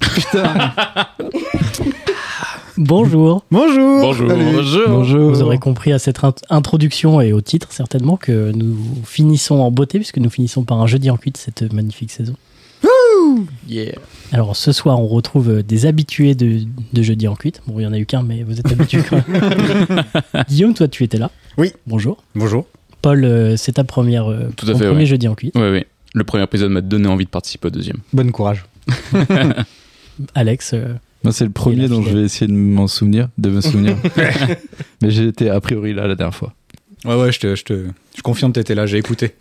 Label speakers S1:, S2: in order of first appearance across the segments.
S1: putain.
S2: Bonjour.
S1: Bonjour.
S3: Bonjour.
S1: Salut.
S3: Bonjour.
S1: Bonjour.
S2: Vous aurez compris à cette int- introduction et au titre certainement que nous finissons en beauté puisque nous finissons par un jeudi en cuite cette magnifique saison.
S3: Yeah.
S2: Alors ce soir on retrouve euh, des habitués de, de jeudi en cuite. Bon il y en a eu qu'un mais vous êtes habitués quand même. Guillaume toi tu étais là.
S1: Oui.
S2: Bonjour.
S1: Bonjour.
S2: Paul euh, c'est ta première euh,
S3: Tout à
S2: ton
S3: fait,
S2: premier
S3: ouais.
S2: jeudi en cuite.
S3: Ouais, ouais. Le premier épisode m'a donné envie de participer au deuxième.
S1: Bon courage.
S2: Alex euh,
S4: Moi, c'est le
S2: Et la
S4: premier dont
S2: fidèle.
S4: je vais essayer de m'en souvenir, de me souvenir. Mais j'étais a priori là la dernière fois.
S5: Ouais, ouais, je te, je te, je confirme, t'étais là, j'ai écouté.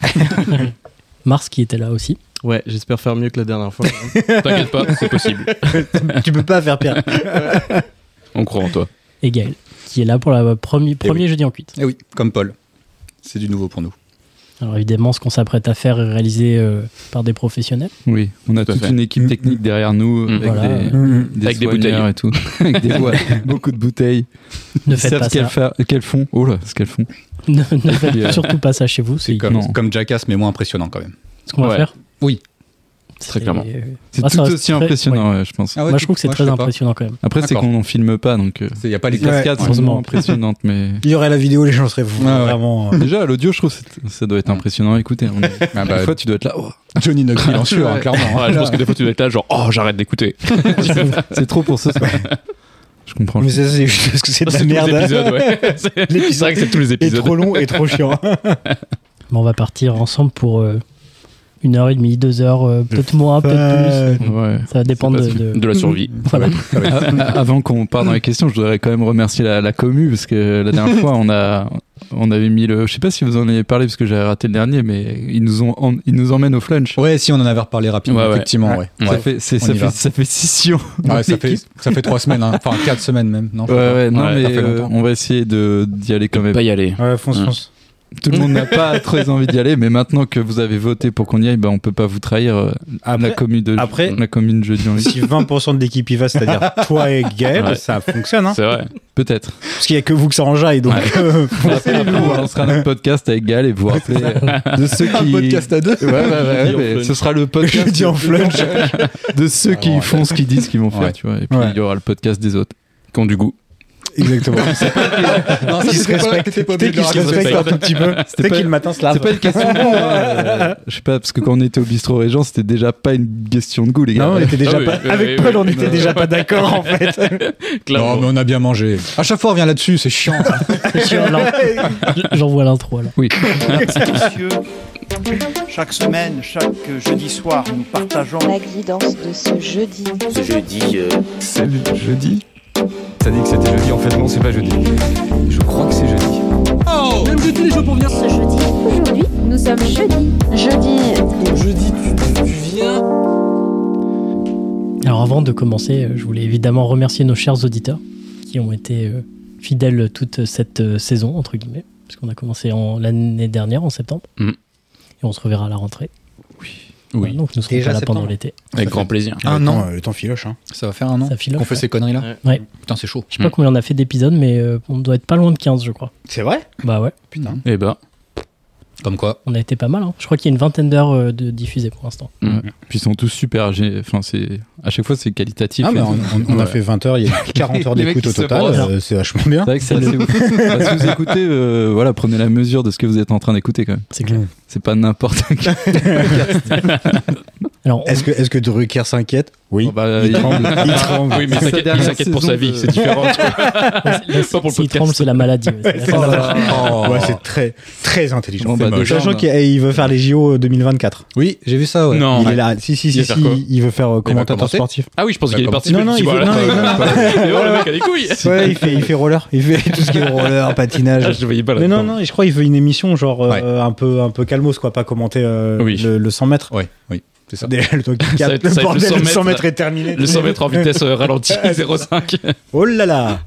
S2: Mars qui était là aussi.
S6: Ouais, j'espère faire mieux que la dernière fois.
S3: T'inquiète pas, c'est possible.
S1: tu peux pas faire pire.
S3: On croit en toi.
S2: Et Gaël qui est là pour la euh, premier, premier jeudi en cuite.
S5: Eh oui, comme Paul. C'est du nouveau pour nous.
S2: Alors évidemment ce qu'on s'apprête à faire est réalisé euh, par des professionnels.
S4: Oui, on a
S3: Tout à
S4: toute
S3: fait.
S4: une équipe technique derrière nous,
S3: Mm.
S4: avec,
S2: Voilà.
S4: des,
S3: Avec des
S4: soigneurs
S3: bouteilles.
S4: et tout, avec des boîtes, beaucoup de bouteilles.
S2: Ne
S4: Ils
S2: faites
S4: savent
S2: pas
S4: ce qu'elles
S2: ça.
S4: fa- qu'elles font. Oh là, ce qu'elles font.
S2: ne, ne faites
S4: Puis, euh,
S2: surtout pas ça chez vous. C'est
S5: C'est comme,
S4: non.
S5: c'est comme Jackass, mais moins impressionnant quand même.
S2: ce qu'on va
S3: Ouais.
S2: faire.
S5: Oui.
S2: C'est-
S3: Très clairement.
S2: euh,
S4: C'est
S2: Ah, ça
S4: tout
S2: reste
S4: aussi
S2: très-
S4: impressionnant, ouais, je
S5: Ah
S7: Ah
S4: pense.
S2: Moi, je trouve que c'est très impressionnant quand même.
S4: Après, c'est
S5: D'accord.
S4: qu'on n'en filme pas, donc euh,
S5: Il n'y a pas les
S4: les
S1: Ouais.
S4: cascades sont
S2: Heureusement.
S4: moins impressionnantes. Mais
S1: Il y aurait la vidéo, les gens seraient vraiment. euh,
S4: déjà, à l'audio, je trouve que c'est- ça doit être impressionnant à écouter. On est-
S5: Ah bah,
S4: Des fois, tu dois être là. oh,
S5: Johnny Knoxville en sueur, hein, clairement. hein.
S3: Ouais, je pense que des fois, tu dois être là, genre, oh, j'arrête d'écouter.
S4: c'est trop pour ce soir. Je comprends.
S1: Mais ça, c'est juste parce que c'est de
S3: C'est
S1: la merde.
S3: tous les épisodes, ouais. C'est c'est vrai que c'est tous les
S1: Et
S3: épisodes.
S1: trop long et trop chiant.
S2: Mais on va partir ensemble pour euh, une heure et demie, deux heures, euh, peut-être moins, peut-être
S1: Euh,
S4: Ouais.
S2: plus. Ça va dépendre de,
S3: C'est
S2: de-
S3: De la survie.
S1: Mm.
S2: Voilà.
S4: A- a- Ah, Avant qu'on parte dans les questions, je voudrais quand même remercier la, la commu parce que la dernière fois on a on avait mis le je sais pas si vous en avez parlé parce que j'avais raté le dernier mais ils nous ont en- ils nous emmènent au flunch.
S5: Ouais, si on en avait reparlé rapidement,
S3: Ouais, ouais.
S5: effectivement, ouais.
S3: Ouais.
S4: Ça
S5: Ouais.
S4: fait c'est-
S5: on
S4: ça
S5: y
S4: fait
S5: va.
S4: ça fait scission.
S5: Ouais,
S4: dans
S5: ça, fait,
S4: l'équipe.
S5: ça fait trois semaines, hein. enfin quatre semaines même. Non,
S4: Ouais, ouais, non,
S3: Ouais,
S4: mais
S5: ça fait
S4: euh,
S5: longtemps.
S4: on va essayer de d'y aller quand même.
S3: Pas y aller.
S1: Ouais, fonce,
S3: Mm.
S1: fonce.
S4: Tout le monde n'a pas très envie d'y aller, mais maintenant que vous avez voté pour qu'on y aille, bah, on peut pas vous trahir. euh, la
S1: Après,
S4: commune de
S1: après-
S4: la commune jeudi en ligne.
S1: si 20% de l'équipe y va, c'est-à-dire toi et Gaël,
S3: Ouais.
S1: ça fonctionne. Hein
S3: C'est vrai.
S4: peut-être.
S1: parce qu'il n'y a que vous que ça en jaille. Donc, euh, foncez, les loups, hein.
S4: Bah, on sera notre podcast avec Gal et vous rappelez euh, de ceux qui
S5: Un podcast à deux
S4: Ouais, ouais, ouais,
S3: Jeudi en
S4: mais
S3: flunch.
S4: ce sera le podcast
S1: Jeudi en flunch.
S4: de ceux qui
S5: Ouais.
S4: font ce qu'ils disent qu'ils vont faire,
S5: Ouais.
S4: tu vois. Et puis
S1: Ouais.
S4: il y aura le podcast des autres.
S3: Qui ont du goût.
S1: Exactement.
S5: Non,
S1: Qui se respecte.
S5: t'étais pas
S1: Dès
S5: obligé de
S1: qu'il
S5: le
S1: se
S5: raconter.
S1: respecte un tout petit peu, dès
S4: pas-
S1: qu'il le matin se lave.
S4: C'est pas une question de goût. hein. Euh, Je sais pas, parce que quand on était au bistrot Régent, c'était déjà pas une question de goût, les gars.
S1: Non, on était déjà
S3: Ah oui,
S1: pas.
S3: oui,
S1: Avec
S3: oui,
S1: Paul,
S3: oui.
S1: on était déjà pas d'accord en fait.
S3: Clairement.
S5: Non, mais on a bien mangé. À chaque fois, on revient là-dessus, c'est chiant.
S2: Je suis en- J'envoie l'intro alors.
S4: Oui.
S8: Messieurs, chaque semaine, chaque jeudi soir, nous partageons
S9: La guidance de ce jeudi.
S10: Ce jeudi, euh,
S11: C'est le jeudi T'as dit que c'était jeudi, en fait non c'est pas jeudi. Je crois que c'est jeudi.
S9: Ce jeudi. Aujourd'hui, nous sommes jeudi. Jeudi.
S2: Alors avant de commencer, euh, je voulais évidemment remercier nos chers auditeurs qui ont été euh, fidèles toute cette euh, saison, entre guillemets, puisqu'on a commencé en- l'année dernière, en septembre.
S3: Mm.
S2: Et on se reverra à la rentrée. Voilà,
S3: Oui.
S2: donc nous serons
S1: Déjà
S2: pas là pendant
S1: septembre.
S2: l'été.
S3: Avec grand plaisir.
S5: Un an.
S1: Le temps filoche. Hein.
S5: Ça va faire un an
S2: Ça file.
S5: qu'on fait ces conneries-là
S2: Ouais.
S5: Putain, c'est chaud.
S2: Je sais pas combien on a fait d'épisodes, mais euh, on doit être pas loin de 15, je crois.
S1: C'est vrai
S2: Bah ouais,
S5: Putain.
S3: Eh ben,
S5: Comme quoi.
S2: on a été pas mal. hein. Je crois qu'il y a une vingtaine d'heures euh, de diffusées pour l'instant.
S4: Puis ils sont tous super âgés. Enfin, c'est. À chaque fois, c'est qualitatif.
S1: Ah, mais
S4: Et
S1: on,
S4: tout.
S1: on- on a
S4: Ouais.
S1: fait 20 heures, il y a 40 heures
S4: Les mecs
S1: d'écoute
S4: qui
S1: au
S4: se
S1: total.
S4: brossent.
S1: euh, c'est vachement bien.
S4: C'est vrai que c'est assez ouf. Enfin, si vous écoutez, euh, voilà, prenez la mesure de ce que vous êtes en train d'écouter quand même.
S2: C'est clair.
S4: C'est pas n'importe quel.
S2: Alors, on-
S1: Est-ce que, est que Drucker s'inquiète Oui.
S4: Oh, bah, il tremble.
S1: Il tremble.
S3: oui, mais
S4: Sa
S3: il s'inquiète-
S4: dernière
S3: il s'inquiète pour
S4: saison
S3: sa vie,
S4: de-
S3: c'est différent.
S2: là,
S3: pas pour le
S2: s'il
S3: podcast.
S2: tremble, c'est la maladie. ouais, c'est la maladie.
S1: Oh. Ouais, c'est très, très intelligent.
S4: Bon, bah,
S1: Sachant
S4: déjà, on a-
S1: qu'il eh, il veut faire les JO 2024.
S5: Oui, j'ai vu ça, ouais.
S7: Oh,
S3: Non.
S1: il est là. Si, si,
S3: Il
S1: si,
S3: va
S1: si,
S3: faire quoi
S1: il veut faire euh, commentateur
S5: commenter
S1: sportif.
S3: Ah oui, je pense qu'il est parti.
S1: Non, non, il veut- non, il veut-
S3: Et voilà, le mec a des couilles.
S1: Ouais, il fait, il fait roller. Il fait tout ce qui est roller,
S3: Ah,
S1: patinage.
S3: Je le voyais pas là.
S1: Mais non, non, et je crois qu'il veut une émission genre euh,
S5: Ouais.
S1: un peu un peu calmos quoi, pas commenter euh,
S3: Oui.
S1: le, le 100 mètres.
S5: Ouais, oui, c'est ça.
S1: Déjà, le temps qui
S3: Ça va
S1: capte,
S3: être- ça va
S1: le
S3: être
S1: bordel,
S3: le 100
S1: le 100
S3: mètres,
S1: mètres est terminé.
S3: Le 100 mètres en vitesse euh, ralentie
S1: Ah,
S3: 0,5.
S1: Oh là là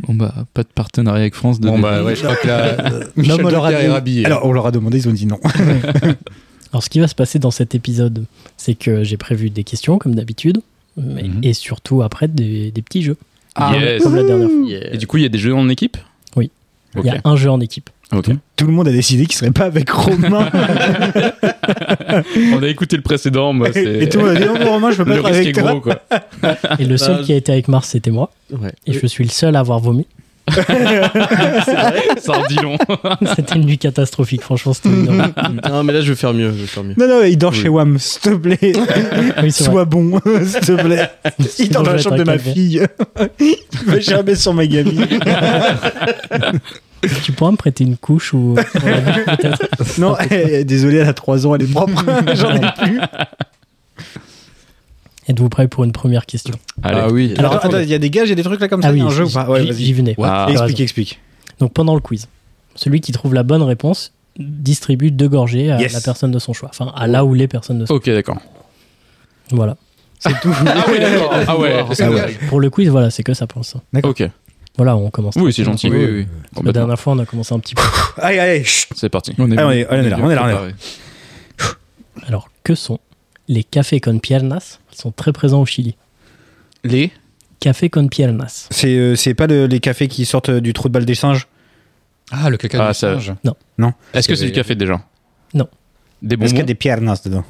S4: Bon bah pas de partenariat avec France de
S5: Bon, bah ouais, je crois que là,
S1: Non,
S5: Michel
S1: mais on leur a
S5: Drucker est
S1: dit-
S5: rhabillé.
S1: Alors, on leur a demandé, ils ont dit non.
S2: Alors, ce qui va se passer dans cet épisode, c'est que j'ai prévu des questions, comme d'habitude, mais-
S5: Mhm.
S2: et surtout après des, des petits jeux.
S3: Ah.
S1: Ah,
S3: Yes.
S2: Comme la dernière fois.
S3: Et du coup, il y a des jeux en équipe
S2: Oui.
S3: Ok.
S2: Il y a un jeu en équipe.
S3: Ok.
S1: Tout le monde a décidé qu'il serait pas avec Romain.
S3: On a écouté le précédent, moi, c'est.
S1: et tout le monde a dit non, bon, Romain, je peux pas
S3: le
S1: être
S3: risque est
S1: avec toi.
S3: gros, quoi.
S2: Et le seul
S6: Bah,
S2: qui a été avec Mars, c'était moi.
S6: Ouais.
S2: Et je suis le seul à avoir vomi.
S3: Ça en dit long.
S2: C'était une nuit catastrophique, franchement, c'était une horreur.
S6: Non, mais là, je vais faire mieux. Je vais faire mieux.
S1: Non, non, il dort chez Wam, s'il te plaît.
S2: Oui, c'est vrai.
S1: Sois bon, s'il te plaît. Il
S2: Sinon,
S1: dort dans la
S2: je vais
S1: chambre de
S2: être
S1: ma
S2: avec
S1: fille. Il va jamais sur ma gamine.
S2: Tu pourras me prêter une couche ou.
S1: Non, eh, désolé, elle a 3 ans, elle est propre. J'en ai plus.
S2: Êtes-vous prêt pour une première question
S4: Ah oui.
S2: Alors,
S1: attends,
S2: attends,
S1: il y a des gages, il y a des trucs là comme
S2: Ah oui,
S1: un jeu ou
S2: j'y-
S1: pas Ouais,
S2: j'y-
S1: vas-y.
S2: j'y venais.
S4: Ah.
S2: T'as raison.
S1: Explique, explique.
S2: Donc pendant le quiz, celui qui trouve la bonne réponse distribue deux gorgées à
S1: Yes.
S2: la personne de son choix. Enfin, à là ou les personnes de son
S3: Ok, d'accord.
S2: choix. Voilà.
S3: Ah ouais, d'accord. Ah ouais.
S1: Ah ouais.
S2: Pour le quiz, voilà, c'est que ça pour l'instant.
S3: Ok.
S2: Voilà, on commence.
S3: Oui, c'est gentil.
S4: Oui, oui.
S3: Bon,
S2: La
S3: bah,
S2: dernière fois, on a commencé un petit peu.
S1: Allez, allez, chut.
S3: C'est parti.
S4: On est,
S1: Ah, on est- on est là, on est là, on est là.
S2: Alors, que sont les cafés con piernas Ils sont très présents au Chili.
S3: Les
S2: Café con piernas.
S1: C'est euh, c'est pas le- les cafés qui sortent euh, du trou de balle des singes
S5: Ah, le caca
S3: Ah,
S5: du
S3: ça-
S5: singe.
S3: Est-ce que c'est du café déjà
S2: Non.
S3: Des
S1: Est-ce qu'il y a
S3: bonbons
S1: des piernas dedans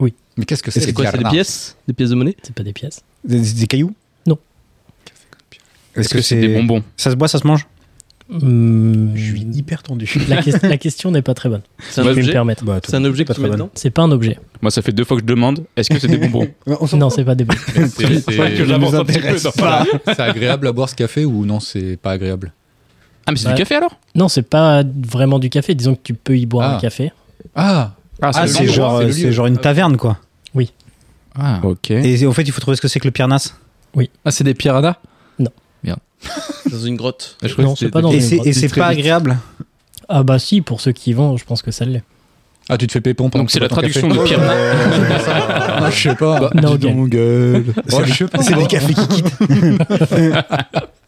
S5: Mais qu'est-ce que c'est
S6: C'est quoi C'est des pièces Des pièces de monnaie
S2: C'est pas des pièces.
S1: des, des cailloux
S2: Non.
S1: Est-ce que c'est
S3: des bonbons
S1: Ça se boit, ça se mange
S2: Hum,
S1: hyper tendu.
S2: La, ques- la question n'est pas très bonne.
S6: C'est un
S2: Je
S3: Moi,
S2: vais me
S3: objet
S2: permettre.
S1: Bah,
S6: C'est un objet que
S1: Pas
S6: tu
S1: très
S6: mets
S1: bonne.
S6: dedans
S2: C'est pas un objet.
S3: Moi, ça fait deux fois que je demande est-ce que c'est des bonbons
S2: Non, c'est pas des bonbons.
S3: C'est c'est-
S1: pas que
S3: je
S1: ça
S3: l'avance
S1: nous
S3: un petit peu,
S1: intéresse
S3: non.
S1: pas.
S5: C'est agréable à boire ce café ou non, c'est pas agréable
S3: Ah, mais c'est
S2: Ouais.
S3: du café alors
S2: Non, c'est pas vraiment du café. Disons que tu peux y boire
S5: Ah.
S2: un café.
S5: Ah
S1: Ah,
S5: le
S1: c'est
S5: endroit,
S1: genre,
S5: c'est
S1: euh,
S5: le
S1: c'est
S5: lieu.
S1: genre une taverne, quoi.
S5: Ah
S3: Ok.
S1: Et au fait, il faut trouver ce que c'est que le piernas.
S4: Ah, c'est des piranhas Ah,
S6: Dans une grotte.
S4: Je crois
S2: Non,
S4: que
S2: c'est
S4: c'était
S2: pas
S4: des-
S2: dans
S1: Et
S2: une
S1: c'est
S2: grotte.
S1: et c'est pas agréable.
S2: Ah bah si, pour ceux qui y vont, je pense que ça l'est.
S5: Ah, tu te fais pépon pendant
S3: Donc,
S5: que
S3: c'est
S5: tu bois
S3: la
S5: ton
S3: traduction
S5: café.
S3: de pierre.
S5: Ah, Je sais pas.
S2: Non, Gaël,
S5: Oh, je sais pas.
S1: C'est des cafés qui quittent.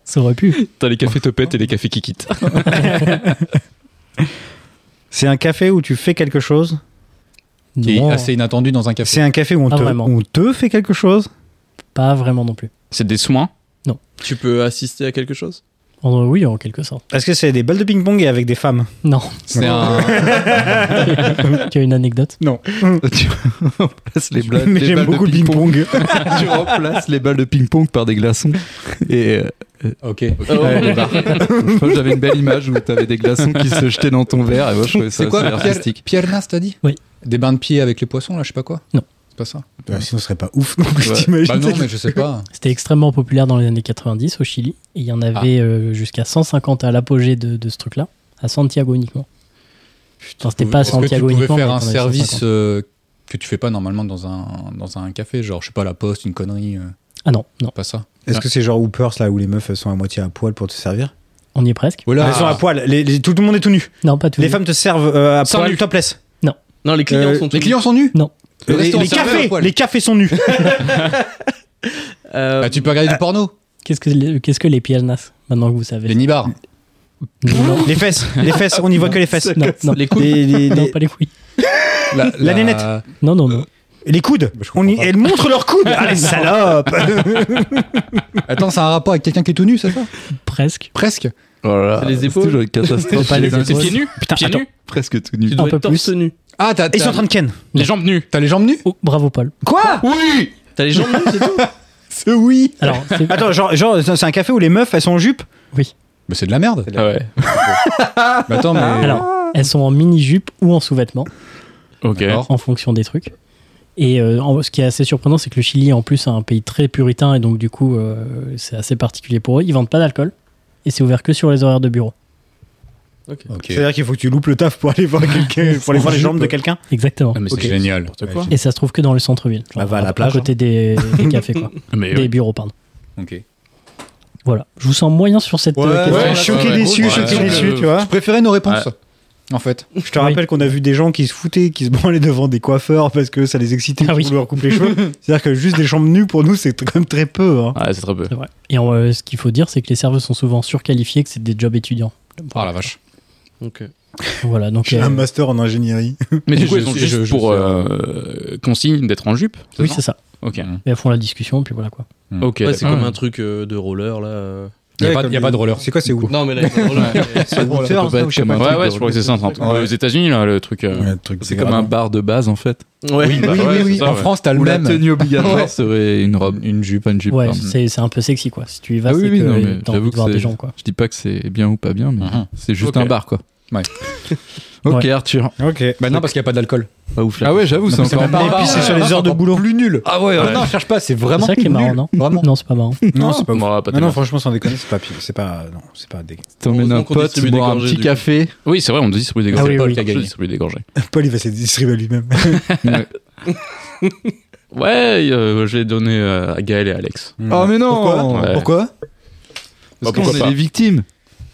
S2: ça aurait pu.
S3: T'as les cafés topettes et les cafés qui quittent.
S1: C'est un café où tu fais quelque chose.
S5: Qui est
S2: Non,
S5: assez inattendu dans un café.
S1: C'est un café où on
S2: Pas
S1: te-
S2: vraiment.
S1: on te fait quelque chose.
S2: pas vraiment non plus.
S3: C'est des soins
S6: Tu peux assister à quelque chose
S2: En- oui, en quelque sorte.
S1: Est-ce que c'est des balles de ping-pong et avec des femmes
S2: Non.
S5: C'est un.
S2: tu as une anecdote
S4: Tu remplaces les, blagues-
S1: Mais
S4: les
S1: j'aime
S4: balles de
S1: beaucoup le
S4: ping-pong.
S1: ping-pong.
S4: tu remplaces les balles de ping-pong par des glaçons. Et euh,
S5: Ok.
S6: Oh,
S4: ouais, bah, je crois que j'avais une belle image où t'avais des glaçons qui se jetaient dans ton verre. Et moi, je trouvais ça
S5: C'est quoi
S4: assez
S5: pierre-
S4: artistique.
S5: Piernas, t'as dit
S2: Oui.
S5: Des bains de pied avec les poissons, là, je sais pas quoi
S2: Non.
S5: C'est pas ça
S1: Bah, sinon, ce serait pas ouf non plus,
S4: Ouais.
S1: t'imagines.
S5: Bah non, mais je sais pas.
S2: C'était extrêmement populaire dans les années 90 au Chili. Et il y en
S5: Ah.
S2: avait euh, jusqu'à 150 à l'apogée de, de ce truc-là, à Santiago uniquement. Enfin, c'était pas à
S5: Est-ce que tu
S2: Santiago
S5: pouvais
S2: uniquement.
S5: faire
S2: mais
S5: un
S2: t'en avais
S5: service
S2: 150.
S5: euh, que tu fais pas normalement dans un, dans un café Genre, je sais pas, la poste, une connerie, euh,
S2: Ah non, non,
S5: pas ça.
S1: Est-ce que c'est genre Hoopers là où les meufs sont à moitié à poil pour te servir
S2: on y est presque.
S5: Voilà.
S1: Elles sont à poil, les- les- tout le monde est tout nu.
S2: Non, pas tout.
S1: Les femmes te servent euh, à
S3: Seins
S1: poil
S3: nus.
S1: topless.
S6: Non, les clients
S1: Euh,
S6: sont tous
S5: Les clients sont nus
S2: Non.
S5: Le
S1: Les,
S5: restaurant
S1: les
S5: serveur à
S1: cafés,
S5: poil.
S1: les cafés sont nus.
S6: Euh,
S7: Bah,
S5: Ah, tu peux regarder du porno
S2: Qu'est-ce que les- euh, qu'est-ce que les piernas Maintenant que vous savez.
S5: Les nibards.
S2: Non,
S1: les fesses, les fesses, on y voit que les fesses.
S2: non, non.
S6: Les couilles
S1: Les, les-
S2: Non,
S1: les-
S2: pas les couilles.
S5: La,
S1: La nénette.
S2: Non, non,
S5: Euh.
S2: non.
S1: les coudes.
S5: Bah, je comprends
S1: On y-
S5: pas.
S1: elles montrent leurs coudes. Ah, les salopes.
S5: Attends, c'est un rapport avec quelqu'un qui est tout nu, c'est ça
S2: Presque.
S5: Presque.
S4: Oh là là,
S6: C'est les
S4: c'est
S6: épaules
S4: toujours une catastrophe.
S2: Pas les
S4: C'est
S3: C'est pieds nus
S1: Putain,
S3: Pieds
S1: attends.
S3: nus
S4: presque tout nu.
S6: Tu
S2: Un
S6: dois
S2: peu
S6: être torse
S2: plus.
S6: nu.
S5: Ah, t'as
S1: Ils sont en
S5: t'as-
S1: train de ken.
S3: Les jambes nues
S5: t'as les jambes nues
S2: Oh, bravo, Paul.
S1: Quoi
S3: Oui
S6: T'as les jambes nues, c'est tout
S5: C'est oui
S2: Alors, c'est-
S1: Attends, genre, genre, c'est un café où les meufs elles sont en jupe.
S2: oui.
S5: Mais c'est de la merde.
S3: Ah ouais.
S5: Mais attends, mais.
S2: Alors, elles sont en mini-jupe ou en sous-vêtements,
S3: Ok.
S5: D'accord.
S2: en fonction des trucs. Et euh, en- ce qui est assez surprenant, c'est que le Chili, en plus, est un pays très puritain, et donc, du coup, euh, c'est assez particulier pour eux. Ils vendent pas d'alcool, et c'est ouvert que sur les horaires de bureau.
S5: Ok.
S1: C'est-à-dire qu'il faut que tu loupes le taf pour aller voir quelqu'un, pour aller voir les jambes de quelqu'un.
S2: Exactement.
S3: Ah, mais c'est
S1: Ok.
S3: génial.
S5: quoi
S2: Et ça se trouve que dans le centre-ville. genre,
S1: Bah, va à la
S2: à
S1: plage,
S2: côté des, des cafés, quoi.
S3: Mais
S2: Des bureaux, pardon.
S5: Ok.
S2: Voilà. Je vous sens moyen sur cette euh, question.
S5: Ouais,
S1: Ouais, choqué,
S5: ouais,
S1: déçu,
S5: ouais,
S1: choqué,
S5: ouais,
S1: déçu,
S3: ouais.
S1: tu vois.
S5: Je préférais nos réponses.
S3: Ouais.
S5: En fait.
S1: Je te rappelle qu'on a vu des gens qui se foutaient, qui se branlaient devant des coiffeurs parce que ça les excitait,
S2: Ah
S1: pour
S2: oui.
S1: leur couper les cheveux. C'est-à-dire que juste des jambes nues, pour nous, c'est quand même très peu. hein.
S3: Ah, c'est très peu.
S2: C'est vrai. Et euh, ce qu'il faut dire, c'est que les serveurs sont souvent surqualifiés, que c'est des jobs étudiants. euh,
S5: Ah la vache.
S6: Ok.
S2: Voilà, donc...
S1: J'ai
S2: euh,
S1: un master en ingénierie.
S3: Mais du coup,
S5: Je-
S3: ils ont
S5: je-
S3: juste
S5: je- je
S3: pour
S5: sais.
S3: euh, consigne d'être en jupe
S2: oui, c'est ça.
S3: Ok.
S5: Mm.
S2: Mais elles font la discussion, puis voilà, quoi.
S3: Ok.
S6: Ouais, c'est
S3: d'accord.
S6: comme un truc euh, de roller, là. euh.
S7: Il n'y
S1: Ouais,
S7: a, pas-
S1: comme
S7: y a pas de
S1: les-
S7: roller.
S1: C'est quoi, c'est où
S6: Non, mais là,
S1: C'est au
S4: Ça
S1: hauteur,
S4: peut pas
S1: ça,
S4: être
S1: ou je sais
S4: comme
S1: pas.
S4: un
S3: Ouais,
S4: truc
S3: ouais,
S4: de
S3: je crois que c'est
S4: roller.
S3: 130. Aux États-Unis, là, le truc. euh,
S4: C'est comme un bar de base en fait.
S6: Ouais.
S7: Oui, bah
S3: oui,
S7: ouais,
S3: oui,
S7: c'est
S3: oui.
S7: ça, En
S3: ouais.
S7: France, t'as le
S4: Où la
S7: même.
S4: tenue obligatoire
S7: Ouais.
S4: serait une robe, une jupe, pas une jupe.
S2: Ouais,
S4: pardon.
S2: c'est c'est un peu sexy quoi. Si tu y vas,
S4: Ah
S2: c'est
S4: oui, oui,
S2: que
S4: non, mais
S2: t'as envie
S4: j'avoue
S2: de voir
S4: que
S2: des
S4: c'est-
S2: gens quoi.
S4: Je dis pas que c'est bien ou pas bien, mais
S7: Mhm.
S4: c'est juste
S3: Ok.
S4: un bar quoi.
S7: Ouais.
S4: ok
S2: Ouais.
S4: Arthur.
S1: Ok.
S7: Bah non, parce qu'il n'y a pas d'alcool.
S4: Pas ouf. Ah ouais, j'avoue, c'est
S7: mais c'est
S4: encore.
S7: même pas-
S1: Et puis c'est sur les heures de boulot.
S7: Plus nul.
S4: Ah ouais.
S7: Non, non, cherche pas, c'est
S2: C'est
S7: vraiment.
S2: ça qui est
S7: nul.
S2: marrant, non
S7: Vraiment.
S2: Non, c'est pas marrant.
S1: Non, c'est pas ouf.
S3: Bon, bah, pas
S1: Non, non,
S3: tellement.
S1: franchement, sans déconner, c'est pas pire. C'est pas. Non, c'est pas dégueu.
S4: T'emmènes un
S6: Heureusement qu'on
S4: pote
S6: distribue des
S4: boire un
S6: gorgées,
S4: petit
S6: du
S4: café.
S3: Oui, c'est vrai, on distribue des
S2: Ah oui,
S3: gorgées.
S2: oui.
S3: Paul qui a gagné. Je distribue des gorgées.
S1: Paul, il va se distribuer lui-même.
S3: Ouais, euh, je l'ai donné euh, à Gaël et Alex.
S4: Oh mais non.
S3: Ouais.
S1: Pourquoi
S4: Parce
S3: Bah,
S4: qu'on
S3: pourquoi
S4: est
S3: pas.
S4: les victimes.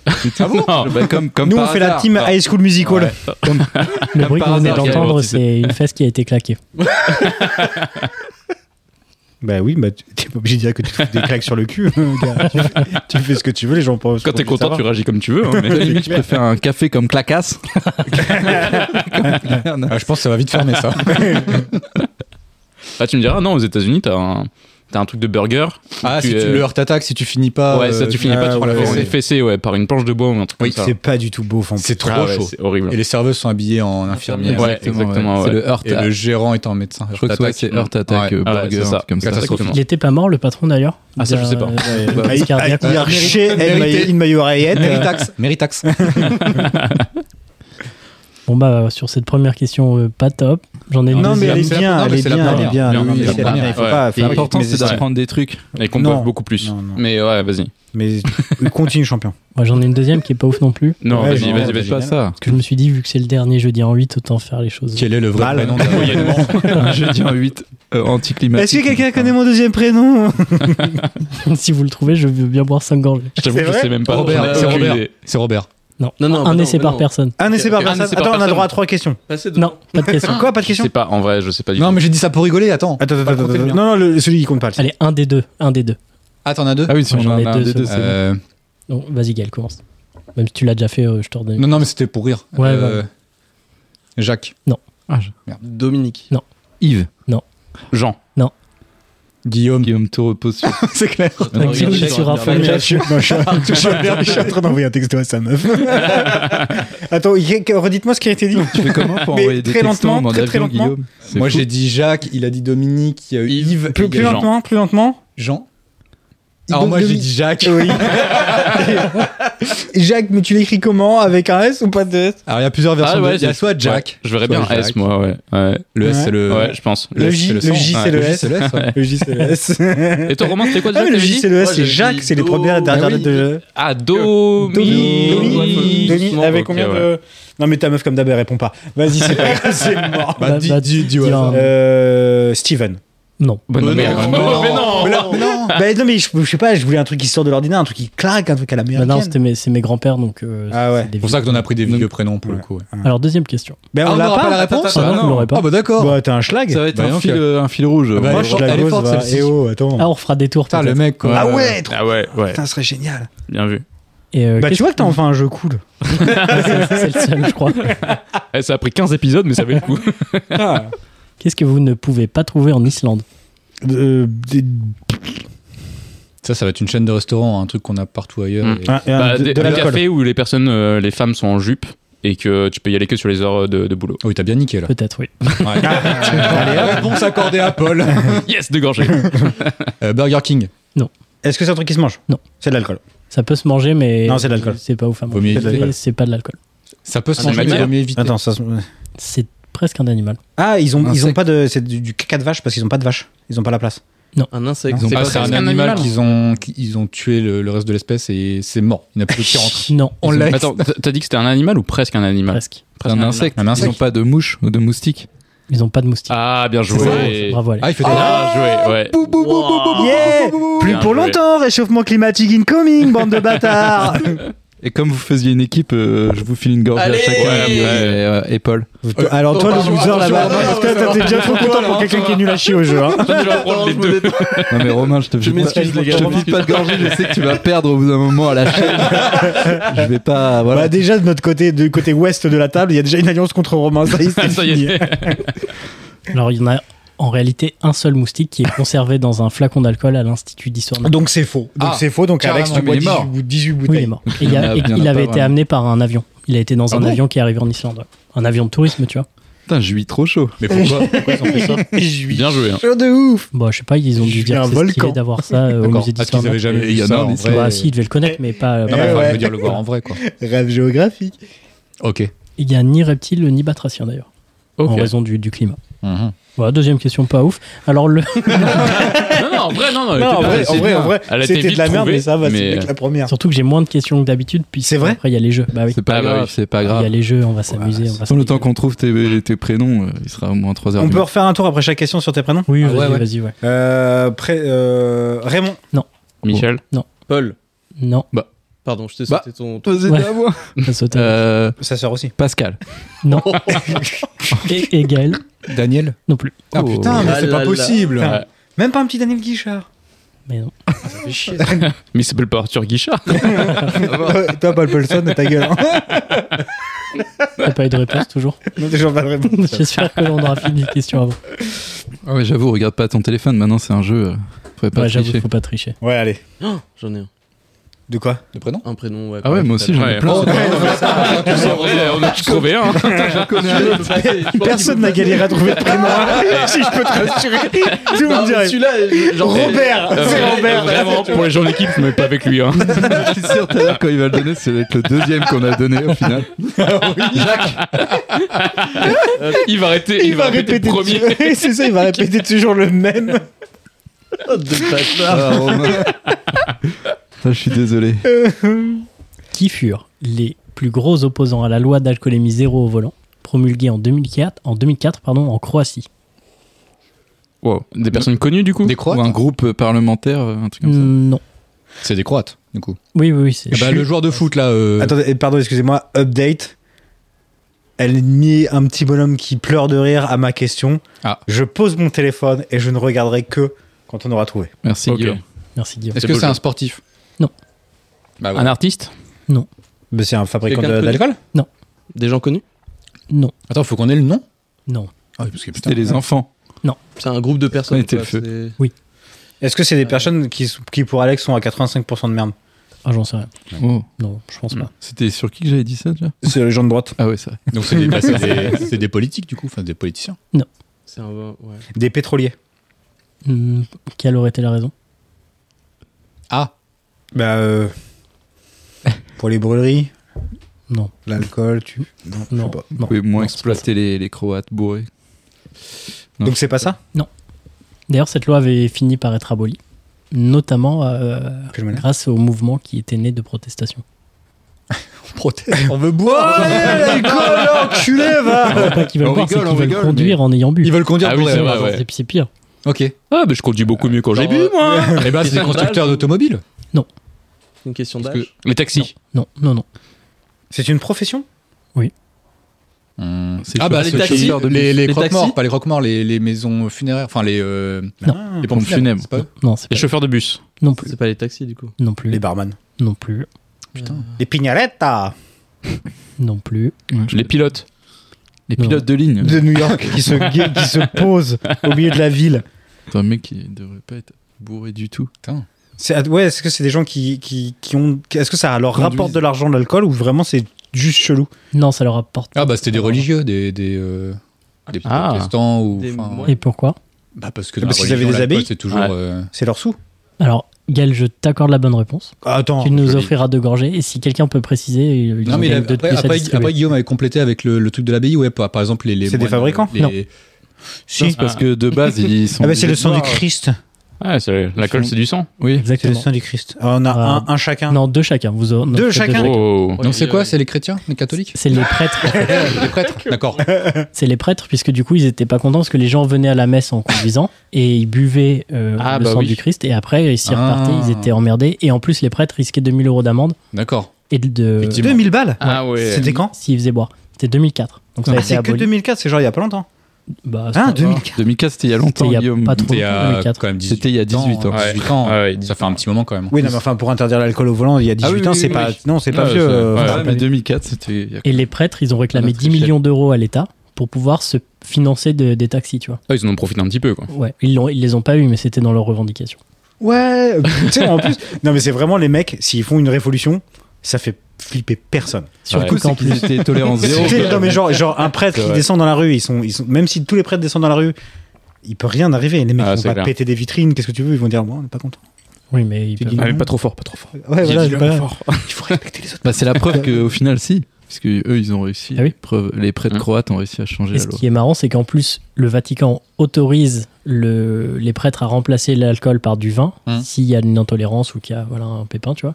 S3: Ah bon
S4: Bah, comme comme
S1: Nous, on
S4: par
S1: fait la
S4: hasard.
S1: team
S4: Bah,
S1: High School Musical.
S4: ouais.
S2: Le bruit que
S4: par
S2: vous venez
S4: hasard, j'avais
S2: d'entendre,
S4: entendu ça.
S2: c'est une fesse qui a été claquée.
S1: Bah oui, bah tu- t'es pas obligé de dire que tu te fous des claques sur le cul, euh, gars. Tu fais, tu fais ce que tu veux, les gens pensent.
S3: Quand t'es content, tu réagis comme tu veux. hein, mais-
S4: À la limite, je préfère un café comme clacasse.
S7: Ah, je pense que ça va vite fermer ça.
S3: Ah, tu me diras, non, aux États-Unis, t'as un, t'as un truc de burger.
S7: Ah,
S3: Tu,
S7: si tu
S3: euh,
S7: le heurtes attaque, si tu finis pas.
S3: ouais, ça,
S7: euh,
S3: tu finis pas, tu
S1: ah,
S3: prends la
S1: ouais,
S3: fessée,
S1: ouais.
S3: fessée, ouais, par une planche de bois ou un truc
S1: Oui,
S3: comme ça.
S1: c'est pas du tout beau, en
S7: C'est
S1: plus.
S7: trop
S3: Ah ouais,
S7: chaud.
S3: c'est horrible.
S7: Et les serveuses sont habillées en infirmière.
S3: Ouais, exactement.
S4: C'est
S3: ouais.
S4: le heurt.
S7: Et le gérant étant médecin.
S4: Je crois que c'est ouais,
S7: Heurt
S4: c'est Heart Attack
S7: Attack. Ouais.
S4: euh,
S3: Ah ouais,
S4: Burger,
S3: c'est ça.
S4: un truc comme ça.
S3: Catastrophe.
S4: Exactement.
S2: Il était pas mort, le patron d'ailleurs
S3: Ah, ça, je
S2: D'un-
S3: sais pas.
S2: euh, d'une
S4: Bah,
S2: crise cardiaque.
S1: Il a reché
S7: Mérité.
S1: in my oreillette.
S7: Méritax. Méritax.
S2: Bon bah sur cette première question, euh, pas top. J'en ai une
S1: Non, mais
S2: deuxième.
S1: elle est
S7: c'est la-
S1: bien,
S7: non,
S1: elle
S7: mais
S1: est
S7: c'est la
S1: bien, elle est
S7: première.
S1: bien.
S7: Bien,
S1: Non,
S7: oui,
S1: mais
S7: c'est
S1: c'est
S7: la
S1: la première, il faut
S3: première.
S1: pas
S3: Ouais.
S1: faut pas
S4: L'important,
S1: mettre
S4: c'est
S1: des-
S4: d'apprendre des trucs.
S3: Et qu'on
S1: Non.
S3: boive beaucoup plus.
S1: Non, non.
S3: Hein. Mais ouais, vas-y.
S1: Mais continue, champion.
S2: Moi j'en ai une deuxième qui est pas ouf non plus.
S3: Non,
S1: Ouais,
S3: vas-y,
S1: non,
S3: vas-y,
S1: c'est
S3: vas-y.
S4: pas ça.
S2: Parce que je me suis dit, vu que c'est le dernier jeudi en 8, autant faire les choses.
S7: Quel est le vrai
S1: Mal.
S7: prénom d'un voyageur
S4: Un jeudi en 8, euh, anticlimatique.
S1: Est-ce que quelqu'un connaît mon deuxième prénom
S2: si vous le trouvez, je veux bien boire 5 gorgées.
S3: Je t'avoue
S1: C'est
S3: que je
S1: vrai
S3: sais même pas.
S7: Robert,
S3: J'en ai
S7: c'est
S3: aucune
S7: Robert.
S3: idée.
S7: C'est Robert.
S2: Non,
S6: Non, non,
S2: un
S6: bah non,
S2: essai
S6: bah
S2: par
S6: non.
S2: personne.
S1: Un essai par
S3: Un
S1: personne.
S3: essai par
S1: Ah, Attends, on a
S3: personne.
S1: droit à trois questions.
S6: Passer de-
S2: Non, pas de question.
S1: Quoi, pas de
S3: Je
S1: questions
S3: sais pas, en vrai, je sais pas du
S7: Non,
S3: tout.
S7: mais j'ai dit ça pour rigoler, attends.
S1: Attends, attends,
S7: Pas
S1: attends.
S7: compter le
S1: attends. Non,
S7: mien.
S1: non, le- celui qui compte pas. le sien.
S2: Allez, un des deux, un des deux.
S7: Ah, t'en as deux
S4: Ah oui, si
S2: Moi,
S4: on
S2: j'en
S4: en
S2: ai
S4: a un
S2: deux,
S4: des deux,
S2: c'est
S4: c'est bon.
S7: Euh,
S2: Donc, vas-y Gaël, commence. Même si tu l'as déjà fait, euh, je te redonne.
S7: Non, non, mais c'était pour rire.
S2: Ouais,
S7: Euh, Jacques.
S6: Dominique.
S4: Yves.
S3: Jean.
S7: Guillaume.
S4: Guillaume, tout repose sur.
S7: C'est clair.
S2: Donc,
S6: Non,
S2: si
S6: regarde,
S2: il est
S6: je
S2: sur
S6: regarde,
S2: Info
S6: regarde.
S2: Match,
S1: Je suis- non, je suis je suis en- je suis en train d'envoyer un texto à sa meuf. Attends, y- redites-moi ce qui a été dit.
S4: Tu fais comment pour
S1: Mais
S4: envoyer des
S1: très
S4: textos en
S1: lentement,
S4: mode
S1: très, très
S4: avion,
S1: lentement.
S4: Guillaume C'est
S7: Moi,
S4: fou.
S7: j'ai dit Jacques, il a dit Dominique, il y a eu Yves.
S1: Plus,
S7: il y
S1: plus
S7: a Jean.
S1: lentement, plus lentement.
S7: Jean.
S1: Il
S7: Alors,
S1: donne
S7: moi, j'ai
S1: Domi-
S7: dit Jacques.
S1: Oui. Jacques, mais tu l'écris comment Avec un S ou pas de S
S7: Alors, il y a plusieurs versions. de- il y a
S3: c'est-
S7: soit Jack.
S3: Ah, ouais, je verrais
S7: soit
S3: bien S,
S7: Jacques.
S3: moi, ouais. Ouais,
S7: Le S,
S1: Ouais.
S7: c'est le.
S3: Ouais, je pense.
S1: Le J,
S7: c'est
S1: le
S7: le sang.
S1: J, c'est
S7: Ouais,
S1: le
S7: le J,
S1: S.
S7: c'est le S, ouais.
S1: Le J, c'est le S.
S3: Et ton roman, c'était quoi
S1: Ah,
S3: déjà
S1: mais le
S3: que
S1: J,
S3: t'avais
S1: c'est
S3: dit
S1: le
S6: Moi,
S1: S, c'est
S6: j'ai
S1: Jacques,
S6: dit
S1: c'est les
S6: Do-
S1: premières et dernières
S6: Ah
S1: dates
S6: oui.
S1: de.
S3: Ah, Do.
S7: euh,
S1: Domi, Domi, avec combien de. Non, mais ta meuf, comme d'hab, elle répond pas. Vas-y, c'est pas grave, c'est mort.
S2: Bah,
S7: dis-
S2: bah,
S7: dis- dis
S2: dis
S7: au
S2: un-
S7: hasard.
S1: Euh, Steven.
S2: Non.
S3: Bonne
S6: Mais
S3: merde.
S6: non.
S3: Mais non.
S7: Mais Oh, non,
S1: Bah, non, mais je, je sais pas, je voulais un truc qui sort de l'ordinaire, un truc qui claque, un truc à
S2: Bah
S1: l'américaine.
S2: non, c'était mes, c'est mes grands-pères, donc. euh,
S1: Ah
S2: c'est
S1: ouais.
S2: des
S7: C'est pour
S2: vieux.
S7: ça que t'en as pris des vieux prénoms pour le coup. ouais.
S2: Alors, deuxième question.
S1: Ben,
S7: Ah,
S1: on l'a
S7: n'aura
S1: pas,
S7: la réponse
S2: Ah, non, vous l'aurez pas.
S7: Ah, bah d'accord.
S1: Bah, t'es un schlag.
S4: Ça va être
S7: Bah,
S4: un
S7: donc,
S4: fil,
S7: euh,
S4: euh, un fil rouge.
S7: bah,
S4: Ouais.
S1: Moi,
S7: elle est
S1: je
S7: forte,
S1: la
S7: elle est
S1: gosse,
S7: forte,
S1: va.
S7: celle-ci.
S1: Eh oh, attends.
S2: Ah, on refera des tours.
S7: Putain, le
S2: peut-être.
S7: mec, quoi.
S1: Ah ouais, trop-
S3: Ah ouais, ouais,
S1: putain, ce serait génial.
S3: bien vu.
S2: Et, euh,
S1: Bah, tu
S2: Bah, qu'est-ce-
S1: vois que t'as enfin un jeu cool.
S2: c'est le seul, je crois.
S3: Eh, ça a pris 15 épisodes, mais ça valait le coup.
S7: Ah.
S1: Ah,
S2: Qu'est-ce que vous ne pouvez pas trouver en Islande
S1: Euh, des-
S7: Ça, ça va être une chaîne de restaurants, un truc qu'on a partout ailleurs.
S3: Mm.
S7: et-
S1: un- un-
S3: Bah,
S1: de-
S3: des-
S1: de
S3: un
S1: l'alcool.
S3: café où les personnes, euh, les femmes sont en jupe et que tu peux y aller que sur les heures de, de boulot.
S7: Oh, oui, t'as bien niqué là.
S2: Peut-être, oui.
S1: Ah.
S7: Allez, réponse accordée à Paul.
S3: Yes, de gorgée.
S7: Euh, Burger King.
S1: Est-ce que c'est un truc qui se mange
S2: Non.
S1: C'est de l'alcool.
S2: Ça peut se manger, mais.
S1: Non, c'est de l'alcool.
S2: C'est pas ouf à
S7: Vaut
S2: manger.
S7: mieux
S1: éviter de l'alcool.
S2: C'est pas de l'alcool.
S7: Ça peut se
S3: Ah, c'est
S7: manger, mais
S3: Maguire.
S7: vaut mieux éviter.
S1: Attends, ça se-
S2: C'est presque un animal.
S1: Ah, ils ont, ils ont
S7: Insecte.
S1: pas de. C'est du, du caca de vache parce qu'ils ont pas de vache. Ils ont pas la place.
S6: Un insecte.
S7: Ils ont pas-
S6: pas
S7: c'est un
S6: presque
S7: animal qu'ils ont, qu'ils ont tué le, le reste de l'espèce et c'est mort. Il n'y en a plus de qui rentre.
S2: Non.
S7: On l'a.
S3: Attends, t'as t'as dit que c'était un animal ou presque un animal
S2: Presque.
S3: Presque
S4: un insecte.
S7: Un
S4: Ils
S7: insecte.
S4: n'ont pas de mouche ou de moustique.
S2: Ils ont pas de moustiques.
S3: Ah, bien
S2: Ouais,
S3: joué.
S2: Bravo, Alex.
S7: Ah, il fait trop
S3: Bien joué, ouais.
S6: Wow.
S1: Yeah Plus
S3: Oh. Bien
S1: pour
S3: joué.
S1: longtemps, réchauffement climatique incoming, bande de bâtards
S4: Et comme vous faisiez une équipe, euh, je vous file une gorgée
S6: Allez
S4: à chacun.
S6: Ouais,
S4: Et, euh, et Paul.
S1: Alors, toi, le loser là-bas, parce que là, t'es déjà trop content pour quelqu'un qui est nul à chier au jeu. hein.
S3: Tu vas prendre les
S6: Je me
S3: deux.
S6: détends.
S4: Non mais Romain, je te fais pas,
S6: m'excuse, les gars.
S4: je te file pas de gorgée, je sais que tu vas perdre au bout d'un moment à la chaîne. je vais pas. Voilà.
S1: Bah, déjà, de notre côté, du côté ouest de la table, il y a déjà une alliance contre Romain. Ça y est, c'est
S3: Ça y
S1: fini.
S7: Ah.
S3: est.
S2: Alors, il y en a en réalité un seul moustique qui est conservé dans un flacon d'alcool à l'Institut d'Histoire naturelle.
S1: Donc c'est faux. Donc
S5: Ah,
S1: c'est faux. Donc Alex,
S5: carrément,
S1: tu
S5: mais
S1: bois
S5: il est
S1: 18,
S5: mort.
S1: bou- 18
S2: Oui, il
S1: bouteilles.
S2: est mort. Et il, a-
S7: Ah,
S4: Il y en a
S2: et il
S4: pas
S2: avait été
S4: vraiment.
S2: amené par un avion. Il a été dans
S5: Ah
S2: un
S5: bon
S2: avion qui est arrivé en Islande. ouais. Un avion de tourisme, tu vois.
S4: Putain, je vis trop chaud.
S3: Mais pourquoi, pourquoi ils ont fait ça Bien joué. hein.
S1: Chaud de ouf.
S2: Bon, Bah, je sais pas, ils ont
S1: Je
S2: dû
S1: suis
S2: dire
S1: un
S2: que c'est
S1: volcan.
S2: stylé d'avoir ça euh, au
S5: D'accord.
S2: musée
S5: Ah, qu'ils
S2: d'Histoire.
S5: avaient jamais
S4: Il
S5: vu
S4: y en a
S5: ça
S4: un
S5: en
S4: en
S5: vrai.
S2: Bah, si, ils devaient le connaître, mais pas.
S1: Eh
S5: Non, mais
S1: ouais.
S5: enfin, je veux dire le voir en vrai, quoi.
S1: Rêve géographique.
S5: Ok.
S2: Il y a ni reptile ni batracien d'ailleurs, en
S3: Ok.
S2: raison du, du climat.
S5: Mhm.
S2: Voilà, deuxième question, pas ouf. Alors, le,
S3: Non, non, en vrai, non, non.
S1: Non, en
S3: elle
S1: vrai,
S3: était-
S1: en vrai, en vrai,
S3: Elle a été
S1: c'était de
S3: vite
S1: la merde,
S3: trouvée,
S1: mais ça va, c'est
S3: mais-
S1: mieux que la première.
S2: surtout que j'ai moins de questions que d'habitude, puis
S1: C'est vrai
S2: après il y a les jeux. Bah oui.
S4: C'est pas
S3: Ah bah
S4: grave,
S3: oui.
S4: c'est pas
S2: Il y a
S4: grave.
S2: les jeux, on va s'amuser, on va
S4: Sans le
S2: s'amuser.
S4: temps qu'on trouve tes, tes prénoms, euh, il sera au moins 3 heures.
S1: On
S4: du
S1: peut
S4: mat.
S1: refaire un tour après chaque question sur tes prénoms
S2: Oui, vas-y,
S5: Ah, ouais, ouais.
S2: vas-y, ouais.
S1: Euh, pré- euh, Raymond.
S3: Michel,
S6: Paul,
S2: Non,
S6: pardon, je t'ai
S4: Bah.
S6: sauté ton.
S4: Vas-y,
S2: Ouais.
S4: t'es à moi.
S2: ça saute. hein.
S4: Euh,
S1: Sa sœur aussi.
S4: Pascal.
S2: Non. et, et Gaël
S5: Daniel
S2: Non plus.
S4: Oh.
S6: mais c'est Ah pas là là. possible.
S1: Putain.
S3: Ouais.
S1: Même pas un petit Daniel Guichard.
S2: Mais non.
S3: mais il s'appelle pas Arthur Guichard.
S1: Euh, Toi, Paul Paulson, ta gueule. hein.
S2: T'as pas eu de réponse toujours
S1: Non, Toujours pas de réponse.
S2: J'espère que l'on aura fini les questions avant.
S4: Ah ouais, j'avoue, regarde pas ton téléphone, maintenant c'est un jeu. euh, Faudrait pas
S2: Ouais, Bah, j'avoue,
S4: tricher.
S2: faut pas tricher.
S1: Ouais, allez.
S6: Oh, J'en ai un.
S1: De quoi
S5: de prénom
S6: Un prénom, ouais.
S4: Ah ouais, moi aussi j'en ai
S3: Ouais.
S4: plein.
S6: Oh,
S3: Tu sais, en vrai, on a tous trouvé hein. un.
S1: Personne n'a galéré à trouver de prénom. hein. si je peux te rassurer, tout le monde dirait.
S6: Celui-là, genre.
S1: Robert,
S3: Euh,
S1: c'est
S3: vra-
S1: Robert.
S3: Vraiment, pour les gens d'équipe, mais pas avec lui. Hein.
S4: Je suis sûr, tout à l'heure, quand il va le donner, c'est avec le deuxième qu'on a donné au final.
S3: Il va arrêter. Il, va arrêter le premier.
S1: tu- c'est ça, il va répéter toujours le même.
S4: Ah, Romain. Putain, je suis désolé.
S2: Qui furent les plus gros opposants à la loi d'alcoolémie zéro au volant, promulguée en 2004, en, 2004 pardon, en Croatie
S4: Wow.
S3: Des personnes connues, du coup
S5: Des Croates
S4: Ou un groupe parlementaire, euh, un truc comme ça.
S2: Non.
S5: C'est des Croates, du coup.
S2: Oui, oui, oui. c'est-
S5: Bah, le joueur de foot, là. euh,
S1: Attendez, et pardon, excusez-moi, update. Elle met un petit bonhomme qui pleure de rire à ma question.
S5: Ah.
S1: Je pose mon téléphone et je ne regarderai que quand on aura trouvé.
S4: Merci
S3: Ok.
S4: Guillaume.
S2: Merci Guillaume.
S5: Est-ce
S3: C'est
S5: que
S3: beau
S5: c'est
S3: jeu.
S5: un sportif
S2: Non.
S5: Bah,
S3: Un
S5: voilà.
S3: artiste
S1: Mais c'est un fabricant
S6: Quelqu'un
S1: de-
S6: de
S1: d'alcool
S6: Des gens connus
S2: Non,
S5: Attends, faut qu'on ait le nom
S2: non.
S5: Ah oui, parce que putain.
S4: C'était les enfants.
S6: C'est un groupe de personnes.
S4: était
S6: quoi,
S4: le
S1: Est-ce que c'est des personnes qui, sont- qui, pour Alex, sont à 85% de merde
S2: Ah, j'en sais rien.
S4: Oh.
S2: Non, je pense pas.
S4: C'était sur qui que j'avais dit ça déjà
S1: C'est les gens de droite.
S4: Ah ouais, c'est vrai.
S5: c'est- Donc, c'est des, bah, c'est des- c'est des politiques, du coup, enfin des politiciens.
S6: C'est c'est un. Ouais.
S1: Des pétroliers.
S2: Hmm, quelle aurait été la raison
S5: Ah,
S1: Bah, euh, pour les brûleries,
S2: Non,
S1: l'alcool, tu. Non, je sais
S2: non,
S1: pas.
S4: Vous
S2: non.
S4: pouvez moins
S2: Non, c'est pas
S4: exploiter les, les Croates bourrés. Non.
S1: Donc c'est pas ça
S2: D'ailleurs, cette loi avait fini par être abolie, notamment euh,
S1: que je me lève
S2: grâce au mouvement qui était né de protestation.
S5: on protège.
S1: On veut boire Oh, Ouais, l'alcool, enculé, va
S2: C'est pas qu'ils veulent
S4: On
S2: boire, c'est
S4: rigole,
S2: qu'ils
S4: on
S2: veulent
S4: rigole,
S2: conduire en ayant bu.
S5: Ils veulent conduire
S3: Ah
S5: pour
S3: oui,
S5: elle.
S3: c'est vrai, ouais.
S2: C'est- C'est pire.
S5: Ok.
S3: Ah, bah je conduis beaucoup mieux quand j'ai bu, moi.
S5: Eh ben, c'est des constructeurs d'automobiles.
S6: Une question
S5: Parce que-
S6: d'âge.
S3: Les taxis.
S2: Non, non, non.
S1: C'est une profession
S4: C'est
S5: Ah,
S4: chaud,
S5: bah,
S4: ce
S5: les taxis,
S4: chauffeur de bus.
S5: les, les
S6: Les
S5: croque-morts,
S6: taxis.
S5: pas les croque-morts, les, les maisons funéraires, enfin les, euh, les pompes
S4: Pompes
S5: funèbres.
S4: funèbres.
S5: c'est pas-
S2: Non, c'est pas
S3: Les chauffeurs de bus.
S2: Non plus.
S6: C'est pas les taxis du coup.
S2: Non plus.
S1: Les barman.
S2: Non plus.
S1: Les pignalettes
S2: Non plus.
S4: Ouais, je-
S3: Les pilotes.
S4: les
S2: Non.
S4: pilotes de ligne.
S1: de New York qui se, gue- qui se pose au milieu de la ville.
S4: C'est un mec qui devrait pas être bourré du tout.
S1: C'est, ouais, est-ce que c'est des gens qui, qui, qui ont. Est-ce que ça leur
S4: Conduisent.
S1: rapporte de l'argent l'alcool ou vraiment c'est juste chelou
S2: Non, ça leur apporte.
S5: Ah, bah, c'était des religieux, des, des, euh, des
S3: Ah.
S5: protestants ou.
S6: Des
S5: enfin,
S6: moines.
S2: Et pourquoi
S5: Bah, parce que
S1: Parce
S5: dans la
S1: qu'ils avaient
S5: religion,
S1: des
S5: l'alcool,
S1: abbayes
S5: C'est toujours.
S3: Ouais.
S5: euh,
S1: C'est leur sous
S2: Alors, Gaël, je t'accorde la bonne réponse.
S1: Attends.
S2: tu nous
S3: joli.
S2: offriras deux gorgées. Et si quelqu'un peut préciser, euh, il
S5: Non, mais il
S2: il
S5: a-
S2: de
S5: après,
S2: plus à
S5: après-
S2: distribuer.
S5: après, Guillaume avait complété avec le, le truc de l'abbaye, ouais, par, par exemple, les. les
S1: C'est des
S5: moines,
S1: fabricants
S5: les-
S2: Non.
S4: Non, c'est parce que de base, ils sont.
S1: Ah bah c'est le
S4: obligés
S1: sang
S4: de
S1: du
S4: boire.
S1: Christ.
S3: Ah, c'est la colle, c'est du sang.
S4: Oui.
S1: C'est le
S2: Exactement.
S1: sang du Christ. Alors, on a
S2: Ah.
S1: un, un chacun.
S2: Non, deux chacun. Vous en-
S1: Deux
S2: offrez
S1: chacun
S3: Oh.
S5: Donc,
S6: euh,
S5: c'est quoi C'est les chrétiens, les catholiques
S2: C'est les prêtres.
S5: Les prêtres D'accord.
S2: C'est les prêtres, puisque du coup, ils étaient pas contents parce que les gens venaient à la messe en conduisant et ils buvaient euh,
S3: Ah,
S2: le
S3: bah
S2: sang
S3: oui.
S2: du Christ et après, s'ils repartaient,
S5: Ah.
S2: ils étaient emmerdés. Et en plus, les prêtres risquaient 2000 euros d'amende
S5: D'accord.
S2: et de- de.
S5: Effectivement.
S1: 2000 balles
S3: Ah ouais.
S1: C'était quand
S2: S'ils faisaient boire. C'était 2004. Donc ça a été
S1: Ah, C'est que
S2: aboli.
S1: 2004, c'est genre il y a pas longtemps.
S2: Bah, c'est
S1: Hein,
S2: pas-
S1: 2004
S4: 2004, c'était il y a longtemps,
S2: il y a
S4: Guillaume.
S2: pas trop
S5: C'était il y
S2: longtemps,
S5: a
S2: 2004.
S5: quand même 18
S4: C'était il y a 18 ans.
S5: 18 ans.
S3: Ah ouais,
S5: Ça fait un petit moment quand même.
S1: Oui, non, mais enfin, pour interdire l'alcool au volant, il y a 18
S4: Ah oui,
S1: ans,
S4: oui,
S1: c'est
S4: oui,
S1: pas.
S4: oui.
S1: Non, c'est pas
S3: Ah,
S1: vieux.
S3: c'est-
S1: euh,
S3: ouais.
S4: Ah, mais 2004, c'était. il y a-
S2: Et les prêtres, ils ont réclamé
S4: Notre
S2: 10 millions d'euros à l'État pour pouvoir se financer de- des taxis, tu vois.
S3: Ah, ils en ont profité un petit peu, quoi.
S2: Ouais, ils, l'ont- ils les ont pas eu, mais c'était dans leurs revendications.
S1: Ouais, tu sais, en plus. Non, mais c'est vraiment les mecs, s'ils font une révolution, ça fait flipper personne.
S2: Surtout qu'en plus,
S4: C'était tolérance zéro.
S1: Tu sais, non, mais genre, genre un prêtre
S3: C'est
S1: qui
S3: vrai.
S1: descend dans la rue, ils sont, ils sont, même si tous les prêtres descendent dans la rue, il peut rien arriver. Les mecs
S3: Ah,
S1: ils vont
S3: c'est
S1: pas
S3: clair.
S1: péter des vitrines, qu'est-ce que tu veux Ils vont dire, moi, on n'est pas content.
S2: oui, mais ils peuvent-
S1: Ah, mais pas
S3: trop fort, pas trop fort.
S1: Ouais, voilà, c'est pas grave.
S3: Il faut respecter les autres.
S4: Bah, c'est la preuve qu'au final, si. Parce que eux, ils ont réussi.
S2: Ah oui
S4: Preuve- les prêtres
S3: Mm.
S4: croates ont réussi à changer
S2: Et
S4: la
S2: ce
S4: loi.
S2: qui est marrant, c'est qu'en plus, le Vatican autorise le- les prêtres à remplacer l'alcool par du vin
S5: Hmm.
S2: s'il y a une intolérance ou qu'il y a voilà, un pépin, tu vois.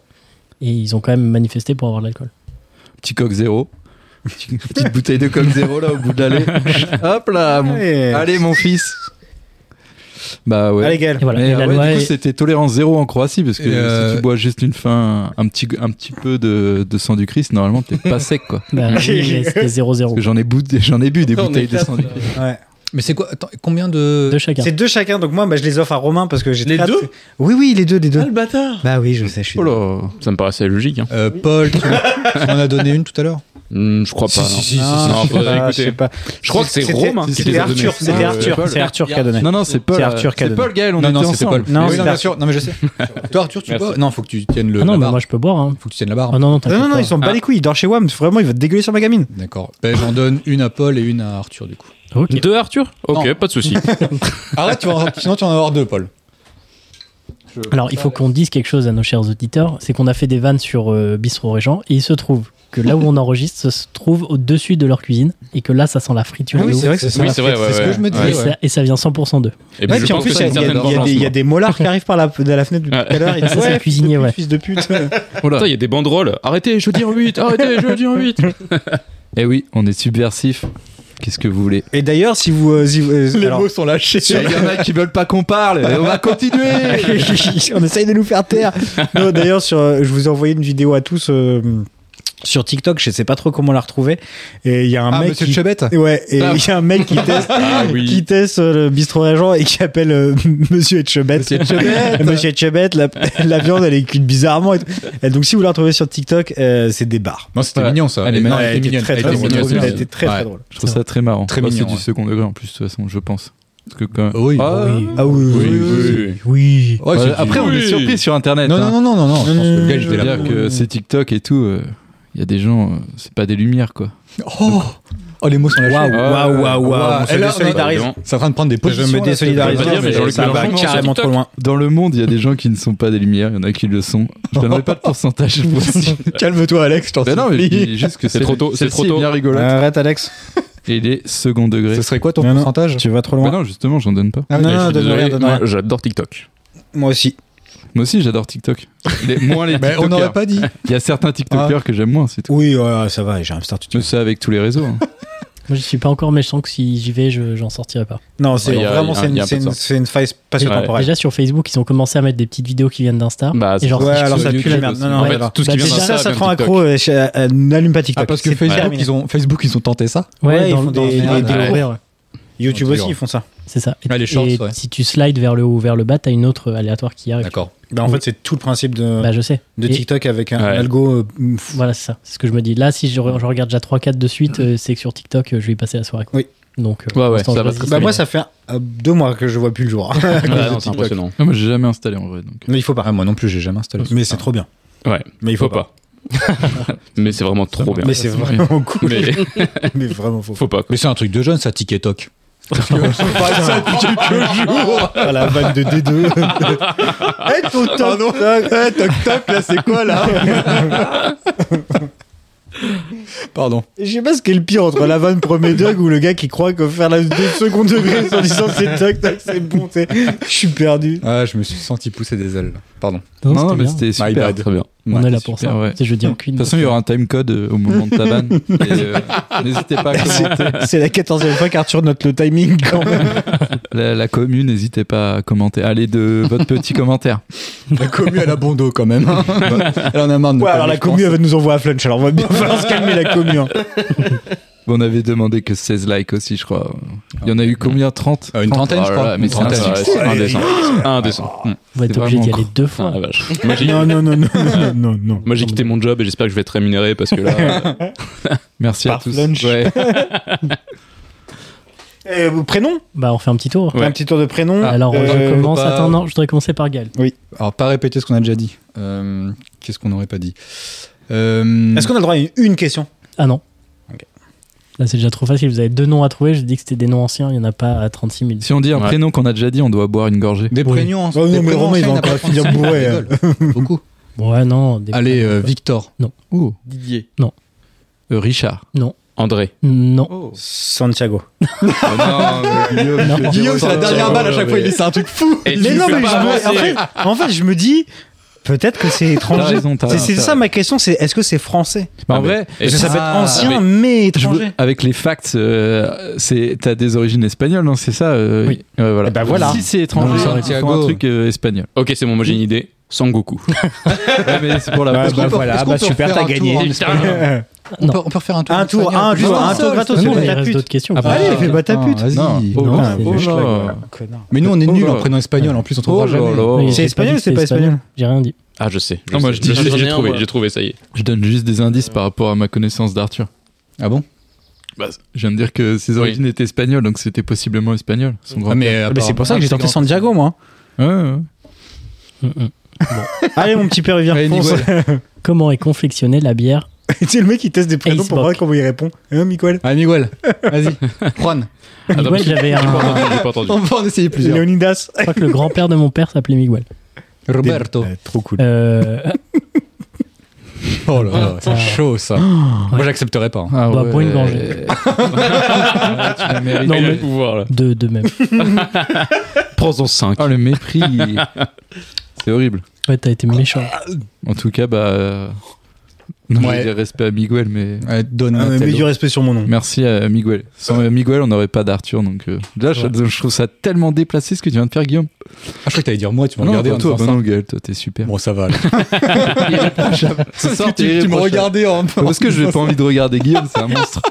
S2: Et ils ont quand même manifesté pour avoir de l'alcool.
S4: Petit coq zéro. Petit- Petite bouteille de coq zéro, là, au bout de l'allée. Hop là mon-
S1: Ouais.
S4: Allez, mon fils Bah ouais.
S1: Allez, Gaël.
S2: Et voilà,
S4: Mais,
S2: et la
S4: ouais,
S2: loi
S4: du coup,
S2: est-
S4: c'était tolérance zéro en Croatie parce que
S5: Et, euh,
S4: si tu bois juste une fin, un petit, un petit peu de, de sang du Christ, normalement t'es pas sec quoi.
S2: bah, oui, mais c'était 0-0.
S4: Parce que j'en ai, bu- j'en ai bu des
S6: Après, on
S4: bouteilles
S6: est
S4: de sang du
S6: quatre,
S4: Christ.
S1: Ouais.
S5: Mais c'est quoi Attends, combien de.
S2: De chacun.
S1: C'est deux chacun, donc moi, bah, je les offre à Romain parce que j'ai
S6: Les
S1: très hâte-
S6: deux
S1: Oui, oui, les deux, les deux.
S6: Ah, le bâtard
S1: Bah oui, je sais, je suis.
S4: Oh là
S3: Ça me paraissait logique. Hein.
S5: Euh, Paul, tu, tu en as donné une tout à l'heure
S3: Hmm, je crois pas. non.
S5: si,
S1: Non,
S3: si, si,
S1: faudrait
S3: si.
S1: écouter. je sais pas.
S3: Je crois que c'est
S1: C'était-
S3: Rome. hein, qui les
S1: C'était
S3: a donnés.
S1: Arthur, c'était
S4: Ah,
S1: Arthur,
S4: Paul.
S1: c'est Arthur qui a donné.
S4: Non, non, c'est Paul.
S1: C'est Arthur
S4: euh,
S1: qui a
S4: C'est
S1: donné.
S4: Paul Gaël, on
S5: Non,
S4: était
S5: non, c'était
S4: ensemble.
S5: Paul.
S1: Non,
S5: Oui,
S1: c'est
S5: non, bien
S1: Arthur.
S5: sûr. Non, mais je sais. Toi, Arthur, tu
S3: Merci.
S5: bois Non, faut que tu tiennes le.
S2: Ah non,
S5: la
S2: mais
S5: barre.
S2: moi je peux boire. Hein.
S5: Faut que tu tiennes la barre.
S2: Ah non, non,
S1: Non,
S2: t'inquiète
S1: non, non,
S2: pas.
S1: ils sont bat les couilles, ils dorment chez WAM, vraiment, il va te dégueuler sur ma gamine.
S5: D'accord. Ben, j'en donne une à Paul et une à Arthur, du coup.
S2: Ok.
S3: Deux Arthur Ok,
S5: Non.
S3: pas de souci.
S5: Arrête, tu vas en- sinon tu vas en avoir deux, Paul.
S2: Alors, il faut qu'on dise quelque chose à nos chers auditeurs, c'est qu'on a fait des vannes sur euh, Bistro Régent et il se trouve que là où on enregistre, ça se trouve au-dessus de leur cuisine et que là, ça sent la friture. de ouf.
S1: vrai que Ah c'est
S3: Ah Oui, c'est vrai, ouais,
S5: C'est ce que
S3: ouais.
S5: je me
S2: Et,
S5: disais. ouais.
S2: ça, et ça vient 100% d'eux.
S3: Et
S1: Ouais,
S3: puis, je
S1: puis en
S3: pense
S1: plus,
S3: que
S1: il y,
S3: ça a
S1: a-
S3: une
S1: il y a-
S3: certaine
S1: il y a des- il y a des mollards qui arrivent par la, de la fenêtre depuis tout à l'heure. et
S2: Ça, c'est
S1: disent,
S2: le
S1: fils de
S2: cuisinier,
S1: pute,
S2: ouais.
S1: Fils de pute.
S3: Putain, il y a des banderoles. Arrêtez, je dis en 8. Arrêtez, je dis en 8.
S4: Eh oui, on est subversif. Qu'est-ce que vous voulez
S1: Et d'ailleurs, si vous. euh, si vous- euh, alors-
S5: sont lâchés.
S4: Il y en a qui veulent pas qu'on parle. On va continuer.
S1: on essaye de nous faire taire. Non, D'ailleurs, sur, euh, je vous ai envoyé une vidéo à tous euh, sur TikTok. Je sais pas trop comment la retrouver. Et il y a un
S5: Ah,
S1: mec.
S5: monsieur Ah.
S1: qui-
S5: Chebette
S1: Ouais, et il y a un mec qui teste, qui teste euh, le bistrot agent et qui appelle euh, Monsieur Etchebest. Monsieur Etchebest, la, la viande elle est cuite bizarrement. Et tout. Et donc si vous la retrouvez sur TikTok, euh, c'est des bars.
S5: Non, c'était
S4: Ouais.
S5: mignon ça.
S4: Elle est
S5: Non,
S4: mignonne.
S5: elle était
S1: était
S5: mignonne.
S1: très,
S5: Elle
S1: très
S5: était
S1: drôle.
S5: mignonne,
S1: Elle
S5: celle-là.
S1: était très, très
S5: Ouais.
S1: drôle.
S4: Je trouve ça très marrant.
S5: Très
S4: Bah, c'est
S5: mignon,
S4: du
S5: ouais.
S4: second degré en plus de toute façon, je pense. Parce que quand même-
S5: Oui.
S4: Ah,
S1: Ah oui, oui, oui. oui.
S7: Ah,
S5: Ouais,
S4: Bah,
S5: c'est-
S4: après, on est surpris sur Internet.
S5: Non,
S4: hein.
S5: non, non, non, non, non. Je pense que le gars, il
S4: Je
S5: était
S4: veux
S5: là.
S4: dire que c'est TikTok et tout. euh, Il y a des gens, euh, c'est pas des lumières quoi.
S5: Oh, oh, les mots sont lâchés.
S1: Waouh, waouh, waouh.
S5: Waouh.
S1: On se
S5: Et là,
S1: désolidarise.
S3: on a-
S5: C'est en train de prendre des
S1: Je
S5: positions.
S1: me
S5: là,
S1: désolidarise.
S3: je peux pas dire, mais Jean-Luc
S1: Ça va
S3: Mélenchon,
S1: carrément
S3: sur
S1: trop loin.
S4: Dans le monde, il y a des gens qui ne sont pas des lumières, il y en a qui le sont. Je donnerai pas le pourcentage voici.
S5: Calme-toi, Alex, je
S2: Bah
S5: t'en
S4: Ben non, mais je
S5: supplie.
S4: dis juste que
S3: C'est
S4: celle-
S3: trop tôt, c'est
S4: celle-ci
S3: trop tôt.
S4: est bien rigolote.
S1: Arrête, Alex.
S4: Et les second degré.
S5: Ce serait quoi ton
S1: Non, non.
S5: pourcentage
S1: Tu vas trop
S4: Ben
S1: loin.
S4: non, justement, j'en donne pas.
S5: Ah,
S1: Non,
S5: mais-
S1: non, donne
S3: Désolé,
S1: rien, donne
S3: moi,
S1: rien.
S3: J'adore TikTok.
S1: Moi aussi.
S4: Moi aussi, j'adore TikTok. Les- moins les
S5: Mais on n'aurait
S4: TikTokers.
S5: pas dit.
S4: Il y a certains TikTokers que j'aime moins, c'est tout.
S1: Oui, ouais, ça va, j'ai un start
S4: Mais c'est avec tous les réseaux. hein.
S2: Moi, je suis pas encore méchant que si j'y vais, je- j'en sortirai pas.
S1: Non, c'est
S3: Ouais, y a-
S1: vraiment,
S3: y a-
S1: c'est
S3: y a
S1: une,
S3: un peu
S1: c'est
S3: de
S1: une,
S3: ça.
S1: c'est une faille spatio-temporelle.
S2: Déjà, sur Facebook, ils ont commencé à mettre des petites vidéos qui viennent d'Insta.
S3: Bah,
S2: et genre,
S1: ouais,
S2: si-
S1: alors ça pue la
S4: YouTube
S1: merde.
S4: aussi.
S1: Non, non,
S3: en
S1: ouais,
S3: fait,
S1: alors.
S3: tout ce
S2: Bah,
S3: qui vient
S2: déjà,
S1: Si ça,
S3: d'Insta
S1: ça te
S3: vient
S1: rend
S3: de
S1: accro,
S3: TikTok.
S1: euh, chez- euh, n'allume pas TikTok.
S5: Ah, parce que
S1: C'est
S5: Facebook,
S1: terminé.
S5: ils ont, Facebook, ils ont tenté ça
S2: ouais,
S1: ouais, ils
S2: dans,
S1: font
S2: dans-
S1: des-
S2: dans
S1: des-
S2: les
S1: des-
S2: cours, ouais.
S1: YouTube
S5: Ouais,
S1: aussi,
S5: dur.
S1: ils font ça.
S2: C'est ça. Et,
S5: Ouais, les shorts,
S2: et
S5: ouais.
S2: si tu slides vers le haut ou vers le bas, t'as une autre aléatoire qui arrive.
S5: D'accord.
S1: Bah, en fait, c'est tout le principe de,
S2: Bah, je sais.
S1: de
S2: Et-
S1: TikTok avec un
S3: Ouais.
S1: algo. euh, mm, fou.
S2: Voilà, c'est ça. C'est ce que je me dis. Là, si je, re- je regarde déjà 3-4 de suite, euh, c'est que sur TikTok, euh, je vais y passer la soirée. quoi.
S1: Oui.
S2: Donc, euh,
S3: Ouais, ouais,
S2: pour l'instant,
S3: ça
S2: je
S3: va
S2: résiste,
S3: très
S1: Bah,
S2: mais-
S1: moi, ça fait euh, deux mois que je vois plus le jour.
S3: Ah, non, C'est impressionnant.
S4: Ah, moi, j'ai jamais installé en vrai. Donc.
S1: Mais il faut pas.
S5: Ah, moi non plus, j'ai jamais installé.
S1: Mais c'est trop bien.
S3: Ouais.
S1: Mais il
S3: Faut pas. Mais c'est vraiment trop bien.
S1: Mais c'est vraiment cool.
S3: Mais
S1: Mais vraiment faux.
S3: faut pas, quoi.
S5: Mais c'est un truc de jeune, ça, TikTok.
S1: Ah, la vanne de D2. Eh, ton toc, toc. Eh, toc, toc, là, c'est quoi, là
S5: Pardon.
S1: Je sais pas ce qu'est le pire entre la vanne premier dog ou le gars qui croit que faire la de second degré en disant c'est toc, toc, c'est bon, t'sais. Je suis perdu.
S5: Ah, je me suis senti pousser des ailes. là. Pardon.
S1: Bah,
S2: Non,
S4: non, non,
S2: c'était
S4: mais
S2: bien.
S4: c'était
S5: My
S4: super.
S5: bad.
S4: Très bien.
S2: On
S4: Ouais,
S2: est là
S4: c'est
S2: pour
S4: super,
S2: ça.
S4: ouais.
S2: Tu sais, Je dis en cul.
S4: De toute façon, il y aura un timecode euh, au moment de ta vanne. Et, euh, N'hésitez pas à commenter.
S1: C'est la quatorzième fois qu'Arthur note le timing quand même.
S4: La, la commune, n'hésitez pas à commenter. Allez, de votre petit commentaire.
S5: La commu, elle a bon dos quand même. hein. Elle en a marre de nous
S1: Ouais, alors
S5: parler,
S1: la
S5: je
S1: commu, elle
S5: pense.
S1: va nous envoyer à flunch, alors on va bien falloir se calmer la commu. hein.
S4: On avait demandé que 16 likes aussi, je crois. Il y en a eu combien 30
S5: Euh, une trentaine, je
S4: Oh là
S5: crois.
S4: là, mais
S5: Une
S4: c'est un
S5: trentaine.
S4: succès.
S3: C'est indécent.
S1: Ah.
S3: Indécent. Hum.
S2: On va être
S4: C'est
S2: obligé d'y
S4: vraiment
S2: aller deux
S3: Ah,
S2: fois.
S3: la vache. Moi, j'ai-
S1: Non, non, non, non, non, non, non.
S3: Moi j'ai quitté mon job et j'espère que je vais être rémunéré parce que là. euh,
S4: Merci à
S1: Par
S4: tous.
S1: lunch.
S4: Ouais.
S1: Euh, prénom
S2: Bah, on fait un petit tour.
S1: Un petit tour de prénom.
S2: Ah, Alors,
S1: Euh,
S2: je commence.
S5: pas-
S2: Attends, non, je voudrais commencer par Gal.
S5: Alors, pas répéter ce qu'on a déjà dit. Euh, Qu'est-ce qu'on n'aurait pas dit Euh,
S1: Est-ce qu'on a le droit à une, une question
S2: Ah non.
S1: Ok.
S2: Là, c'est déjà trop facile. Vous avez deux noms à trouver. Je dis que c'était des noms anciens. Il n'y en a pas à 36 000.
S4: Si on dit un
S3: Ouais.
S4: prénom qu'on a déjà dit, on doit boire une gorgée.
S5: Des
S2: Oui.
S5: prénoms hein.
S1: Oh non,
S5: des
S1: mais
S5: prénoms
S1: Romain, il va
S5: en chaîne,
S1: encore
S5: après,
S1: finir
S5: on s'en
S1: bourré,
S5: rigole. Beaucoup.
S2: Ouais, non. des-
S5: Allez, euh, Victor.
S6: Didier.
S4: Euh, Richard.
S3: André.
S2: Non.
S6: Oh.
S1: Santiago.
S2: Non.
S5: Guillaume, c'est la dernière balle à chaque fois, il dit c'est un truc fou.
S3: Et
S1: Mais non, mais je me- en, fait, en fait, je me dis, peut-être que c'est
S4: T'as
S1: étranger.
S4: raison, t'as
S1: C'est
S4: raison,
S1: c'est
S4: t'as
S1: ça ma question, c'est est-ce que c'est français
S4: Bah, en
S3: Ah,
S4: vrai,
S1: Parce que ça peut être ancien, mais,
S4: je
S1: étranger.
S4: veux- avec les facts, euh, c'est- t'as des origines espagnoles, non C'est ça euh,
S2: Oui.
S4: ouais, voilà.
S1: Eh ben voilà.
S4: Si c'est étranger,
S5: Non, mais
S4: ils font un
S5: Santiago.
S4: truc euh, espagnol.
S3: Ok, c'est bon, moi j'ai une idée. Sangoku.
S4: Ouais, mais c'est pour la
S1: Ouais,
S4: prochaine
S1: bah
S5: qu'on peut-
S1: voilà,
S5: est-ce qu'on
S1: bah
S5: peut
S1: super,
S5: refaire
S1: t'as
S5: un tour en
S1: gagné.
S7: Ah,
S3: espagnol
S5: On
S2: Non.
S5: peut, on peut refaire un tour.
S1: Un tour,
S5: espagnol,
S1: un
S5: juste
S1: tour, un
S5: seul,
S1: tour gratos.
S5: juste
S2: Non,
S1: c'est
S2: il
S1: pas ta
S2: reste
S1: pute.
S2: d'autres questions.
S4: Ah bah,
S1: Allez, fais pas ta
S5: Ah,
S1: pute.
S5: vas-y.
S4: Non.
S5: Non.
S4: Oh
S2: Non,
S4: là,
S2: c'est
S4: oh
S2: le
S4: là.
S5: Mais nous, on est
S4: Oh
S5: nuls
S4: là.
S5: en prénom espagnol, en plus, on
S4: Oh
S5: trouvera jamais.
S4: là là.
S2: Oui, j'ai
S1: C'est espagnol
S2: dit
S1: ou c'est
S2: que
S1: pas
S2: c'était
S1: espagnol
S2: J'ai rien dit.
S3: Ah, je sais.
S4: Non, moi,
S3: sais.
S4: je dis-
S3: J'ai-
S6: j'en ai
S3: J'ai
S6: un,
S3: trouvé,
S6: moi.
S3: j'ai trouvé, ça y est.
S4: Je donne juste des indices par rapport à ma connaissance d'Arthur.
S5: Ah bon
S4: Bah, je viens de dire que ses origines étaient espagnoles, donc c'était possiblement espagnol. Son grand-
S5: Ah, mais
S1: Ah
S5: euh,
S1: bah, c'est
S5: apparemment,
S1: pour ça que j'ai
S5: c'est
S1: tenté
S5: grand-
S1: Santiago, moi.
S4: Ouais, ouais.
S2: Mm-mm.
S1: Allez, mon petit père, il vient.
S5: Allez,
S1: fonce.
S5: Miguel.
S2: Comment est confectionnée la bière
S4: Ah,
S1: C'est le mec qui teste des prénoms
S2: Ace
S1: pour voir
S2: Bock.
S1: comment il répond. Hein, Miguel
S5: Allez, Miguel, vas-y. Juan,
S3: non,
S4: bah,
S2: Miguel,
S3: parce que-
S2: j'avais
S3: Ah, bah, J'ai pas
S2: un.
S3: entendu, j'ai pas entendu.
S5: on va en essayer plusieurs.
S1: Leonidas.
S2: Je crois que le grand-père de mon père s'appelait Miguel.
S5: Roberto.
S1: Euh, Trop cool.
S2: Euh,
S5: Oh là là, c'est chaud ça. Moi, j'accepterais pas. hein.
S4: Ah
S2: Bah, bois une gorgée.
S4: Ouais, tu la mérites.
S2: Non,
S3: Il a
S2: mais-
S3: le pouvoir là.
S2: de, de même.
S3: Prends-en 5.
S4: Ah, le mépris. c'est horrible.
S2: Ouais, t'as été méchant.
S4: En tout cas, bah. euh, Non,
S5: Ouais.
S4: je vais dire respect à Miguel, mais.
S5: Ouais,
S1: Ah, mais mets du
S5: Donatello.
S1: respect sur mon nom.
S4: Merci à Miguel. Sans euh, Miguel, on n'aurait pas d'Arthur. Donc euh, là, je, je trouve ça tellement déplacé ce que tu viens de faire, Guillaume.
S5: Ah, je crois que t'allais dire moi, tu vas
S4: Non,
S5: regarder en
S4: pour toi,
S5: disant
S4: bah
S5: ça.
S4: non, Gueule, toi, t'es super.
S5: Bon, ça va. là.
S4: Ce soir,
S5: Tu- Tu
S4: t'es
S5: me
S4: irréprochable.
S5: regardais en.
S4: Parce que j'ai pas envie de regarder Guillaume, c'est un monstre.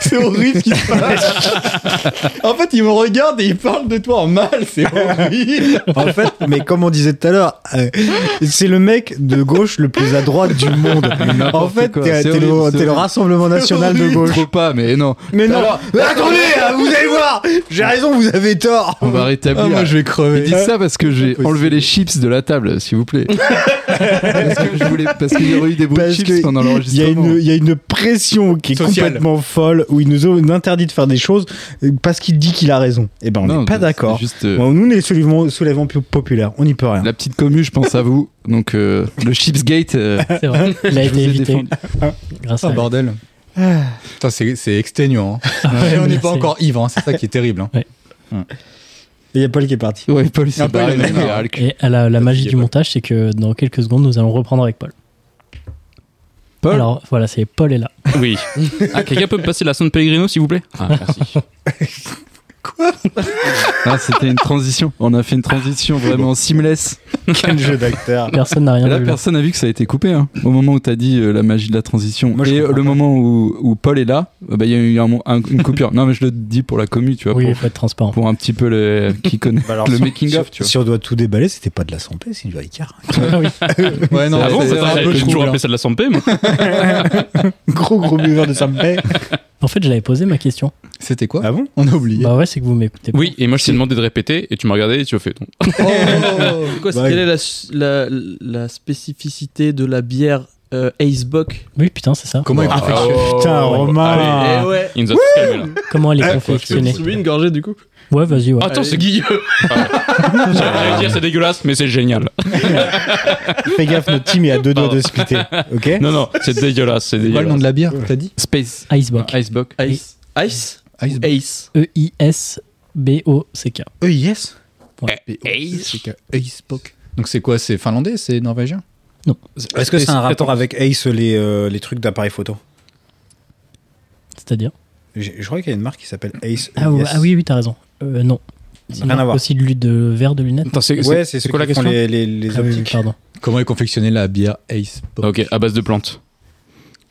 S5: C'est horrible ce qui se passe. en fait, il me regarde et il parle de toi en mal, c'est horrible.
S1: En fait, mais comme on disait tout à l'heure, euh, c'est le mec de gauche le plus à droite du monde. En fait,
S4: quoi,
S1: t'es
S4: c'est
S1: t'es
S4: horrible,
S1: le, t'es
S4: c'est
S1: le
S4: horrible.
S1: Rassemblement National de gauche.
S4: Trop pas, mais non.
S1: Mais non,
S4: Alors-
S1: Mais attendez, hein, vous allez voir, j'ai raison, vous avez tort.
S4: On va
S1: Ah,
S4: rétablir.
S5: moi, je vais
S4: Ils
S5: crever.
S4: disent ça parce que j'ai
S5: Impossible.
S4: enlevé les chips de la table, s'il vous plaît. parce que je voulais, parce qu'il y aurait eu des bruits de
S1: Parce que
S4: chips pendant
S1: Il y, a
S4: l'enregistrement.
S1: une, il y a une pression qui est
S5: Sociale.
S1: complètement folle où ils nous ont interdit de faire des choses euh, parce qu'il dit qu'il a raison. Eh ben, on
S4: Non,
S1: n'est pas
S4: c'est
S1: d'accord.
S4: Juste euh,
S1: Bon, nous, on est les soulèvements, soulèvements plus populaires, on n'y peut rien.
S4: la petite commu, je pense à vous. Donc euh, le Chipsgate. euh,
S2: C'est vrai. Il a
S4: je vous
S2: été
S4: ai
S2: évité
S4: défendu.
S2: grâce
S5: Ah,
S2: à
S1: bah,
S2: lui.
S5: bordel. Putain, c'est c'est exténuant. hein. Et on n'est pas
S2: merci.
S5: encore Yves, hein, c'est ça qui est terrible. hein.
S1: Il y a Paul qui est parti.
S4: Ouais, Paul,
S5: Un
S4: c'est
S5: peu,
S4: barré,
S5: il a-
S4: Ah, il a le cul.
S2: Et à la, la magie du
S5: Paul.
S2: montage, c'est que dans quelques secondes, nous allons reprendre avec Paul.
S4: Paul
S2: Alors voilà, c'est Paul est là.
S3: Oui. Ah, quelqu'un peut me passer la sonde Pellegrino, s'il vous plaît Ah, merci.
S4: Ah, c'était une transition. On a fait une transition vraiment seamless.
S1: Quel jeu d'acteur.
S2: Personne n'a
S4: Et
S2: rien
S4: là,
S2: vu.
S4: personne n'a vu que ça a été coupé. hein. Au moment où t'as dit euh, la magie de la transition
S1: Moi, je
S4: et euh,
S1: comprends
S4: le moment où, où Paul est là, euh, bah, il y a eu un mo- un- une coupure. non, mais je le dis pour la commu, tu vois,
S2: Oui, il
S4: pour,
S2: faut être transparent.
S4: pour un petit peu le, qui connaît
S1: Bah alors,
S4: le
S1: si-
S4: making of, tu vois.
S1: Si on doit tout déballer, c'était pas de la santé, c'est du Ricard.
S2: Ah oui.
S5: Ouais, non,
S3: Ah bon
S5: c'est-
S3: ça,
S5: c'est un
S3: J'ai
S5: peu
S3: j'ai toujours
S5: trouble,
S3: appelé ça de la santé, moi.
S1: gros gros buveur de Sampé.
S2: En fait, je l'avais posé ma question.
S5: hein. C'était quoi
S1: Ah bon
S5: On a oublié.
S2: Bah ouais, c'est que vous m'écoutez. pas.
S3: Oui, et moi je t'ai demandé de répéter et tu m'as regardé et tu as fait. donc,
S5: Oh.
S6: C'est quoi, c'est
S1: Ouais.
S6: Quelle est la, la, la spécificité de la bière euh, Ace Bock
S2: Oui, putain, c'est ça.
S3: ah,
S5: Comment il
S3: oh.
S5: confectionne
S1: Ah, Putain, Romain.
S6: Eh ouais
S3: Il nous a tous calmés, là.
S2: Comment elle est
S6: Tu me
S2: confectionnée
S6: souviens une gorgée du coup
S2: Ouais, vas-y, ouais.
S3: Attends,
S6: Allez.
S3: c'est Guilleux J'allais dire c'est dégueulasse, mais c'est génial.
S1: Fais gaffe, notre team est à deux doigts de splitter.
S4: Oh.
S1: Ok
S3: Non, non, c'est dégueulasse, c'est
S5: Quoi le nom
S3: dégueulasse.
S5: de la bière T'as dit
S4: Space.
S2: Icebox.
S4: Icebox.
S6: Ice Ice
S5: Ice
S6: Ace
S2: E-I-S-B-O-C-K.
S5: EIS
S3: Ace.
S5: Spock. Donc c'est quoi C'est finlandais C'est norvégien
S1: Est-ce que c'est un rapport avec Ace, les, euh, les trucs d'appareil photo
S2: C'est-à-dire
S1: J'ai- Je crois qu'il y a une marque qui s'appelle Ace.
S2: ah, ouais,
S1: yes.
S2: ah oui, oui, t'as raison. Euh, non. C'est une
S1: Rien à
S2: marque
S1: voir.
S2: aussi de lutte de verre de lunettes.
S3: Attends, c'est
S1: Ouais,
S3: c'est-
S1: c'est
S3: c'est
S1: ceux
S3: quoi la
S1: qui font
S3: question
S1: les, les, les
S2: Ah oui,
S1: optiques.
S2: pardon.
S5: Comment est confectionnée la bière Ace Bock
S3: Ok, à base de plantes.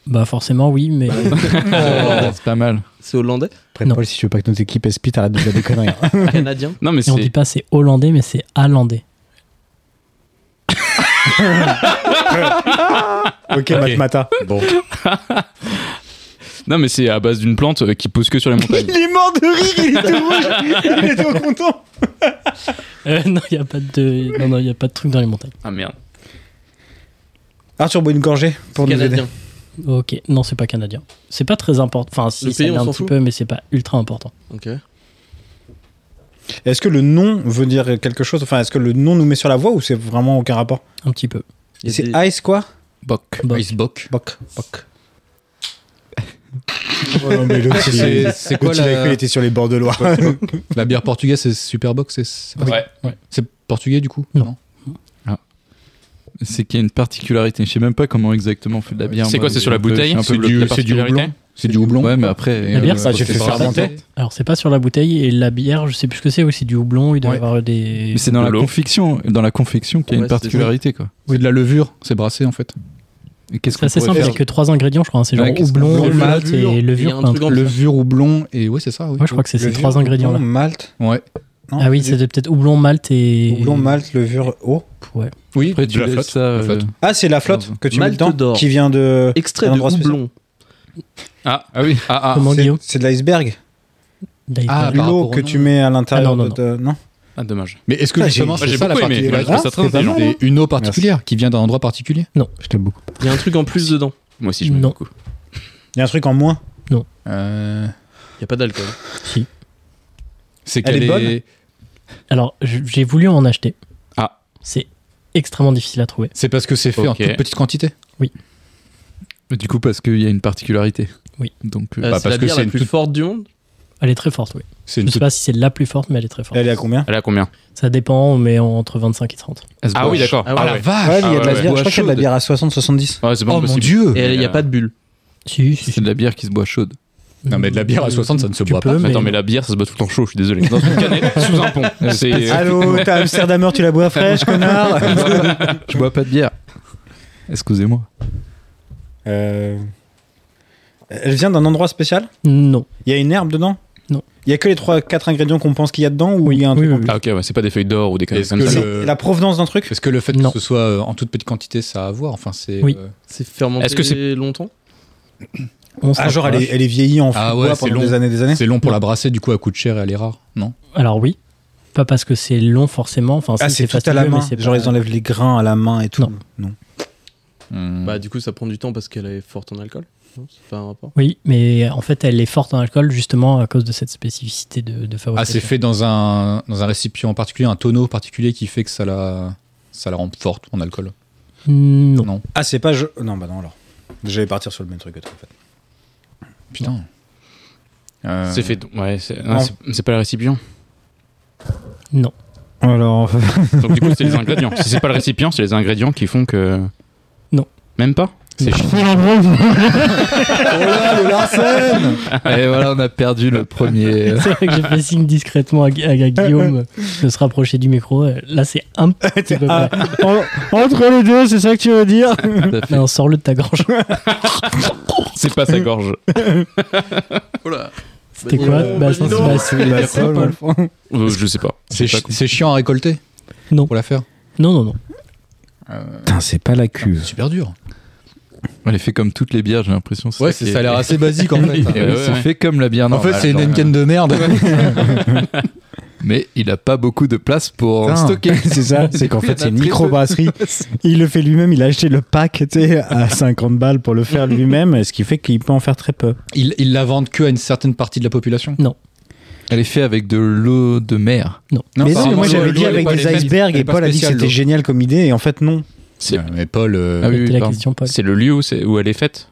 S2: Bah forcément, oui, mais
S4: Euh, C'est pas mal.
S6: C'est hollandais
S1: Après,
S2: Non.
S1: Paul, si tu veux pas que nos équipes espitent, arrête de faire des conneries. hein.
S6: Canadien
S3: Non, mais
S2: Et on dit
S3: c'est.
S2: pas c'est hollandais, mais c'est hollandais.
S1: ok, Matmata. Bon.
S3: Non, mais c'est à base d'une plante euh, qui pousse que sur les montagnes.
S1: Il est mort de rire, il est tout rouge, il est trop content.
S2: Euh, non, il n'y a, pas de... non, non, y a pas de truc dans les montagnes.
S3: Ah merde.
S1: Arthur boit une gorgée pour nous aider.
S6: Canadien.
S2: Ok, non, c'est pas canadien. C'est pas très important. Enfin, si,
S6: Le
S2: ça
S6: pays,
S2: l'est
S6: on
S2: un
S6: s'en
S2: petit
S6: fout
S2: peu, mais c'est pas ultra important.
S6: Ok.
S1: Est-ce que le nom veut dire quelque chose Enfin, est-ce que le nom nous met sur la voie ou c'est vraiment aucun rapport
S2: Un petit peu.
S6: Il y a
S1: C'est
S6: des-
S1: Ice quoi
S4: Boc.
S2: Bon.
S7: Icebox.
S1: Boc, boc. Oh non, mais l'autre, il,
S7: C'est c'est quoi
S1: l'autre, il a cru, il
S7: la,
S1: était sur les bords de Loire.
S7: la bière portugaise C'est Superbox c'est- C'est pas-
S3: Ouais.
S7: c'est portugais du coup
S2: Non.
S4: C'est qu'il y a une particularité. Je sais même pas comment exactement on fait de la bière.
S3: C'est
S4: moi.
S3: quoi, c'est sur la
S4: Je suis
S3: bouteille
S4: un peu
S3: C'est
S4: bloqué.
S3: du,
S7: par
S3: c'est du
S7: particularité.
S3: houblon
S7: C'est du houblon
S4: Ouais, mais après.
S2: La bière,
S4: euh,
S2: ça,
S1: tu fais
S4: c'est-
S1: fermenter.
S2: Alors, c'est pas sur la bouteille, et la bière, je sais plus ce que c'est, oui, c'est du houblon, il doit y
S7: Ouais.
S2: avoir des.
S4: Mais c'est dans la
S3: L'eau.
S4: confiction, dans la confiction qu'il y a
S6: Ouais,
S4: une
S6: c'est-
S4: particularité quoi.
S7: C'est de la levure, c'est brassé en fait.
S4: Et Qu'est-ce
S2: C'est
S4: qu'on
S2: assez
S4: pourrait
S2: simple,
S4: faire
S2: c'est que trois ingrédients, je crois. hein, C'est genre
S4: Ouais, qu'est-ce
S2: houblon,
S7: qu'on-
S2: malt
S6: levure,
S2: et
S6: et
S2: levure.
S6: un
S2: enfin,
S6: truc en-
S7: Levure, houblon et ouais, c'est ça. Oui.
S2: Moi, je crois que c'est ces trois ingrédients-là.
S1: Houblon, malt.
S4: Ouais.
S1: Non,
S2: Ah oui,
S1: c'est
S2: c'était peut-être houblon, malt et.
S1: houblon, malt, levure, eau.
S2: Ouais.
S7: Oui,
S4: Après, tu
S7: la
S4: laisses
S7: flotte.
S4: ça.
S7: La
S4: euh,
S7: flotte.
S1: Ah, c'est la flotte que tu mets
S6: Malte
S1: dedans
S6: d'or.
S1: qui vient de.
S6: Extrait
S1: Un
S6: de
S1: endroit spécial.
S6: houblon.
S3: Ah, ah oui. Ah, ah.
S2: Comment
S1: C'est
S2: Guillaume
S1: c'est de l'iceberg.
S2: D'ailleurs.
S7: Ah, par
S1: L'eau
S7: rapport au
S1: que
S7: nom.
S1: tu mets à l'intérieur
S2: Ah, non, non,
S1: de. Non.
S3: Ah, dommage.
S7: Mais est-ce que
S1: Ah,
S7: justement,
S1: j'ai-
S7: c'est
S3: j'ai
S7: ça la
S3: beaucoup aimé,
S7: particularité
S3: moi, je trouve ça
S4: Ah,
S3: très
S7: C'est
S3: intelligent.
S4: hein.
S7: vraiment Une eau particulière qui vient d'un endroit particulier
S2: Non.
S7: Je t'aime beaucoup.
S6: Il y a un truc en plus dedans.
S3: Moi aussi, je me
S2: Non.
S3: beaucoup.
S1: Il y a un truc en moins.
S7: Euh,
S6: Il y a pas d'alcool. hein.
S7: C'est
S1: Elle
S7: qu'elle
S1: est bonne
S7: est.
S2: Alors, je- j'ai voulu en acheter.
S3: Ah.
S2: C'est extrêmement difficile à trouver.
S7: C'est parce que c'est fait en
S3: Ok.
S7: toute petite quantité.
S4: Du coup, parce qu'il y a une particularité.
S2: Oui.
S4: Donc, euh,
S6: Euh,
S4: bah,
S6: c'est
S4: parce
S6: la
S4: que
S6: bière
S4: c'est
S6: la
S4: une
S6: plus
S4: toute-
S6: forte du monde.
S2: Elle est très forte, oui.
S7: C'est
S2: Je
S7: une
S2: sais
S7: toute.
S2: pas si c'est la plus forte, mais elle est très forte.
S1: Elle est à combien
S3: Elle a combien
S2: Ça dépend, mais entre 25 et 30.
S4: elle se
S3: Ah oui,
S4: boit.
S3: d'accord.
S6: Ah ouais.
S7: Ah la vache
S1: Ouais, il y a de la
S3: ouais, ouais.
S1: bière. Je crois qu'il y a de la
S7: Bois
S1: bière à 60-70.
S3: Ouais, c'est pas
S7: Oh mon
S3: possible.
S7: dieu
S6: Et elle- il n'y a
S3: euh,
S6: pas de bulle.
S2: Si,
S4: C'est de la bière qui se boit chaude.
S7: Non, mais de la bière à 60, ça ne se
S2: Tu
S7: boit
S2: peux,
S7: pas.
S3: Mais
S2: Mais-
S3: Attends, mais la bière, ça se boit tout le temps chaud, je suis désolé. Dans une canette, sous un pont. C'est. euh,
S1: Allô, t'as Amsterdamer, tu la bois fraîche, connard
S4: Je bois pas de bière. Excusez-moi.
S1: Euh, Elle vient d'un endroit spécial
S2: Non.
S1: Il y a une herbe dedans
S2: Non.
S1: Il y a que les 3-4 ingrédients qu'on pense qu'il y a dedans ou
S2: Oui,
S1: il y a un
S2: oui,
S1: truc en
S2: oui, Euh,
S1: plus
S3: Ah, ok, ouais, c'est pas des feuilles d'or ou des canettes
S7: Est-ce
S3: comme
S7: que
S3: ça.
S7: le-
S1: C'est La provenance d'un truc
S7: Est-ce que le fait
S2: Non.
S7: que ce soit euh, en toute petite quantité, ça a à voir Enfin, c'est.
S2: Oui.
S7: euh,
S6: C'est fermenté
S3: Est-ce que
S6: longtemps
S2: On se
S1: Ah, genre, elle
S2: rapproche.
S1: est, elle est vieillie en fond
S7: Ah
S1: de
S7: ouais,
S1: bois
S7: c'est
S1: pendant
S7: long.
S1: des années des années
S7: C'est long pour la brasser, du coup, elle coûte cher et elle est rare. Non
S2: Alors, oui. Pas parce que c'est long, forcément. Enfin,
S1: Ah,
S2: si,
S1: c'est tout à
S2: fastidieux,
S1: la main.
S2: mais c'est
S1: Genre,
S2: pas-
S1: ils enlèvent les grains à la main et tout.
S2: Non.
S3: Hmm.
S6: Bah du coup ça prend du temps parce qu'elle est forte en alcool. Non, c'est pas un rapport.
S2: Oui, mais en fait, elle est forte en alcool, justement, à cause de cette spécificité de, de
S7: Ah, c'est
S2: fabrication.
S7: fait dans un, dans un récipient particulier, un tonneau particulier qui fait que ça la, ça la rend forte en alcool.
S2: Non.
S1: Ah, c'est pas. je- Non, bah non, alors. J'allais partir sur le même truc que toi, en fait.
S7: Putain. Euh,
S3: C'est fait. Ouais, c'est ah, c'est- c'est pas le récipient.
S2: Non.
S1: Alors,
S3: Donc, du coup, c'est les ingrédients. Si c'est pas le récipient, c'est les ingrédients qui font que.
S2: Non.
S3: Même pas
S7: C'est chiant.
S4: Et voilà, on a perdu le premier. euh,
S2: C'est vrai que j'ai fait signe discrètement à, Gu- à Guillaume de se rapprocher du micro. Là, c'est un petit peu près.
S1: Ah. entre les deux, c'est ça que tu veux dire
S2: Non, sors-le de ta gorge.
S3: C'est pas sa gorge.
S2: C'était quoi
S6: Oh,
S2: Bah,
S6: bah,
S2: je pense
S6: dis
S2: que
S6: donc.
S2: c'est- bah, c'est-
S3: Euh, je sais pas.
S7: C'est chi- c'est chiant à récolter
S2: Non.
S7: Pour la faire
S2: Non, non, non.
S1: Putain, c'est pas la cuve.
S7: Super dur.
S4: Elle est faite comme toutes les bières, j'ai l'impression. c'est
S7: Ouais,
S4: ça
S7: c'est-
S4: qui
S7: ça a
S4: est-
S7: l'air assez basique en fait.
S4: Et ouais,
S3: Ouais,
S4: c'est
S3: ouais.
S4: fait comme la bière
S7: En
S4: normale.
S7: fait, c'est une
S4: genre,
S7: Henken de merde.
S4: Mais il a pas beaucoup de place pour en
S1: Putain.
S4: stocker.
S1: C'est ça, c'est qu'en
S4: Il y en
S1: fait,
S4: a
S1: c'est une
S4: très peu.
S1: microbrasserie. Il le fait lui-même, il a acheté le pack tu sais, à 50 balles pour le faire lui-même, ce qui fait qu'il peut en faire très peu.
S7: Ils, ils la vendent que à une certaine partie de la population.
S4: Elle est faite avec de l'eau de mer.
S1: mais
S7: pardon,
S1: non, mais moi
S7: l'eau,
S1: j'avais
S7: l'eau,
S1: dit
S7: elle est
S1: avec
S7: pas- elle
S1: des
S7: est pas-
S1: icebergs
S7: elle est
S1: et
S7: pas
S1: Paul a dit que
S7: spéciale, hein.
S1: c'était
S7: l'eau.
S1: génial comme idée et en fait non.
S3: C'est
S7: Ouais, Mais Paul. euh,
S4: Ah oui,
S2: C'était
S4: oui,
S2: la
S4: pardon.
S2: question, Paul.
S3: c'est le lieu où, c'est- où elle est faite.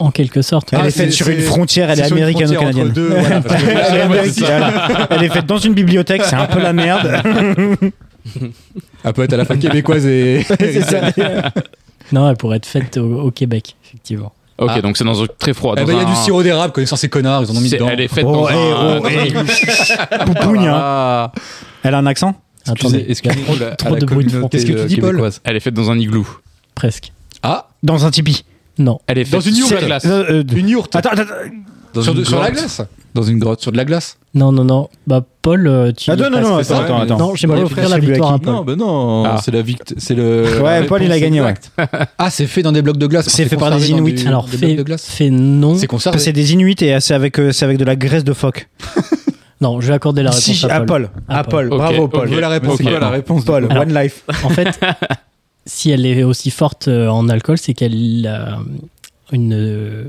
S2: En quelque sorte.
S1: Elle
S7: Ah,
S1: est faite
S7: c'est-
S1: sur une
S7: c'est-
S1: frontière, elle est
S7: c'est sur une
S1: américano-canadienne.
S7: frontière entre deux, voilà, parce que-
S1: Elle est américane. Elle est faite dans une bibliothèque, c'est un peu la merde.
S7: Elle peut être à la fois québécoise et.
S1: C'est ça.
S2: Non, elle pourrait être faite au, au Québec, effectivement.
S3: Ok,
S7: Ah.
S3: donc c'est dans un très froid.
S7: Eh
S3: dans
S7: ben, il y a
S3: un-
S7: du sirop d'érable, connaissant ces connards, ils en ont mis
S3: c'est-
S7: dedans.
S3: Elle est faite
S1: Oh,
S3: dans
S1: eh,
S3: un.
S1: oh, eh. Poupoune, hein.
S4: Ah,
S1: Elle a un accent
S2: Attendez,
S4: excusez-nous, la- à
S2: trop
S4: la
S2: de bruit de fond.
S4: communauté
S7: Qu'est-ce que tu dis, Paul
S4: québécoise.
S3: Elle est faite dans un igloo.
S2: presque.
S7: Ah,
S1: Dans un tipi.
S2: Non.
S3: Elle est faite
S7: Dans une
S3: sous
S7: yourte.
S3: la glace.
S1: Euh, euh,
S7: une yourte
S1: Attends, attends, attends.
S4: Dans
S7: sur,
S4: une
S7: de- sur la
S4: grotte.
S7: glace
S4: Dans une grotte.
S7: Sur de la glace
S2: Non, non, non. Bah, Paul, euh, tu.
S1: Ah, non, non, non,
S4: c'est
S1: attends,
S4: ça,
S1: attends,
S4: mais-
S1: attends.
S2: Non, j'aimerais
S1: Paul,
S2: bien faire
S1: frère,
S2: la
S1: c'est lui à
S2: victoire à
S1: qui
S2: Paul.
S4: Non, ben non,
S3: Ah.
S4: c'est la vict... c'est le.
S1: Ouais,
S4: la
S1: Paul, il a
S4: réponse
S1: gagné, ouais.
S4: exacte.
S5: Ah, c'est fait dans des blocs de glace.
S1: C'est fait par des
S5: conservé dans
S1: Inuits.
S5: du-
S2: Alors,
S5: des blocs
S2: fais,
S5: de glace.
S2: fais non.
S5: C'est conservé.
S1: C'est des Inuits et c'est avec, euh, c'est avec de la graisse de phoque.
S2: Non, je vais accorder la réponse
S1: Si,
S2: à Paul.
S1: À Paul.
S3: Ok,
S1: Bravo, Paul.
S3: ok.
S4: La réponse,
S3: Ok.
S4: c'est quoi la réponse de
S1: Paul,
S4: Paul
S1: One Life.
S2: En fait, si elle est aussi forte euh, en alcool, c'est qu'elle a une. euh,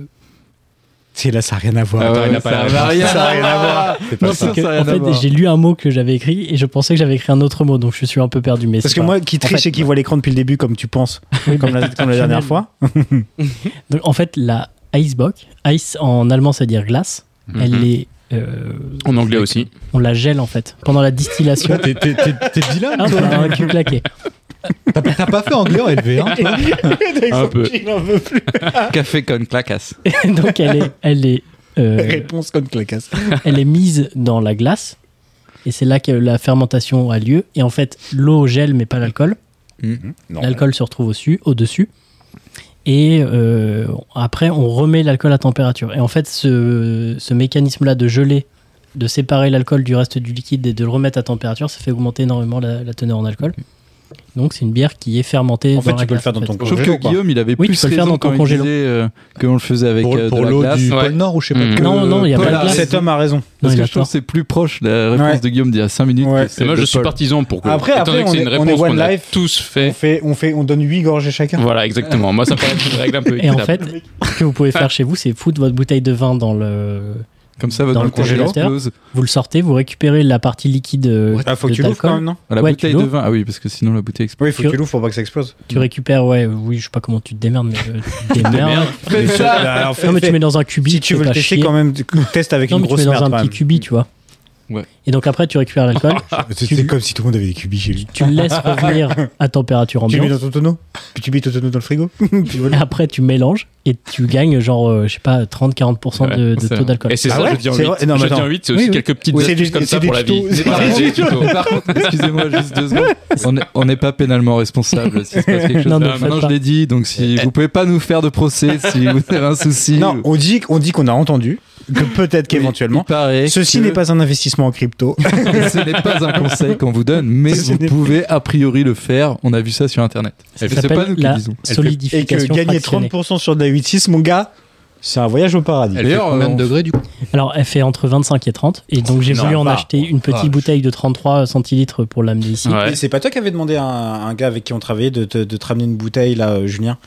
S1: C'est là, ça n'a rien à voir.
S4: Ah
S3: Attends,
S4: ouais,
S3: il a
S4: ça
S3: pas la
S4: va
S3: réponse.
S4: rien
S1: Ça a rien à
S4: avoir.
S1: C'est
S4: Non,
S1: pas
S4: c'est
S1: ça.
S4: que-
S2: En fait, j'ai lu un mot que j'avais écrit et je pensais que j'avais écrit un autre mot, donc je suis un peu perdu. Mais
S1: Parce
S2: c'est
S1: que
S2: pas-
S1: moi, qui
S2: en
S1: triche
S2: fait,
S1: et qui voit l'écran depuis le début, comme tu penses, comme la, comme la dernière
S2: Chanel.
S1: fois.
S2: Donc, en fait, la Icebox, ice en allemand, ça veut dire glace.
S3: Mhm.
S2: Elle est. euh,
S3: Mm-hmm. En anglais aussi.
S2: on la gèle en fait pendant la distillation.
S5: T'es- T'es t'es- t'es bilingue.
S2: Ah,
S5: toi.
S2: on a un cul claqué.
S5: T'as t'as pas fait anglais en LV1 hein, toi
S4: Un peu.
S1: Il en veut plus.
S4: Café con clacasse.
S2: Donc elle est, elle est, euh,
S1: Réponse comme clacasse.
S2: elle est mise dans la glace et c'est là que la fermentation a lieu. Et en fait, l'eau gèle mais pas l'alcool. L'alcool se retrouve au-dessus, au-dessus. Et euh, après, on remet l'alcool à température. Et en fait, ce, ce mécanisme-là de geler, de séparer l'alcool du reste du liquide et de le remettre à température, ça fait augmenter énormément la, la teneur en alcool. Donc, c'est une bière qui est fermentée.
S1: En fait,
S2: dans la
S1: tu peux le
S2: glace,
S1: faire
S2: en
S1: dans
S2: fait.
S1: ton
S4: Je trouve
S1: congélo.
S4: que
S1: quoi.
S4: Guillaume, il avait
S2: Oui, tu
S4: plus
S2: peux le faire
S4: raison
S2: dans ton
S4: quand il
S2: congélo.
S4: disait euh, qu'on le faisait avec
S5: Pour,
S4: euh,
S5: pour
S4: de la
S5: l'eau
S4: glace.
S5: du
S3: ouais.
S5: pôle Nord ou je sais pas.
S3: Mm.
S5: que-
S7: euh,
S2: Non, non, il y a
S5: Paul
S4: pas de
S5: a-
S4: glace.
S1: Cet homme a raison.
S2: Non,
S4: Parce
S2: il
S4: que
S2: a
S4: je trouve
S2: tort.
S4: que c'est plus proche la réponse
S1: Ouais.
S4: de Guillaume d'il y a 5 minutes.
S1: Ouais.
S4: que
S3: Et
S4: celle
S3: moi,
S4: de
S3: je suis
S4: Paul.
S3: partisan pour que.
S1: Après,
S3: étant
S1: après,
S3: donné que
S1: on
S3: c'est
S1: est-
S3: une
S1: on est
S3: réponse
S1: One
S3: qu'on a
S1: Life.
S3: tous
S1: On
S3: fait.
S1: fait, on fait, on donne 8 gorgées chacun.
S3: Voilà, exactement. Moi, ça paraît être une règle un peu
S2: Et en
S3: équitable.
S2: fait, ce que vous pouvez
S1: Ah.
S2: faire chez vous, c'est foutre votre bouteille de vin dans le.
S4: Comme ça,
S2: Dans
S4: votre
S2: le
S4: congélo
S2: congélateur.
S4: explose.
S2: vous le sortez, vous récupérez la partie liquide euh,
S1: Ah, faut
S2: de
S1: que tu l'ouvres
S2: d'alcool.
S1: quand même, non
S4: Ah, La
S2: Ouais, tu
S4: bouteille de
S2: l'ouvres.
S4: vin. Ah oui, parce que sinon la bouteille explose.
S1: Oui, faut
S2: Tu-
S1: que tu l'ouvres pour pas que ça explose.
S2: Tu récupères, ouais, euh, oui, je sais pas comment tu te démerdes, mais euh, tu te démerdes.
S1: Fais ça Alors, fais-
S2: non, mais
S1: fais-
S2: tu mets dans un cubi.
S1: Si
S2: tu
S1: tu
S2: fais
S1: veux le
S2: pas
S1: tester
S2: chier.
S1: quand même, tu- teste avec
S2: Non,
S1: une
S2: mais tu mets
S1: grosse
S2: dans
S1: merde.
S2: un
S1: quand
S2: petit
S1: même.
S2: cubi, tu vois.
S4: Ouais.
S2: Et donc après, tu récupères l'alcool,
S1: C'est comme si tout le monde avait des cubis chez lui.
S2: tu le laisses revenir à température
S1: Tu le mets
S2: ambiante.
S1: dans ton tonneau, puis tu mets ton tonneau dans le frigo. puis
S2: Et
S1: voilà.
S2: après, tu mélanges et tu gagnes genre, euh, je sais pas, 30-40% de, de
S4: c'est
S2: taux
S4: vrai.
S2: d'alcool.
S3: Et c'est
S1: Ah
S3: ça,
S1: ouais
S3: je dis en
S1: C'est
S3: 8.
S1: vrai Non, mais
S3: je dis en
S1: attends.
S3: 8, c'est aussi
S1: Oui, oui.
S3: quelques petites
S1: Oui, c'est
S3: astuces
S1: des-
S3: comme ça
S1: c'est
S3: pour
S1: des
S3: la vie.
S1: tutos.
S3: C'est
S4: Par
S3: pas des tutos.
S4: contre, par contre, excusez-moi juste deux secondes. On est- On n'est pas pénalement responsable si se passe quelque chose.
S2: Non, ne
S4: Ah,
S2: le
S4: maintenant
S2: faites
S4: je
S2: pas.
S4: l'ai dit, donc si vous pouvez pas nous faire de procès, si vous avez un souci.
S1: Eh, Non, on dit, on dit qu'on a entendu que peut-être qu'éventuellement. Ceci n'est pas un investissement en crypto.
S4: ce n'est pas un conseil qu'on vous donne, mais
S1: Ce
S4: vous
S1: n'est-
S4: pouvez a priori le faire. On a vu ça sur internet.
S2: Ça
S4: Et c'est pas
S2: s'appelle
S4: nous qui
S2: la
S4: le disons.
S1: Et que
S2: solidification
S1: gagner
S2: fractionnée.
S1: 30% sur de la 8.6, mon gars, c'est un voyage au paradis.
S4: Elle fait combien de
S5: degrés du coup
S2: Alors, elle fait entre 25 et 30. Et donc, j'ai
S1: Non, bah, oh,
S2: voulu en
S1: va.
S2: acheter une petite bouteille de 33 centilitres pour l'amener ici.
S3: Ouais.
S1: Et c'est pas toi qui avais demandé à un, un gars avec qui on travaillait de te, de te ramener une bouteille, là, euh, Julien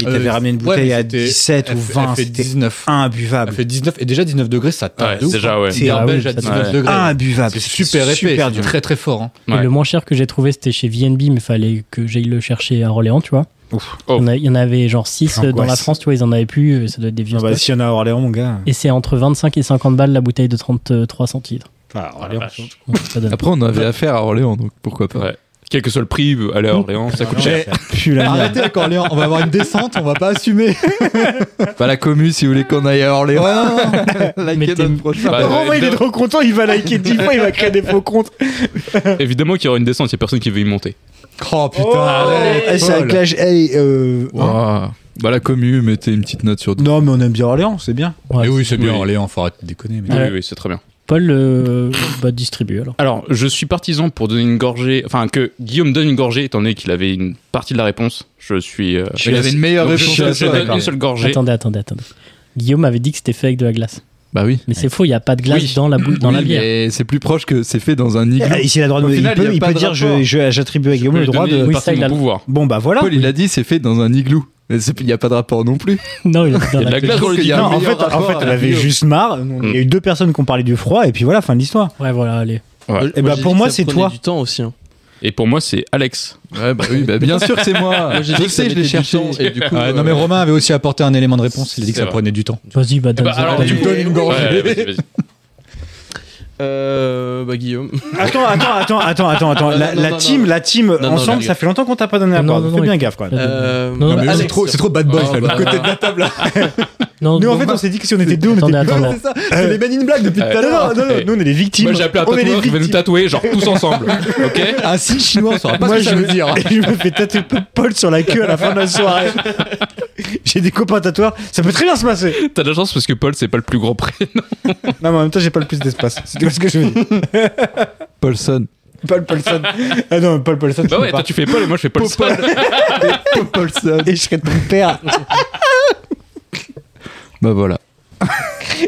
S1: Et t'avais
S5: Euh,
S1: ramené une
S5: ouais,
S1: bouteille
S5: mais
S1: à
S5: c'était-
S1: 17 ou 20,
S5: Elle fait
S1: c'était
S5: 19. Elle
S1: imbuvable.
S5: fait 19 et déjà 19 degrés ça tape
S3: Ouais,
S5: de ouf.
S3: déjà, ouais.
S1: C'est-
S5: Bière
S2: Ah oui,
S5: belge à
S2: ça
S5: 19
S3: tape.
S5: degrés.
S1: Imbuvable.
S5: c'est
S1: c'était
S5: super épais,
S1: Ah, super
S5: c'est
S1: dur.
S5: très très fort. hein.
S2: Et
S3: Ouais.
S2: le moins cher que j'ai trouvé, c'était chez VNB, mais fallait que j'aille le chercher à Orléans, tu vois.
S1: Ouf.
S3: Oh.
S2: Il, y en a- il y en avait genre 6 dans la
S1: L'angoisse.
S2: France, tu vois, ils en avaient plus, euh, ça doit être des vieux.
S1: Ah bah,
S2: stocks.
S1: si on a à Orléans, mon gars.
S2: Et c'est entre 25 et 50 balles la bouteille de 33 centilitres.
S1: Ah, Orléans.
S2: Donc, ça donne-
S4: Après, on avait affaire à Orléans, donc pourquoi pas.
S3: Ouais. Quel que soit le prix, euh, aller à Orléans, ça coûte cher.
S1: Ah, Pue la merde.
S5: Arrêtez avec Orléans, on va avoir une descente, on va pas assumer.
S4: Pas la commu si vous voulez qu'on aille à Orléans. Likez
S2: Mettez-
S4: notre prochain.
S3: Bah,
S1: Romain, il est trop content, il va liker 10 fois, il va créer des faux comptes.
S3: Évidemment qu'il y aura une descente, il n'y a personne qui veut y monter.
S5: Oh putain, arrête,
S1: Eh, c'est un
S5: Paul.
S1: clash. eh, euh, hein.
S4: Ouah. Bah, la commu, mettez une petite note sur deux.
S1: Non, mais on aime bien Orléans, c'est bien.
S2: Ouais.
S5: Mais oui, c'est bien
S3: Ah, bah Oui.
S5: Orléans, faut arrêter de déconner. mais-
S3: Oui,
S2: Ouais.
S3: oui, c'est très bien.
S2: Paul euh, bah, distribue alors.
S3: Alors, je suis partisan pour donner une gorgée, enfin que Guillaume donne une gorgée, étant donné qu'il avait une partie de la réponse. Je suis. euh,
S4: Il avait une meilleure
S3: donc je,
S4: réponse
S3: je
S4: à ça,
S3: donne
S4: d'accord.
S3: une seule gorgée.
S2: Attendez, attendez, attendez. Guillaume avait dit que c'était fait avec de la glace.
S4: Bah oui.
S2: Mais c'est faux, il n'y a pas de glace
S4: Oui.
S2: dans la, bou- dans
S4: Oui,
S2: la bière.
S4: mais c'est plus proche que c'est fait dans un igloo.
S1: Eh, Il a le droit de-
S4: Au final,
S1: il
S4: il y
S1: peut,
S4: a
S1: il
S4: pas
S1: peut
S4: de
S1: dire je-
S4: rapport.
S1: je- j'attribue à Guillaume
S3: Je
S1: le
S3: lui
S1: droit
S3: donne
S1: de.
S3: une
S2: Oui,
S3: partie
S2: ça,
S3: de
S2: il
S3: mon
S2: a le-
S3: pouvoir.
S1: Bon, bah voilà.
S4: Paul, il a dit, c'est fait dans un igloo. Mais c'est- il n'y a pas de rapport non plus.
S2: Non, il est dans
S3: Il y a de
S2: la
S3: la glace dans le
S4: qu'il y a
S3: liquide.
S4: un
S1: Non, en fait,
S4: meilleur
S1: en
S4: rapport
S1: fait,
S4: à
S1: elle
S4: la
S1: avait
S4: bio.
S1: juste marre. Il y a eu deux personnes qui ont parlé du froid, et puis voilà, fin de l'histoire.
S2: Ouais, voilà, allez.
S1: Et bah,
S6: j'ai
S1: pour
S6: dit
S1: moi,
S6: que ça
S1: c'est
S6: prenait
S1: toi.
S6: du temps aussi. hein.
S3: Et pour moi, c'est Alex.
S4: Ouais, bah oui, bah bien sûr que c'est moi.
S6: Moi, j'ai
S4: je
S6: dit que ça
S4: sais, je
S6: mettait
S4: l'ai
S6: du
S4: cherché.
S6: temps et du coup,
S5: Ouais,
S6: euh,
S5: non mais Romain avait aussi apporté un élément de réponse, il a dit que
S3: C'est
S5: ça
S3: vrai.
S5: prenait du temps.
S2: Vas-y, bah, donne
S3: Bah, alors,
S5: tu
S3: du
S5: me
S3: coup-
S5: donnes une gorgée.
S3: Ouais, vas-y, vas-y.
S6: euh, bah, Guillaume.
S1: Attends, attends, attends, attends, attends, attends. La,
S6: Non,
S1: la
S6: non,
S1: team,
S6: non.
S1: la team,
S6: non,
S1: ensemble,
S6: non,
S1: ça fait longtemps qu'on t'a pas donné la
S2: Non,
S1: parole.
S2: non,
S1: Fais
S2: non,
S1: bien
S2: il-
S1: gaffe, quand même.
S6: Euh,
S2: Non, mais
S6: Alex.
S5: c'est trop, c'est trop bad boy,
S3: Ah,
S5: là,
S3: bah,
S5: le côté de la table là.
S2: Non,
S1: Nous, en
S2: non,
S1: fait, on s'est dit que si on était deux, on était
S2: attendez,
S1: plus
S2: attendez.
S5: C'est ça, c'est
S1: Euh,
S5: les Men in Black depuis tout
S3: Ouais.
S5: à
S1: Non,
S5: l'heure.
S1: non, non, non,
S3: Eh.
S1: nous on est les victimes.
S3: Moi, j'ai appelé un
S1: on est les
S3: tatoueur qui va nous
S1: victimes.
S3: tatouer, genre tous ensemble. Ok
S5: Ainsi, chinois, on saura pas
S1: Moi,
S4: hein.
S5: ce que ça
S1: je
S5: veut dire.
S1: Et je me fais tatouer Paul sur la queue à la fin de la soirée. J'ai des copains tatoueurs, ça peut très bien se passer.
S3: T'as de la chance parce que Paul, c'est pas le plus grand prénom.
S1: Non, mais en même temps, j'ai pas le plus d'espace. C'était pas ce que je veux dire.
S4: Paulson.
S1: Paul Paulson. Ah non, Paul Paulson.
S3: Bah
S1: je
S3: ouais,
S1: peux pas.
S3: toi tu fais Paul et moi je fais Paul.
S4: Paulson.
S1: Et je serais ton père.
S4: Bah voilà.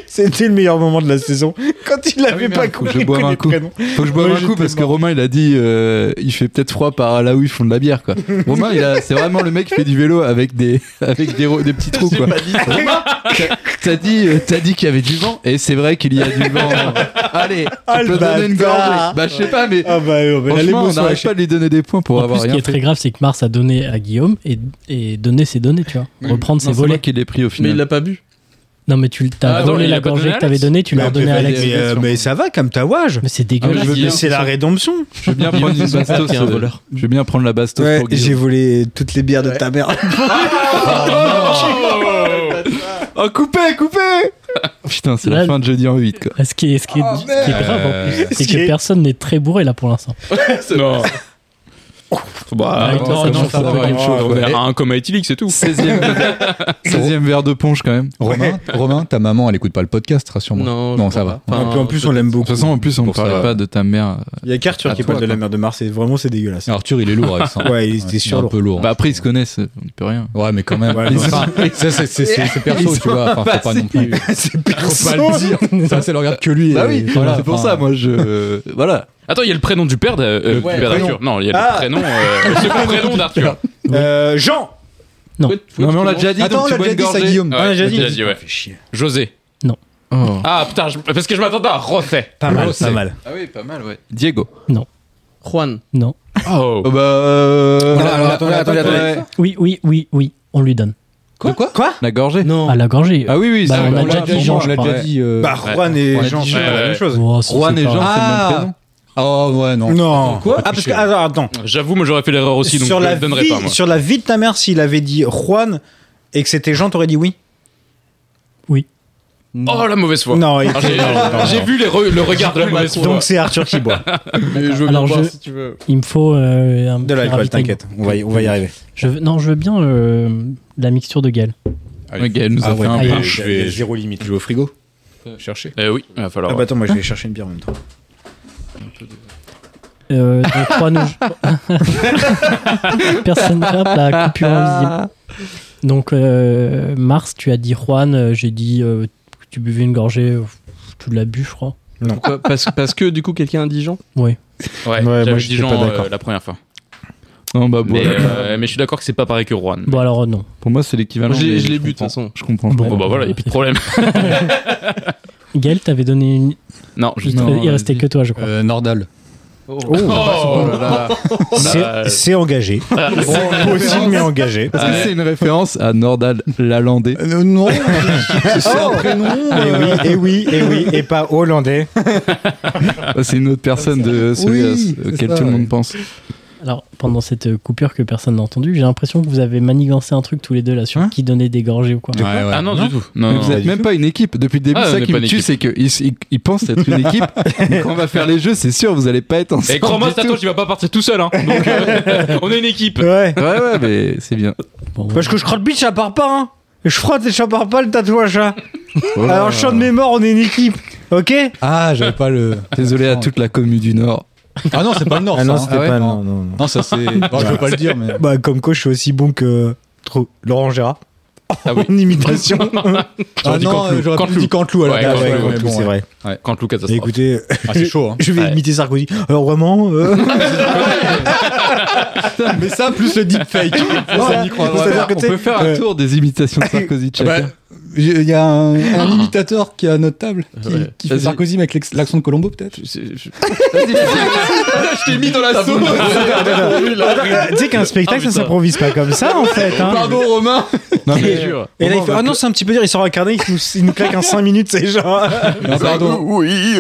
S1: C'était le meilleur moment de la saison. Quand il avait pas
S4: Faut que
S1: compris
S4: je boive
S1: que
S4: un
S1: les
S4: coup.
S1: prénoms.
S4: Faut que je boive
S1: Moi,
S4: un coup
S1: j'étais
S4: parce que
S1: mort.
S4: Romain il a dit euh, il fait peut-être froid par là où ils font de la bière quoi. Romain il a c'est vraiment le mec qui fait du vélo avec des avec des, ro- des petits trous quoi. Romain, t'as- T'as dit euh, t'as dit qu'il y avait du vent et c'est vrai qu'il y a du vent. Allez, tu
S1: Ah, le
S4: peux donner une
S1: bâtard.
S4: gorgée. Bah je sais pas mais
S1: Ah bah, ouais, mais là,
S4: franchement on
S1: l'émotion,
S4: n'arrive pas de lui donner des points pour
S2: en plus,
S4: avoir
S2: ce qui
S4: rien
S2: est très
S4: fait.
S2: grave, c'est que Mars a donné à Guillaume et, et donné ses données, tu vois. Reprendre
S4: Non,
S2: ses
S4: c'est moi
S2: volets.
S4: qui l'ai pris au
S6: Mais il
S4: final.
S6: l'a pas bu.
S2: Non, mais tu t'as
S3: Ah, attends,
S2: volé
S3: il
S2: la
S3: a pas
S2: gorgée
S3: donné
S2: que
S3: à
S2: t'avais
S3: Alex
S2: donnée, tu l'as redonnée à
S1: mais,
S2: Alex.
S1: euh, mais ça va comme tatouage.
S2: Mais c'est
S4: Ah, mais
S2: dégueulasse.
S4: je veux bien-
S1: C'est la rédemption.
S4: Je veux bien prendre une bastos. euh, Je veux bien prendre la bastos
S1: Ouais,
S4: pour
S1: j'ai
S4: Guillaume.
S1: volé toutes les bières de ta mère.
S4: Oh coupé, coupé Putain, c'est
S2: Là-
S4: la fin de jeudi en 8 quoi.
S2: Ce qui est, ce qui est, ce qui est grave, en plus, c'est
S1: Ce qui
S2: que
S1: est-
S2: personne n'est très bourré là pour l'instant.
S3: Non. Bah,
S2: Ah,
S3: non,
S2: toi, ça
S3: non,
S2: commence
S3: faut
S2: à avoir
S3: pas
S2: quelque
S3: qu'on
S4: chose,
S3: soit
S4: ouais.
S3: vers un comme Itilic, c'est tout.
S4: 16e verre, 16e verre de ponche quand même.
S11: Romain, Romain, ta maman, elle écoute pas le podcast, rassure-moi.
S3: Non,
S11: Non,
S3: je
S11: ça
S3: crois
S11: va.
S3: pas.
S1: Et puis en plus, on l'aime
S4: De
S1: beaucoup.
S4: toute façon, en plus, on ne
S3: Pour
S4: parlait
S3: ça-
S4: pas de ta mère. euh,
S1: Il y a Arthur
S4: à
S1: qui
S4: toi,
S1: parle de la
S4: quoi.
S1: mère de Mars. et Vraiment, c'est dégueulasse.
S11: Arthur, il est lourd avec ça.
S1: Ouais, il était
S11: il est
S1: sur
S11: un peu lourd.
S4: Bah après, ils se connaissent, euh, on ne peut rien.
S11: Ouais, mais quand même.
S1: Ouais,
S11: Ils
S1: ouais.
S11: sont- ça, c'est- c'est c'est- c'est perso, tu vois. Enfin, faut pas non plus.
S1: C'est
S11: Faut
S1: perso.
S11: pas le dire. Ça, c'est le regard que
S4: Bah
S7: Euh,
S11: lui. et voilà, enfin,
S4: moi, je. euh, voilà.
S3: Attends, il y a le prénom du père d'A- euh, du
S11: Ouais,
S3: père
S11: prénom.
S3: d'Arthur. Non, il y a
S1: Ah.
S3: le prénom, euh, le second prénom d'Arthur.
S1: Euh, Jean.
S4: Non, mais on l'a déjà dit,
S11: Attends,
S4: donc
S11: on
S4: tu
S11: l'a
S4: bois
S11: déjà
S4: une
S11: dit ça,
S4: gorgée.
S11: Guillaume.
S3: Ouais,
S1: déjà
S3: on
S1: dit.
S3: l'a ouais. José.
S4: Oh.
S3: Ah putain, je- parce que je m'attendais à José.
S1: Pas mal,
S4: c'est-
S1: pas mal.
S4: Ah oui, pas mal, ouais. Diego.
S6: Juan.
S2: Non.
S3: Oh.
S4: bah. euh,
S11: Voilà, alors,
S4: la-
S11: attendez,
S4: la-
S11: attendez,
S4: la-
S11: attendez.
S4: la-
S2: Oui, oui, oui, oui, on lui donne.
S11: Quoi Quoi
S4: La gorgée
S6: Non.
S2: À la gorgée.
S4: Ah oui, oui,
S2: Bah,
S4: c'est-
S2: on a
S4: l'a
S2: déjà dit Jean,
S11: on l'a
S2: je
S11: déjà
S4: crois.
S11: dit. euh,
S1: Bah, Juan et
S11: ouais,
S1: Jean, c'est
S3: ouais,
S1: pas la
S3: ouais.
S1: même chose.
S2: Oh, c'est-
S4: Juan
S2: c'est
S4: et
S2: pas-
S4: Jean, c'est le
S11: Ah.
S4: même prénom.
S11: Oh, ouais, non.
S1: Non.
S11: Quoi
S1: Ah, parce que. alors, attends.
S3: J'avoue, moi j'aurais fait l'erreur aussi, donc
S1: sur,
S3: je
S1: la
S3: le donnerais
S1: vie,
S3: pas. Moi.
S1: sur la vie de ta mère, s'il avait dit Juan et que c'était Jean, t'aurais dit oui
S3: Oh la mauvaise foi.
S1: Non, il-
S3: Alors, j'ai-
S1: non,
S3: J'ai
S1: non.
S3: vu les re- le regard de la mauvaise foi.
S1: Donc c'est Arthur qui boit.
S6: Mais je veux
S2: Alors,
S6: bien voir
S2: je-
S6: si tu veux.
S2: Il me faut euh, un
S1: De
S2: petit
S1: l'alcool,
S2: ravitaillement.
S1: t'inquiète, on va y, on va y arriver.
S2: Je veux- non, je veux bien euh, la mixture de Gale.
S4: Ok, elle nous a
S11: Ah
S4: fait
S11: ouais,
S4: un
S11: mais
S2: peu.
S11: je vais-
S1: Zéro limite.
S11: Je vais au frigo. Chercher.
S3: Eh oui, il va
S1: Ah
S3: falloir.
S1: bah attends, moi je vais chercher une bière en même temps.
S2: Euh, donc, Juan ou Jean- Personne ne grappe la coupure invisible. Donc euh, Mars, tu as dit Juan, euh, j'ai dit euh, que tu buvais une gorgée, euh, tu l'as bu, je crois.
S6: Pourquoi parce, parce que du coup, quelqu'un a dit Jean
S3: Ouais,
S1: moi,
S3: j'avais
S1: j'étais
S3: dit
S1: pas
S3: Jean euh,
S1: d'accord.
S3: la première fois.
S4: Non, bah, bon,
S3: Mais, euh, mais je suis d'accord que c'est pas pareil que Juan.
S2: Bon alors euh, non.
S4: Pour moi, c'est l'équivalent.
S6: Moi, je l'ai-
S4: mais
S6: je l'ai bu, de toute
S4: comprends.
S6: façon.
S4: Je comprends.
S2: Bon.
S3: Bon bah voilà, y a plus de problème.
S2: Gale, t'avais donné une.
S3: Non,
S2: Il,
S3: juste.
S2: te-
S4: Non,
S2: il
S4: on a
S2: restait
S4: dit-
S2: que toi, je crois.
S11: Euh, Nordal.
S3: Oh
S1: C'est- C'est engagé. Possible mais engagé.
S4: Est-ce que c'est une référence à Nordal Lalandais
S11: Euh, Non. C'est un prénom.
S1: Et
S11: euh,
S1: Oh. Eh oui, et oui, et oui, et pas hollandais.
S4: Ah, C'est une autre personne de celui à-
S11: Oui, c'est
S4: auquel
S11: ça,
S4: tout le
S11: ouais.
S4: monde pense.
S2: Alors, pendant cette euh, coupure que personne n'a entendue, j'ai l'impression que vous avez manigancé un truc tous les deux là sur
S4: Hein
S2: qui donnait des gorgées ou quoi.
S11: Ouais, ouais.
S3: Ah non, du tout.
S4: Mais
S3: Non,
S4: vous n'êtes même pas une équipe. Depuis le début,
S3: Ah, on
S4: ça
S3: n'est
S4: qui
S3: pas
S4: me
S3: une
S4: tue,
S3: équipe.
S4: c'est qu'ils ils pensent être une équipe. mais quand on va faire les jeux, c'est sûr, vous n'allez pas être ensemble.
S3: Et crois-moi,
S4: du tout.
S3: Satan, tu vas pas partir tout seul. Hein. Donc, euh, on est une équipe.
S1: Ouais.
S4: Ouais, ouais, mais c'est bien.
S2: Bon,
S1: Parce que je crois le bitch, ça part pas, hein. Je frotte et ça part pas le tatouage, hein.
S4: Oh là
S1: Alors,
S4: là.
S1: champ de mémoire, on est une équipe. Ok
S11: Ah, j'avais pas le.
S4: Désolé à toute la commu du Nord.
S11: Ah non, c'est pas le Nord.
S1: Ah non,
S11: ça, hein.
S1: c'était
S11: ouais,
S1: pas.
S11: non.
S1: Non, non, non.
S11: Non, ça c'est. Bon, je veux pas le dire, mais.
S1: Bah, comme quoi, je suis aussi bon que trop- Laurent Gérard. en imitation.
S11: Ah non, euh, j'aurais pu
S3: Canteloup.
S11: dit Canteloup à la
S3: Ouais,
S11: base,
S1: Ah ouais,
S11: ouais,
S1: Canteloup,
S11: mais bon,
S1: c'est
S11: ouais.
S1: vrai.
S3: Quand Lucas
S1: Et
S3: catastrophe.
S1: écoutez,
S11: Ah, c'est chaud, hein.
S1: je vais
S3: Ouais.
S1: imiter Sarkozy. Alors vraiment, euh,
S11: Mais ça, plus le deepfake.
S1: Voilà. C'est-à-dire que,
S4: on
S1: tu sais,
S4: peut faire un
S1: euh,
S4: tour des imitations de Sarkozy.
S11: Ah
S4: chacun.
S11: bah, Il y a un, un imitateur qui est à notre table, qui,
S6: Ouais.
S11: qui fait
S4: Vas-y.
S11: Sarkozy mais avec l'ex- l'accent de Colombo peut-être.
S6: Je t'ai mis dans la sauce
S1: Euh, tu sais qu'un spectacle,
S3: Ah,
S1: ça
S3: putain.
S1: s'improvise pas comme ça en fait. hein.
S11: Pardon Romain
S4: Non, mais-
S1: Et, et là, il fait Ah non, c'est un petit peu dur. Il sort un carnet, il nous, il nous claque en 5 minutes, c'est genre.
S11: Pardon.
S3: Oui.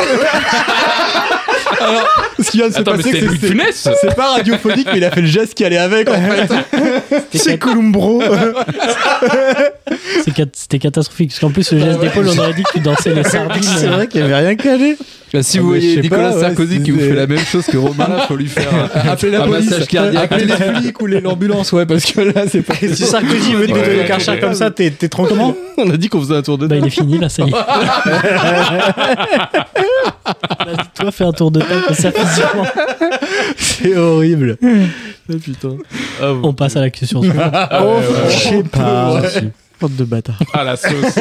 S5: Alors, ce qui vient de se
S3: Attends, mais
S5: passer,
S3: c'était
S5: c'est
S3: Louis
S5: que
S3: de
S5: c'est-
S3: Funès
S5: c'est pas radiophonique, mais il a fait le geste qui allait avec, en fait.
S1: C'est Columbro.
S2: C'est cat- C'était catastrophique. Parce qu'en plus, le geste d'épaule, on aurait dit que tu dansais les sardines.
S1: c'est vrai qu'il y avait rien calé.
S4: Bah, si
S5: Ah,
S4: vous
S5: mais je
S4: voyez
S5: sais
S4: Nicolas
S5: pas, ouais,
S4: Sarkozy qui vous
S5: c'est-
S4: fait la même chose que Romain, là, faut lui faire un-
S5: Appelez
S4: un
S5: la police.
S4: massage cardiaque.
S5: Appelez les flics ou les- l'ambulance, ouais, parce que là, c'est pas
S1: Et si Sarkozy veut te
S3: Ouais.
S1: donner le karcher comme ça, t'es t'es tranquille.
S4: On a dit qu'on faisait un tour de
S2: Bah, il est fini, là, ça y est. Vas-y, toi, fais un tour de table, ça fait six mois.
S1: C'est horrible.
S2: On passe à la question suivante.
S1: Je sais pas.
S6: Bande de bâtards.
S3: Ah la sauce.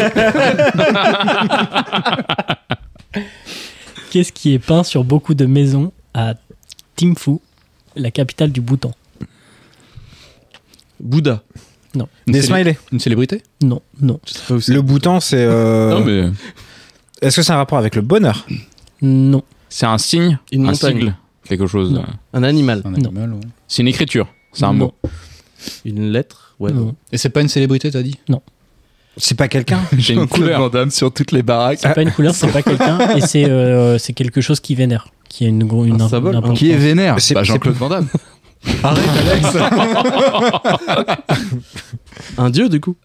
S2: Qu'est-ce qui est peint sur beaucoup de maisons à Thimphu, la capitale du Bhoutan
S6: Bouddha.
S1: Des smileys.
S4: Une célébrité
S2: Non, non,
S1: Le bouton, c'est. euh,
S3: Non mais
S1: Est-ce que c'est un rapport avec le bonheur
S2: non,
S3: c'est un signe,
S6: Une
S3: un
S6: montagne.
S3: sigle, quelque chose.
S2: Non.
S6: Un animal.
S11: Un
S2: Non.
S11: animal, ouais.
S3: C'est une écriture. C'est un
S2: Non.
S3: mot.
S6: Une lettre. Ouais.
S2: non.
S11: Et c'est pas une célébrité, t'as dit
S1: C'est pas quelqu'un
S3: C'est une couleur.
S4: Vandame sur toutes les baraques.
S5: Ah,
S2: C'est pas
S1: Ah.
S2: une couleur, c'est pas quelqu'un, et c'est euh, c'est quelque chose qui vénère, qui a une, gro- une,
S6: Un
S2: imp-
S6: symbole,
S2: une importance.
S4: Qui est vénère
S1: C'est-
S4: Bah,
S1: c'est-
S4: Jean-Claude Van Damme.
S6: Un dieu, du coup.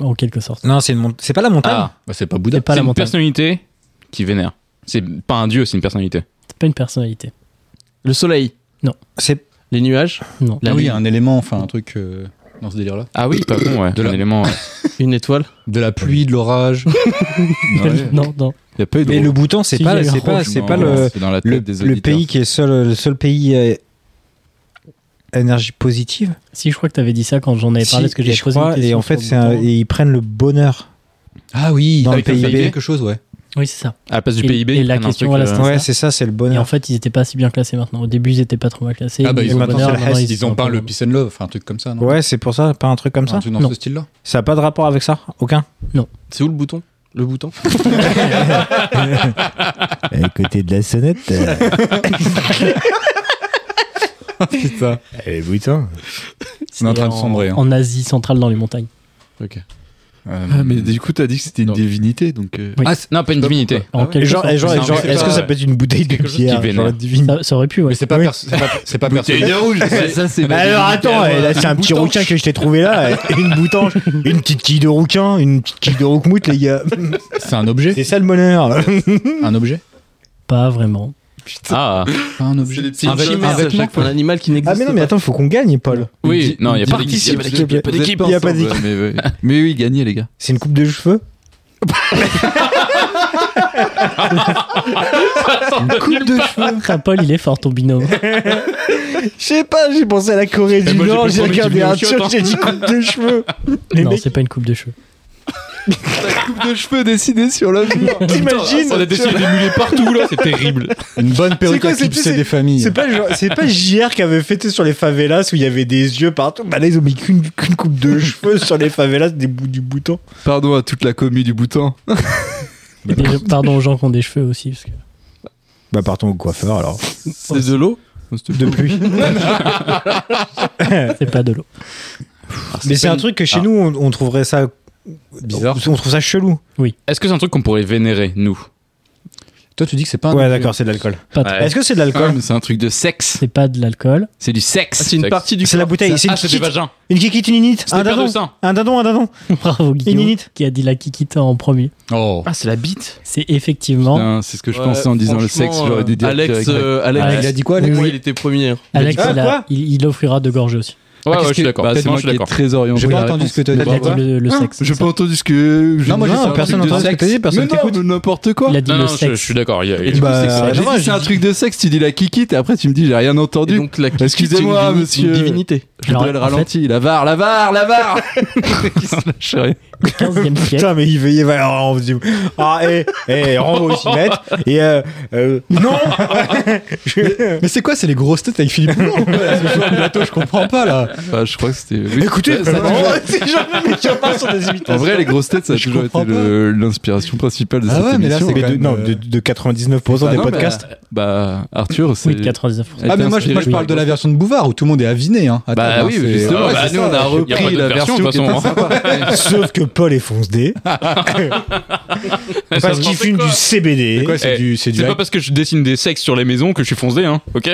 S2: En quelque sorte.
S1: Non, c'est une mon- c'est pas la montagne.
S3: Ah,
S11: Bah, c'est pas Bouddha.
S2: C'est pas
S3: c'est
S2: la
S3: une
S2: montagne,
S3: personnalité qui vénère. C'est pas un dieu, c'est une personnalité.
S2: c'est pas une personnalité.
S6: Le soleil.
S1: C'est
S6: Les nuages.
S2: Non.
S6: La
S11: Ah oui,
S6: lune.
S11: un élément, enfin un truc euh, dans ce délire-là.
S3: Ah oui, pas con, ouais.
S11: De
S3: un
S11: la-
S3: élément. ouais.
S6: Une étoile.
S11: De la pluie, de l'orage.
S2: non, non.
S11: Il y a pas eu de
S1: mais le bouton, c'est
S2: Si, il y
S1: pas
S2: a eu un
S1: c'est pas
S2: rouge,
S1: c'est pas le
S11: C'est dans la tête
S1: le,
S11: des
S1: le
S11: auditeurs.
S1: pays qui est seul le seul pays euh, énergie positive.
S2: Si, je crois que t'avais dit ça quand j'en avais parlé, parce
S1: Si,
S2: que
S1: et
S2: j'avais
S1: je
S2: posé une
S1: crois, et
S2: question
S1: en fait,
S2: sur
S1: c'est un-
S2: le Bhoutan.
S1: et ils prennent le bonheur.
S11: Ah oui,
S1: Dans
S11: ah,
S1: le
S11: il fallait
S1: PIB.
S11: quelque chose, ouais.
S2: Oui, c'est ça.
S3: À la place du
S2: Et-
S3: PIB.
S2: et la
S3: ils prennent un
S2: question,
S3: truc,
S2: voilà,
S3: euh,
S2: c'était- C'est
S1: Ouais,
S2: ça.
S1: c'est ça, c'est le
S2: Et
S1: bonheur.
S2: en fait, ils étaient pas si bien classés maintenant. Au début, ils étaient pas trop mal classés.
S11: Ah bah, ils
S1: ont-
S2: au
S1: maintenant,
S2: bonheur,
S1: c'est le
S2: maintenant,
S1: reste,
S11: Ils ont
S2: sont
S11: peint le
S2: pas
S11: Peace and Love, enfin un truc comme ça, non
S1: Ouais, c'est pour ça, pas un truc comme
S11: Un
S1: ça.
S11: truc dans
S2: Non.
S11: ce style-là.
S1: Ça a pas de rapport avec ça, aucun.
S6: C'est où le bouton Le bouton.
S1: À côté de la sonnette.
S11: Putain.
S1: Eh putain.
S2: C'est
S11: On est en train de sombrer, hein.
S2: En Asie centrale, dans les montagnes.
S4: Ah, mais du coup, t'as dit que c'était une
S11: Non.
S4: divinité, donc. euh,
S2: Oui.
S3: Ah, c'est- non, pas une divinité.
S2: En quelque
S1: genre,
S2: sorte.
S1: et genre,
S3: c'est
S1: et
S3: un-
S1: genre,
S3: c'est
S1: est-ce
S3: pas-
S1: que ça peut être une bouteille de
S3: quelque chose qui
S1: bière
S3: vénère.
S1: genre divine
S2: Ça, ça aurait pu, ouais.
S11: Mais c'est pas
S1: Oui.
S11: perso- c'est pas- c'est pas personnel.
S4: rouge Ça, c'est
S1: Bah alors attends, eh, là c'est un petit rouquin que je t'ai trouvé là, eh, une boutange, une petite quille de rouquin, une petite quille de rouquemoute les gars.
S11: C'est un objet
S1: C'est ça le bonheur.
S11: Un objet
S2: Pas vraiment.
S3: Ah,
S11: Pas un objet.
S3: c'est une
S11: vêtement,
S3: chimère.
S11: un vêtement.
S6: Un animal qui n'existe
S1: Ah
S6: pas.
S1: mais non mais attends, faut qu'on gagne Paul.
S3: Oui, non, il y a pas d'équipe.
S1: Participe,
S3: Il y a pas d'équipe. Il y a pas
S1: s'il te
S3: d'équipe.
S1: plaît. Il y a pas d'équipe.
S4: Mais, ouais. mais oui, gagnez, les gars.
S1: C'est une coupe de cheveux
S2: Coupe de cheveux. Paul, il est fort, ton binôme.
S1: Je sais pas, j'ai pensé à la Corée du
S3: moi, j'ai
S1: Nord,
S3: plus
S1: Eh, j'ai
S3: envie qu'il
S1: regardé
S3: me
S1: un
S3: chiotte,
S1: truc,
S3: hein.
S1: j'ai dit coupe de cheveux. Les
S2: non,
S1: mecs,
S2: c'est pas une coupe de cheveux.
S4: Coupe de cheveux dessinée sur le mur.
S1: t'imagines
S3: On a
S1: tu vois,
S3: décidé des mulets partout là, c'est terrible.
S5: une bonne perruque
S1: quoi,
S5: à
S1: c'est-
S5: clipser
S1: c'est-
S5: des familles.
S1: C'est pas, genre- c'est pas JR qui avait fêté sur les favelas où il y avait des yeux partout. Bah là ils ont mis qu'une qu'une coupe de cheveux sur les favelas des bouts du bouton.
S4: Pardon à toute la commu du bouton.
S2: Et des- pardon aux gens qui ont des cheveux aussi. Parce que...
S1: Bah partons au coiffeur alors.
S6: C'est de l'eau.
S1: De pluie. Ah,
S2: C'est pas de l'eau.
S1: Mais c'est un truc que chez nous, on, on trouverait ça
S11: Bizarre.
S1: On, on trouve ça chelou.
S3: Est-ce que c'est un truc qu'on pourrait vénérer, nous
S11: Toi, tu dis que c'est pas un
S1: Ouais,
S11: objet.
S1: d'accord, c'est de l'alcool.
S2: Pas
S3: Ouais.
S2: trop.
S1: Est-ce que Ah, c'est de l'alcool
S4: c'est un truc de sexe.
S2: C'est pas de l'alcool.
S4: C'est du sexe.
S6: Ah, C'est une
S3: Sexe.
S6: partie du
S1: C'est la bouteille. C'est une
S3: Ah, c'est des
S1: kikite.
S3: vagins.
S1: Une kikite, une init.
S3: C'est
S1: Un
S3: des paires de
S1: dindon.
S3: seins.
S1: Un dindon, un dindon.
S2: Bravo,
S1: Une
S2: Guillaume,
S1: minute.
S2: qui a dit la Kikita en premier.
S4: Oh.
S6: Ah, c'est la bite.
S2: C'est effectivement
S4: Putain, c'est ce que je pensais en disant le sexe. J'aurais dû dire.
S6: Alex,
S4: direct. Ah,
S6: euh, Alex,
S2: Alex, il a
S6: dit quoi
S2: Alex
S6: il était premier. hein.
S2: Alex,
S1: Ah,
S2: il, a-
S1: quoi
S2: il, il offrira de gorgées aussi.
S3: Ouais,
S4: qu'est-ce
S3: ouais, je suis
S4: que-
S3: d'accord.
S4: Bah, c'est
S3: Non,
S4: moi
S3: je suis
S4: qui est
S3: d'accord.
S4: très orienté.
S5: J'ai pas
S4: La
S5: entendu
S4: réponse.
S5: ce que t'as
S2: Il
S5: dit.
S4: Bah,
S2: a dit
S4: voilà.
S2: le, le sexe.
S4: J'ai
S2: c'est ça.
S4: pas entendu ce que.
S5: Non, moi, j'ai
S1: Non,
S5: fait un
S1: personne
S5: truc de
S1: n'entend ce que
S5: sexe.
S1: t'as dit, personne
S4: Mais non,
S1: t'écoute.
S4: mais n'importe quoi.
S2: Il a dit
S3: Non,
S2: le
S3: non, je, je
S2: sexe.
S3: suis d'accord. il y a-
S1: Et du coup,
S4: Bah,
S1: c'est-
S4: j'ai dit
S1: dommage.
S4: c'est un truc de sexe, tu dis la kikite et après tu me dis j'ai rien entendu.
S6: Et donc la kikite,
S4: Excusez-moi,
S6: c'est une divi-
S4: monsieur.
S6: Une divinité.
S4: je voudrais le
S2: en fait,
S4: ralenti, la var, la var, la var. Qui se lâche rien.
S2: au 15e siècle,
S1: Putain, mais il veillait. Ah, eh, eh, on va aussi mettre. Et euh, euh, non Je-
S5: Mais c'est quoi, c'est les grosses têtes avec Philippe Boulon ou quoi, là, ce soir, le plateau, je comprends pas là.
S4: Enfin, Bah, je crois que c'était. oui.
S1: Écoutez,
S4: Ça- ça-
S1: vraiment, c'est jamais mis sur part sur des imitations.
S4: en vrai, les grosses têtes, ça a
S5: Je
S4: toujours été
S5: comprends pas.
S4: le- l'inspiration principale de
S5: Ah
S4: cette
S5: ouais, mais là,
S4: émission.
S5: c'est
S1: Mais
S5: quand
S1: de,
S5: même,
S1: non,
S5: euh,
S1: de, de 99% des
S4: Bah non,
S1: podcasts.
S4: mais, euh, Bah, Arthur, c'est.
S2: oui, de 99%.
S4: Elle
S5: Ah, mais
S4: était
S5: moi, je, moi, je
S4: inspirée
S5: parle de la version de Bouvard où tout le monde est aviné. Hein. Attends,
S4: Bah
S5: hein,
S4: oui,
S5: c'est-
S4: justement.
S5: ouais,
S4: bah,
S5: c'est
S4: nous,
S5: ça.
S4: on
S3: Il y
S4: a
S3: a pas d'autre
S4: repris la
S3: version,
S4: version.
S3: de toute
S4: qui était
S3: façon,
S4: sympa.
S1: Sauf que Paul et Fonce D. parce qu'ils fument du CBD.
S4: Quoi, c'est
S3: Eh,
S4: du. C'est du.
S3: C'est pas parce que je dessine des sexes sur les maisons que je suis foncé, hein, ok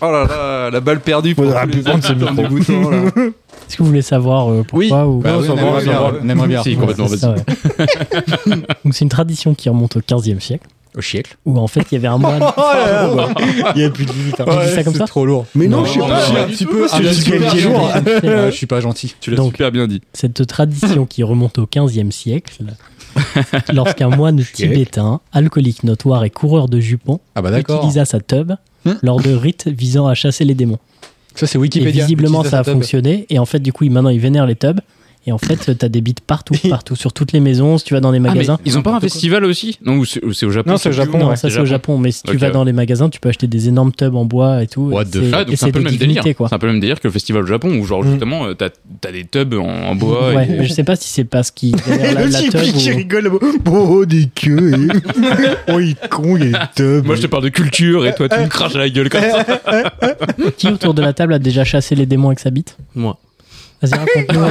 S4: Oh là là, la balle perdue pour
S1: Faudra
S4: tous les
S1: plus prendre ce
S4: acteurs
S1: micro.
S4: dégoûtants, là.
S2: Est-ce que vous voulez savoir euh,
S4: Oui.
S2: pourquoi ou...
S4: Bah oui, on
S5: aimerait
S4: aimerait bien,
S5: bien,
S4: ouais.
S5: on aimerait bien.
S3: Si, complètement,
S2: C'est
S3: vas-y.
S2: ça, ouais. Donc c'est une tradition qui remonte au 15e siècle,
S3: Au siècle.
S2: où en fait il y avait un moine.
S1: Oh là là, Il n'y a plus de limite. hein.
S2: J'ai dit ça comme ça
S5: trop lourd. Mais non, je suis pas.
S4: non,
S5: un
S4: du
S5: petit
S4: tout,
S5: peu.
S4: parce
S5: un
S4: que
S5: petit peu
S1: j'ai gagné.
S5: gentil.
S1: jour.
S5: Euh, Je suis pas gentil.
S3: Tu l'as
S2: Donc-
S3: super bien dit.
S2: Cette tradition qui remonte au 15e siècle, lorsqu'un moine tibétain, alcoolique notoire et coureur de jupons,
S5: Ah bah d'accord.
S2: utilisa sa teub
S5: Hmm.
S2: lors de rites visant à chasser les démons.
S5: Ça c'est
S2: Et
S5: Wikipédia.
S2: visiblement
S5: Utilise
S2: ça a
S5: sa table.
S2: fonctionné, et en fait du coup il- maintenant ils vénèrent les tubs, et en fait t'as des bites partout, partout, sur toutes les maisons, si tu vas dans
S5: Ah,
S2: les magasins.
S3: ils ont pas un festival aussi Non, ou c'est ou c'est au Japon
S1: Non, c'est au
S3: je sais plus.
S1: Japon,
S2: Non,
S1: ouais.
S2: ça c'est au Japon, mais si tu
S3: Ok,
S2: vas
S3: ouais.
S2: dans les magasins, tu peux acheter des énormes tubs en bois et tout.
S4: What
S2: et
S4: the
S2: c'est-
S3: Ah,
S2: et
S3: donc c'est
S2: c'est
S3: un peu
S2: des
S3: le même
S2: divinités,
S3: délire.
S2: quoi.
S3: C'est un peu le même délire que le festival au Japon où genre
S1: Mm.
S3: justement euh, t'as t'as des tubs en, en bois.
S2: Ouais,
S3: et-
S2: mais je sais pas si c'est parce qu'il vénère la,
S1: le
S2: la
S1: type
S2: teub
S1: qui
S2: ou-
S1: rigole. là-bas. Bon, oh, des queues. eh. oh, il est con, il est teub.
S3: Moi je te parle de culture et toi tu me craches à la gueule comme ça.
S2: Qui autour de la table a déjà chassé les démons avec sa bite
S3: Moi.
S2: Vas-y, raconte-nous.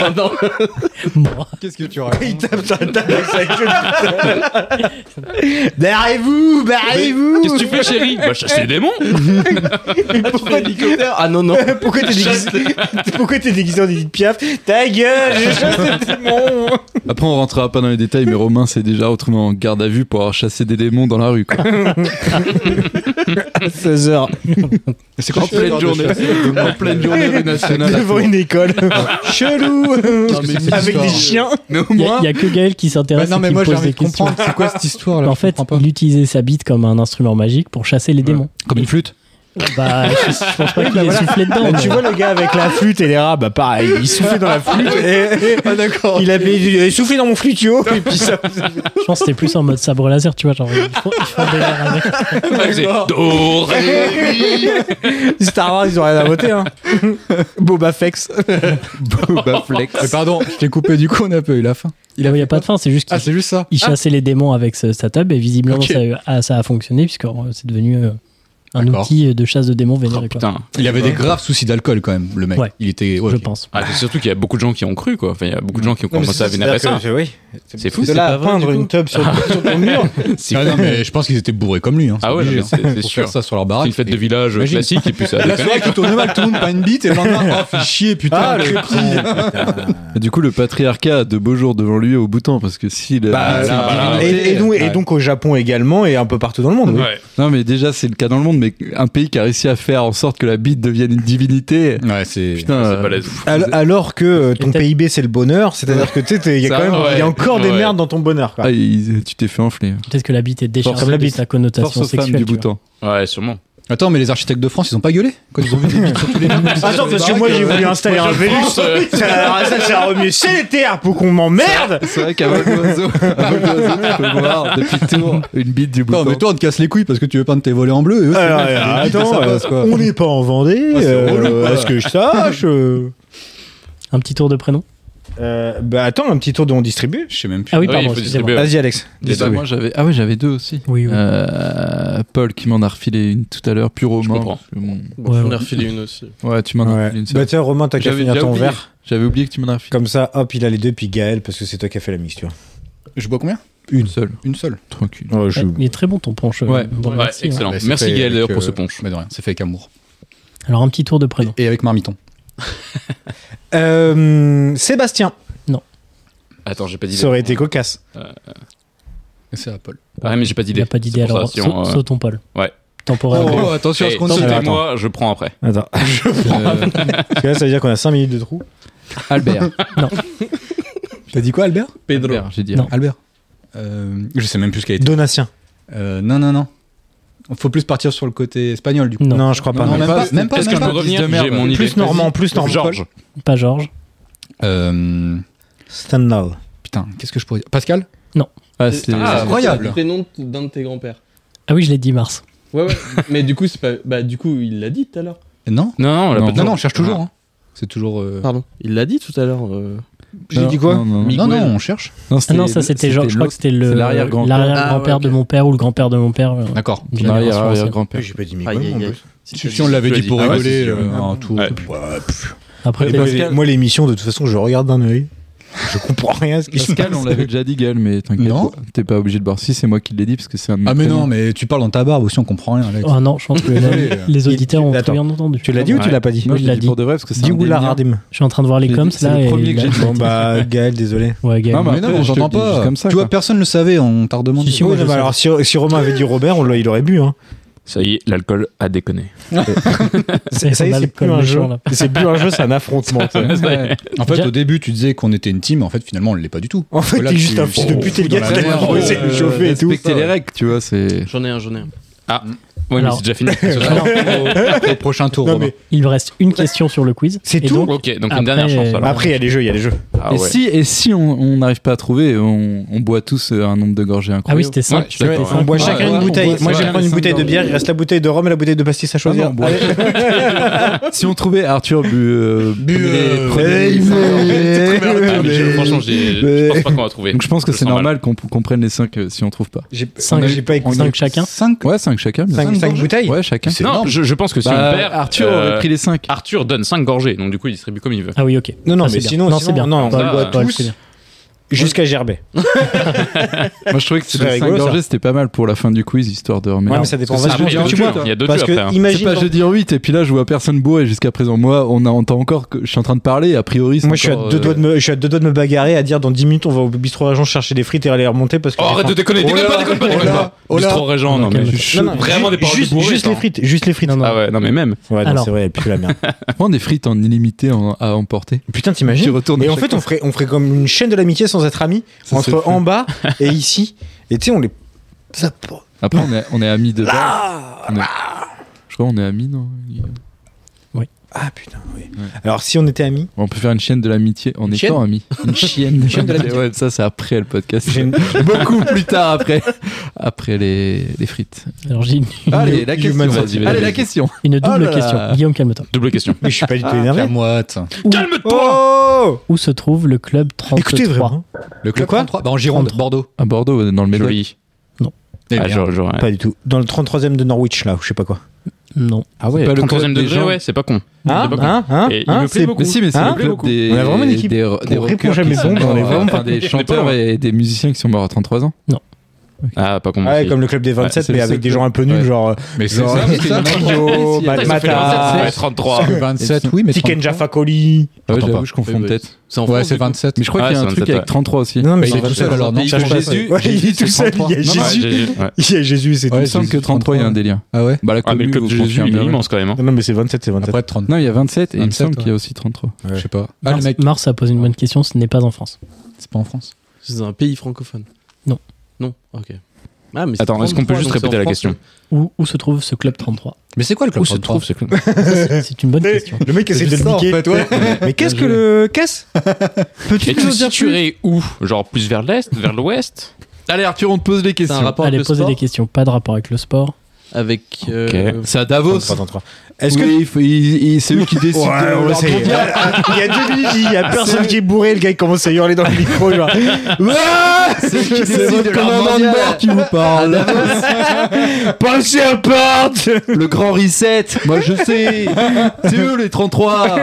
S5: Ah,
S2: Moi.
S5: Qu'est-ce que tu racontes
S1: Il tape sa table avec sa queue, putain. Barrez-vous, barrez-vous.
S3: Qu'est-ce que tu fais chérie Bah je chasse les démons
S1: Pourquoi
S6: Hélicoptère Ah non, non.
S1: Pourquoi t'es déguisé Pourquoi t'es déguisé en Edith Piaf Ta gueule, je chasse le démon
S4: Après, on rentrera pas dans les détails, mais Romain s'est déjà retrouvé en garde à vue pour avoir chassé des démons dans la rue. Quoi.
S1: 16h
S4: C'est en pleine journée. en pleine journée rue nationale.
S1: devant une école. Chelou Avec des chiens
S4: chiens. Mais au
S2: Il y, a-
S4: moins,
S2: il y a que Gaël qui
S5: Bah
S2: s'intéresse
S5: non,
S2: et
S5: mais
S2: qui
S5: moi j'ai
S2: pose
S5: envie
S2: des
S5: de
S2: questions.
S5: comprendre c'est quoi cette histoire là
S2: en
S5: je
S2: fait,
S5: comprends pas.
S2: il utilisait sa bite comme un instrument magique pour chasser les démons.
S4: comme une flûte.
S2: Bah, je, je pense pas qu'il ait soufflé dedans.
S1: Bah, Tu
S2: mais-
S1: vois le gars avec la flûte et les rats, bah pareil, il soufflait dans la flûte et, et- il avait il a soufflé dans mon flutio et puis ça
S2: Je pense que c'était plus en mode sabre laser, tu vois. Genre, ils font, ils font des verres avec.
S3: Ah, c'est Do, ré.
S1: Star Wars ils ont rien à voter hein. Boba Fex.
S4: Boba Flex.
S5: Mais pardon, je t'ai coupé du coup, on a pas eu la fin.
S2: Il n'y a pas de fin, c'est juste qu'il
S5: Ah, c'est juste ça.
S2: il chassait les démons avec ce- sa table et visiblement
S5: Ok.
S2: ça, a eu- ah, ça a fonctionné puisque euh, c'est devenu euh, un
S5: D'accord.
S2: outil de chasse de démons vénéré. quoi.
S3: Ah, Oh, Putain.
S5: Il avait des
S4: Ah,
S5: graves soucis d'alcool quand même, le mec.
S2: Ouais.
S5: Il était. ouais,
S2: je
S5: ok.
S2: pense.
S3: Ah, c'est surtout qu'il y a beaucoup de gens qui ont cru quoi. Enfin il y a beaucoup de gens qui ont commencé à vénérer ça.
S1: oui.
S3: C'est fou.
S1: De là à peindre une tub sur, sur ton mur.
S5: Ah non, mais je pense qu'ils étaient bourrés comme lui. Hein,
S3: Ah ouais,
S5: obligé,
S3: non, mais
S5: hein,
S3: c'est- c'est
S5: pour
S3: sûr.
S5: faire ça sur leur
S3: C'est
S5: baraque.
S3: une fête
S5: Et
S3: de village
S5: Imagine.
S3: classique et puis ça.
S5: La soirée qui tourne mal, tout le monde pas une bite et le lendemain, oh, fait chier, putain, le cri.
S4: Et Ah, du coup, le patriarcat a de beaux jours devant lui au bouton parce que s'il. a-
S5: Bah, là, bah, là.
S1: Et, et donc, et donc au Japon également et un peu partout dans le monde. oui.
S3: Ouais.
S4: Non, mais déjà, c'est le cas dans le monde, mais un pays qui a réussi à faire en sorte que la bite devienne une divinité.
S5: Ouais, c'est.
S4: Putain,
S3: C'est
S4: euh,
S3: balèze.
S1: Al- Alors que euh, ton
S2: Et t'as-
S1: PIB c'est le bonheur, c'est-à-dire que tu sais, t'es- il y a
S3: Ça,
S1: quand même, il y a
S3: ouais.
S1: encore des
S3: Ouais.
S1: merdes dans ton bonheur. Quoi.
S4: ah, il- tu t'es fait enfler.
S2: Peut-être que la bite est déchargée
S1: comme la
S2: de
S1: bite.
S2: sa
S4: Force
S2: connotation
S4: aux femmes
S2: sexuelle.
S4: du
S2: tu vois.
S4: bouton.
S3: Ouais, sûrement.
S5: Attends, mais les architectes de France, ils ont pas gueulé quand ils ont vu des bites sur tous les murs
S1: Attends, parce que moi j'ai voulu installer un Vélus,
S3: euh,
S1: ça, ça, ça a remué c'est les terres pour qu'on m'emmerde
S4: C'est vrai qu'à vol d'oiseau, à vol d'oiseau, tu peux voir depuis tour une bite du bouton.
S5: Non, mais toi, on te casse les couilles parce que tu veux peindre tes volets en bleu. Et eux, c'est-
S1: Alors,
S5: des bites et
S1: attends,
S5: ça
S1: euh,
S5: passe, quoi.
S1: on n'est pas en Vendée,
S5: Ah, c'est
S1: euh,
S5: relou, quoi.
S1: à ce que je sache. euh.
S2: Un petit tour de prénom
S1: Euh, bah attends, un petit tour de on distribue.
S5: Je sais même plus.
S2: Ah oui,
S3: Ouais,
S2: pardon,
S3: il faut
S2: excusez-moi.
S3: distribuer.
S1: Vas-y Alex.
S4: Et bah, moi, j'avais, ah ouais, j'avais deux aussi.
S2: Oui, oui.
S4: Euh, Paul qui m'en a refilé une tout à l'heure, pure au
S3: Je
S4: main,
S3: comprends.
S4: parce que bon,
S2: Ouais,
S6: J'en
S2: ouais.
S6: ai refilé une aussi.
S4: Ouais, tu m'en as
S1: Ouais.
S4: refilé une seule.
S1: Bah tiens Romain, t'as qu'à
S4: J'avais
S1: finir
S4: déjà
S1: ton
S4: oublié.
S1: verre.
S4: J'avais oublié que tu m'en as refilé
S1: Comme ça, hop, il a les deux, puis Gaël, parce que c'est toi qui as fait la mixture.
S5: Je bois combien
S4: une seule,
S5: Une seule.
S4: tranquille.
S2: Eh, Il est très bon ton punch. euh,
S4: Ouais.
S2: bon,
S3: Ouais,
S2: merci, hein.
S3: excellent.
S5: Bah, c'est
S3: Merci
S5: fait
S3: Gaël d'ailleurs
S5: avec,
S3: pour ce
S5: euh,
S3: punch.
S5: Mais de rien, c'est fait avec amour.
S2: Alors, un petit tour de prénom.
S5: Et avec Marmiton.
S1: Euh, Sébastien,
S3: Attends, j'ai pas d'idée.
S1: ça aurait été cocasse.
S5: Et C'est Apple.
S3: Ouais, Ah, mais j'ai pas
S2: Il
S3: d'idée.
S2: n'a pas d'idée,
S3: C'est pour
S2: alors
S3: ça, si on,
S2: sau-
S3: euh,
S2: sautons Paul.
S3: Ouais.
S2: Temporairement.
S5: attention
S3: Hey,
S5: dit.
S3: sautez-moi, je prends après.
S1: Attends, parce que là ça veut dire qu'on a 5 minutes de trou.
S4: Albert.
S5: T'as dit quoi, Albert
S4: Pedro. j'ai dit.
S2: Non.
S5: Albert. Euh, je sais même plus ce qu'elle était.
S1: Donatien.
S5: Euh, non, non, non. Faut plus partir sur le côté espagnol, du coup.
S1: Non,
S2: Non.
S1: je crois
S5: Non,
S1: pas.
S5: non,
S1: non.
S5: même pas. Même pas,
S3: Est-ce
S5: même
S3: que je peux
S5: pas.
S3: revenir
S4: merde.
S3: J'ai mon idée.
S1: plus normand, plus normand.
S3: Georges.
S2: Pas Georges.
S5: Euh,
S1: Stendhal.
S5: putain, qu'est-ce que je pourrais dire Pascal
S4: Ah, c'est-
S5: Ah, incroyable.
S6: C'est le prénom d'un de tes grands-pères.
S2: Ah oui, je l'ai dit, Mars.
S6: Ouais, ouais. mais du coup, c'est pas. Bah, du coup, il l'a dit tout à l'heure.
S5: Non
S3: Non, non, on l'a pas
S4: Non.
S5: Non,
S3: toujours.
S5: non, on cherche toujours. hein. C'est toujours. euh,
S6: Pardon. Il l'a dit tout à l'heure. euh.
S1: Ah, J'ai dit quoi
S4: Non, non, non.
S5: Miguel.
S4: non, non, on cherche.
S2: Ah non, ça c'était genre, je crois que c'était le
S4: c'est l'arrière-grand-père.
S2: l'arrière-grand-père
S6: Ah, ouais,
S2: de
S6: ok.
S2: mon père ou le grand-père de mon père. euh,
S4: D'accord.
S2: d'une génération ancienne.
S3: grand-père.
S5: J'ai pas dit
S6: Aïe,
S5: Miguel.
S6: aïe,
S5: mon
S6: aïe.
S5: pote.
S4: Si on l'avait dit pour
S3: Ah ouais,
S4: rigoler,
S3: si, si,
S4: euh, en tout.
S3: Ouais.
S1: Ouais, pff.
S2: Après,
S1: Et
S2: t'as-
S1: Pascal- Moi, l'émission, de toute façon, je regarde d'un œil. Je comprends rien à ce qui se
S4: Pascal,
S1: passe.
S4: on l'avait déjà dit, Gaël, mais t'inquiète,
S10: Non.
S4: pas, t'es pas obligé de boire. Si, c'est moi qui l'ai dit parce que c'est un. de mes
S10: Ah, mais non,
S4: prénoms.
S10: mais tu parles dans ta barbe aussi, on comprend rien, Alex.
S2: Ah non, je pense que là,
S10: Désolé.
S2: les auditeurs ont très
S1: Attends.
S2: bien entendu.
S1: Tu l'as dit ou tu
S3: Ouais.
S1: l'as pas dit
S4: Non,
S2: Oui,
S4: je
S2: il
S4: l'ai
S2: l'a
S4: dit
S2: dit.
S4: pour de vrai parce que c'est.
S1: Dis
S4: un des
S1: Oula
S4: miens.
S1: Radim.
S2: Je suis en train de voir les
S4: Je l'ai
S2: coms
S4: dit, c'est
S2: là.
S4: le
S2: et
S4: premier
S2: il
S4: que
S2: a-
S4: j'ai dit.
S1: Bon, bah, Gaël, désolé.
S2: Ouais, gars.
S4: Non, mais
S10: Mais
S4: après,
S10: non,
S4: je te
S10: j'entends
S4: le dis
S10: pas.
S4: juste comme ça.
S10: tu vois,
S4: quoi.
S10: personne ne le savait, on t'a redemandé.
S2: Si, si,
S1: Ouais,
S2: moi,
S1: non,
S2: je
S1: bah
S2: sais.
S1: alors, si, si Romain avait dit Robert, on l'a- il aurait bu. Hein.
S3: Ça y est, l'alcool a déconné.
S1: C'est- Ça y est,
S2: Ronald
S1: c'est plus un
S2: Colmachan,
S1: jeu.
S2: là.
S1: C'est plus un jeu, c'est un affrontement. tu sais.
S10: Ouais. En fait,
S2: Déjà-
S10: au début, tu disais qu'on était une team, en fait, finalement, on ne l'est pas du tout.
S1: En fait,
S10: Voilà,
S1: t'es
S10: tu-
S1: juste un fils de
S10: Oh,
S1: pute et le
S10: dans la
S1: gars, t'as
S10: merde.
S1: proposé de le chauffer et tout.
S4: Respecter les règles, tu vois, c'est.
S3: J'en ai un, j'en ai un. Ah, ouais, mais
S2: Alors-
S3: c'est déjà fini.
S10: Au prochain tour,
S1: Non,
S10: Romain.
S1: mais
S2: Il me reste une question sur le quiz.
S1: C'est
S2: Et
S1: tout
S2: donc,
S3: ok, donc
S2: Après,
S3: une dernière chance
S2: euh,
S3: alors.
S1: Bah, Après, il y a les jeux, il y a les jeux.
S3: Ah
S4: et,
S3: ouais.
S4: si, et si on on n'arrive pas à trouver, on, on boit tous euh, un nombre de gorgées
S2: Ah oui,
S4: incroyable.
S2: c'était
S3: Ouais,
S2: simple.
S3: je suis d'accord,
S1: On
S3: ouais.
S1: boit
S4: Ouais,
S1: chacun
S4: ouais,
S1: une
S4: on
S1: bouteille.
S4: boit
S1: Moi, je
S4: chacun
S1: vais prendre une
S4: cinq
S1: bouteille de
S4: gorgées.
S1: bière, il reste la bouteille de rhum et la bouteille de pastis à
S4: Ah
S1: choisir.
S4: non, on boit.
S1: Allez.
S4: si on trouvait Arthur bu. euh, bu- les premiers-
S1: Hey,
S3: Ah, mais je-
S1: mais-
S3: franchement, j'ai- je pense pas qu'on va trouver.
S4: Donc je pense que
S3: Je
S4: c'est
S3: sens mal.
S4: normal qu'on qu'on prenne les 5 si on trouve pas.
S1: J'ai
S2: Cinq,
S1: on a- j'ai pas écouté.
S2: cinq chacun.
S10: 5
S4: Ouais, 5 chacun. bien
S1: Cinq
S4: sûr.
S1: cinq bouteilles
S4: Ouais, chacun.
S10: C'est
S3: Non,
S10: énorme.
S3: je, je pense que si
S4: Bah,
S3: on perd,
S4: Arthur
S3: euh,
S4: aurait pris les 5.
S3: Arthur donne 5 gorgées, donc du coup il distribue comme il veut.
S2: Ah oui, ok.
S1: Non, non,
S2: Ah,
S1: mais
S2: c'est bien.
S1: sinon,
S2: non,
S1: sinon,
S2: c'est bien.
S1: non, on
S2: Paul,
S3: le boit
S2: Paul,
S1: tous.
S2: c'est bien.
S1: Jusqu'à Gerbet.
S4: Moi, je trouvais que
S1: très
S4: les 5
S1: rigolo, ça.
S4: gorgées, c'était pas mal pour la fin du quiz, histoire de
S1: Ouais,
S4: remettre.
S1: mais ça dépend
S4: Parce que
S1: vachement
S3: après,
S1: de ce que tu
S3: il y a
S1: bois.
S3: deux jeux, il y a deux
S1: Parce
S3: jeux après, hein.
S1: que
S4: C'est
S1: imagine.
S4: pas
S1: dans-
S4: jeudi en 8 et puis là je vois personne bourré jusqu'à présent. Moi on entend encore que je suis en train de parler a priori. c'est
S1: Moi, je suis, à
S4: encore,
S1: deux
S4: euh,
S1: doigts de me, je suis à deux doigts de me bagarrer à dire dans 10 minutes on va au bistrot Régent chercher des frites et aller les remonter parce que.
S3: Oh,
S1: j'ai
S3: arrête
S1: faim.
S3: de déconner, déconne pas, déconne pas, déconne pas. Juste trop régent, non mais.
S2: calme-toi.
S1: Non, non,
S3: Vraiment
S1: ju-
S3: des paroles de
S1: juste,
S3: bourré,
S1: juste les
S3: quoi.
S1: frites, juste les frites.
S2: Non, non.
S3: Ah ouais, non mais même.
S1: Ouais, non,
S2: Alors.
S1: c'est vrai, elle pue la merde.
S4: Prends des frites en illimité en- à emporter.
S1: Putain,
S4: Tu
S1: t'imagines
S4: retournes.
S1: Et
S4: à
S1: en
S4: chaque
S1: fait, on ferait, on ferait comme une chaîne de l'amitié sans être amis
S4: Ça serait
S1: entre
S4: fou.
S1: en bas et ici. Et tu sais, on les. Ça-
S4: Après, on est, on est amis de base. On est- Je crois qu'on est amis, non
S1: Ah putain, oui. Alors, si on était amis,
S4: On peut faire une chaîne de l'amitié en
S1: chienne
S4: étant amis. Une chienne,
S1: de l'amitié.
S4: Ouais, ça, c'est après le podcast.
S1: j'ai une-
S4: Beaucoup plus tard après. Après les, les frites.
S2: Alors j'ai une,
S4: Allez, la question.
S1: human
S4: vas-y,
S1: centipede.
S4: Allez, la question.
S2: une double
S4: là.
S2: question. Guillaume, calme-toi.
S3: Double question.
S1: mais je suis pas du tout énervé.
S10: La
S7: Ah,
S10: moite.
S3: Ah,
S1: Oh
S2: Où se trouve le club 33
S1: Écoutez, vraiment.
S10: Le club
S1: quoi
S10: 33 bah, En Gironde, Bordeaux.
S4: À Bordeaux, dans le Médoc.
S3: Joli.
S10: Eh
S3: Ah,
S10: bien.
S3: genre, genre, ouais.
S1: Pas du tout. Dans le 33ème de Norwich, là, ou je sais pas quoi.
S2: Non.
S4: Ah
S3: Ouais,
S4: pas le
S3: 33ème
S4: club des
S3: degré,
S4: gens.
S3: ouais, c'est pas con.
S1: Hein
S3: C'est pas con.
S1: Hein Hein
S3: Et il
S1: Hein
S3: me plaît
S1: C'est-
S3: beaucoup.
S4: Mais si, mais c'est
S1: Hein
S4: le club
S3: beaucoup.
S4: des.
S1: On a vraiment une équipe.
S4: Des, des
S1: répond
S4: rockers
S1: jamais
S4: qui
S1: bon,
S4: sont-
S1: on est vraiment
S4: enfin,
S1: pas-
S4: des
S3: on est pas
S4: chanteurs
S3: loin.
S4: et des musiciens qui sont morts à 33 ans.
S3: Ah, pas con.
S1: Ah ouais,
S3: aussi.
S1: comme le club des 27,
S4: c'est
S1: mais
S4: le
S1: avec
S4: seul
S1: des
S4: club.
S1: gens un peu nuls,
S4: Ouais.
S1: genre.
S10: Mais c'est
S1: Genre,
S10: ça, mais ça.
S1: Mario,
S4: Ah,
S3: Putain, ça fait
S1: Matmata,
S3: 27, ouais, 33.
S10: Le 27, oui, mais
S1: Tiken
S10: 33.
S1: Jaffa Coli.
S4: Ouais,
S10: J'entends
S4: j'avoue,
S10: pas.
S4: je confonds
S3: Ouais,
S4: peut-être.
S3: C'est en
S10: Ouais,
S3: France,
S10: c'est
S3: du coup.
S10: 27.
S4: Mais je crois
S3: Ouais,
S4: qu'il y a
S3: c'est
S4: un truc
S3: 27,
S4: avec
S3: ouais.
S4: 33 aussi.
S1: Non, mais
S10: il est tout seul alors, non
S1: Cherche pas ça. Ouais, il est tout seul, il y a
S10: Non,
S3: Ouais,
S1: Jésus.
S3: j'ai- ouais.
S1: Il y a Jésus, c'est
S4: Il me
S1: tout.
S10: Ouais,
S4: semble que
S10: Jésus,
S4: 33, il y a un
S10: 33.
S4: délire.
S10: Ah ouais
S4: Bah, la
S3: Ah, mais le
S4: commune,
S3: club de
S4: vous
S3: Jésus, il est
S4: confirmerez.
S3: immense quand même. hein.
S1: Non, non, mais c'est 27, c'est 27.
S10: Après 30,
S4: Non, il y a 27 et il me
S10: 27,
S4: semble qu'il y a aussi 33.
S10: je sais pas. Ah, le
S2: Mars,
S10: mec,
S2: Mars a posé une bonne question, ce n'est pas en France.
S10: c'est pas en France.
S6: C'est dans un pays francophone.
S2: Non.
S6: Non, ok. Ah, mais c'est
S3: Attends, est-ce qu'on peut
S6: 33,
S3: juste
S6: donc c'est
S3: répéter
S6: en
S3: la
S6: France.
S3: question
S2: Où, où se trouve ce club 33
S10: Mais c'est quoi le club
S3: Où se trouve ce club
S2: C'est c'est une bonne question.
S1: Le mec essaie de
S10: juste
S1: le
S10: ça, en
S1: niquer.
S10: fait, ouais.
S1: Mais qu'est-ce que le casse Peux-tu
S3: Et
S1: nous
S3: tu
S1: en dire plus
S3: situerais où Genre plus vers l'est, vers l'ouest
S4: Allez, Arthur, on te pose les
S6: C'est un
S4: questions.
S6: rapport
S2: Allez,
S6: avec le
S2: posez
S6: sport
S2: des questions. Pas de rapport avec le sport.
S6: Avec. euh,
S4: C'est à Davos.
S1: 33. Est-ce que
S4: Oui, il faut- il- il- c'est eux qui décident
S1: Ouais,
S4: de
S1: on
S4: l'ordre
S1: sait. Il y
S4: mondial.
S1: a il y a deux minutes, il y a personne qui est bourré, le gars il commence à hurler dans le micro. Genre.
S4: C'est votre commandant de bord qui vous parle.
S1: Pensez à porte
S4: Le grand reset. Moi, je sais. C'est eux, les 33.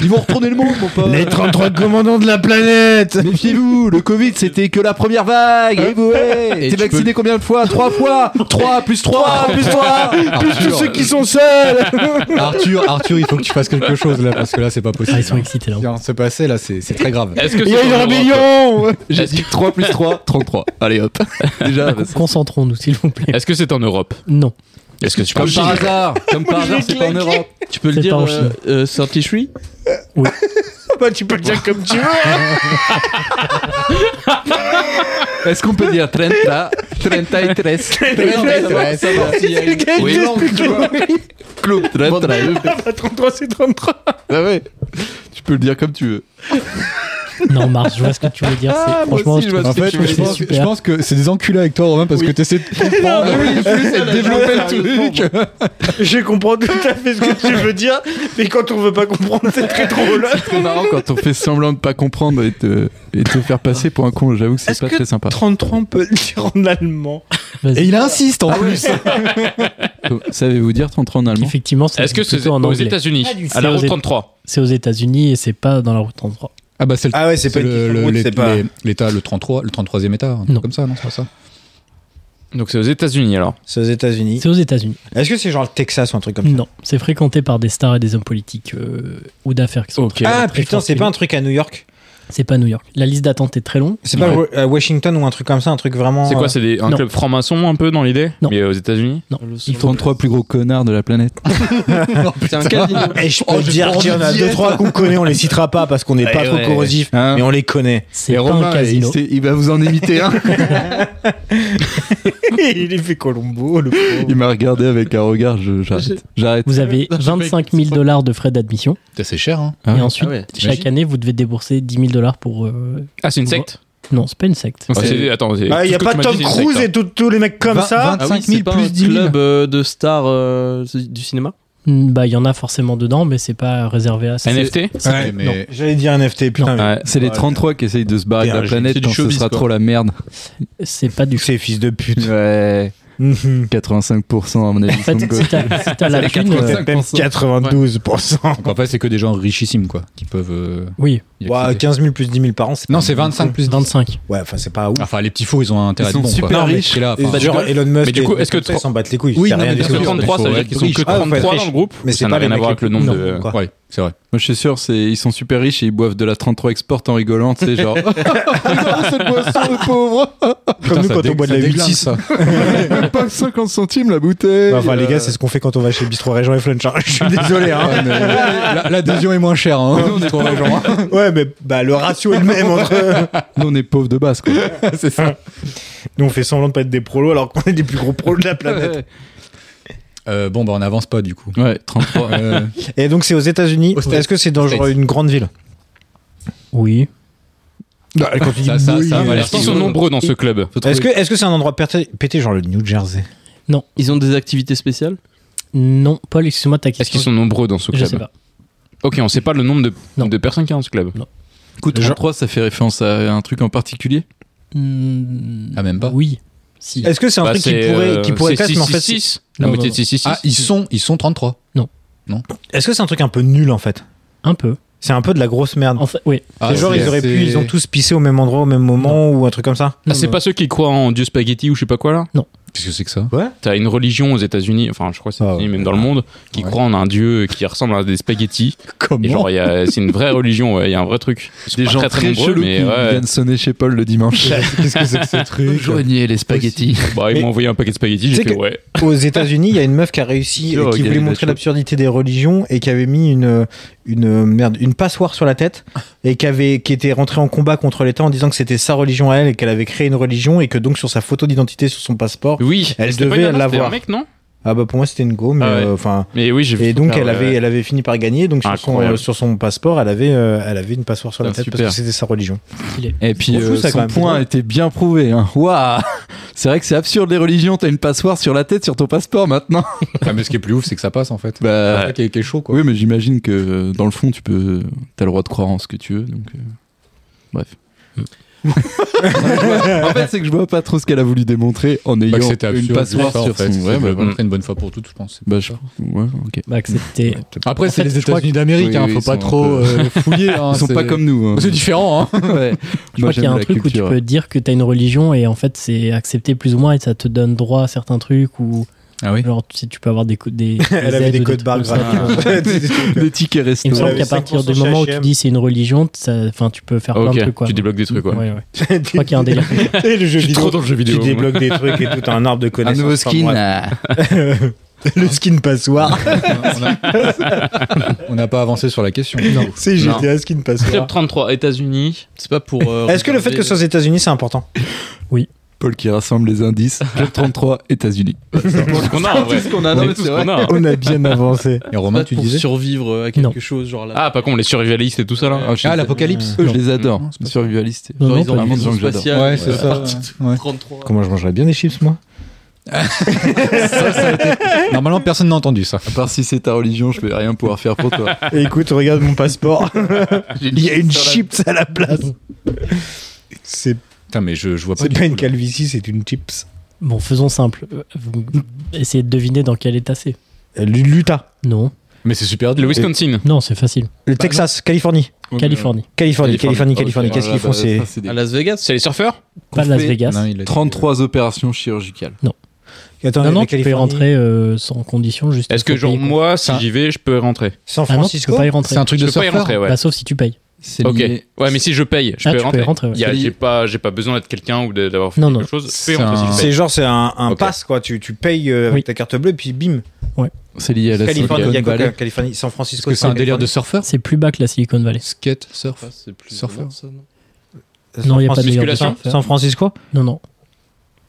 S4: Ils vont retourner le monde, mon pote.
S1: Les 33 commandants de la planète
S4: Méfiez-vous, le Covid c'était que la première vague. Et vous, ouais. T'es vacciné combien de fois Trois fois. Trois plus trois plus trois.
S1: Plus tous ceux qui sont seuls
S10: Arthur, Arthur, il faut que tu fasses quelque chose là, parce que là, c'est pas
S2: Ah,
S10: possible.
S2: ils sont excités là.
S10: Viens, se passer là, c'est c'est très grave.
S3: Est-ce que
S1: Il y a
S3: c'est
S1: une
S3: en Europe
S1: rébellion
S4: J'ai dit 3 plus 3, 33. Allez hop. Déjà,
S2: Con- Concentrons-nous, s'il vous plaît.
S3: Est-ce que c'est en Europe
S2: Non.
S3: Est-ce que tu
S4: comme
S3: parles
S4: par hasard, comme par hasard, c'est pas en Europe.
S6: Tu peux
S2: C'est
S6: le dire.
S2: pas en
S6: euh,
S2: Chine.
S6: euh, Saint-Ishri
S1: Bah, Tu peux le dire comme tu veux
S4: Est-ce qu'on peut dire 30, 33
S1: Oui,
S4: Club 33.
S1: 33 c'est 33
S4: Ah ouais. Tu peux le dire comme tu veux.
S2: Non, Mars, je vois ce que tu veux dire. c'est-
S4: Ah, moi
S2: franchement,
S4: aussi, je vois
S2: trouve
S4: ce que
S2: ça
S4: tu veux
S10: je
S4: dire.
S2: super.
S10: pense, je pense que c'est des enculés avec toi, Romain, parce que t'essaies de comprendre et de développer le truc.
S1: Je comprends tout à fait ce que tu veux dire, mais quand on veut pas comprendre, c'est très drôle.
S4: C'est marrant quand on fait semblant de pas comprendre et te, et te faire passer pour un con. J'avoue que c'est pas très sympa.
S1: 33 on peut le dire en allemand.
S2: Vas-y.
S10: Et il insiste en plus.
S4: Savez-vous dire 33 en allemand
S2: Effectivement, c'est
S3: Est-ce que c'est
S2: plutôt en
S3: aux
S2: anglais.
S3: États-Unis
S2: Ah, du-
S3: À la
S2: c'est aux
S3: route
S2: Éta-
S3: 33.
S2: C'est aux États-Unis et c'est pas dans la route 33.
S10: Ah bah c'est le
S1: Ah ouais, c'est
S10: c'est
S1: pas une
S10: le-
S1: question de
S10: le-
S1: route,
S10: l'é-
S1: c'est pas-
S10: l'é- l'état le 33 le 33e état, un truc
S2: Non.
S10: comme ça, non, c'est pas ça.
S3: Donc c'est aux États-Unis alors.
S1: C'est aux États-Unis.
S2: C'est aux États-Unis.
S1: Est-ce que c'est Hmm. genre le Texas ou un truc comme ça
S2: Non, c'est fréquenté par des stars et des hommes politiques euh, ou d'affaires qui sont
S3: Ok.
S2: très-
S1: Ah
S2: très
S1: putain, c'est
S2: fortunées.
S1: pas un truc à New York
S2: C'est pas New York. La liste d'attente est très longue.
S1: C'est pas Wa- euh, Washington ou un truc comme ça, un truc vraiment.
S3: C'est
S1: euh,
S3: quoi C'est des- un
S2: Non.
S3: club franc-maçon un peu dans l'idée
S2: Non.
S3: Mais aux États-Unis
S2: Non, il faut
S4: 33 plus gros connards de la planète.
S5: C'est un casino.
S1: Eh, je peux te dire qu'il y en a deux trois qu'on connaît, on les citera pas parce qu'on n'est pas trop corrosif,
S4: Hein
S1: mais on les connaît.
S2: c'est
S4: Et
S2: pas
S4: Romain,
S2: un
S4: il,
S2: casino.
S4: sait- il va vous en imiter un.
S1: il est fait Colombo, le pauvre.
S4: Il m'a regardé avec un regard. je- J'arrête. J'arrête.
S2: Vous avez
S10: Non, je sais pas
S2: 25 000 dollars de frais d'admission
S10: Putain, C'est cher, hein.
S4: Ah ouais.
S2: et ensuite,
S5: Ah ouais,
S2: chaque
S10: t'imagines
S2: année, vous devez débourser 10 000 dollars pour. euh,
S3: Ah, c'est une secte
S2: Non, c'est pas une secte.
S3: Ah, c'est- Attends, c'est-
S1: Ah, il
S3: tout
S1: n'y
S3: ce
S1: a
S3: que
S1: pas
S3: tu m'as
S1: Tom
S3: dit, c'est une
S1: Cruise
S3: secte,
S1: et tout- tous les mecs comme
S10: Vingt-
S1: ça.
S5: Ah
S10: 25
S5: oui,
S10: 000
S5: c'est pas
S10: plus
S5: un
S10: 10 000.
S5: club euh, de stars euh, du cinéma
S2: Mm, Bah, il y en a forcément dedans, mais c'est pas réservé à ça.
S3: hein. NFT
S10: Ouais, mais
S1: J'allais dire NFT, putain. mais
S4: Ouais, c'est les 33 qui essayent de se barrer de la
S1: Putain,
S4: planète
S11: c'est du
S4: quand ce
S11: showbiz,
S4: sera
S11: quoi.
S4: trop la merde.
S2: C'est pas du.
S1: C'est fils de pute.
S4: Ouais,
S1: Mhm.
S4: 85% à mon avis.
S2: En fait,
S4: sont
S2: Bah, si
S4: gosses.
S2: t'as si t'as la thune, euh,
S1: Même 92%.
S10: donc en fait, c'est que des gens richissimes, quoi, qui peuvent. euh,
S2: oui,
S10: y
S1: Ouah,
S10: accéder.
S1: 15 000 plus 10 000 par an, c'est
S10: Non,
S1: pas-
S10: c'est 25 plus 10.
S2: 25.
S1: Ouais, enfin, c'est pas ouf.
S10: Enfin, les petits faux, ils ont intérêt
S4: Ils
S10: à
S4: sont
S10: être bons,
S4: super
S10: quoi.
S4: riches.
S10: C'est là,
S1: Et
S10: enfin,
S1: genre Elon Musk,
S3: Mais du
S1: et
S3: coup,
S1: des
S3: est-ce Ah, que
S1: trucs comme ça,
S3: tro-
S1: ils s'en battent les couilles.
S10: Oui,
S1: c'est
S10: non,
S1: rien
S10: mais
S1: du
S3: Parce que
S1: tout.
S10: sûr.
S3: 33, ça veut dire qu'ils sont que
S10: Ah,
S1: ouais, faut être
S3: 33 dans
S1: riche.
S3: le groupe.
S1: Mais c'est
S3: ça
S1: pas
S3: n'a
S1: les
S3: rien à
S1: mecs
S3: voir
S1: les
S3: avec le
S1: plus
S3: nombre
S1: connus,
S3: de.
S1: quoi.
S10: Ouais, c'est vrai.
S4: Moi, je suis sûr, c'est ils sont super riches et ils boivent de la 33 Export en rigolant, tu sais, genre. Oh non, cette boisson, le pauvre
S1: Comme nous,
S10: ça
S1: quand
S10: dé-
S1: on boit de la
S10: ça déglingue,
S1: 8-6.
S10: ça.
S4: Même pas 50 centimes la bouteille
S1: Bah, Enfin, les gars, c'est ce qu'on fait quand on va chez Bistro Région et Flunch. hein. Je suis désolé. hein.
S10: Ouais, mais la- L'adhésion est moins chère, hein. Pour les gens.
S1: Ouais, mais bah, le ratio est le même entre.
S4: Nous, on est pauvres de base, quoi.
S1: c'est ça. Nous, on fait semblant de pas être des prolos alors qu'on est les plus gros prolos de la planète.
S10: Euh, Bon, bah, on n'avance pas, du coup.
S4: Ouais, 33.
S10: Euh,
S1: Et donc, c'est aux États-Unis.
S10: Aux States.
S1: Est-ce que c'est dans genre
S10: States.
S1: une grande ville
S2: Oui.
S10: ça, ça, ça
S3: Ah,
S10: va,
S3: Ils sont nombreux dans ce club.
S1: Est-ce que est-ce que c'est un endroit pété, pété, genre le New Jersey
S6: Ils ont des activités spéciales
S2: Non, Paul, excuse-moi, ta question.
S3: Est-ce qu'ils sont nombreux dans ce
S2: Je sais
S3: club
S2: pas.
S3: Ok, on sait pas le nombre de
S2: Non.
S3: de personnes qu'il y a dans ce club.
S4: Écoute, 33, ça fait référence à un truc en particulier
S2: Mm,
S10: Ah, même pas
S2: Oui. Si.
S1: Est-ce que c'est un
S3: Bah,
S1: truc qui
S3: c'est,
S1: pourrait,
S3: euh,
S1: qui pourrait
S3: c'est
S1: être, mais en fait,
S3: 666.
S2: Non,
S3: La moitié
S2: non,
S3: de 666.
S10: Ah, ils sont, ils sont 33.
S1: est-ce que c'est un truc un peu nul en fait
S2: Un peu.
S1: C'est un peu de la grosse merde.
S2: En fait, oui.
S10: Ah,
S1: c'est genre,
S10: c'est-
S1: ils auraient pu,
S10: c'est-
S1: ils ont tous pissé au même endroit au même moment ou un truc comme ça
S3: Ah, c'est pas ceux qui croient en Dieu spaghetti ou je sais pas quoi là
S10: Qu'est-ce que c'est que ça
S3: T'as une religion aux États-Unis, enfin je crois que c'est
S10: Ah,
S3: aux États-Unis,
S10: ouais.
S3: même dans le monde, qui
S10: Ouais.
S3: croit en un Dieu qui ressemble à des spaghettis.
S10: Comment
S3: Et genre, il y a- c'est une vraie religion, ouais, il y a un vrai truc. Ils sont
S4: Des
S3: pas
S4: gens très,
S3: nombreux,
S4: chelous
S3: mais
S4: qui
S3: ouais.
S4: viennent sonner chez Paul le dimanche.
S10: Qu'est-ce que c'est que ce truc
S4: Joignez les spaghettis.
S3: Bah, ils
S1: Mais-
S3: m'ont envoyé un paquet de
S1: Tu
S3: spaghettis, j'ai
S1: sais
S3: fait
S1: que-
S3: ouais.
S1: Aux États-Unis, il y a une meuf qui a réussi,
S4: Sûr,
S1: euh, qui
S4: Gaël
S1: voulait
S4: Bachot.
S1: montrer l'absurdité des religions et qui avait mis une, une euh, merde, une passoire sur la tête et qui avait, qui était rentrée en combat contre l'État en disant que c'était sa religion à elle et qu'elle avait créé une religion et que donc sur sa photo d'identité, sur son passeport,
S3: Oui,
S1: Elle
S3: c'était pas
S1: devait
S3: une nana, c'était
S1: l'avoir.
S3: un mec, non
S1: ah bah pour moi c'était une go, mais
S3: Ah ouais.
S1: euh, enfin.
S3: Mais oui, j'ai vu
S1: et
S3: ça,
S1: donc elle
S3: ouais,
S1: avait,
S3: ouais.
S1: elle avait fini par gagner, donc sur son,
S3: Incroyable.
S1: euh, sur son passeport, elle avait, euh, elle avait une passoire sur la
S4: Ah,
S1: tête
S4: super.
S1: parce que c'était sa religion.
S4: Et puis,
S1: C'est trop fou,
S4: euh,
S1: ça, quand
S4: son
S1: même.
S4: point a été bien prouvé. Hein. Waouh C'est vrai que c'est absurde les religions. T'as une passoire sur la tête, sur ton passeport maintenant.
S10: Ah, mais ce qui est plus ouf, c'est que ça passe en fait.
S4: Bah,
S10: C'est ça qui est, qui est chaud quoi.
S4: Oui, mais j'imagine que euh, dans le fond, tu peux, t'as le droit de croire en ce que tu veux. Donc, euh, bref. en fait, c'est que je vois pas trop ce qu'elle a voulu démontrer en ayant
S10: Bah, que c'était
S4: une
S10: absurde.
S4: passoire
S10: ça, en
S4: sur
S10: fait.
S4: son.
S10: C'est
S4: Ouais,
S10: de
S4: bah,
S10: le
S4: voilà.
S10: montrer une bonne fois pour toutes, je pense.
S4: Bah, je- ouais, ok.
S2: Bah, que c'était.
S10: Après,
S2: En
S10: c'est
S2: fait,
S10: les
S2: je crois
S10: États-Unis d'Amérique,
S4: Oui,
S10: hein,
S4: oui,
S10: faut
S4: ils sont
S10: pas
S4: un
S10: trop
S4: peu-
S10: euh, fouiller. hein,
S4: Ils sont pas
S10: c'est-
S4: comme nous. hein.
S10: C'est différent, hein.
S4: Ouais.
S2: Je crois qu'il y a un truc où tu peux dire que t'as une religion et en fait c'est accepté plus ou moins et ça te donne droit à certains trucs ou
S10: Ah oui.
S2: genre tu sais, tu peux avoir des co- des,
S1: Elle avait
S2: aides
S1: des
S2: ou
S1: codes barres
S2: trucs comme ça.
S1: gratuits.
S4: des
S2: Il
S4: tickets
S2: me
S4: resto.
S1: Elle
S2: semble
S1: avait
S2: qu'à partir
S1: 5%
S2: du moment où
S1: chez
S2: tu
S1: H&M.
S2: dis c'est une religion, ça- enfin tu peux faire
S3: Ah,
S2: plein de
S3: ok,
S2: trucs quoi.
S3: tu débloques des trucs, ouais.
S2: Ouais, ouais. Je crois qu'il y a un délire.
S1: Et le jeu
S3: Je suis
S1: vidéo.
S3: trop dans le jeu vidéo.
S1: Tu
S3: moi.
S1: débloques des trucs et tout, t'as un arbre de
S4: Un
S1: connaissances.
S4: nouveau
S1: Enfin,
S4: skin.
S1: bref.
S4: ah.
S1: le skin passoire.
S10: On a- On n'a pas avancé sur la question.
S1: C'est
S3: Non.
S1: GTA skin passoire.
S3: Club 33, États-Unis.
S6: C'est pas pour. euh,
S1: Est-ce que le fait que ce soit aux États-Unis, c'est important
S4: Paul qui rassemble les indices. Job 33, États-Unis.
S3: ce qu'on a, en vrai.
S4: C'est tout ce qu'on
S6: Ah euh,
S4: a, non,
S3: C'est
S4: mais
S3: tout
S4: c'est
S3: ce
S4: vrai.
S3: qu'on a.
S1: On a bien avancé.
S10: Et Romain,
S6: Pas
S10: tu
S6: pour
S10: disais
S6: survivre à quelque chose, genre là.
S3: Ah, par contre, les survivalistes et tout ça, là.
S4: Ah,
S10: l'apocalypse.
S4: Eux, je les adore.
S10: Non, c'est pas-
S4: Survivalistes.
S2: Non,
S6: genre
S2: non,
S6: ils ont
S2: pas
S4: vraiment
S6: une
S4: des gens
S6: mission
S4: que j'adore.
S6: spatiale.
S10: Ouais, c'est
S6: euh,
S10: ça.
S6: partie de
S10: Ouais.
S6: 33.
S1: Comment je mangerais bien des chips, moi
S10: Normalement, personne n'a entendu ça.
S4: À part si c'est ta religion, je vais rien pouvoir faire pour toi.
S1: Et Écoute, regarde mon passeport. Il y a une chips à la place. C'est
S10: Putain, mais je, je vois pas.
S1: c'est
S10: du
S1: pas
S10: tout,
S1: une
S10: là.
S1: calvitie, c'est une chips.
S2: Bon, faisons simple. Euh, Vous essayez de deviner dans quel état c'est.
S1: Euh, L'Utah,
S2: Non,
S10: Mais c'est super
S3: Le
S10: dur.
S3: Wisconsin.
S2: non, c'est facile.
S1: le Texas, Californie.
S2: Californie. bah,
S1: Californie, Californie, Californie. Qu'est-ce qu'ils font c'est...
S4: des-
S6: À Las Vegas
S3: C'est les surfeurs
S7: euh,
S2: Pas Las
S4: fait-
S2: Vegas.
S10: Non, il a dit- euh,
S4: 33 opérations chirurgicales.
S1: Attends,
S2: non,
S1: la
S2: non, tu peux y
S1: Californie,
S2: rentrer euh, sans condition. juste
S3: Est-ce
S2: il
S3: que,
S2: faut
S3: genre,
S2: payer, quoi.
S3: moi, si
S2: Ça-
S3: j'y vais, je peux rentrer
S1: San
S2: Ah non, tu peux
S1: Francisco.
S2: pas y rentrer.
S10: C'est un truc
S3: Je
S10: de
S3: peux pas y
S10: surfeur.
S3: rentrer, ouais.
S2: Bah, sauf si tu payes.
S4: C'est
S3: Ok.
S4: lié-
S3: Ouais, mais si je paye, je
S2: Ah,
S3: peux
S2: tu peux
S3: rentrer.
S2: rentrer, ouais.
S3: Il y a-
S4: C'est lié-
S3: J'ai pas, j'ai pas besoin d'être quelqu'un ou de- d'avoir fait
S2: Non,
S3: quelque
S2: non.
S3: chose.
S10: C'est
S3: Je peux rentrer si je
S10: un-
S3: paye.
S1: C'est genre, c'est un, un
S3: Ok.
S1: pass, quoi. Tu, tu payes euh, avec
S2: Oui.
S1: ta carte bleue, puis bim.
S4: C'est lié à la
S1: Californie,
S4: Silicon
S1: il y a quoi,
S4: Valley.
S1: Californie, San Francisco.
S10: Parce que c'est un délire de
S1: Californie.
S10: surfeur.
S2: C'est plus bas que la Silicon Valley.
S10: Skate, surf.
S6: C'est plus
S10: Surfeur.
S6: ou moins ça, non
S1: San
S2: Non, il y a pas de
S1: Francisco.
S2: meilleur de
S3: musculation,
S2: surfeur.
S1: San Francisco
S2: Non, non.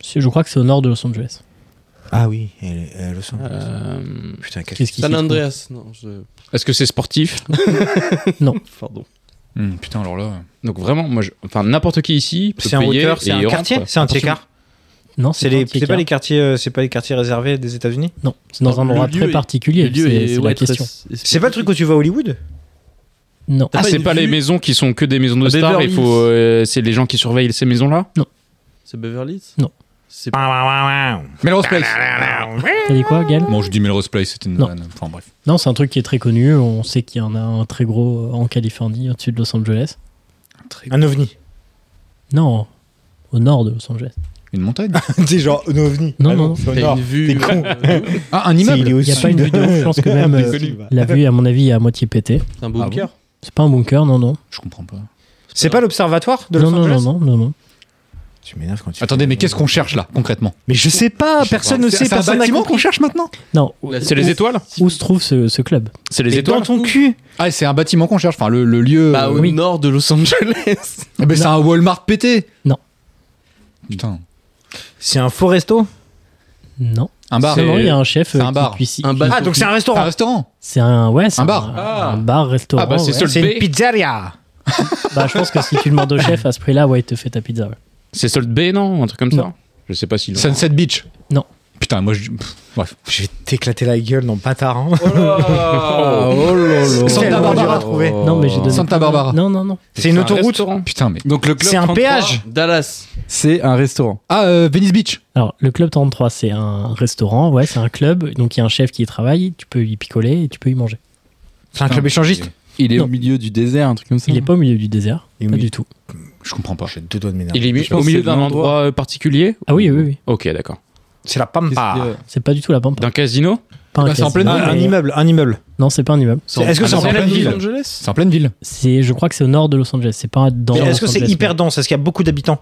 S2: C'est- Je crois que c'est au nord de Los Angeles.
S1: Ah oui, et, et Los Angeles.
S3: Euh,
S1: Putain, quel...
S2: Qu'est-ce qui
S6: San
S2: s'y trouve
S6: Andreas, non, je...
S3: Est-ce que c'est sportif
S6: pardon.
S10: Hum, Putain, alors là.
S3: Donc vraiment, moi, je- enfin n'importe qui ici peut
S1: c'est un
S3: payer
S1: hauteur, c'est
S3: et
S1: un
S3: rentre,
S1: quartier,
S3: quoi.
S1: c'est un tiers-quart.
S2: Non,
S1: C'est
S2: c'est
S1: les,
S2: dans
S1: c'est pas les quartiers, euh, c'est pas les quartiers réservés des États-Unis.
S2: Non, c'est dans un
S6: Le
S2: endroit
S6: lieu
S2: très
S6: est-
S2: particulier.
S6: Le lieu
S2: C'est
S6: est-
S2: c'est
S6: ouais,
S2: la
S6: très
S2: question.
S6: spécifique.
S1: C'est pas le truc où tu vas à Hollywood
S2: Non.
S3: Ah, c'est
S6: une
S3: pas
S6: vue.
S3: les maisons qui sont que des maisons de
S6: Ah,
S3: stars,
S6: Beverly
S3: il faut euh, c'est les gens qui surveillent ces maisons-là.
S6: C'est Beverly Hills
S2: Non.
S6: C'est
S10: Melrose Place.
S2: T'as dit quoi, Gaël
S10: Bon, je dis Melrose Place, c'était une
S2: Non.
S10: vanne. Enfin, bref.
S2: Non, c'est un truc qui est très connu. On sait qu'il y en a un très gros euh, en Californie, au-dessus de Los Angeles.
S1: Un ovni.
S2: Non, au nord de Los Angeles.
S10: Une montagne.
S1: c'est genre un ovni.
S2: Non,
S1: Ah
S2: non,
S1: c'est au
S6: T'as
S1: nord.
S6: une vue.
S1: T'es con.
S6: euh, de ouf.
S10: Ah, un
S1: C'est- il est
S10: immeuble.
S1: au
S2: Il n'y a
S1: sud.
S2: pas une vue de ouf, je pense que même euh, la vue, à mon avis, est à moitié pétée.
S6: C'est un bunker.
S2: C'est pas un bunker, non, non.
S10: Je comprends pas.
S1: C'est pas l'observatoire de Los
S2: Non, non,
S1: Angeles
S2: non, non, non, non.
S1: Tu m'énerves quand tu.
S10: Attendez, mais qu'est-ce qu'on cherche là, concrètement
S1: Mais je sais pas, Ah, personne ne sait,
S10: C'est un
S1: personne n'a
S10: bâtiment
S1: compris.
S10: qu'on cherche maintenant
S2: Non,
S6: La-
S3: C'est les étoiles
S2: où se trouve ce, ce club
S3: C'est les
S1: Mais dans
S3: étoiles
S1: ton cul.
S10: Ah, c'est un bâtiment qu'on cherche, enfin le, le lieu.
S6: Bah, au
S2: oui.
S6: nord de Los Angeles.
S10: Ah, bah, c'est un Walmart pété
S2: Non.
S10: Putain.
S1: C'est un faux resto.
S2: Non.
S10: Un bar.
S2: Non, non, il y a un chef
S10: c'est
S2: euh,
S10: un
S2: qui
S10: bar.
S2: cuisine-
S6: Un
S2: qui-
S6: bar.
S1: Ah donc c'est un
S10: un
S1: restaurant.
S10: restaurant.
S2: C'est un ouais, c'est
S10: Un bar.
S6: Ah.
S2: un bar restaurant.
S3: Ah bah, c'est
S2: ouais.
S3: seul
S1: C'est une
S3: B.
S1: pizzeria.
S2: Bah, je pense que si tu demandes au chef à ce prix-là, ouais, il te fait ta pizza. ouais.
S3: C'est Salt Bay non, un truc comme ça. Je sais pas si
S10: Sunset Beach.
S2: Non.
S10: Putain, moi je. pff, Bref.
S1: Je vais t'éclater la gueule dans Patard. hein.
S4: Oh là là.
S10: Santa
S1: Tellement dur à
S10: Barbara.
S1: trouver.
S2: Non, mais j'ai donné.
S10: Santa Barbara.
S2: Non, non, non.
S1: Oh. C'est une
S3: un
S1: autoroute.
S3: restaurant.
S10: Putain, mais.
S6: Donc le club
S1: C'est un
S6: 33,
S1: péage.
S6: Dallas.
S4: C'est un restaurant.
S10: Ah, euh, Venice Beach.
S2: Alors, le Club 33, c'est un restaurant, ouais, c'est un club. Donc, il y a un chef qui y travaille, tu peux y picoler et tu peux y manger.
S1: C'est un club échangiste.
S4: Il est
S2: Non.
S4: au milieu du désert, un truc comme ça.
S1: Mm-hmm.
S2: Il est pas au milieu du désert,
S1: Il est au
S2: pas
S1: milieu-
S2: du tout.
S10: Je comprends pas.
S1: J'ai deux doigts de m'énerver.
S3: Il est
S4: Je
S3: mi-
S4: pense
S3: au
S4: que
S3: milieu
S4: c'est le
S3: d'un
S4: même
S3: endroit euh, particulier
S2: Ah oui, oui, oui.
S3: OK, d'accord.
S1: C'est la
S6: Qu'est-ce qu'il y
S1: Pampa.
S6: a
S2: C'est pas du tout la pampa.
S3: D'un casino
S2: Pas
S10: bah, c'est en pleine
S1: Un,
S2: casino,
S1: Ah, un
S2: mais-
S1: immeuble, un immeuble.
S2: Non, c'est pas un immeuble.
S1: C'est- Est-ce que
S3: Ah,
S1: c'est en
S10: c'est en
S1: pleine
S10: pleine
S1: ville
S10: ville.
S6: Los Angeles
S10: C'est en pleine ville.
S2: C'est, je crois que c'est au nord de Los Angeles. C'est pas dans.
S1: Mais
S2: Los
S1: Est-ce que c'est
S2: Angeles,
S1: hyper dense Est-ce qu'il y a beaucoup d'habitants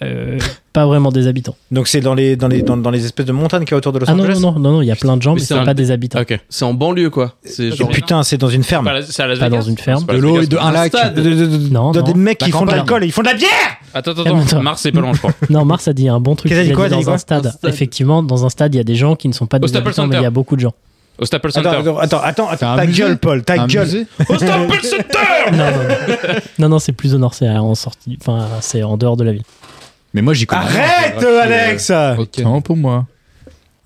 S2: mais, euh, Pas vraiment des habitants.
S1: Donc c'est dans les, dans, les, dans, dans les espèces de montagnes qu'il y a autour de Los
S2: Ah non,
S1: Angeles
S2: non, non, non, non, il y a plein de gens, mais
S3: Mais c'est
S2: c'est
S3: un-
S2: pas des habitants.
S3: OK.
S6: C'est en banlieue, quoi. C'est
S1: Et
S6: genre.
S1: putain, c'est dans une ferme.
S3: C'est à Las
S2: Pas
S3: Vegas
S2: dans une ferme.
S3: C'est pas
S10: De
S3: Las
S10: l'eau
S3: Vegas.
S10: et de un lac.
S1: De- de- de- de-
S2: Non,
S1: dans
S2: non.
S1: des mecs
S10: La
S1: qui font de
S10: campagne.
S1: l'alcool et ils font de la bière
S3: Attends attends,
S2: Calme-toi.
S3: attends, Mars c'est pas loin je crois.
S2: Non, Mars a dit un bon truc.
S1: Qu'est-ce
S2: Il a
S1: qu'il dit quoi,
S2: dit
S1: il a dit
S2: dans
S1: quoi
S2: un stade.
S6: Un stade.
S2: Effectivement, dans un stade, il y a des gens qui ne sont pas des
S3: Staples
S2: habitants, mais il y a
S3: Center.
S2: beaucoup de gens.
S3: Au Staples
S1: Attends,
S3: Center.
S1: attends, attends, attends,
S10: C'est un
S1: ta
S10: musée
S1: gueule, Paul, ta
S10: Un
S1: gueule.
S10: musée
S3: Au Staples Center.
S2: Non, non, non. Non, non, c'est plus au nord, c'est en sortie, enfin, c'est en dehors de la ville.
S10: Mais moi j'y connais. rien.
S1: Arrête, Alex
S4: Autant pour moi.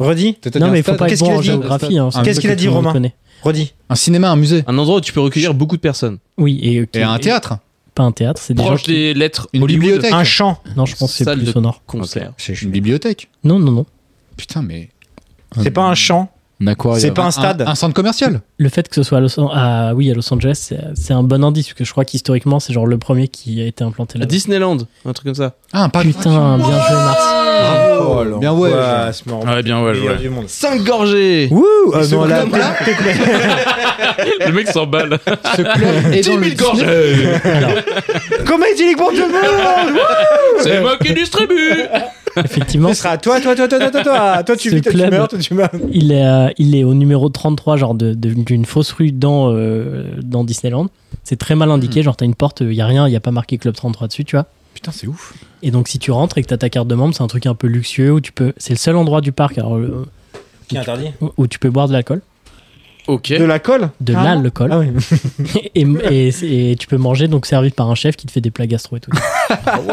S1: Redis,
S2: Non, mais il faut pas être
S1: Qu'est-ce
S2: bon
S1: qu'il a
S2: en
S1: dit
S2: géographie. hein, c'est un
S1: Qu'est-ce
S2: truc
S1: qu'il a
S2: que
S1: dit,
S2: tout le monde
S1: Romain
S2: connaît.
S1: redis.
S10: Un cinéma, un musée.
S6: Un endroit où tu peux recueillir beaucoup de personnes.
S2: Oui, et, qui-
S10: Et un théâtre.
S2: Pas un théâtre, c'est des gens.
S3: Proche
S2: Qui...
S3: des lettres
S10: Une
S3: Hollywood.
S10: bibliothèque.
S1: Un chant.
S2: Non, je pense que c'est
S6: Salle
S2: plus
S6: de-
S2: au nord.
S6: Concert.
S10: Une bibliothèque.
S2: Non, non, non.
S10: Putain, mais.
S1: C'est pas un chant,
S4: Un aquarium.
S1: c'est pas un stade.
S10: Un centre commercial.
S2: Le fait que ce soit à Los, ah, oui, à Los Angeles, c'est- c'est un bon indice, parce que je crois qu'historiquement, c'est genre le premier qui a été implanté là.
S6: Disneyland, un truc comme ça.
S10: Ah, un parc.
S2: Putain, bien joué, Mars.
S4: Oh là.
S10: Bien ouais.
S1: Ouais, c'est marrant.
S3: Ah ouais, bien ouais,
S1: Meilleur
S3: ouais.
S1: du monde.
S6: 5 gorgées
S1: Wouh ah non, là,
S3: Le mec s'emballe.
S10: Ce club est
S3: 10
S10: dans
S3: 000
S10: le
S3: gorges.
S1: Comment il dit les grands du monde
S3: C'est moi qui distribue.
S2: Effectivement,
S1: Ce sera toi, toi, toi, toi, toi, toi, toi, toi, tu
S2: Ce
S1: vis, toi, tu
S2: club.
S1: meurs, toi, tu meurs.
S2: Il est, à- il est au numéro 33, genre de- de- d'une fausse rue dans, euh, dans Disneyland. C'est très mal indiqué, genre t'as une porte, il y a rien, il y a pas marqué Club 33 dessus, tu vois.
S3: Putain, c'est ouf.
S2: Et donc, si tu rentres et que t'as ta carte de membre, c'est un truc un peu luxueux où tu peux. C'est le seul endroit du parc alors, euh,
S1: Qui est
S2: où tu-
S1: interdit
S2: où tu peux boire de l'alcool.
S3: Ok.
S5: De la colle
S2: De
S5: Ah non.
S2: l'alcool.
S5: Ah oui.
S2: et, et- et- et tu peux manger, donc servi par un chef qui te fait des plats gastro et tout.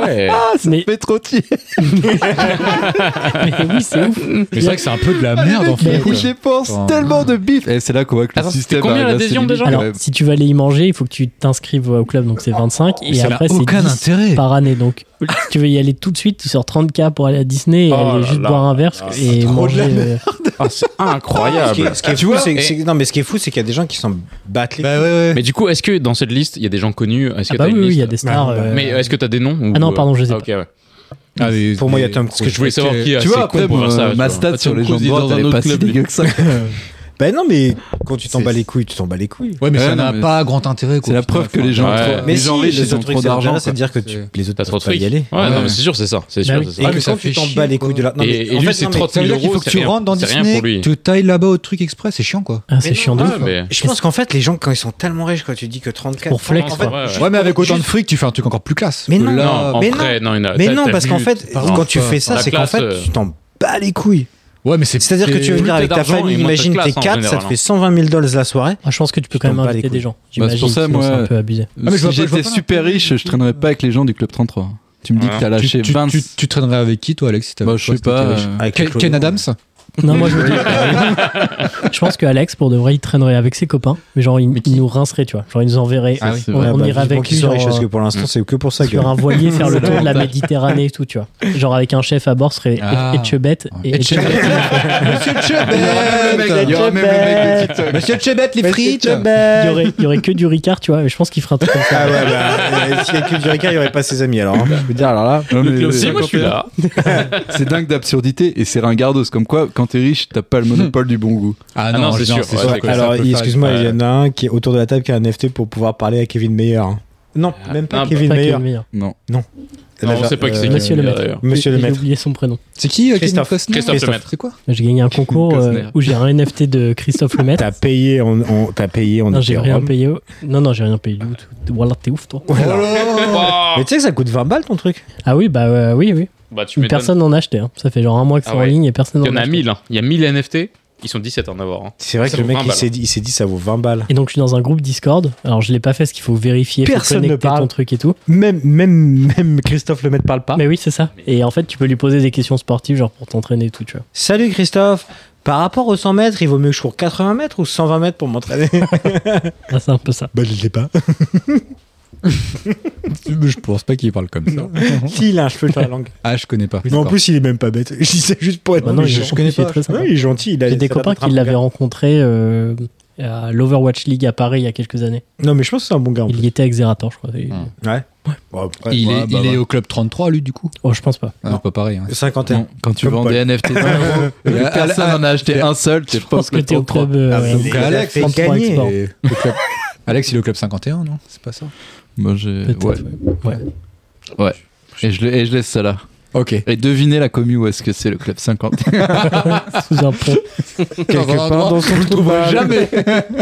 S3: Ouais.
S4: Ah, ça fait trop tirer.
S2: Mais oui, c'est ouf.
S7: Mais c'est vrai que c'est un peu de la
S4: Ah, les
S7: merde en
S4: mecs,
S7: fait.
S4: ils dépensent
S7: Attends.
S4: tellement de bif. Et Eh, c'est là qu'on voit que le
S3: Attends, c'était
S4: système.
S3: combien
S4: arrive à ses
S3: l'adhésion,
S4: limites,
S3: déjà
S4: quand
S2: Alors,
S4: même.
S2: si tu vas aller y manger, il faut que tu t'inscrives au club, donc c'est 25.
S7: Mais
S2: Et
S7: ça n'a
S2: après, c'est
S7: aucun
S2: 10
S7: intérêt.
S2: par année. Donc, si tu veux y aller tout de suite, tu sors 30K pour aller à Disney et
S3: Oh
S2: aller
S3: là
S2: juste
S3: là.
S2: boire un verre et manger. euh,
S3: Ah, c'est
S2: Ah,
S1: Ce qui
S3: incroyable.
S1: est, ce qui est fou, c'est c'est- non, mais ce qui est fou, c'est qu'il y a des gens qui s'en battent les.
S4: Bah ouais, ouais.
S3: Mais du coup, est-ce que dans cette liste, il y a des gens connus Est-ce
S2: Ah
S3: que
S2: bah
S3: t'as
S2: oui,
S3: une
S2: oui, il y a
S3: liste
S2: des stars. euh,
S3: Mais est-ce que t'as des noms ou-
S2: Ah non, pardon, je sais
S3: Ah, ok, ouais.
S7: Ah, mais-
S1: Pour moi, il y a
S7: mais-
S1: Tom
S3: Parce que
S1: Cruise.
S3: je voulais savoir qui.
S4: Tu vois, après, moi, ma stat sur les gens de droite, elle est pas si dégueu que ça.
S1: Bah non, mais quand tu t'en
S4: C'est-
S1: bats les couilles, tu t'en bats les couilles.
S7: Ouais, mais
S4: Ouais,
S7: ça
S4: non,
S7: n'a
S4: mais
S7: pas grand intérêt. quoi,
S4: C'est la
S7: putain,
S4: preuve que
S7: enfin.
S4: les gens
S3: Ouais.
S4: trop-
S1: Mais
S4: les
S1: si,
S4: gens riches, ils ont trop d'argent.
S1: c'est
S4: quoi.
S1: de dire que tu, les autres
S3: T'as trop de
S1: peuvent pas
S3: fric.
S1: y aller.
S3: Ouais, non,
S7: Ouais.
S3: mais c'est sûr, c'est ça. C'est sûr,
S2: oui.
S3: c'est ça.
S1: Et
S7: Ah,
S1: que
S7: mais ça
S1: quand tu
S7: fait
S1: t'en
S7: chier,
S1: bats les couilles de la. Non, mais
S3: Et- et
S1: en
S3: lui,
S1: fait,
S3: c'est
S1: non, mais
S3: 30
S7: Ça veut
S3: 000
S7: dire qu'il
S3: euros,
S7: faut que
S3: c'est
S7: tu
S3: rien.
S7: rentres dans
S3: C'est rien
S7: Disney,
S3: pour lui.
S7: que tu tailles là-bas au truc exprès, c'est chiant quoi.
S2: ah, c'est chiant de
S3: Ah,
S2: ouf.
S3: mais-
S1: Je pense qu'en fait, les gens, quand ils sont tellement riches, quand tu dis que 34.
S2: Pour flex,
S1: en fait,
S3: quoi. Ouais,
S1: juste-
S7: Ouais, mais avec autant de
S1: juste-
S7: fric, tu fais un truc encore plus classe.
S1: Mais
S7: Que
S1: non,
S7: là,
S3: Non, en
S1: mais non.
S3: vrai, non, il y en a-
S1: Mais
S3: t'as-
S1: non,
S3: t'as
S1: parce
S3: vu,
S1: qu'en fait,
S3: par
S1: quand
S3: exemple,
S1: tu fais ça,
S3: la
S1: c'est qu'en
S3: classe,
S1: fait,
S3: euh,
S1: tu t'en bats les couilles.
S7: Ouais, mais c'est.
S1: C'est-à-dire que tu veux
S3: plus
S1: venir
S3: t'as
S1: avec ta
S3: d'argent et
S1: famille,
S3: moins t'as de
S1: imagine, t'es
S3: classe, en
S1: 4, ça
S3: général,
S1: te
S3: hein.
S1: fait 120 000 dollars la soirée.
S2: Ah, je pense que tu peux
S1: Je
S2: quand
S1: t'en
S2: même
S1: bats les
S2: inviter
S1: couilles.
S2: des gens.
S4: Bah, c'est
S2: J'imagine
S4: pour ça,
S2: sinon,
S4: moi,
S2: c'est un peu abusé.
S7: Ah, mais je
S4: si
S7: vois pas- je vois
S4: j'étais
S7: pas
S4: super riche, je traînerais pas avec les gens du Club 33. Tu me dis que t'as
S7: Tu,
S4: lâché
S7: tu,
S4: 20.
S7: tu, tu traînerais avec qui toi, Alexis
S4: Bah, je sais pas. euh,
S1: Avec
S7: Ken,
S1: Claude
S7: Ken
S1: Leroux.
S7: Adams
S2: Non, moi je veux dire. je pense que Alex, pour de vrai, il traînerait avec ses copains, mais genre il, il nous rincerait, tu vois. Genre il nous enverrait.
S7: Ah oui.
S2: on
S1: Ouais,
S2: on
S1: bah,
S2: irait
S1: vivement
S2: avec
S1: qu'ils
S2: lui
S1: soient
S2: genre,
S1: riches, parce que
S2: euh,
S1: pour l'instant, c'est que pour ça que.
S2: sur un voilier faire le
S4: C'est
S2: tour de la
S4: l'avantage.
S2: Méditerranée et tout, tu vois. Genre avec un chef à bord, ce serait
S7: Ah.
S2: Etchebet. Et Etchebet.
S7: Monsieur Chebet
S4: Il y aura même le mec de TikTok.
S7: Monsieur Chebet, les frites
S2: Il y, aurait, il y aurait que du Ricard, tu vois, mais je pense qu'il ferait un truc comme ça.
S1: Ah ouais, bah, euh, s'il y a que du Ricard, il y aurait pas ses amis alors. hein. Je veux dire, alors là.
S4: Non, mais
S3: Le
S4: le-
S3: si, moi, je suis là.
S4: C'est dingue d'absurdité et c'est ringardos. Comme quoi, quand t'es riche, t'as pas le monopole du bon goût.
S7: Ah
S3: non,
S7: non,
S3: c'est sûr, ouais,
S7: sûr
S3: c'est
S7: que
S3: clair.
S7: ça
S1: Alors,
S7: peut faire-
S1: excuse-moi,
S3: ouais.
S1: il y en a un qui est autour de la table qui a un NFT pour pouvoir parler à Kevin Meyer. Non, même pas
S3: Ah,
S1: Kevin
S2: Pas
S1: Meyer.
S2: Kevin Meyer.
S3: Non, on sait pas qui c'est qui.
S2: Monsieur le
S3: d'ailleurs.
S2: maître.
S1: Monsieur le
S2: J'ai
S1: maître.
S2: oublié son prénom.
S7: C'est qui euh, Kevin
S1: Christophe.
S7: Costner
S3: Christophe
S1: Christophe.
S3: le maître.
S7: C'est quoi
S2: J'ai gagné un concours euh,
S3: Costner.
S2: où j'ai un NFT de Christophe Lemaitre.
S1: T'as payé, on, on- t'as payé, on
S2: Non,
S1: était
S2: j'ai
S1: en
S2: rien
S1: Rome.
S2: payé. Non, non, j'ai rien payé du tout. Voilà, t'es ouf, toi.
S3: Oh
S1: Mais tu sais que ça coûte 20 balles ton truc
S2: Ah oui, bah euh, oui, oui.
S3: Bah, tu
S2: Mais
S3: m'étonnes.
S2: personne n'en a acheté. hein. Ça fait genre un mois que
S3: Ah
S2: c'est en
S3: ouais.
S2: ligne et personne
S3: Il y
S2: n'en
S3: en
S2: a
S3: a
S2: acheté.
S3: 1000. hein. Il y a 1000 NFT. Ils sont 17 à en avoir. hein.
S1: C'est vrai
S3: Ça
S1: que le
S3: vaut
S1: mec
S3: 20
S1: il
S3: balles.
S1: s'est dit, il s'est dit ça vaut 20 balles.
S2: Et donc, je suis dans un groupe Discord. Alors, je l'ai pas fait parce qu'il faut vérifier, faut
S1: Personne ne
S2: connecter
S1: parle.
S2: ton truc et tout.
S1: Même, même, même Christophe Lemaitre parle
S3: Ah.
S1: pas.
S2: Mais oui, c'est ça. Et en fait, tu peux lui poser des questions sportives, genre pour t'entraîner et tout, tu vois.
S1: Salut Christophe par rapport aux 100 mètres, il vaut mieux que je cours 80 mètres ou 120 mètres pour m'entraîner
S2: Ah, c'est un peu ça.
S1: Bah, je l'ai pas.
S7: Je pense pas qu'il parle comme ça.
S1: si, il a un cheveu sur la langue.
S7: Ah, je connais pas.
S1: Mais en plus, il est même pas bête. Je dis ça juste pour être.
S2: Bah non,
S1: méchant.
S2: il est- je connais il est pas. très sympa.
S1: Ouais, il est gentil. il a-
S2: J'ai des
S1: ça va
S2: copains
S1: pas être
S2: qui
S1: un
S2: l'avaient
S1: bon
S2: rencontré euh, à l'Overwatch League à Paris il y a quelques années.
S1: gars. Non, mais je pense que c'est un bon gars. en
S2: Il y était avec Zerator, je crois. Et-
S7: Hmm.
S1: Bon, après,
S7: Il
S1: ouais,
S7: est
S1: bah,
S7: il est
S1: bah.
S7: au club 33, lui, du coup
S2: Oh, je pense pas.
S7: Non, pas pareil. hein.
S1: 51.
S4: Non, Quand tu
S1: Comme
S4: vends
S1: Paul.
S4: des NFT,
S7: Euh,
S4: personne
S7: à-
S4: n'en a acheté un seul. T'es
S2: Je pense que t'es au club. euh, ouais.
S1: ah Il les a
S7: Alex,
S1: fait
S7: on se prend
S1: gagner.
S7: export. Au club- Alex, il est au club 51, non C'est pas ça
S4: Moi, j'ai.
S2: Peut-être,
S4: Ouais.
S2: ouais.
S4: Ouais. Et je, le- et je laisse ça là.
S7: Ok.
S4: Et devinez la commu où est-ce que c'est le club 50.
S2: Sous un pont.
S1: Quelque part dans son
S4: trouverai jamais.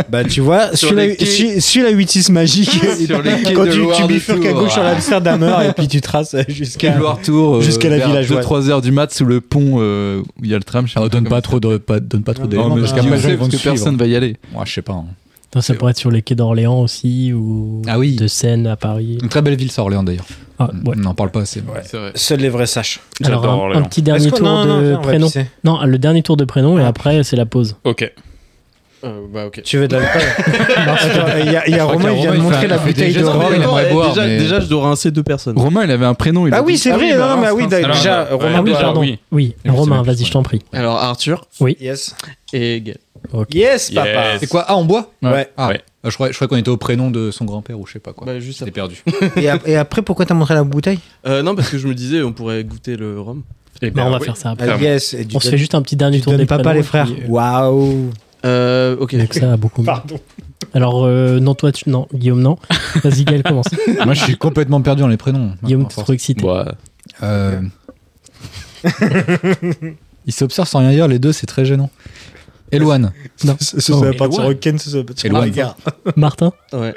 S1: Bah, tu vois,
S4: Sur
S1: suis la,
S4: les quais.
S1: suis- suis la 8 magique.
S4: Sur les quais
S1: Quand
S4: de
S1: tu,
S4: Loire
S1: tu
S4: de
S1: bifurques à
S4: Tours.
S1: gauche sur l'Amsterdamer et puis tu traces euh, jusqu'à.
S4: Loire Tour. euh,
S1: Jusqu'à la villageoise.
S4: 3 heures du mat sous le pont euh, où il y a le tram. je sais
S7: Ah, donne
S4: comment
S7: pas trop de pas- donne pas trop
S4: ça s'appelle. Non,
S7: d'éléments
S4: mais
S7: Ah, parce
S4: je
S7: qu'après, les gens,
S4: sais
S7: ils vont
S4: parce
S7: te
S4: que
S7: suivre.
S4: personne va y aller.
S7: Moi, je sais pas. hein.
S2: Non, ça pourrait être sur les quais d'Orléans aussi ou
S7: Ah oui.
S2: de Seine à Paris.
S3: Mm.
S7: Une très belle ville, ça, Orléans d'ailleurs.
S2: Ah, ouais.
S7: On n'en parle pas assez.
S4: C'est vrai.
S1: Seuls les vrais saches.
S2: Alors,
S3: J'adore
S2: un, un
S3: Orléans.
S2: petit dernier
S1: Est-ce qu'on-
S2: tour
S1: non, non,
S2: de
S1: viens, on va
S2: prénom.
S1: pisser.
S2: Non, le dernier tour de prénom et
S1: Ah.
S2: après, c'est la pause.
S3: Ok. Euh, Bah, ok.
S1: Tu veux de l'alcool Attends, Il y a, il y a
S7: crois
S1: Romain,
S7: qu'il y
S1: il
S7: a
S1: vient de
S7: Romain, il
S1: montrer
S7: fait-
S1: la
S7: il fait
S1: bouteille
S7: déjà
S1: de
S7: non, mais
S1: rhum.
S7: attends,
S11: Attends,
S7: eh,
S11: déjà,
S7: déjà-
S11: déjà, je dois rincer deux personnes.
S4: Romain, il avait un prénom. Il
S1: Ah
S4: a
S1: oui,
S4: dit-
S1: c'est vrai,
S4: oui,
S1: non,
S4: bah,
S1: mais
S4: Reims,
S1: oui,
S4: Reims,
S1: d'ailleurs,
S4: Reims.
S1: déjà,
S3: Alors,
S1: Romain
S2: ah oui,
S3: doit-
S2: pardon.
S3: oui.
S2: Oui,
S7: Je sais
S2: Romain,
S7: même
S2: vas-y,
S7: plus,
S2: je t'en prie.
S11: Alors Arthur
S1: Yes.
S11: et Gaël.
S1: Yes, papa.
S3: Yes.
S7: C'est quoi Ah, on boit
S1: Ouais.
S7: Ah,
S3: Ouais.
S7: euh, je croyais, je croyais qu'on était au prénom de son grand-père ou je sais pas quoi.
S11: Bah, juste
S7: C'était
S11: après.
S7: perdu.
S1: Et, ap- et après, pourquoi t'as montré la bouteille
S11: Euh, non, parce que je me disais, on pourrait goûter le rhum.
S3: Eh
S2: Non,
S3: ben,
S2: on va
S3: oui.
S2: faire ça après.
S1: Ah,
S3: Clairement.
S1: Yes. et tu
S2: On se
S1: donnes-
S2: fait juste un petit dernier
S1: tu
S2: tour des
S1: donnes papa
S2: prénoms
S1: les
S2: et
S1: frères.
S2: puis, euh,
S1: Waouh.
S11: Euh, ok.
S2: donc ça a beaucoup mieux. Alors, euh, non, toi, tu... non, Guillaume, non. Vas-y, Gaël, commence.
S7: Moi, je suis complètement perdu dans les prénoms.
S2: Guillaume,
S7: maintenant,
S2: t'es trop excité.
S3: Bah,
S7: Euh... Ils s'observent sans rien dire, les deux, c'est très gênant. Eloane.
S1: Ce, ce, ça va
S7: Oh.
S1: partir au Ken, ce, ça va partir au
S7: Éloigne.
S1: regard.
S2: Martin
S11: Ouais.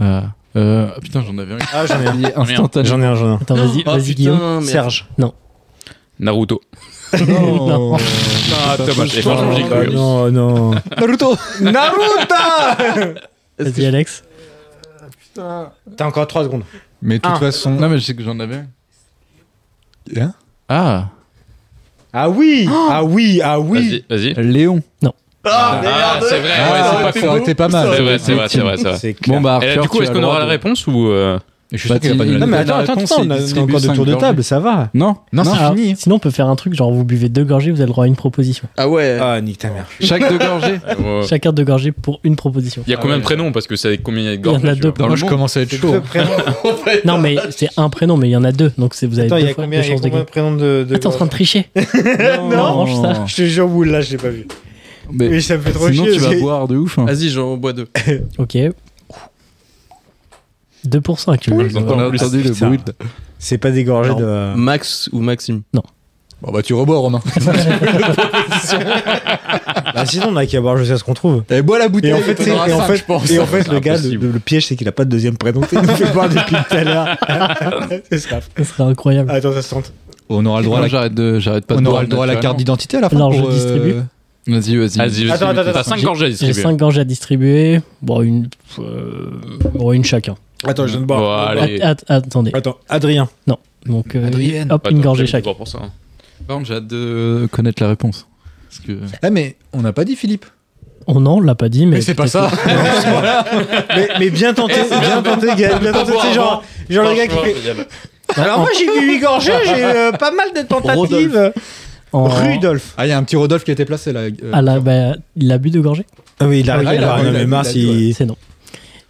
S3: euh, Euh, ah, putain, j'en avais un.
S1: Ah, j'en ai un.
S3: Merde.
S1: Instantané. J'en ai un, j'en ai un.
S2: Attends, vas-y,
S3: Oh,
S2: vas-y,
S3: putain,
S2: Guillaume.
S3: merde.
S1: Serge.
S2: Non.
S3: Naruto. Oh.
S2: Non.
S3: Ah, dommage. Et franchement, j'y ai cru.
S1: Non, non.
S10: Naruto
S1: Naruto
S2: Vas-y, Alex.
S1: T'as encore 3 secondes.
S7: Mais de toute
S1: Un.
S7: façon.
S3: Non, mais je sais que j'en avais un.
S7: Ah. Hein
S3: Ah.
S1: Ah oui Ah oui Ah oui
S3: Vas-y.
S7: Léon.
S2: Non.
S1: Ah,
S3: Ah, c'est vrai.
S7: Ah,
S3: ouais,
S7: ça
S3: c'est
S7: aurait
S3: pas
S7: été
S3: con.
S7: beau. Ça aurait été pas mal.
S3: C'est vrai, c'est vrai, c'est vrai. c'est vrai.
S1: C'est clair.
S7: Bon, bah,
S3: Et là,
S7: Arthur,
S3: du coup,
S7: tu
S3: est-ce
S7: as
S3: qu'on
S7: le
S3: aura
S7: droit
S3: la
S7: de-
S3: réponse ou. euh,
S7: Je suis
S3: Bah,
S7: sûr qu'il a pas
S3: t'es-
S7: donné la
S1: Non, mais
S7: réponse.
S1: attends, attends, attends, on a on a encore des tours de table, ça va.
S7: Non,
S1: Non, c'est
S2: alors,
S1: fini.
S2: Sinon, on peut faire un truc genre vous buvez deux gorgées, vous avez le droit à une proposition.
S5: Ah ouais.
S1: Ah, nique ta mère.
S7: Chaque deux gorgées.
S3: ouais.
S2: Chacun deux gorgées pour une proposition.
S3: Il y a combien de prénoms Parce que c'est combien il y a de
S2: Il y en
S3: gorges
S2: a
S3: tu
S2: deux.
S3: vois.
S2: Dans
S7: Moi, je commence à être chaud. hein.
S2: Non, mais c'est un prénom, mais il y en a deux, donc c'est vous avez
S1: Attends, il y
S2: deux
S1: a
S2: fois
S1: combien,
S2: deux
S1: il y a
S2: chances de
S1: combien de
S2: gagner.
S1: prénoms de. de
S2: Ah, t'es en train de tricher.
S1: Non,
S2: Non, range ça.
S1: Je te jure, vous, là, je l'ai pas vu.
S4: Mais
S1: Mais ça me fait trop
S4: sinon,
S1: chier.
S4: tu vas
S1: parce que-
S4: boire de ouf. hein.
S6: Vas-y, j'en bois deux.
S2: Ok. 2% actuellement.
S4: On a entendu le
S1: putain.
S4: bruit.
S1: C'est pas dégorgé
S6: Non.
S1: de.
S6: Euh, Max ou Maxime
S7: Bon, bah, tu rebois, Romain.
S1: Bah, sinon, on a qu'à boire jusqu'à ce qu'on trouve.
S7: Et bois la bouteille.
S1: Et en fait,
S7: t'en
S1: c'est-
S7: auras
S1: et en
S7: cinq,
S1: fait,
S7: je pense.
S1: et en fait, le gars, le,
S3: impossible.
S1: le piège, c'est qu'il a pas de deuxième prénom. Il nous fait boire depuis tout à l'heure. c'est ça.
S2: Ce serait incroyable.
S1: Attends, ça se tente.
S7: On aura le droit à
S4: Moi,
S7: la
S4: j'arrête de, j'arrête pas de
S7: On
S4: boire,
S7: aura le droit à la carte d'identité à la fin.
S2: Alors,
S7: pour,
S2: je distribue.
S7: euh,
S4: Vas-y, vas-y.
S3: Vas-y,
S1: Attends,
S3: vas-y.
S1: attends,
S3: T'as
S1: attends.
S3: 5 gorges à
S2: J'ai
S3: distribuer.
S2: 5 gorgées à distribuer. Bon, une, euh, bon, une chacun.
S1: Attends, je viens de
S3: Bon,
S1: boire.
S3: allez.
S2: At- at- attendez.
S1: Attends, Adrien.
S2: Donc, euh,
S7: Adrienne.
S2: hop, une gorgée chaque.
S3: Pour ça, hein.
S4: Par contre, j'ai hâte de connaître la réponse. Parce que...
S7: Ah, mais on n'a pas dit Philippe.
S2: Oh non, on l'a pas dit, mais. peut-être
S1: Mais, mais bien tenté, bien tenté, gars, bien tenté. C'est genre, genre le gars qui fait. Alors moi j'ai vu 8 gorgées, j'ai euh, pas mal de tentatives.
S2: que en-
S1: Rudolf.
S7: Ah, il y a un petit Rodolphe qui a été placé là. euh,
S2: à la- bah, il a bu deux gorgées
S1: Ah oui, il a
S7: Ah, il a-
S1: ah,
S7: il a-
S1: non, mais
S7: il a-
S1: Mars,
S7: il a-
S1: il.
S2: C'est non.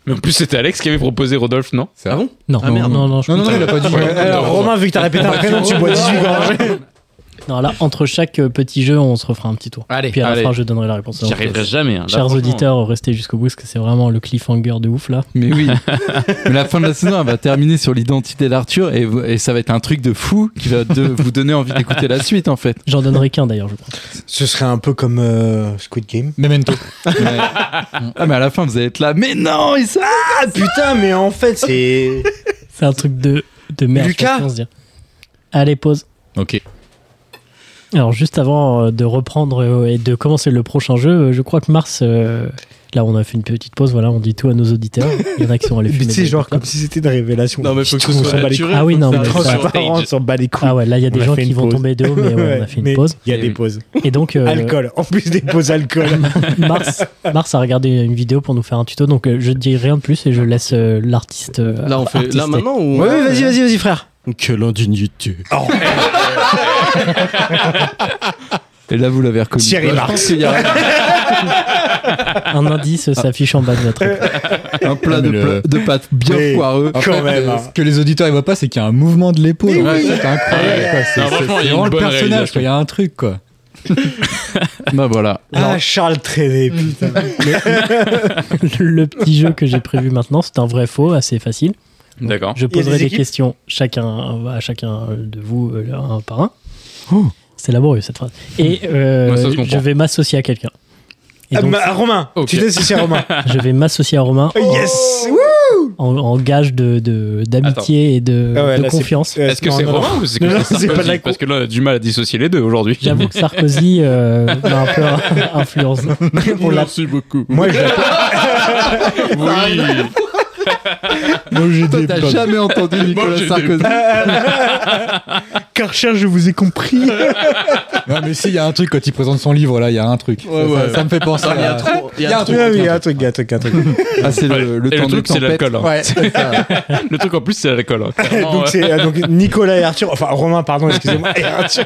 S3: Mais en plus, c'était Alex qui avait proposé Rodolphe, non
S7: C'est bon
S2: Non,
S6: Ah, merde.
S2: non, non, je peux
S7: Non, non, non,
S2: pas.
S7: il a pas dit. Euh,
S3: Ouais,
S1: Alors Romain, vu que t'as répété un prénom, tu bois 18 gorgées.
S2: Non, là, entre chaque euh, petit jeu, on se refera un petit tour.
S3: Allez,
S2: Puis à la
S3: allez.
S2: fin, je donnerai la réponse.
S3: J'y
S2: Donc,
S3: arriverai
S2: euh,
S3: jamais. hein. Là,
S2: Chers
S3: franchement,
S2: auditeurs, restez jusqu'au bout parce que c'est vraiment le cliffhanger de ouf là.
S4: Mais oui. mais la fin de la saison, elle va terminer sur l'identité d'Arthur et, vous- et ça va être un truc de fou qui va de- vous donner envie d'écouter la suite en fait.
S2: J'en donnerai qu'un d'ailleurs, je crois.
S1: Ce serait un peu comme euh, Squid Game.
S7: Memento.
S4: Ah, mais à la fin, vous allez être là. Mais non, il savent
S1: Ah putain, mais en fait c'est.
S2: C'est un truc de, de merde. je
S1: Lucas
S2: pense qu'on se dit. Allez, pause.
S3: Ok.
S2: Alors, juste avant euh, de reprendre euh, et de commencer le prochain jeu, euh, je crois que Mars. euh, Là, on a fait une petite pause, voilà, on dit tout à nos auditeurs. Il y en a qui sont allés
S1: Mais
S2: fumer.
S1: tu sais,
S2: des
S1: genre
S2: clopes.
S1: comme si c'était une révélation.
S6: Non, mais faut que
S1: Putain,
S6: ce
S1: on
S6: soit
S1: s'en bat les
S6: naturel.
S2: Ah oui, non, mais.
S1: couilles.
S2: ça-
S1: Transparent, on s'en bat les couilles.
S2: Ah ouais, là, il y a des
S1: On a
S2: gens
S1: fait
S2: qui
S1: une
S2: vont
S1: pause.
S2: tomber de haut, Ah, mais ouais, on a fait une
S1: Mais
S2: pause.
S1: Il y a
S3: Et
S1: des
S3: oui.
S1: pauses.
S2: Et donc, euh,
S1: Alcool. En plus des pauses alcool.
S2: Mars, Mars a regardé une vidéo pour nous faire un tuto, donc euh, je ne dis rien de plus et je laisse euh, l'artiste. euh,
S6: Là, on fait.
S2: artiste.
S6: Là, maintenant ou.
S1: Ouais, ouais, vas-y, vas-y, vas-y, frère.
S6: Quelle indignité.
S7: Oh,
S4: Et là, vous l'avez reconnu.
S1: Thierry
S4: Je
S1: Marx.
S4: pense qu'il y a
S2: Un
S6: Ah.
S2: indice s'affiche en bas de notre écran.
S4: un plat de, pla- de pâtes bien
S1: Oui.
S4: foireux.
S7: En
S1: Quand
S7: fait,
S1: même,
S7: euh,
S1: hein.
S7: Ce que les auditeurs ils voient pas, c'est qu'il y a un mouvement de l'épaule.
S1: Mais
S7: Ouais,
S1: oui.
S7: C'est incroyable. quoi. C'est-
S3: Non,
S7: c'est-
S3: franchement, il y a
S7: c'est
S3: une
S7: vraiment le
S3: bonne
S7: personnage.
S3: réalisation.
S7: quoi. Il y a un truc quoi.
S4: Bah voilà.
S1: Ah, Charles Trainé, putain.
S2: Le petit jeu que j'ai prévu maintenant, c'est un vrai faux, assez facile.
S3: D'accord.
S2: Je
S1: Il y a
S2: poserai
S1: des
S2: des,
S1: équipes
S2: questions chacun, euh, à chacun de vous, euh, un par un.
S6: Oh.
S2: C'est laborieux cette phrase. Et euh,
S3: Ouais, ça se
S2: je
S3: comprend.
S2: vais m'associer à quelqu'un. Et
S1: Ah,
S2: donc,
S1: bah, Romain,
S3: Ok.
S1: tu t'associes à Romain.
S2: je vais m'associer à Romain
S1: Oh, yes! Wouh
S2: en, en gage de- de- d'amitié et de,
S1: Ah ouais,
S2: de
S1: là, c'est-
S2: confiance.
S1: Euh,
S3: Est-ce que
S1: non,
S3: c'est
S1: non, non.
S3: Romain ou c'est
S1: Non,
S3: que
S1: non,
S3: c'est
S1: c'est pas de la
S3: Sarkozy
S1: cour-
S3: Parce que là, on a du mal à dissocier les deux aujourd'hui.
S2: J'avoue que Sarkozy euh, m'a un peu influencé.
S1: On l'a-
S3: beaucoup.
S1: Moi, je l'appelle-
S3: Oui.
S7: Ah. Moi j'ai des
S4: T'as jamais entendu
S3: Moi,
S4: Nicolas
S3: j'ai
S4: Sarkozy
S1: Karcher, je vous ai compris.
S7: Non mais si, il y a un truc quand il présente son livre là, il y a un truc. ça, ça- ça me fait penser.
S6: Il y a
S7: à...
S6: trop. Il y
S7: Il y a
S6: a
S7: un
S6: trop.
S1: Ah oui, un truc, un truc, un truc.
S4: Ah, c'est le,
S3: Et
S4: temps
S3: le truc,
S4: de
S3: c'est
S4: tempête.
S3: l'alcool. hein.
S7: Ouais, c'est ça.
S3: Le truc en plus, c'est l'alcool. hein. Clairement,
S1: donc,
S3: ouais.
S1: c'est, euh, donc, Nicolas et Arthur, enfin, Romain, pardon, excusez-moi, et Arthur.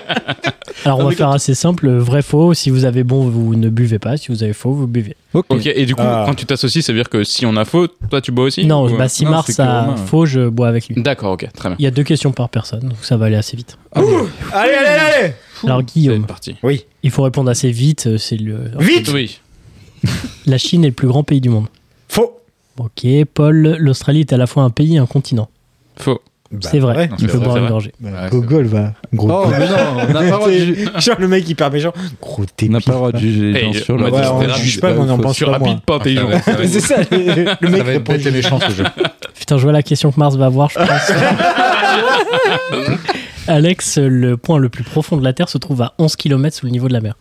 S2: Alors on
S6: Non,
S2: va
S6: mais
S2: faire assez simple, vrai faux, si vous avez bon vous ne buvez pas, si vous avez faux vous buvez.
S3: Ok, et du coup,
S1: Ah.
S3: quand tu t'associes, ça veut dire que si on a faux, toi tu bois aussi
S2: non,
S3: ou-
S2: bah, si
S4: non, c'est
S2: Mars
S4: que
S2: a
S4: Romain. hein.
S2: faux, je bois avec lui.
S3: D'accord, ok, très bien.
S2: Il y a deux questions par personne, donc ça va aller assez vite.
S1: Allez, allez, allez!
S2: Alors
S3: C'est
S2: Guillaume,
S3: une partie.
S2: il faut répondre assez vite, euh, c'est le...
S1: Vite!
S3: Oui.
S2: La Chine est le plus grand pays du monde.
S1: Faux!
S2: Ok, Paul, l'Australie est à la fois un pays et un continent.
S3: Faux.
S2: c'est vrai,
S1: ouais.
S3: Bah, Non,
S2: il
S3: c'est
S2: peut
S3: vrai,
S2: boire
S3: c'est
S2: une
S3: vrai.
S2: gorgée.
S1: Bah, Gogol va. Gros.
S4: Oh, mais non, on n'a pas le droit de juger.
S1: Genre, le mec hyper méchant. Gros
S4: On
S1: débile.
S4: n'a pas le droit de juger les
S3: Eh,
S4: gens sur
S3: on va
S4: leur
S3: dire,
S1: Ouais,
S3: c'était
S1: on
S3: rapide,
S1: juge pas, mais on en pense
S3: Tu
S1: pas
S3: rapide,
S1: moins.
S3: pas intelligent.
S1: Mais c'est ça, le mec
S7: Ça va être
S1: répond.
S7: bête et méchant ce jeu.
S2: Putain, je vois la question que Mars va avoir, je pense. Alex, le point le plus profond de la Terre se trouve à 11 km sous le niveau de la mer.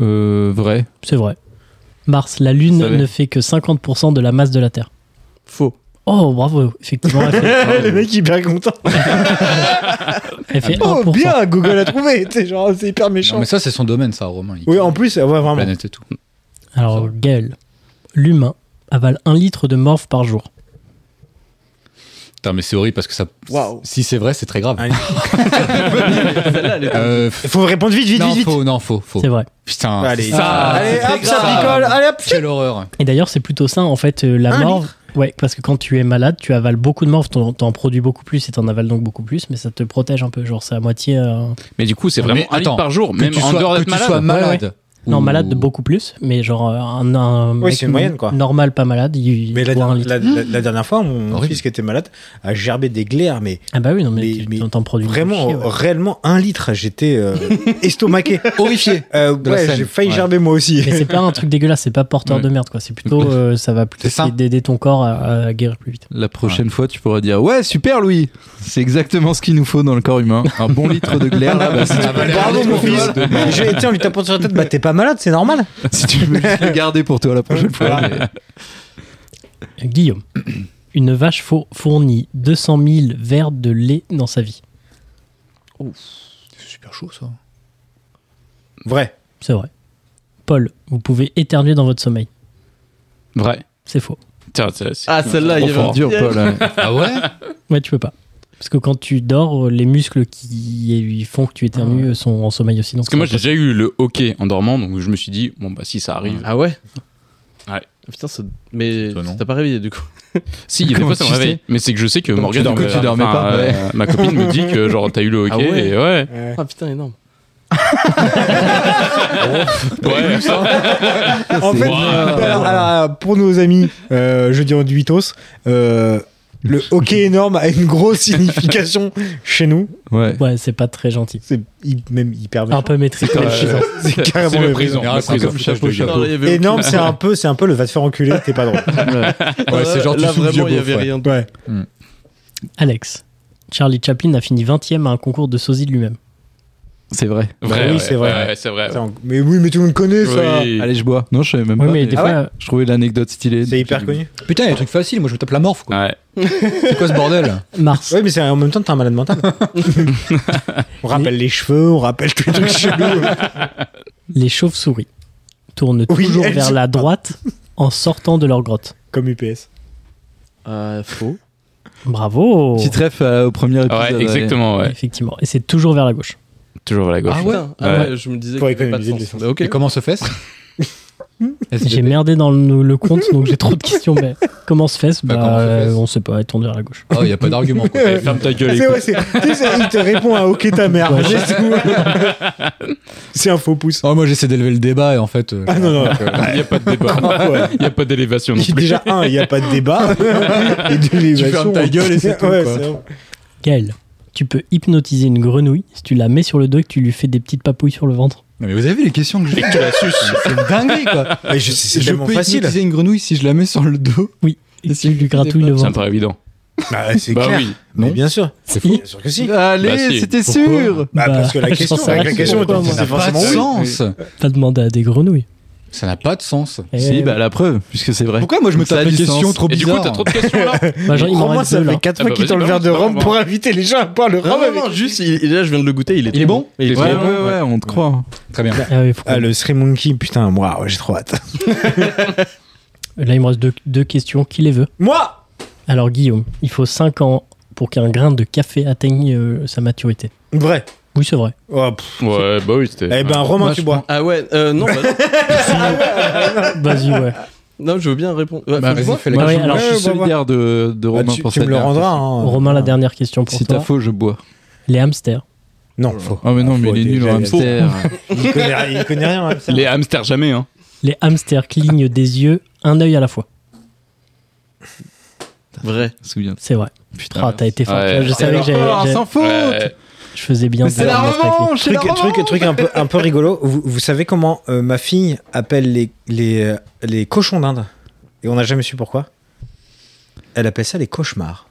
S4: Euh, vrai.
S2: C'est vrai. Mars, la Lune
S4: Ça va.
S2: ne fait que 50% de la masse de la Terre.
S6: Faux.
S2: Oh, bravo, effectivement. elle fait-
S1: le mec, il est bien content.
S2: Elle fait
S1: oh,
S2: 1%.
S1: bien, Google a trouvé. T'es genre, c'est hyper méchant.
S7: Non, mais ça, c'est son domaine, ça, Romain. Il-
S1: Oui, en plus, ouais, vraiment.
S7: Planète et tout.
S2: Alors, Gaël, l'humain avale 1 litre de morve par jour.
S7: Putain, mais c'est horrible parce que ça. Si c'est vrai, c'est très grave. Euh, f-
S1: Faut répondre vite, vite,
S7: non,
S1: vite, vite.
S7: Faux, non, faux,
S1: Oh.
S7: faux.
S2: C'est vrai.
S7: Putain,
S1: Allez,
S7: Ah, ça,
S1: allez,
S7: c'est
S1: hop, ça
S7: grave.
S1: picole. Allez, hop,
S7: Quelle horreur.
S2: Et d'ailleurs, c'est plutôt ça, en fait, euh, la
S1: Un
S2: morve. Ouais, parce que quand tu es malade, tu avales beaucoup de morve, t'en t'en produis beaucoup plus et t'en avales donc beaucoup plus, mais ça te protège un peu. Genre, c'est à moitié. euh,
S3: Mais du coup, c'est
S7: Mais
S3: vraiment un
S7: attends,
S3: litre par jour,
S7: que
S3: même
S7: tu
S3: en
S7: sois-
S3: dehors
S7: que
S3: d'être
S7: tu
S3: malade.
S7: sois malade.
S2: Ouais, ouais. Non,
S7: Ou-
S2: malade beaucoup plus, mais genre euh, un, un
S1: Oui,
S2: mec
S1: c'est une moyenne, quoi.
S2: normal, pas malade, il
S1: Mais la,
S2: boit un litre.
S1: la- la- la dernière fois, mon fils qui était malade a gerbé des glaires, mais
S2: Ah bah oui, non, mais,
S1: Mais-
S2: tu-
S1: mais
S2: t'en- t'en produis
S1: vraiment,
S2: une chier, ouais.
S1: réellement un litre. J'étais euh, estomaqué.
S7: Horrifié.
S1: Euh,
S7: De la
S1: ouais,
S7: scène.
S1: j'ai failli
S7: Ouais.
S1: gerber moi aussi.
S2: Mais c'est pas un truc dégueulasse, c'est pas porteur de merde, quoi. C'est plutôt, euh, ça va plutôt
S7: C'est ça.
S2: essayer d'aider ton corps à, à guérir plus vite.
S4: La prochaine
S3: Ah.
S4: fois, tu pourras dire Ouais, super, Louis C'est exactement ce qu'il nous faut dans le corps humain. Un bon litre de glaire, là, bah, si, tu,
S1: Bravo, mon fils. J'ai- Tiens, on lui tapant sur la tête. Bah, t'es pas malade, c'est normal.
S4: si tu veux juste le garder pour toi la prochaine fois. mais-
S2: Guillaume, une vache fou- fournit 200 000 verres de lait dans sa vie.
S7: C'est super chaud, ça.
S1: Vrai.
S2: C'est vrai. Paul, vous pouvez éternuer dans votre sommeil.
S3: Vrai.
S2: C'est faux.
S3: Tiens, c'est- c'est-
S6: Ah, celle-là, il y
S3: trop
S6: avait un
S3: fort.
S6: dur, Paul. hein.
S7: Ah ouais
S2: Ouais, tu peux pas. Parce que quand tu dors, euh, les muscles qui font que tu éternues sont en sommeil aussi.
S3: Ah. Parce que moi, j'ai déjà eu le hockey en dormant, donc je me suis dit, bon, bah, si ça arrive.
S6: Ah ouais
S3: Ouais.
S6: Putain, ça- mais t'as pas réveillé du coup.
S3: Si, il y a des
S6: Comment
S3: fois, ça me
S6: tu sais
S3: réveille. Mais c'est que je sais que
S6: Donc,
S3: Morgane,
S6: tu dormais-
S3: euh,
S6: tu dormais
S3: enfin,
S6: pas,
S3: euh,
S6: ouais.
S3: ma copine me dit que, genre, t'as eu le hockey,
S6: Ah ouais
S3: et ouais.
S6: Ah putain, énorme.
S3: Ouais.
S1: Ah, En fait, euh,
S3: Waouh.
S1: alors, alors, pour nos amis, euh, je dis en duitos, euh, le hockey énorme a une grosse signification chez nous.
S4: Ouais.
S2: Ouais, c'est pas très gentil.
S1: C'est hi- même hyper
S2: Un
S1: méchant.
S2: peu maîtrisé.
S1: C'est méprisant. C'est
S3: C'est
S1: carrément
S3: c'est
S1: méprisant.
S3: méprisant. méprisant.
S4: chapeau, chapeau.
S1: Énorme, c'est un peu, c'est un peu le va te faire enculer, t'es pas drôle.
S7: Ouais,
S1: euh,
S7: c'est genre, tu
S6: Là,
S7: souffles vieux
S6: vraiment, il y
S7: beauf,
S6: avait
S7: ouais.
S6: rien. de-
S1: Ouais.
S2: Alex, Charlie Chaplin a fini 20ème à un concours de sosie de lui-même.
S4: C'est vrai.
S3: Vrai,
S1: Oui,
S3: ouais,
S1: c'est vrai.
S3: ouais, c'est vrai.
S1: Attends, Mais oui, mais tout le monde connaît ça.
S3: Oui.
S4: Allez, je bois. Non, je savais même
S2: Oui,
S4: pas.
S2: mais
S4: mais
S2: des
S1: Ah
S2: fois,
S1: ouais
S2: euh,
S4: Je trouvais l'anecdote stylée.
S1: C'est hyper connu.
S7: Putain, il y a des trucs faciles. Moi, je me tape la morphe, quoi.
S3: Ouais.
S4: Ah.
S7: C'est quoi ce bordel
S2: Mars,
S1: Oui, mais c'est en même temps, t'es un malade mental. on rappelle les cheveux, on rappelle tous les trucs chelous. euh,
S2: les chauves-souris tournent
S1: Oui,
S2: toujours
S1: elles-
S2: vers la droite en sortant de leur grotte.
S1: Comme UPS.
S6: Euh, faux.
S2: Bravo
S4: Petite ref euh, au premier épisode.
S3: Ouais, exactement, ouais.
S2: Effectivement. Et c'est toujours vers la gauche.
S3: Toujours vers la gauche.
S6: Ah ouais, ah ouais, Je me disais
S1: Pour
S6: que c'était pas de
S1: économiser de
S6: sens.
S1: l'essence.
S6: Mais ok.
S7: Et comment se fait-ce
S2: J'ai merdé dans le, le compte, donc j'ai trop de questions. Mais comment se fait-ce
S7: Bah,
S2: Bah,
S7: comment se fait-ce
S2: euh, On sait pas, elle tourne vers la gauche.
S7: Oh, il n'y a pas d'argument, quoi.
S3: Eh, Ferme ta gueule,
S1: Ah, C'est
S3: écoute.
S1: ouais, c'est- tu sais, il te répond à OK ta mère.
S2: Ouais.
S1: C'est tout. C'est un faux pouce.
S7: Oh, moi, j'essaie d'élever le débat et en fait. euh,
S1: Ah non, non.
S3: Il n'y a pas de débat. Il n'y a pas d'élévation non
S1: Il-
S3: plus.
S1: Déjà, un, il n'y a pas de débat. Et deux, les
S7: Tu
S1: versions,
S7: fermes ta
S1: on-
S7: gueule et c'est tout,
S1: Ouais,
S7: quoi.
S1: c'est bon.
S2: Gaël, tu peux hypnotiser une grenouille si tu la mets sur le dos et que tu lui fais des petites papouilles sur le ventre.
S7: Non, mais vous avez vu les questions que j'ai C'est une dinguerie, quoi.
S1: Mais je- C'est
S7: je
S1: tellement
S7: peux
S1: facile.
S7: hypnotiser une grenouille si je la mets sur le dos.
S2: Oui, et tu lui gratouilles le
S3: Ça me
S2: ventre.
S3: paraît évident.
S1: Bah, c'est
S3: Bah
S1: clair.
S3: oui.
S1: Mais bien sûr.
S7: C'est
S2: fou.
S1: Bien sûr que si.
S4: Allez,
S3: Bah, si.
S4: c'était
S7: Pourquoi
S4: sûr.
S1: Bah,
S2: Bah,
S1: parce que la
S2: j'en
S1: question,
S2: sais
S1: avec
S2: rien
S1: la question,
S2: pourquoi,
S1: t'en-
S2: moi.
S1: t'en as
S7: Ça n'a pas de
S1: forcément eu.
S7: sens.
S2: Pas demander à des grenouilles.
S7: Ça n'a pas de sens.
S2: Eh,
S4: Si, bah la preuve, puisque c'est vrai.
S7: Pourquoi moi je me
S4: Ça a
S7: tape des
S4: du
S7: questions
S4: sens.
S7: trop
S3: Et du coup,
S7: bizarres
S3: t'as trop de questions là
S2: bah, genre, il m'en
S1: Oh, Moi,
S2: reste
S1: ça
S2: deux, là.
S1: fait 4
S3: Ah
S1: fois
S3: bah,
S1: qu'il
S3: vas-y,
S1: tend le verre
S3: balance,
S1: de rhum
S3: balance.
S1: pour inviter les gens à boire le
S6: Ah
S1: rhum
S6: ouais,
S1: avec.
S6: non, juste, il, il- là, je viens de le goûter, il est,
S7: Il est
S6: trop
S7: bon
S6: Il est
S3: Ouais,
S6: trop
S4: Ouais,
S6: bon.
S4: ouais, ouais, on te croit.
S7: Très bien.
S2: Ah ouais, faut
S1: Ah, le Sri Monkey, putain, moi, ouais, j'ai trop hâte.
S2: Là, il me reste deux, deux questions. Qui les veut
S1: Moi
S2: Alors, Guillaume, il faut 5 ans pour qu'un grain de café atteigne euh, sa maturité.
S1: Vrai.
S2: Oui, c'est vrai.
S1: Oh, pff.
S3: Ouais, bah oui, c'était.
S1: Eh ben, Romain,
S7: Moi,
S1: tu
S7: je
S1: bois.
S6: Ah ouais, euh, non, bah non.
S2: Vas-y, ouais.
S6: Non, je veux bien répondre. Ouais,
S7: Bah,
S6: faut que je
S7: vas-y,
S6: vois.
S7: fais
S4: Moi,
S7: la
S2: Ouais,
S4: je,
S2: alors,
S4: moi, je suis
S1: ouais, ouais,
S4: solidaire de, de
S1: Bah,
S4: Romain
S1: tu,
S4: pour
S1: tu
S4: cette
S1: me le
S4: dernière
S1: rendras.
S4: question.
S1: hein.
S2: Romain, la dernière question pour
S4: Si t'as
S2: toi.
S4: faux, je bois.
S2: Les hamsters.
S1: Non, faux.
S4: Ah, mais non, mais
S1: Faux,
S4: il est
S1: t'es
S4: nul
S1: génial.
S4: en hamster.
S1: Il connaît, il connaît rien. hein, ça.
S3: Les hamsters, jamais, hein.
S2: Les hamsters clignent des yeux, un œil à la fois.
S6: Vrai.
S4: Souviens.
S2: C'est vrai. Putain, t'as été fort.
S3: Ouais.
S2: je savais que j'avais- j'avais-
S4: Ah, sans faute.
S3: Ouais.
S2: je faisais bien. de-
S4: C'est la
S2: de respecter.
S4: revanche. c'est
S1: Truc,
S4: la revanche.
S1: truc, truc un peu, un peu rigolo. Vous, vous savez comment euh, ma fille appelle les, les, euh, les cochons d'Inde Et on n'a jamais su pourquoi. elle appelle ça les cauchemars.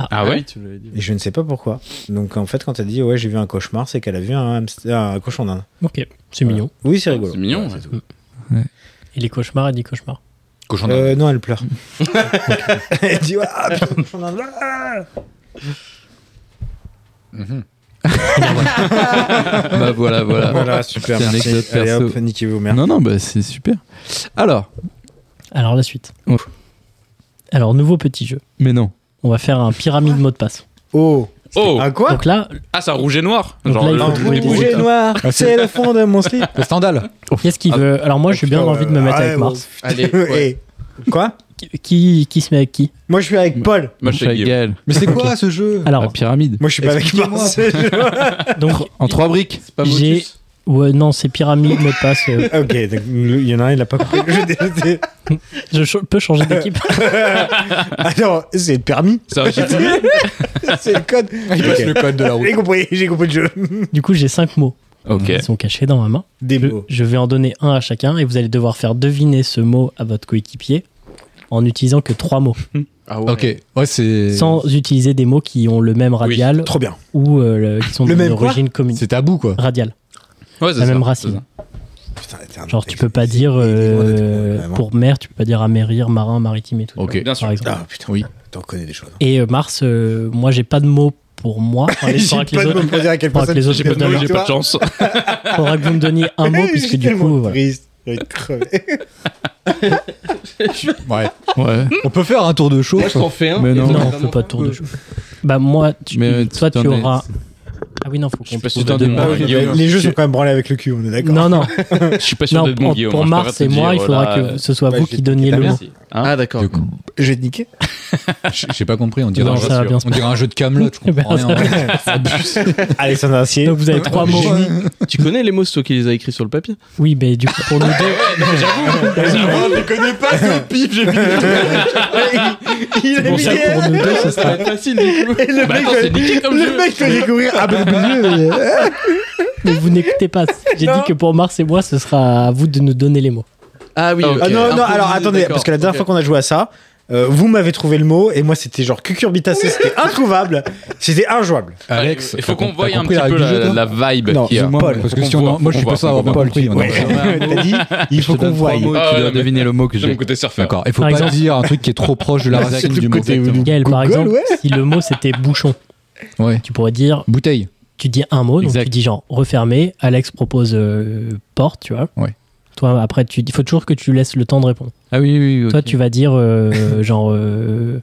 S3: Ah, Ah ouais oui,
S6: tu l'avais dit.
S1: Et je ne sais pas pourquoi. Donc en fait, quand elle dit ouais, j'ai vu un cauchemar, c'est qu'elle a vu un, hamster- un cochon d'Inde.
S2: Ok, c'est
S1: Voilà.
S2: mignon.
S1: Oui, c'est rigolo.
S3: mignon.
S1: Voilà, c'est tout.
S2: Et les cauchemars, elle dit cauchemar.
S7: hein.
S3: Cochon
S1: Euh, non, elle pleure. elle dit ouais, ah, putain, cochon d'Inde. ah.
S4: bah voilà, voilà.
S1: Voilà, super,
S4: Petite
S1: merci.
S4: anecdote
S1: Allez,
S4: perso.
S1: hop, niquez-vous, merde.
S4: Non, non, bah c'est super. Alors,
S2: Alors la suite.
S4: on-
S2: Alors nouveau petit jeu.
S4: mais non.
S2: On va faire un pyramide mot de passe.
S1: Oh
S3: Oh
S1: Un quoi
S2: Donc là,
S3: Ah, c'est un rouge et noir
S2: Donc là,
S3: Genre
S2: il
S3: le
S2: faut
S3: rouge
S2: trouver
S3: et
S2: rouge et
S3: noir.
S1: noir, c'est le fond de mon slip.
S7: Le standal.
S2: qu'est-ce
S3: Ah.
S2: qu'il veut Alors moi, j'ai bien envie de me mettre avec Mars.
S3: Allez,
S1: Eh, Quoi
S2: Qui, qui se met avec qui
S1: Moi, je suis avec Paul.
S3: Moi, je
S4: Mon chat
S3: sais Guillaume.
S4: Gaël.
S7: Mais c'est quoi
S2: Ok.
S7: ce jeu
S4: La
S2: Alors,
S4: pyramide.
S1: Moi, je suis pas avec
S7: Expliquez-moi.
S1: Mars. ok,
S2: donc
S4: En trois briques.
S11: pas
S2: j'ai.
S11: Motus.
S2: Ouais, non, c'est pyramide mot de passe. euh,
S1: donc, il y en a un, il a pas compris. Je déteste.
S2: je cho- peux changer d'équipe.
S1: Alors, c'est le permis.
S3: Ça va, j'ai dit.
S1: C'est le code.
S7: Il passe
S1: Ok.
S7: le code de la route.
S1: J'ai compris, j'ai compris le jeu.
S2: du coup, j'ai cinq mots.
S3: Ok.
S2: Ils sont cachés dans ma main.
S1: Des
S2: Je,
S1: mots.
S2: je vais en donner un à chacun et vous allez devoir faire deviner ce mot à votre coéquipier en n'utilisant que trois mots,
S11: Ah ouais.
S7: Ok, ouais, c'est.
S2: sans utiliser des mots qui ont le même radial
S1: Trop bien.
S2: ou euh, le- qui sont
S1: Le
S2: d'une
S1: même quoi
S2: origine commune.
S7: C'est tabou quoi.
S2: Radial,
S3: Ouais, c'est
S2: la
S3: ça,
S2: même
S3: c'est
S2: racine.
S1: Putain, t'es un-
S2: Genre, tu peux pas dire euh, pour mer, tu peux pas dire amérir, marin, maritime et tout.
S3: ça. Bien sûr.
S2: Par exemple.
S1: Ah putain, oui. T'en connais des choses. hein.
S2: Et euh, Mars, euh, moi j'ai pas de mots pour moi. Enfin, les-
S1: J'ai
S2: faudra
S1: pas
S2: que les
S1: de
S2: autres-
S1: mots pour dire à quel
S2: faudra
S1: point
S2: que les autres
S3: J'ai
S2: me
S3: pas de
S2: donnent
S3: mots,
S2: un-
S3: j'ai pas de chance.
S2: faudra que vous me donniez un mot puisque du coup, voilà.
S7: Ouais.
S4: Ouais.
S7: On peut faire un tour de show.
S11: Moi, je t'en fais un.
S4: Mais
S11: et
S4: non.
S11: t'en
S2: Non,
S11: fais
S2: on
S11: un
S2: peut pas
S11: autre.
S2: de tour de jeu. Bah moi, tu,
S4: Mais, euh,
S2: toi
S4: tu
S2: tu
S4: t'en es-
S2: auras. Ah oui non, faut
S3: Je suis
S2: qu'on
S3: pas
S2: trouve
S3: sûr d'être
S2: deux
S3: mon
S2: mots.
S3: Guillaume.
S1: Les jeux
S3: Je-
S1: sont quand même branlés avec le cul, on est d'accord
S2: Non non,
S3: Je suis pas sûr
S2: non
S3: d'être
S2: pour-
S3: bon Guillaume.
S2: pour
S3: hein, je
S2: Mars
S3: préfère
S2: et
S3: te
S2: moi,
S3: dire,
S2: il faudra
S3: voilà,
S2: que ce soit
S1: ouais,
S2: vous
S1: je
S2: qui
S1: vais
S2: donniez le mot.
S11: Ah d'accord.
S7: Du coup,
S1: Je vais te niquer.
S7: j- J'ai pas compris, on dirait,
S2: Non,
S7: un,
S2: ça va bien se
S7: on dirait un jeu de Camelot, je comprends
S2: Ben, ça
S7: rien.
S1: Alexandre Assier.
S2: Donc vous avez trois mots.
S6: Tu connais les mots, c'est toi qui les as écrits sur le papier.
S2: Oui, mais du coup pour nous deux,
S11: Moi, je connais pas ce pif, j'ai vu.
S1: Il
S2: pour ça pour nous deux, ce
S6: Ça va
S2: sera.
S6: être facile du coup.
S1: le
S3: Bah attends, c'est niqué comme jeu.
S1: mec doit découvrir. Ah ben,
S2: Mais vous n'écoutez pas. J'ai dit que pour Mars et moi, ce sera à vous de nous donner les mots.
S6: Ah oui.
S3: Ah,
S6: ok.
S3: ok.
S1: Ah non, non,
S6: Improvisé,
S1: alors attendez,
S6: d'accord.
S1: parce que la dernière
S6: Ok.
S1: fois qu'on a joué à ça, euh, vous m'avez trouvé le mot et moi c'était genre cucurbitacé, c'était introuvable, c'était injouable.
S7: Alex,
S3: il faut qu'on
S7: t'as
S3: voie un
S7: compris
S3: petit
S7: la
S3: peu
S7: règle du jeu,
S3: la,
S7: toi
S3: la vibe
S1: Non,
S3: qu'il y a.
S7: Excuse-moi,
S1: Paul,
S7: parce que
S3: faut
S7: si
S3: qu'on
S7: on
S3: voit,
S7: en- moi
S3: faut
S7: je suis
S3: qu'on
S7: pas sûr
S3: voit,
S7: d'avoir
S3: faut qu'on
S7: compris. on en-
S1: T'as dit, il faut
S4: Je te
S1: qu'on
S4: donne
S1: voie.
S4: trois mots et
S3: Ah,
S4: tu dois
S3: non, mais-
S4: deviner le mot que
S3: De mon
S4: j'ai.
S3: côté surfeur.
S7: D'accord, il faut
S2: Par
S7: pas
S2: exemple-
S7: dire un truc qui est trop proche de la racine du mot. Exactement.
S2: Gaël, par
S1: Google,
S2: exemple, si le mot c'était bouchon,
S7: Ouais.
S2: tu pourrais dire,
S7: Bouteille.
S2: tu dis un mot, donc
S4: Exact.
S2: tu dis genre refermé, Alex propose euh, porte, tu vois.
S7: Ouais.
S2: Toi, après, tu, il faut toujours que tu laisses le temps de répondre.
S4: Ah oui, oui, oui. ok.
S2: Toi, tu vas dire euh, genre euh,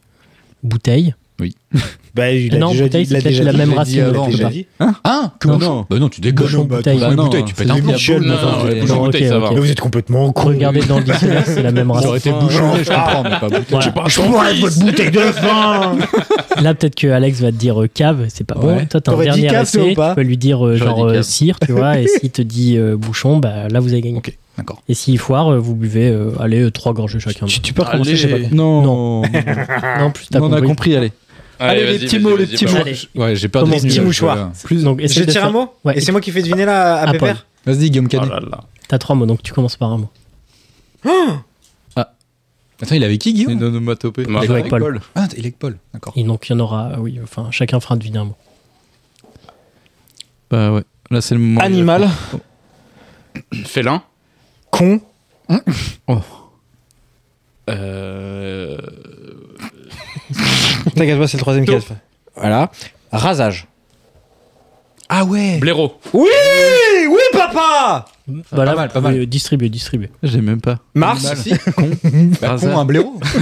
S2: bouteille.
S1: Bah, il a
S2: Non,
S1: déjà
S2: bouteille,
S1: dit- il a
S2: c'est peut-être
S1: déjà
S2: la
S1: dit,
S2: même
S1: il a
S2: racine,
S1: déjà
S2: on peut
S1: dit.
S2: pas.
S7: Hein Comment
S2: Non.
S7: non Bah non, tu dégages.
S2: Bouchon,
S7: bah,
S2: bouteille.
S7: bah
S4: Bah
S7: non,
S4: non,
S7: tu
S4: c'est
S7: pètes un
S4: des
S7: plomb.
S3: Non,
S4: bouchons.
S3: non,
S4: Non,
S3: non,
S4: mais-
S3: bouchon
S2: non,
S3: bouteille,
S2: ok,
S3: ça
S2: ok.
S3: va.
S1: Mais vous êtes complètement con.
S2: Regardez dans le dictionnaire, c'est la même
S7: Ça aurait
S2: racine.
S7: été bouchon, je comprends, mais pas bouteille.
S2: Voilà.
S1: Je vous enlève votre bouteille de vin
S2: Là, peut-être que Alex va te dire euh, cave, c'est pas
S7: Ouais.
S2: bon. Toi, t'as un
S1: T'aurais dit
S2: dernier
S1: cave, toi, ou
S2: essai, tu
S1: pas
S2: peux lui dire euh,
S4: J'aurais
S2: genre
S4: dit
S2: euh,
S4: cave.
S2: cire, tu vois, et s'il te dit euh, bouchon, bah là, vous avez gagné.
S7: Ok, d'accord.
S2: Et s'il foire, euh, vous buvez, euh, allez, euh, trois gorgées chacun. Ah.
S7: Tu, tu peux
S11: Allez.
S7: recommencer, j'ai pas compris.
S4: Non.
S2: Non, plus t'as
S4: On a
S2: compris.
S4: compris, allez.
S3: Allez, les petits mots, les petits
S2: mots.
S7: Ouais, j'ai perdu
S2: Comment-
S1: Petit
S7: jeu,
S1: mouchoir.
S7: voilà.
S2: Plus- donc,
S1: Je
S2: essaie de
S1: tire un
S2: faire-
S1: mot
S2: Ouais,
S1: Et c'est moi qui fais deviner là à
S2: À Paul.
S1: Pépère
S7: Vas-y,
S4: Ah,
S7: Guillaume Canet.
S2: T'as trois mots, donc tu commences par un mot.
S7: Attends, il est avec qui,
S4: Une
S7: Guillaume
S4: onomatopée.
S3: Il joue
S2: avec Paul.
S7: Ah, il est avec Paul. D'accord.
S2: Et donc, il y en aura, euh, oui, enfin, chacun fera deviner un mot.
S4: Bah ouais. Là, c'est le moment.
S5: Animal.
S3: Félin.
S1: Con
S3: Euh...
S5: T'inquiète pas, c'est le troisième
S3: Tout.
S5: cas. Voilà. Rasage.
S7: Ah ouais
S3: Blaireau.
S5: Oui
S1: Eh
S5: Oui, papa
S2: Voilà,
S7: mal,
S2: vous
S7: pas mal.
S2: pouvez, euh, Distribuer, distribuer.
S4: J'ai même pas.
S5: Mars
S7: Bah,
S4: Rasage.
S7: con, un blaireau.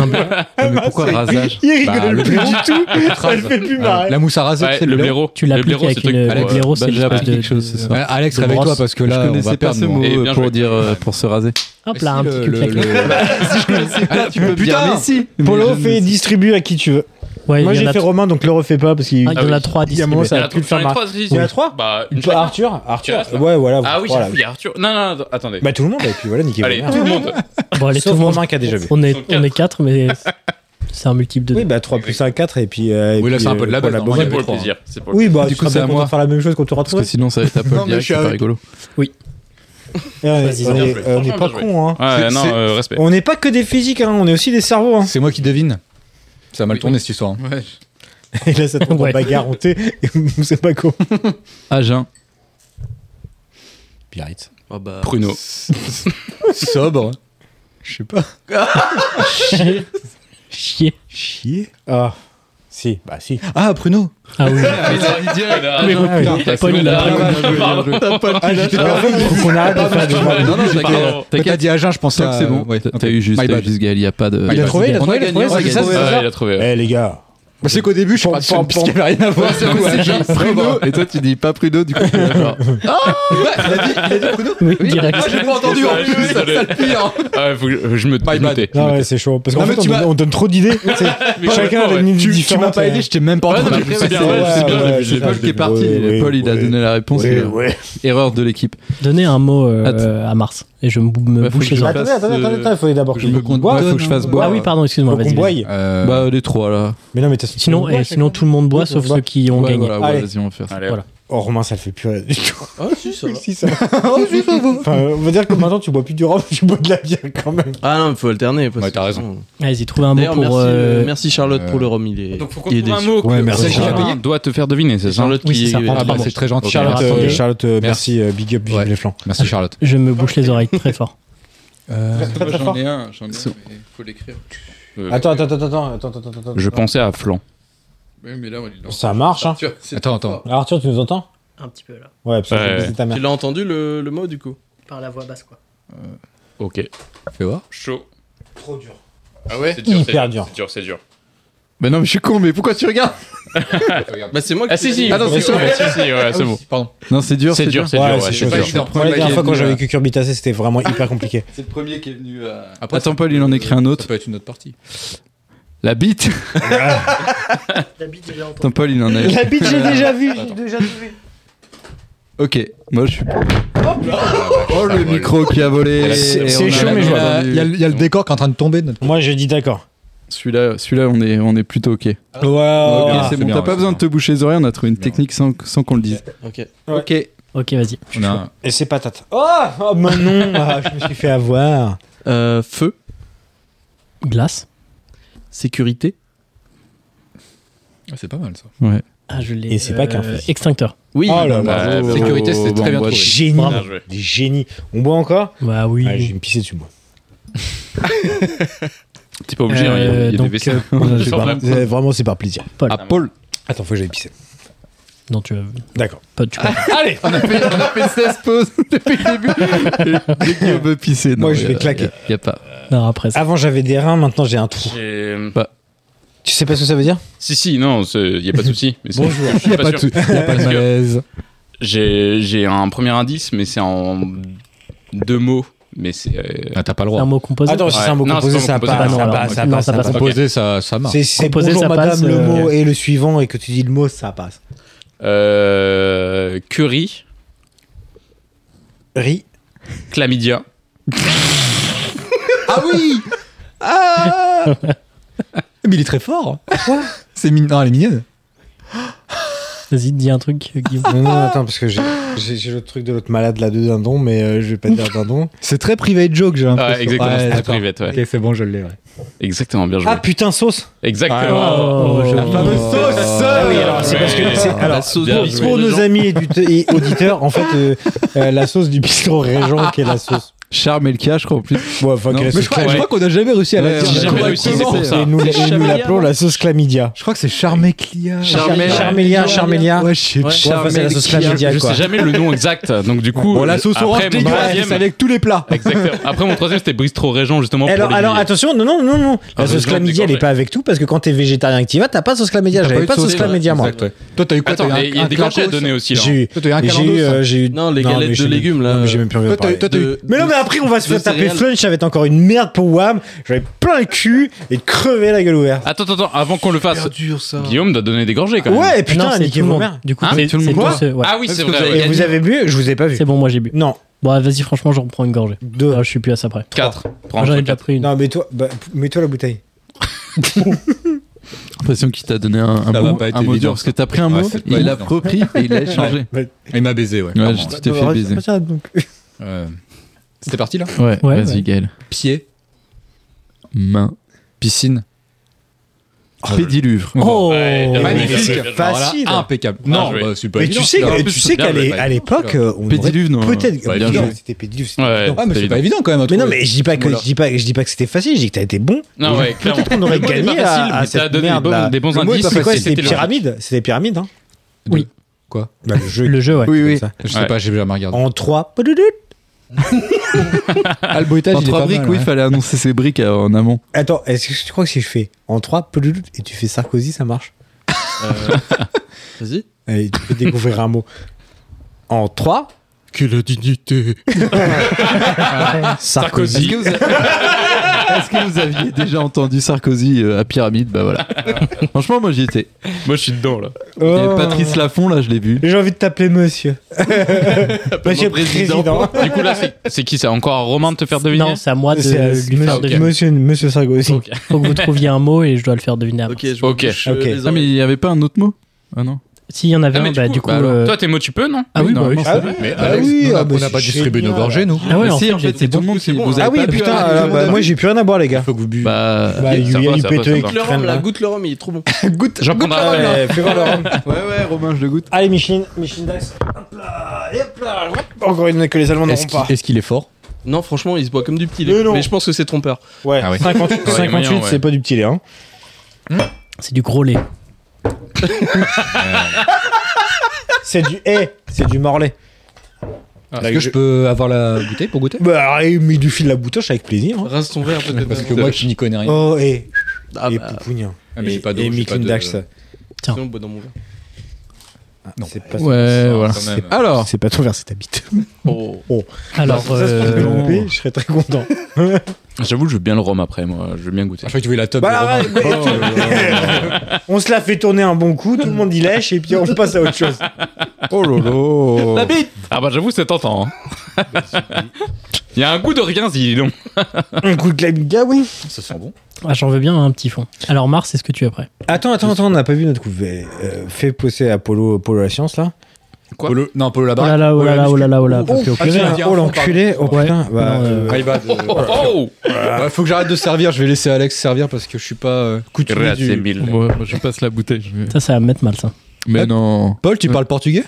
S4: Ah, Mais pourquoi rasage
S1: Il
S7: Bah,
S1: rigole
S7: le
S1: plus
S7: blaireau.
S1: du tout
S7: phrase.
S1: Elle fait plus marrer
S7: La mousse à raser,
S3: Ouais,
S7: c'est
S3: le
S7: le blaireau.
S3: blaireau.
S2: Tu
S3: Le
S2: l'appliques
S3: blaireau, c'est
S2: avec
S3: le truc
S2: une.
S3: pour,
S2: Le
S3: euh,
S2: blaireau, c'est
S4: bah, j'ai
S2: l'espèce
S4: appris
S2: de.
S4: quelque chose
S2: de-
S4: ce soir.
S7: Ouais, Euh, Alex,
S2: De
S7: réveille-toi
S2: brosse.
S7: parce que
S4: Je
S7: là, on va
S4: connaissais pas
S7: perdre.
S4: ce
S7: nous.
S4: mot
S3: Et
S4: euh,
S3: bien
S4: pour
S3: joué.
S4: dire euh, pour se raser.
S2: Hop là, un
S7: Si,
S2: petit
S7: le-
S2: cul
S7: le-
S2: claqué.
S4: Ah, tu peux
S7: Putain
S4: mais si.
S1: Polo fait distribue à qui tu veux.
S2: Ouais,
S1: Moi
S2: il y en
S1: j'ai
S2: a
S1: fait
S2: trois-
S1: Romain, donc le refais pas parce qu'il.
S2: ah, il y en
S3: Ah
S2: a
S3: oui.
S2: trois
S1: Il y a un moment,
S2: distribuer.
S1: ça va
S3: Il y en a
S1: plus le
S3: trois-
S1: faire
S3: il y en a
S1: marrer.
S3: trois, si, si.
S1: Il y en a trois
S3: Bah, une
S1: Il peut-
S3: chacun.
S1: Arthur
S3: Arthur,
S1: Arthur
S3: là.
S1: Ouais, voilà.
S3: Ah oui, j'ai
S1: voilà.
S3: fouillé Arthur. Non, non, non, attendez.
S1: Bah tout le monde, et puis voilà, niquez
S3: Allez, tout le monde.
S2: Bon, allez, tout
S1: Sauf
S2: le monde.
S1: Romain qui a déjà vu.
S2: On est,
S3: Ils sont
S2: on est quatre, mais c'est un multiple de
S1: Oui,
S2: deux.
S1: bah 3 plus 1, 4, et puis. euh,
S7: Oui, là, c'est un peu de la base, normalement.
S3: C'est
S7: avait
S3: hein, pour le
S7: trois,
S3: plaisir. C'est pour le
S1: Oui, bah,
S4: Du
S1: tu
S4: coup,
S1: seras
S4: c'est
S1: bien
S4: à
S1: content
S4: moi.
S1: de faire la même chose quand tu auras
S4: Parce que
S1: trouvé.
S4: sinon, ça va être à Paul
S7: Non, mais
S4: direct,
S7: je suis
S4: c'est pas
S7: avec-
S4: rigolo.
S1: Eh, On est-
S2: Vas-y,
S1: on
S2: bien
S1: est
S3: joué.
S1: euh, on est
S3: Franchement,
S1: pas
S3: bien joué.
S1: cons, hein.
S3: plaisir. Ouais,
S7: C'est-
S3: non,
S7: c'est-
S3: euh, respect.
S1: On n'est pas que des physiques, hein, on est aussi des cerveaux. hein.
S7: C'est moi qui devine. Ça a mal tourné cette histoire. hein.
S1: Et là, ça tombe en
S7: Ouais.
S1: bagarre en thé, et on sait pas comment.
S4: Agen.
S7: Biarritz.
S6: Ah, bah,
S3: Pruno.
S7: Sobre. Je sais pas.
S1: Chier.
S2: Chier.
S1: Chier Ah. Si, bah si.
S7: Ah, Pruno
S2: Ah oui.
S3: euh, ah,
S7: Mais oui, putain,
S1: putain,
S7: Paul, Ah, il a
S1: c'est
S7: raison.
S1: bon.
S7: Bien joué, bien joué.
S1: T'as pas le
S7: Ah, j'étais
S1: Alors,
S7: perdu.
S1: faut qu'on arrête de
S7: Pardon,
S1: faire des
S7: excuse-moi.
S1: vandes.
S7: Non, non, je l'ai-
S1: Pardon.
S7: Quand t'as dit Agen, je Ah, pensais
S4: Tant que
S7: à-
S4: c'est bon.
S7: ouais,
S4: T'as
S7: ok.
S4: t'as eu juste,
S7: My
S4: t'as eu
S7: bad.
S4: juste Gaël, il n'y a pas de.
S7: Il a trouvé, il a
S4: On
S7: trouvé, il a
S4: gagné,
S7: trouvé,
S4: on
S7: c'est ça,
S4: gagné.
S7: c'est ça
S1: Eh les gars.
S7: Bah, c'est qu'au début, je suis pas sûr, parce qu'il n'y avait rien à voir.
S4: Ouais, c'est vrai, c'est
S7: Agen,
S4: Jean Pruno, et toi tu dis pas Pruno, du coup. t'es là, genre,
S2: Oui,
S1: direct.
S7: Moi, j'ai ah, pas entendu en plus, c'est ça le pire.
S3: Ah, faut que je- je me je me tais.
S1: Non, ouais, c'est chaud. Parce
S7: Non,
S1: qu'en
S7: mais
S1: fait,
S7: tu
S1: on,
S7: m'as-
S1: on donne trop d'idées. tu sais.
S7: Mais
S1: Chacun a
S7: complètement,
S1: une
S7: ouais.
S1: idée
S7: Tu- tu
S1: différente.
S7: m'as pas aidé, je t'ai même pas Ouais, entendu. non, mais c'est bien, ouais, c'est bien,
S4: ouais,
S7: je l'ai
S4: C'est
S7: pas,
S4: Paul
S7: je
S4: qui est
S7: l'ai
S4: parti.
S7: pas, ouais,
S4: Paul, il a
S7: ouais.
S4: donné la réponse.
S7: Ouais,
S4: et-
S7: ouais.
S4: Erreur de l'équipe.
S2: Donnez un mot euh, à Mars et je me, bou- me
S4: Bah, faut
S2: bouche
S4: que
S2: les
S4: je
S2: oreilles.
S4: fasse, Attendez, attendez, euh, attendez,
S1: Il faut d'abord que
S4: Je peux qu'on boive, faut que je fasse boire.
S2: Ah oui, pardon, excuse-moi,
S1: Faut qu'on
S2: vas-y. vas-y.
S1: boive.
S4: Bah, les trois là.
S1: Mais non, mais t'as
S2: Sinon, eh, sinon tout le monde boit sauf ceux qui ont
S4: Ouais,
S2: gagné.
S4: voilà, ouais,
S1: Allez.
S4: vas-y, on va faire ça.
S2: Voilà.
S1: Oh, Romain, ça le fait plus rire du tout.
S6: Ah si, ça va.
S1: Si, ça Oh, va. Enfin, on va dire que maintenant, tu bois plus du rhum, tu bois de la bière quand même.
S6: Ah non, il faut alterner. Ouais, t'as raison.
S2: Vas-y, trouve un mot
S6: D'ailleurs,
S2: pour.
S6: merci, euh,
S2: euh,
S6: merci Charlotte pour le rhum. Il est,
S3: Donc, faut qu'on
S6: il est
S3: trouve un
S6: déçu.
S3: mot que
S1: merci,
S3: chacun
S1: Charlotte.
S3: doit te faire deviner, c'est ça
S6: Charlotte
S2: Oui,
S6: qui
S2: c'est ça.
S6: est-
S2: Ah, bah,
S6: Pardon.
S2: c'est très
S7: gentil.
S1: Charlotte,
S2: alors,
S1: euh,
S2: attendez.
S1: Charlotte, euh, merci, euh, big up, vive les flancs.
S7: Merci Charlotte.
S2: Je me bouche les oreilles très fort.
S1: Très, très fort.
S4: ai un, j'en ai un, mais faut l'écrire.
S1: Attends, attends, attends, attends, attends, attends, attends.
S3: Je pensais à Flan.
S4: mais là, il
S1: Ça marche, hein.
S7: Attends, attends.
S1: Arthur, tu nous entends
S2: Un petit peu là,
S1: Ouais, parce que
S3: Ouais.
S1: je vais baiser ta
S6: Tu
S1: mère.
S6: l'as entendu le, le mot du coup
S2: par la voix basse quoi.
S3: Ok.
S4: Fais voir.
S3: Chaud.
S1: Trop dur.
S3: Ah ouais C'est
S1: dur, Hyper c'est- dur.
S3: C'est dur, c'est dur.
S4: Mais non, mais je suis con, mais pourquoi tu regardes
S6: Bah c'est moi qui.
S3: Ah si, si.
S4: Ah non, c'est
S3: si,
S4: toi.
S3: si, ouais, c'est bon.
S7: Pardon.
S4: Non, c'est dur,
S3: C'est dur, c'est dur,
S1: Ouais,
S3: ouais,
S1: c'est
S3: c'est
S1: chaud,
S3: dur.
S1: c'est chaud. Moi, la dernière fois, quand j'avais vécu Curbitacé, c'était vraiment hyper compliqué.
S4: C'est le premier qui est venu. euh, à...
S7: Après,
S4: Attends, Paul, il en écrit un autre.
S7: Ça peut être une autre partie.
S4: La bite. Attends, Paul, il en a.
S1: La bite, j'ai déjà vu, j'ai déjà vu.
S4: Ok, moi je suis. Oh le micro qui a volé.
S1: C'est- c'est
S4: On a
S1: chaud,
S4: la-
S1: mais je vois.
S4: la-
S7: Il y, a le- il y a le décor qui est en train de tomber. de notre-
S1: Moi, j'ai dit d'accord.
S4: Celui-là, celui-là, on est, on est plutôt ok.
S1: Wow.
S4: ok, c'est
S7: c'est
S4: bon.
S7: bien,
S4: T'as
S7: ouais,
S4: pas
S7: c'est
S4: besoin de te boucher les oreilles. On a trouvé une technique sans, sans qu'on le dise.
S6: Ok.
S4: Ok.
S2: Ok, vas-y.
S7: On a un-
S1: Et c'est patate. Oh, oh mais non, ah, je me suis fait avoir.
S6: Euh, feu,
S2: Glace.
S6: sécurité.
S7: Ah, C'est pas mal ça.
S4: Ouais.
S2: Ah, je l'ai.
S1: Et c'est pas qu'un fils.
S2: Extincteur.
S6: Oui.
S1: Oh là là.
S3: Bah, bravo.
S7: Sécurité, c'était très bien
S4: Bon,
S7: trouvé.
S1: Des génies.
S2: Bravo.
S1: Des génies. On boit encore
S2: Bah
S1: ah, Je vais
S2: oui.
S1: me pisser dessus, moi.
S3: T'es pas obligé, hein, il y a- il y a des
S2: donc,
S3: vaisselles.
S2: euh,
S3: Je sors même.
S1: Euh, Vraiment, c'est par plaisir.
S4: À Paul.
S1: Attends, faut que j'aille pisser.
S2: Non, tu vas.
S1: D'accord.
S2: Pas, tu peux.
S1: Allez
S4: On a fait, on a fait 16 pauses depuis le début. Et Dès qu'on veut pisser. non,
S1: Moi, je
S4: y a-
S1: vais claquer.
S4: y a- Y a pas.
S2: Non, après ça.
S1: Avant, j'avais des reins, maintenant, j'ai un trou.
S3: J'ai-
S1: Tu sais pas ce que ça veut dire
S3: Si, si, non, c'est- il n'y a pas de souci. mais c'est- je suis
S7: Il y a pas de
S3: sûr.
S7: tout- il y a pas de
S3: Parce que-
S7: malaise.
S3: J'ai j'ai un premier indice, mais c'est en deux mots. Mais c'est. euh,
S7: Ah, T'as pas le
S2: Un
S7: droit.
S2: mot composé.
S1: Attends, si
S3: Ouais.
S1: c'est un mot
S3: Non,
S1: composé,
S3: c'est
S1: ça
S3: pas un mot
S1: passe.
S2: composé.
S1: Ça
S2: Ah, non, alors,
S1: passe, ça
S2: non,
S1: passe.
S2: ça
S1: ça
S2: passe
S1: passe.
S2: pas.
S7: Poser, ça, ça marche.
S1: C'est- C'est
S2: Composé,
S1: bonjour
S2: ça
S1: madame,
S2: passe,
S1: le
S2: euh,
S1: mot et le suivant, et que tu dis le mot, ça passe.
S3: euh, curry,
S1: Ri.
S3: chlamydia.
S7: Ah Mais il est très fort. C'est mignon. Non, elle est mignonne.
S2: Vas-y, dis un truc, Guillaume.
S1: Non, non, attends, parce que j'ai- j'ai j'ai le truc de l'autre malade là de dindon, mais euh, je vais pas dire dindon.
S7: C'est très private joke, j'ai l'impression.
S3: Ouais, exactement, c'est très
S7: d'accord.
S3: private, ouais.
S7: Ok, c'est bon, je l'ai. Ouais.
S3: Exactement, bien joué.
S1: Ah putain, sauce
S3: Exactement.
S7: Oh,
S2: joli.
S1: Ah oui, alors c'est parce que. c'est- Alors,
S4: oh,
S6: sauce
S3: bien
S1: pour,
S3: joué.
S1: pour nos amis et, dute- et auditeurs, en fait, euh, euh, la sauce du bistrot régent qui est la sauce.
S4: Charmelka, je crois en plus.
S1: Ouais, enfin,
S4: Non,
S1: qui est la
S4: mais
S7: Mais
S1: sauce
S7: je crois,
S1: cla-
S7: je
S3: Ouais.
S7: crois qu'on a jamais réussi à
S4: Ouais, on
S7: la
S4: a
S7: dire.
S3: jamais
S7: correctement.
S3: réussi, c'est pour ça.
S1: Et nous, et nous
S6: Chlamydia,
S1: l'appelons la sauce chlamydia.
S7: Je crois que c'est Charméclia.
S4: Charmel-
S1: Charmélia, Charmélia.
S7: Ouais, je sais
S6: Ouais.
S7: pas.
S1: Ouais, enfin, c'est la sauce chlamydia,
S3: Je
S1: quoi.
S3: sais jamais le nom exact, donc du coup.
S7: Bon, la sauce
S3: après,
S7: orange
S3: mon
S7: dégueulasse,
S3: troisième-
S7: c'est avec tous les plats.
S3: Exactement. Après mon troisième, c'était Bristro Régent justement
S1: Alors,
S3: pour les-
S1: alors attention, non, non, non, non. La
S3: Ah,
S1: sauce
S3: je
S1: chlamydia, elle est
S3: déclenche.
S1: pas avec tout parce que quand t'es végétarien que t'y vas, t'as pas sauce chlamydia. J'avais pas sauce chlamydia, moi.
S7: Exact, ouais. Toi, t'as eu quoi
S3: Attends,
S7: T'as
S3: mais
S7: eu
S3: il y
S7: un-
S3: a
S7: un
S3: des cachets à
S7: claquos
S3: donner aussi là.
S1: J'ai eu.
S7: Toi, t'as eu un
S1: mais J'ai eu,
S7: calendos.
S1: euh, j'ai eu.
S6: Non, les
S1: mais
S6: galettes de
S1: j'ai-
S6: légumes, là.
S1: Non, mais j'ai même plus envie de
S7: Toi, t'as eu-
S1: parler.
S7: toi, t'as eu.
S1: Mais non, mais après, on va se
S6: de
S1: faire taper
S6: céréales.
S1: flunch avec encore une merde pour Wham. J'avais plein le cul et de crever la gueule ouverte.
S3: Attends, attends, attends, avant qu'on le fasse,
S6: dur ça.
S3: Guillaume doit donner des gorgées Ah, quand même.
S1: Ouais,
S2: Non,
S1: putain,
S2: c'est tout le
S1: niquez-vous
S2: monde.
S1: merde.
S2: Du coup,
S3: Hein,
S2: c'est
S3: tout le
S2: c'est
S3: monde.
S2: tous ceux- ouais.
S3: Ah oui, c'est
S6: Parce que
S3: vrai.
S1: Et vous avez bu Je vous ai pas vu.
S2: C'est bon, moi j'ai bu.
S1: Non,
S2: Bon, vas-y, franchement, je reprends une gorgée.
S1: deux.
S2: Ah, je suis plus à ça près.
S3: 4. Prends
S2: Ah, J'en ai déjà
S3: 4.
S2: pris une.
S1: Non, mais toi, bah, mets-toi la bouteille.
S4: J'ai l'impression qu'il t'a donné un, un
S7: Ça va
S4: mot,
S7: pas être
S4: un mot
S7: évident.
S4: dur parce que t'as pris un
S7: Ouais,
S4: mot,
S7: c'est pas
S4: il l'a
S7: évident.
S4: repris et il l'a échangé.
S7: Il m'a baisé, ouais.
S4: Ouais,
S7: clairement,
S4: je
S7: ouais.
S4: t'ai fait baiser.
S1: Ah, donc.
S7: Euh, C'était parti là
S4: Ouais,
S2: Ouais,
S4: vas-y
S2: ouais.
S4: Gaël.
S7: Pied,
S4: Main.
S7: piscine,
S4: Pédiluvre.
S1: Oh,
S4: Ouais,
S1: magnifique,
S4: magnifique.
S1: facile,
S4: Alors là, impeccable.
S1: Bien
S4: Non,
S1: joué.
S4: bah, c'est pas
S1: mais
S4: évident.
S1: tu sais,
S4: Non, en
S1: que-
S4: plus,
S1: tu sais
S4: bien
S1: qu'à
S4: joué,
S1: l'é-
S4: bah,
S1: à l'époque,
S4: bien.
S1: euh, on aurait
S4: Pédiluve, non,
S1: Peut-être.
S4: ouais, bien
S1: Non,
S4: joué.
S1: c'était Pédiluve, c'était-
S4: Ouais,
S1: non,
S4: Ah, mais c'est c'est pas évident. évident,
S1: quand même.
S4: à
S1: Mais non,
S4: trouver.
S1: mais je dis pas que
S4: Voilà.
S1: je dis pas je dis pas que c'était facile. Je dis que t'as été bon.
S3: Non, ouais, clairement.
S1: Peut-être qu'on aurait
S3: Le mot n'est
S1: gagné
S3: pas
S1: à,
S3: facile,
S1: à
S3: mais t'as
S1: cette
S3: donné
S1: merde.
S3: des bons-
S1: là.
S3: des bons
S1: Le mot,
S3: indices,
S1: c'est quoi
S3: mais
S1: C'était
S3: c'était le-
S1: pyramide. C'était pyramide. Hein
S2: Oui.
S1: Quoi Le jeu.
S2: Le jeu, ouais.
S1: Oui, oui.
S4: Je sais pas, j'ai jamais
S1: En
S4: regardé.
S1: 3
S4: En trois briques, oui, il fallait annoncer ses briques euh, en amont.
S1: Attends, est-ce que tu crois que si je fais en 3 et tu fais Sarkozy, ça marche
S6: Vas-y.
S1: Allez, tu peux découvrir un mot. En 3
S7: Que la dignité.
S1: Sarkozy.
S4: Est-ce que, vous a- Est-ce que vous aviez déjà entendu Sarkozy euh, à Pyramide Bah voilà. Franchement, moi j'y étais.
S3: Moi je suis dedans là.
S1: Oh.
S4: Et Patrice Laffont, là, je l'ai vu.
S1: J'ai envie de t'appeler monsieur. monsieur le président.
S3: Du coup là, c'est- c'est qui C'est encore à Romain de te faire deviner
S2: Non, c'est à
S7: Ah,
S2: moi de
S1: C'est à-
S7: euh,
S2: lui faire
S1: monsieur,
S2: deviner.
S1: monsieur, monsieur Sarkozy.
S2: Faut que vous trouviez un mot et je dois le faire deviner. avant.
S6: Ok, euh,
S3: Ok.
S4: Ah, mais il n'y avait pas un autre mot Ah non.
S2: S'il y en avait
S3: Ah,
S2: un,
S3: mais
S2: bah du coup.
S3: alors,
S2: euh,
S3: Toi, tes mots, tu peux, non
S2: Ah oui, bah oui.
S1: Ah
S3: Mais
S1: Ah
S3: Alex,
S1: oui,
S3: nous, on a-
S1: ah bah
S3: on a
S1: c'est
S3: pas
S7: distribué
S1: génial.
S7: nos gorgées, nous.
S2: Ah ouais, en
S4: si,
S2: fait,
S4: en
S2: j'ai-
S4: fait, c'est tout le monde qui. Vous
S1: Ah
S4: avez
S1: oui,
S4: pas pu
S1: putain,
S4: arrêter
S1: alors,
S4: tout le
S1: bah,
S4: monde
S1: moi j'ai plus rien à boire, les gars.
S7: Faut que vous buvez.
S4: Bah.
S1: Bah,
S3: ça
S1: Yulia
S3: va, ça va, ça
S1: Lupeteux
S3: va.
S1: et
S3: Goûte
S1: qui
S6: Le rhum,
S1: traîne
S6: là,
S1: là.
S6: goûte le rhum, il est trop bon.
S1: Goûte,
S3: J'en
S1: goûte
S3: prendrai
S1: le
S3: un.
S1: rhum. Ah Ouais, fais voir le rhum.
S4: Ouais, ouais, Romain, je le goûte.
S1: Allez, Micheline, Micheline Dax. Hop là, et hop là. hop. Encore une que les Allemands
S7: Est-ce
S1: n'auront
S7: qu'il
S1: pas.
S7: est-ce qu'il est fort
S6: Non, franchement, il se boit comme du petit lait.
S1: Mais non.
S6: Mais je pense que c'est trompeur.
S1: Ouais,
S7: Ah oui.
S1: 58,
S3: Ouais,
S1: 58,
S3: moyen, ouais.
S1: c'est pas du petit lait. Hein.
S2: C'est du gros lait.
S1: C'est du hait, c'est du morlaix.
S7: Est-ce que Ah. Bah, je peux avoir la bouteille pour goûter
S1: Bah, allez, mets du fil à la boutoche avec plaisir. hein.
S6: Rince ton verre,
S7: Parce
S6: peut-être.
S7: que moi, je n'y connais rien.
S1: Oh, et.
S6: Ah,
S1: et
S6: bah,
S1: Poupougnin.
S7: Ah, mais j'ai
S1: Et-
S7: pas d'eau,
S1: Et
S7: j'ai
S1: Micheline
S7: pas de- Ah,
S1: Dax.
S6: sinon, on boit dans mon verre.
S1: Ah, C'est pas
S4: Ouais, voilà.
S7: quand même.
S4: Alors,
S1: C'est pas ton verre, c'est ta bite.
S6: Oh.
S2: Alors,
S1: Ça, si tu peux
S2: euh,
S1: le couper, je serais très content.
S3: J'avoue, je veux bien le rhum après, moi. Je veux bien goûter.
S7: Ah, Je crois que tu voulais la top.
S1: Bah,
S7: de Romain.
S1: ouais, mais- on se la fait tourner un bon coup, tout le monde y lèche et puis on passe à autre chose.
S4: oh lolo. La bite
S3: Ah bah j'avoue, c'est tentant. hein. Il y a un goût de rien, dis donc.
S1: Un coup de clamidia, oui.
S7: Ça sent bon.
S2: ah, j'en veux bien un petit fond. Alors, Mars, c'est ce que tu as prêt
S1: Attends, attends, attends, on n'a pas vu notre coup. Euh, fais pousser Apollo, Apollo la science là.
S3: Quoi
S7: Polo- Non, Polo la
S2: Oh là
S7: baraque.
S2: là, oh là là, oh là là, oh là.
S7: Oh,
S2: parce que-
S7: oh,
S1: Ah,
S7: putain,
S1: tiens,
S7: tiens,
S1: oh
S7: pardon.
S1: l'enculé, oh
S2: Ouais.
S1: putain. Bah,
S2: Non, euh,
S1: euh,
S7: Ah, il bat, euh,
S3: Oh, oh
S7: ouais, faut que j'arrête de servir, je vais laisser Alex servir parce que je suis pas euh, coutumier
S3: Grazie
S7: du...
S3: mille.
S4: je passe la bouteille.
S2: Ça, ça va me mettre mal, ça.
S7: Ah.
S4: Mais non.
S7: Paul, tu parles portugais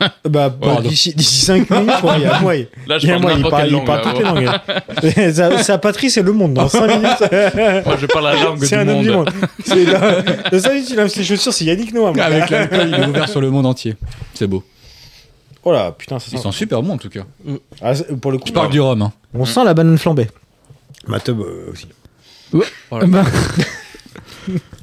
S1: bah, bah,
S7: Pardon.
S1: d'ici 5 minutes, je crois, il y a moi. il-
S3: Là, je
S1: il y a
S3: parle
S1: moi, il
S3: n'importe
S1: parle,
S3: quelle
S1: il parle
S3: langue,
S1: toutes les langues. sa, sa patrie, c'est le monde. Dans 5 minutes,
S3: Moi, je parle la langue
S1: c'est
S3: du
S1: un homme du
S3: monde.
S1: monde. C'est là- Dans 5 minutes, il lave ses chaussures, c'est Yannick Noah. moi.
S7: Avec l'alcool, il est ouvert sur le monde entier. C'est beau.
S1: Oh là, putain, ça
S7: Ils
S1: sent.
S7: sont super bons en tout cas.
S1: Ah, c'est- pour le coup,
S7: Je parle du rhum. Hein.
S1: on sent la banane flambée. Ma teub euh, aussi.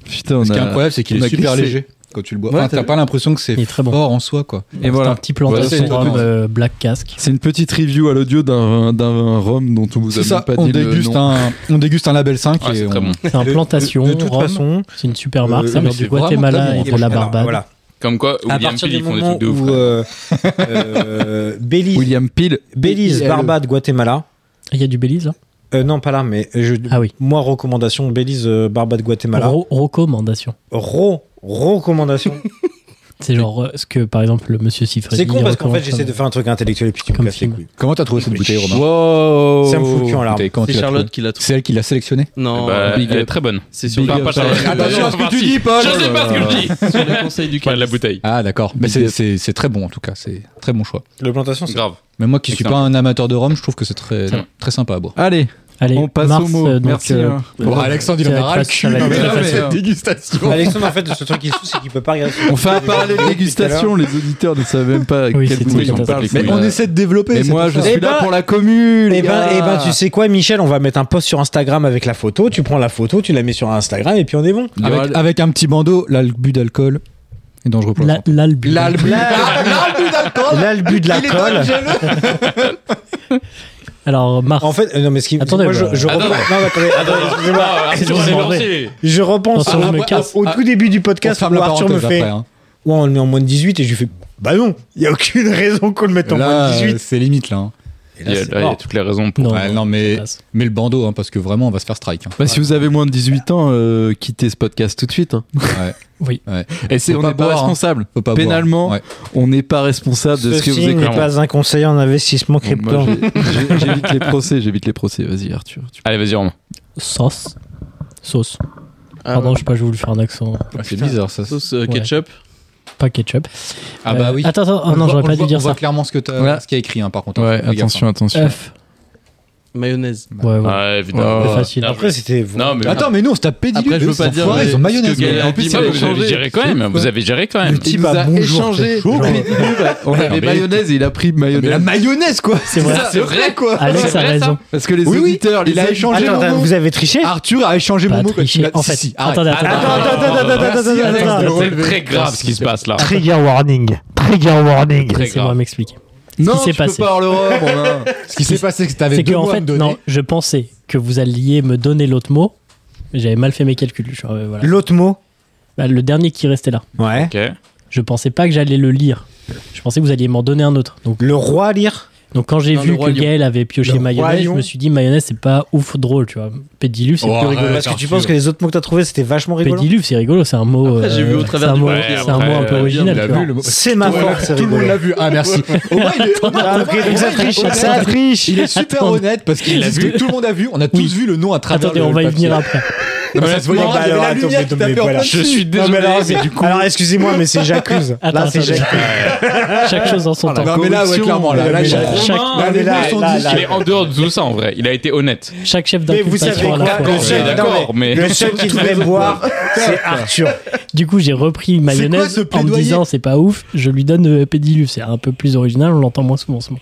S4: Putain, on
S7: Ce qui est
S4: a-
S7: incroyable, c'est qu'il
S4: on
S7: est
S4: a
S7: super
S4: glissé.
S7: léger quand tu le bois.
S6: Ouais,
S7: Enfin, t'as
S6: t'as-
S7: pas l'impression que c'est
S2: Il est très bon.
S7: fort en soi quoi.
S4: Et
S2: C'est
S4: voilà.
S2: un petit plan
S4: Voilà,
S7: c'est
S2: de
S7: une
S2: rhum
S7: reprise.
S2: euh, Black Casque.
S4: C'est une petite review à l'audio d'un d'un rhum dont on vous a même
S7: C'est ça,
S4: pas
S7: on
S4: dit le
S7: déguste,
S4: nom.
S7: un, on déguste un label 5
S3: Ah,
S7: et
S3: c'est
S7: on...
S3: très bon.
S2: C'est un plantation.
S1: De toute
S2: rhum.
S1: façon,
S2: C'est une super marque.
S1: Euh,
S2: Ça
S1: mais
S2: vient
S7: c'est
S2: du
S7: vraiment
S2: Guatemala
S7: très bon.
S2: et de la
S1: Alors,
S2: Barbade.
S1: Voilà.
S3: Comme quoi,
S1: À
S3: William
S1: partir
S3: Peel,
S1: du
S3: ils font des
S1: moment
S3: trucs de ouf.
S1: où
S3: frère.
S1: euh, euh, Belize,
S4: William Peel.
S1: Belize,
S4: P-I-L-E.
S1: Barbade, Guatemala.
S2: Il y a du Belize là
S1: Euh, non, pas là, mais je,
S2: Ah oui.
S1: moi, recommandation Belize, euh, Barbade, Guatemala.
S2: Ro- Recommandation.
S1: Ro, recommandation.
S2: C'est genre euh, ce que par exemple le monsieur Sifredi.
S1: C'est con parce qu'en fait,
S2: recommande
S1: j'essaie de faire un truc intellectuel et puis tu me
S2: Comme
S1: casses les
S2: film.
S1: couilles.
S7: Comment t'as trouvé cette bouteille Romain
S4: Wow.
S1: Ça me fout le cul en larmes.
S7: Bouteille, comment
S6: C'est
S7: tu l'as
S6: Charlotte
S7: trouvée
S6: qui l'a trouvé. Eh
S7: C'est elle qui l'a sélectionnée
S6: Non,
S3: Bah,
S6: Big
S3: elle est
S6: Up.
S3: très bonne.
S6: c'est sur
S3: Enfin,
S6: le-
S3: pas Charlotte.
S7: Attention à ce que tu
S3: Merci.
S7: dis, Paul.
S3: Je sais pas ce que je dis.
S6: sur le conseil du
S3: Enfin, de la
S6: Calice.
S3: bouteille.
S7: Ah d'accord, mais c'est- c'est c'est très bon en tout cas, c'est très bon choix.
S1: Le plantation, c'est.
S3: Grave.
S7: Mais moi qui suis
S3: Excellent.
S7: pas un amateur de rhum, je trouve que c'est très,
S3: C'est bon.
S7: très sympa à boire.
S4: Allez,
S2: Allez,
S4: on passe
S2: Mars,
S4: au mot.
S2: euh, donc,
S4: Merci.
S2: euh,
S4: hein.
S7: Bon, Alexandre, il en
S2: Ça
S7: a
S2: va
S7: ras le
S2: être
S7: cul
S2: facile, ça va
S7: mais
S2: être
S7: non,
S2: très
S7: mais,
S2: facile.
S7: euh, dégustation.
S1: Alexandre, en fait, le seul truc qui se fout, c'est qu'il peut pas regarder.
S4: On fait un parallèle dégustation, les auditeurs ne savent même pas
S2: Oui,
S4: quel
S2: c'est
S4: bouteille
S2: tout
S4: on
S2: à fait
S4: parle.
S3: ça.
S4: Mais,
S7: Mais on
S4: euh,
S7: essaie de développer.
S4: mais
S7: c'est
S4: moi,
S7: tout
S4: je
S7: ça.
S4: suis
S1: Eh
S4: là
S1: ben-
S4: pour la commu, les
S1: Eh ben,
S4: gars.
S1: eh ben, tu sais quoi, Michel, on va mettre un post sur Instagram avec la photo. Tu prends la photo, tu la mets sur Instagram et puis on est bon.
S4: Il y aura-
S7: Avec, avec un petit bandeau, là, le but d'alcool est dangereux pour la
S2: La-
S7: santé.
S2: L'albu.
S1: Là, le but de la colle.
S2: Alors Mars.
S1: En fait, euh, non, mais ce qui.
S2: Attendez,
S1: moi, je,
S2: bah,
S1: je
S3: attends.
S1: reprends- Non, attendez, attendez, excusez-moi.
S3: Ah, Arthur,
S1: Excusez-moi.
S3: c'est
S2: demandé.
S3: lancé.
S1: Je repense
S2: Attention,
S1: à-
S2: je me casse.
S1: au tout début du podcast
S7: On
S1: où
S7: ferme la
S1: Arthur me
S7: parenthèse
S1: fait.
S7: après. hein.
S1: Ouais, on le met en moins de 18 et je lui fais Bah non, il n'y a aucune raison qu'on le mette en moins de
S7: Là, euh,
S1: 18.
S7: c'est limite là. hein.
S1: Et
S3: Il y a-
S1: là, c'est
S3: là, il y a
S1: mort.
S3: toutes les raisons pour.
S2: Non,
S7: Ouais, non, mais,
S2: ça passe.
S7: mais le bandeau, hein, parce que vraiment, on va se faire strike. hein.
S4: Bah, si vous avez moins de 18 ans, euh, quittez ce podcast tout de suite. hein.
S7: Ouais.
S2: Oui.
S7: Ouais.
S4: Et c'est,
S7: Faut
S4: on
S7: pas
S4: n'est pas
S7: boire, hein.
S4: responsable.
S7: Faut pas boire.
S4: Pénalement,
S7: Ouais.
S4: on n'est pas responsable de ce que vous
S1: Ceci
S4: écoutez.
S1: n'est pas un conseil en investissement crypto.
S4: Moi, j'ai- j'ai- J'évite les procès, j'évite les procès. Vas-y, Arthur. tu-
S3: Allez, vas-y, Romain.
S2: Sauce. Sauce.
S4: Ah
S6: Ah,
S2: Pardon, je sais pas, j'ai voulu faire un accent.
S4: c'est bizarre ça.
S5: Sauce euh, ketchup.
S2: Pas ketchup.
S7: Ah bah oui.
S2: Attends, attends,
S7: On
S2: oh,
S7: le
S2: non,
S7: voit-
S2: j'aurais
S7: on
S2: pas dû
S7: le voit-
S2: dire
S7: On voit
S2: ça.
S7: clairement ce que t'as-
S4: Voilà.
S7: ce qui est écrit, hein, par contre.
S4: Ouais,
S7: Fais gaffe,
S4: attention,
S7: hein.
S4: attention.
S2: F.
S5: Mayonnaise.
S2: Ouais, ouais.
S3: Ah, évidemment.
S2: Ouais, ouais. facile.
S1: Après, c'était.
S3: Non, mais
S7: Attends, mais nous on se tape pédilu.
S5: Après, je veux pas dire, mais
S7: Ils ont mayonnaise.
S3: ce que
S7: mais
S3: Gaël
S7: en plus,
S3: dit, mais
S7: ils ont
S3: vous avez
S7: changé.
S3: géré quand même. Vous avez géré quand
S7: Le
S3: même.
S7: petit
S4: Il nous
S7: bah,
S4: a
S7: bonjour,
S4: échangé.
S7: c'est chaud, quoi.
S4: On
S3: mais-
S4: avait mayonnaise et il a pris mayonnaise.
S7: Ah, Mais la mayonnaise quoi
S2: C'est vrai.
S4: C'est vrai
S7: quoi
S2: Alex a raison.
S4: Parce que les
S7: Oui, oui,
S4: auditeurs,
S7: il
S4: les
S7: a
S4: auditeurs-
S7: échangé
S1: Attends,
S7: mon
S1: attends,
S7: nom.
S1: vous avez triché
S2: Ah,
S7: Arthur a échangé
S2: Pas
S7: mon mot.
S2: triché. En
S7: Si, Ah,
S2: fait,
S7: si, arrête.
S2: attendez,
S1: Attends,
S2: attendez.
S1: attends, attends, attends, attends,
S7: Merci,
S1: attends,
S7: Alex,
S1: attends.
S7: de le
S3: C'est
S7: relever.
S3: très grave ce qui se passe là.
S2: ah, Trigger warning. Trigger warning.
S3: Très
S2: Laissez-moi
S3: grave.
S2: m'expliquer.
S4: Non,
S2: qui s'est
S4: tu peux
S2: passé.
S4: pas avoir le rhum, on a-
S7: Ce qui s'est passé, c'est que t'avais
S2: C'est que
S7: deux
S2: en
S7: mots à
S2: fait,
S7: me donner.
S2: non, je pensais que vous alliez me donner l'autre mot. mais J'avais mal fait mes calculs. Je- euh, voilà.
S1: L'autre mot.
S2: Bah, le dernier qui restait là.
S1: Ouais.
S3: Ok.
S2: Je pensais pas que j'allais le lire. Je pensais que vous alliez m'en donner un autre. Donc,
S1: Le roi lire.
S2: donc quand j'ai
S5: Non, le
S2: vu
S5: roi
S2: que
S5: lion.
S2: Gaël avait pioché
S1: Le roi
S2: mayonnaise, je
S1: lion.
S2: me suis dit mayonnaise c'est pas ouf drôle, tu vois. Pédiluve c'est
S7: Oh,
S2: plus rigolo.
S7: arrête.
S1: Parce que tu penses que les autres mots que t'as trouvé c'était vachement rigolo.
S2: Pédiluve c'est rigolo, c'est un mot. euh,
S5: Après, j'ai vu au travers
S2: c'est un
S5: du
S2: mot-
S5: papier,
S2: C'est un mot un
S3: après,
S2: peu
S3: euh,
S2: original.
S3: bien,
S2: tu
S3: on l'a
S2: vois.
S3: vu,
S1: C'est ma
S7: Tout le monde-
S1: force, c'est
S7: Tout le monde
S1: rigolo.
S7: l'a vu. Ah merci. Au moins, il est- au moins,
S1: Ah, ok, donc ça triche, ça triche.
S7: Il est super
S2: Attends.
S7: honnête parce qu'il a
S2: l'a
S7: dit
S2: vu.
S7: que tout le monde a vu. On a
S2: Oui.
S7: tous vu le nom à travers
S2: Attendez,
S7: le-
S2: on va
S7: le
S2: y
S7: papier.
S2: venir après.
S7: Non, mais ça se voyait
S1: Bah,
S7: pas.
S1: alors,
S7: la
S1: attends,
S7: lumière
S1: mais-
S7: qui t'a
S1: mais
S7: fait en
S1: voilà.
S7: plein
S3: Je
S7: dessus.
S3: suis
S1: Non,
S3: désolé,
S1: mais alors,
S3: mais du coup.
S1: alors, excusez-moi, mais c'est j'accuse.
S2: Attends,
S1: Là, c'est
S2: attendez.
S1: j'accuse.
S2: Chaque chose en son temps.
S7: Non mais là, ouais,
S4: corruption,
S7: clairement, là, là,
S1: mais
S7: j'ai-
S1: là,
S2: chaque-
S7: là, les
S1: là,
S7: mots sont
S1: là,
S7: dits.
S1: là.
S3: Mais en dehors de tout ça, en vrai, il a été honnête.
S2: Chaque chef
S1: Mais vous savez
S2: d'inculpation à la
S1: quoi
S2: fois.
S1: Le seul-
S3: Ouais,
S1: non,
S3: d'accord,
S1: mais
S3: mais-
S1: le seul qui devait boire, c'est Arthur.
S2: Du coup, j'ai repris mayonnaise
S7: ce
S2: en me
S7: plaidoyer
S2: disant c'est pas ouf, je lui donne euh, pédiluve, c'est un peu plus original, on l'entend moins souvent en ce moment.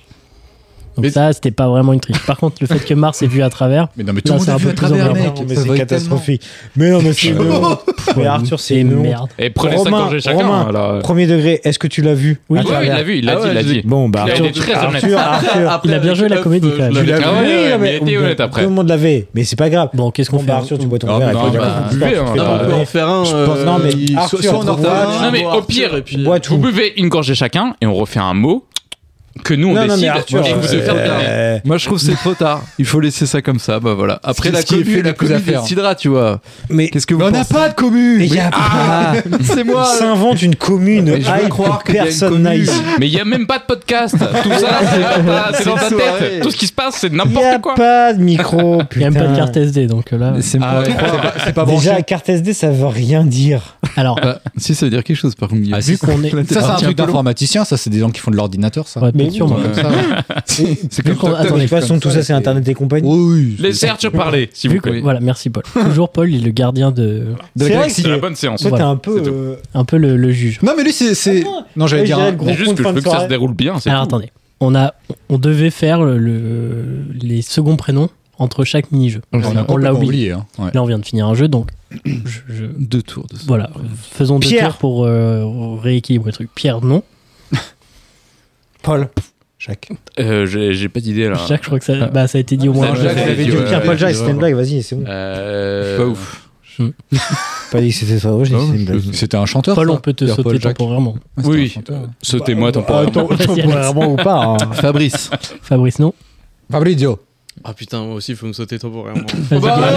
S2: Donc
S7: Mais-
S2: ça, c'était pas vraiment une triche. Par contre, le fait que Mars est vu à travers,
S7: Mais non, mais tout
S2: Là,
S7: le monde
S2: c'est
S7: a
S2: un
S7: vu
S2: peu
S7: à
S2: plus
S7: travers,
S2: emmerdant.
S7: mec.
S1: Non, mais
S7: Ça
S1: c'est
S7: va être
S1: catastrophique. Mais non, mais c'est une honte. Mais Arthur, c'est
S2: et
S1: une honte.
S2: merde.
S3: Et prenez ça
S1: Romain,
S3: quand j'ai chacun. hein,
S1: Romain.
S3: là.
S1: Premier degré, est-ce que tu l'as vu
S2: Oui.
S1: à
S3: Oui, oui, il
S1: travers
S3: l'a vu, il l'a
S7: Ah
S3: dit,
S7: ouais,
S3: il l'a
S7: j'ai-
S3: dit.
S1: Bon, bah,
S3: Il a
S1: Arthur,
S3: été très honnête.
S1: Arthur,
S6: Ah,
S1: Arthur.
S2: Il a bien joué la comédie,
S1: euh,
S6: euh,
S2: quand même.
S7: l'as
S3: Ah ouais,
S1: Oui,
S3: ouais,
S1: non,
S3: mais il a été honnête après.
S1: Tout le monde l'avait, mais c'est pas grave.
S2: Bon, qu'est-ce qu'on
S1: Bon,
S2: fait
S1: bah, Arthur, tu bois ton
S7: Ah,
S1: verre et
S7: non,
S1: toi,
S7: bah,
S1: d'accord,
S3: vous
S1: tu
S3: buvez,
S1: fais
S3: hein,
S1: pas
S3: là.
S6: Ah,
S5: On
S1: grave.
S5: peut en faire un.
S7: Je pense-
S5: euh,
S1: non, mais
S7: il-
S1: Arthur,
S7: soit on en
S1: on
S7: refait
S1: voit-
S7: un,
S3: Non mais
S5: Arthur,
S3: au pire,
S5: et
S6: euh,
S5: puis-
S1: Bois tout.
S3: vous buvez une gorgée chacun et on refait un mot que nous on
S1: Non, non,
S3: décide
S1: mais Arthur,
S3: et vous devez faire le dernier.
S1: euh,
S4: Moi, je trouve que c'est trop tard. Il faut laisser ça comme ça. Bah voilà. Après,
S7: C'est
S4: la
S7: ce qui est
S4: commu,
S7: fait
S4: la
S7: le plus
S4: commu
S7: à faire.
S4: décidera, tu vois.
S1: Mais
S4: Qu'est-ce que vous
S7: Mais on n'a
S4: pensez
S7: pas de commu.
S1: mais il y a
S4: Ah, c'est
S1: on
S4: moi.
S1: s'invente une commune.
S4: Mais je veux
S1: hype
S4: croire
S1: que
S4: qu'il y a une
S1: personne
S4: commune.
S1: n'a ici.
S3: Mais il y a même pas de podcast. Tout ça c'est dans ta- c'est dans ta tête. Tout ce qui se passe c'est
S1: Il n'y a
S3: n'importe quoi.
S1: pas de micro,
S2: Il n'y a
S1: putain.
S2: même pas de carte SD, donc euh, là.
S4: C'est
S7: Ah
S4: moi.
S7: C'est pas branché.
S1: Déjà, carte SD, ça veut rien dire.
S2: Alors,
S4: Bah, Si ça veut dire quelque chose, par contre.
S7: Ah,
S4: Guillaume.
S2: vu qu'on est.
S7: Ça, c'est un
S4: parti un
S7: truc
S4: peu loin.
S7: d'informaticien. Ça, c'est des gens qui font de l'ordinateur, ça.
S2: Ouais, peut-être
S1: oui,
S2: sûr, moi.
S7: Comme ça.
S2: Vu
S7: C'est comme
S2: qu'on-
S7: Docteur
S2: attendez,
S1: De toute
S7: Who,
S1: façon,
S7: comme
S1: tout ça, c'est Internet et compagnie.
S7: Oui, oui.
S3: Laissez Arthur parler, s'il vous
S2: Vu que-
S3: plaît.
S2: voilà, merci Paul. Toujours Paul, il est le gardien de.
S1: C'est vrai que
S3: C'est la
S1: c'est-
S3: bonne séance.
S1: toi, t'es
S2: Voilà,
S1: un peu.
S3: c'est tout.
S1: euh,
S2: Un peu le, le juge.
S7: Non, mais lui, c'est- c'est.
S2: Ah,
S7: Non, j'allais
S1: oui,
S7: dire.
S1: j'irais
S7: un-
S1: le gros
S3: C'est juste
S1: compte
S3: que je
S1: fin de
S3: veux que ça
S1: soirée.
S3: se déroule bien. c'est
S2: Alors
S3: tout.
S2: attendez, on, a, on devait faire le, le- les seconds prénoms entre chaque mini-jeu.
S7: On a
S2: l'a
S7: complètement
S2: oublié.
S7: oublié. hein. Ouais.
S2: Là, on vient de finir un jeu, donc je- je,
S4: Deux tours de ça.
S2: Voilà, faisons deux
S1: Pierre.
S2: tours pour euh, rééquilibrer le truc. Pierre, non.
S1: Paul. Jacques.
S3: Euh, J'ai j'ai pas d'idée là.
S2: Jacques, je crois que
S7: Ah.
S2: ça, bah, ça a été dit au moins.
S3: Jacques,
S2: un
S3: Jacques,
S2: peu.
S3: j'avais
S1: J'avais dit
S3: dit, ouais,
S1: Pierre, Paul,
S3: ouais,
S1: Jacques,
S4: ouais.
S1: c'était une blague, vas-y, c'est bon.
S3: Euh,
S4: Pas ouf.
S1: Pas dit que c'était ça, j'ai dit c'est une blague.
S7: C'était un chanteur.
S2: hein. Paul,
S7: ça.
S2: on peut te
S7: Pierre,
S2: sauter
S7: Paul, Jacques.
S2: temporairement.
S3: Oui,
S7: C'était un chanteur.
S3: sautez-moi
S1: Bah, Attends,
S3: temporairement.
S1: temporairement ou pas. hein.
S4: Fabrice.
S2: Fabrice, non.
S7: Fabrizio.
S5: Ah putain, moi aussi, il faut me sauter temporairement.
S2: Vas-y, Gaël.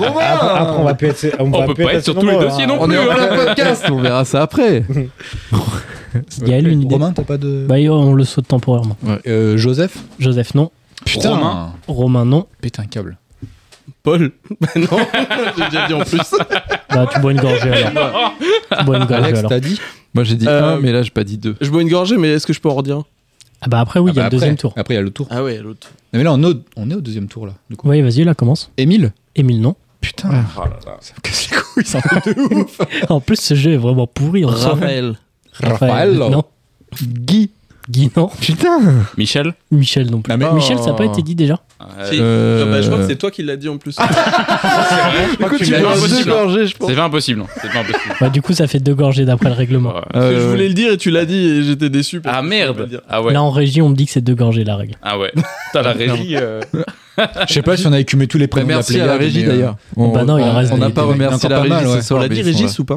S1: Après, après, on va plus être. On,
S3: Bah, On
S1: va
S3: peut
S1: plus
S3: pas être sur tous les
S1: nombreux,
S3: dossiers
S1: hein.
S3: non
S4: On
S3: plus.
S4: est en
S3: hein.
S4: plein podcast. On verra ça après.
S2: Gaël, une idée.
S7: Romain, t'as pas de.
S2: Bah, on le saute temporairement.
S7: Euh, Joseph.
S2: Joseph, non.
S7: Putain.
S2: Romain, non.
S7: Pète un câble.
S5: Paul Bah non, j'ai déjà dit en plus.
S2: Bah, tu bois une gorgée alors. Tu bois une gorgée
S7: Alex,
S2: Ah, alors.
S7: t'as dit
S4: Moi, j'ai dit
S5: Euh,
S4: un, mais là, j'ai pas dit deux.
S5: Je bois une gorgée, mais est-ce que je peux en redire un
S2: Ah, bah après, oui, il y a
S7: Ah bah
S2: le deuxième
S7: après.
S2: tour.
S7: Après, il y a le tour.
S5: Ah ouais, l'autre.
S7: Non, mais là, on est au- on est au deuxième tour, là. Du coup.
S2: Oui, vas-y, là, commence.
S7: Émile
S2: Émile, non. Ah.
S7: Putain. Ça me casse les couilles, c'est un truc de ouf.
S2: En plus, ce jeu est vraiment pourri. On sent-
S5: Raphaël.
S7: Raphaël.
S2: Non. Guy. Guy, non.
S1: Putain.
S3: Michel
S2: Michel, non plus.
S7: Non, mais-
S2: Michel, ça n'a pas été dit déjà.
S5: Si.
S4: Euh,
S5: Ah bah, je crois que c'est toi qui l'as dit en plus.
S4: Écoute,
S3: tu
S4: tu
S3: l'as
S4: l'as
S3: dit.
S4: deux gorgées, je pense.
S3: C'est pas impossible, non. C'est pas impossible.
S2: Bah, du coup, ça fait deux gorgées d'après le règlement.
S3: Ouais.
S5: Parce que je
S4: Euh,
S5: voulais le dire et tu l'as dit et j'étais déçu. parce
S3: Ah
S5: que je pouvais pas le
S3: merde.
S5: dire.
S3: Ah ouais.
S2: Là, en régie, on me dit que c'est deux gorgées la règle.
S3: Ah ouais. T'as la régie. euh,
S7: Je sais pas si on a écumé tous les
S4: Bah,
S7: prénoms. de
S4: merci à la
S7: Pléiade,
S4: régie
S7: mais, euh,
S4: d'ailleurs.
S2: bah non, il
S4: Euh, on-
S2: reste
S4: On n'a
S2: des-
S4: pas
S7: des-
S4: remercié
S7: des-
S4: la
S7: pas mal,
S4: régie
S7: ouais.
S4: ce
S5: On
S4: soir.
S5: l'a
S4: mais
S5: dit
S4: ils sont là.
S5: Régis ou pas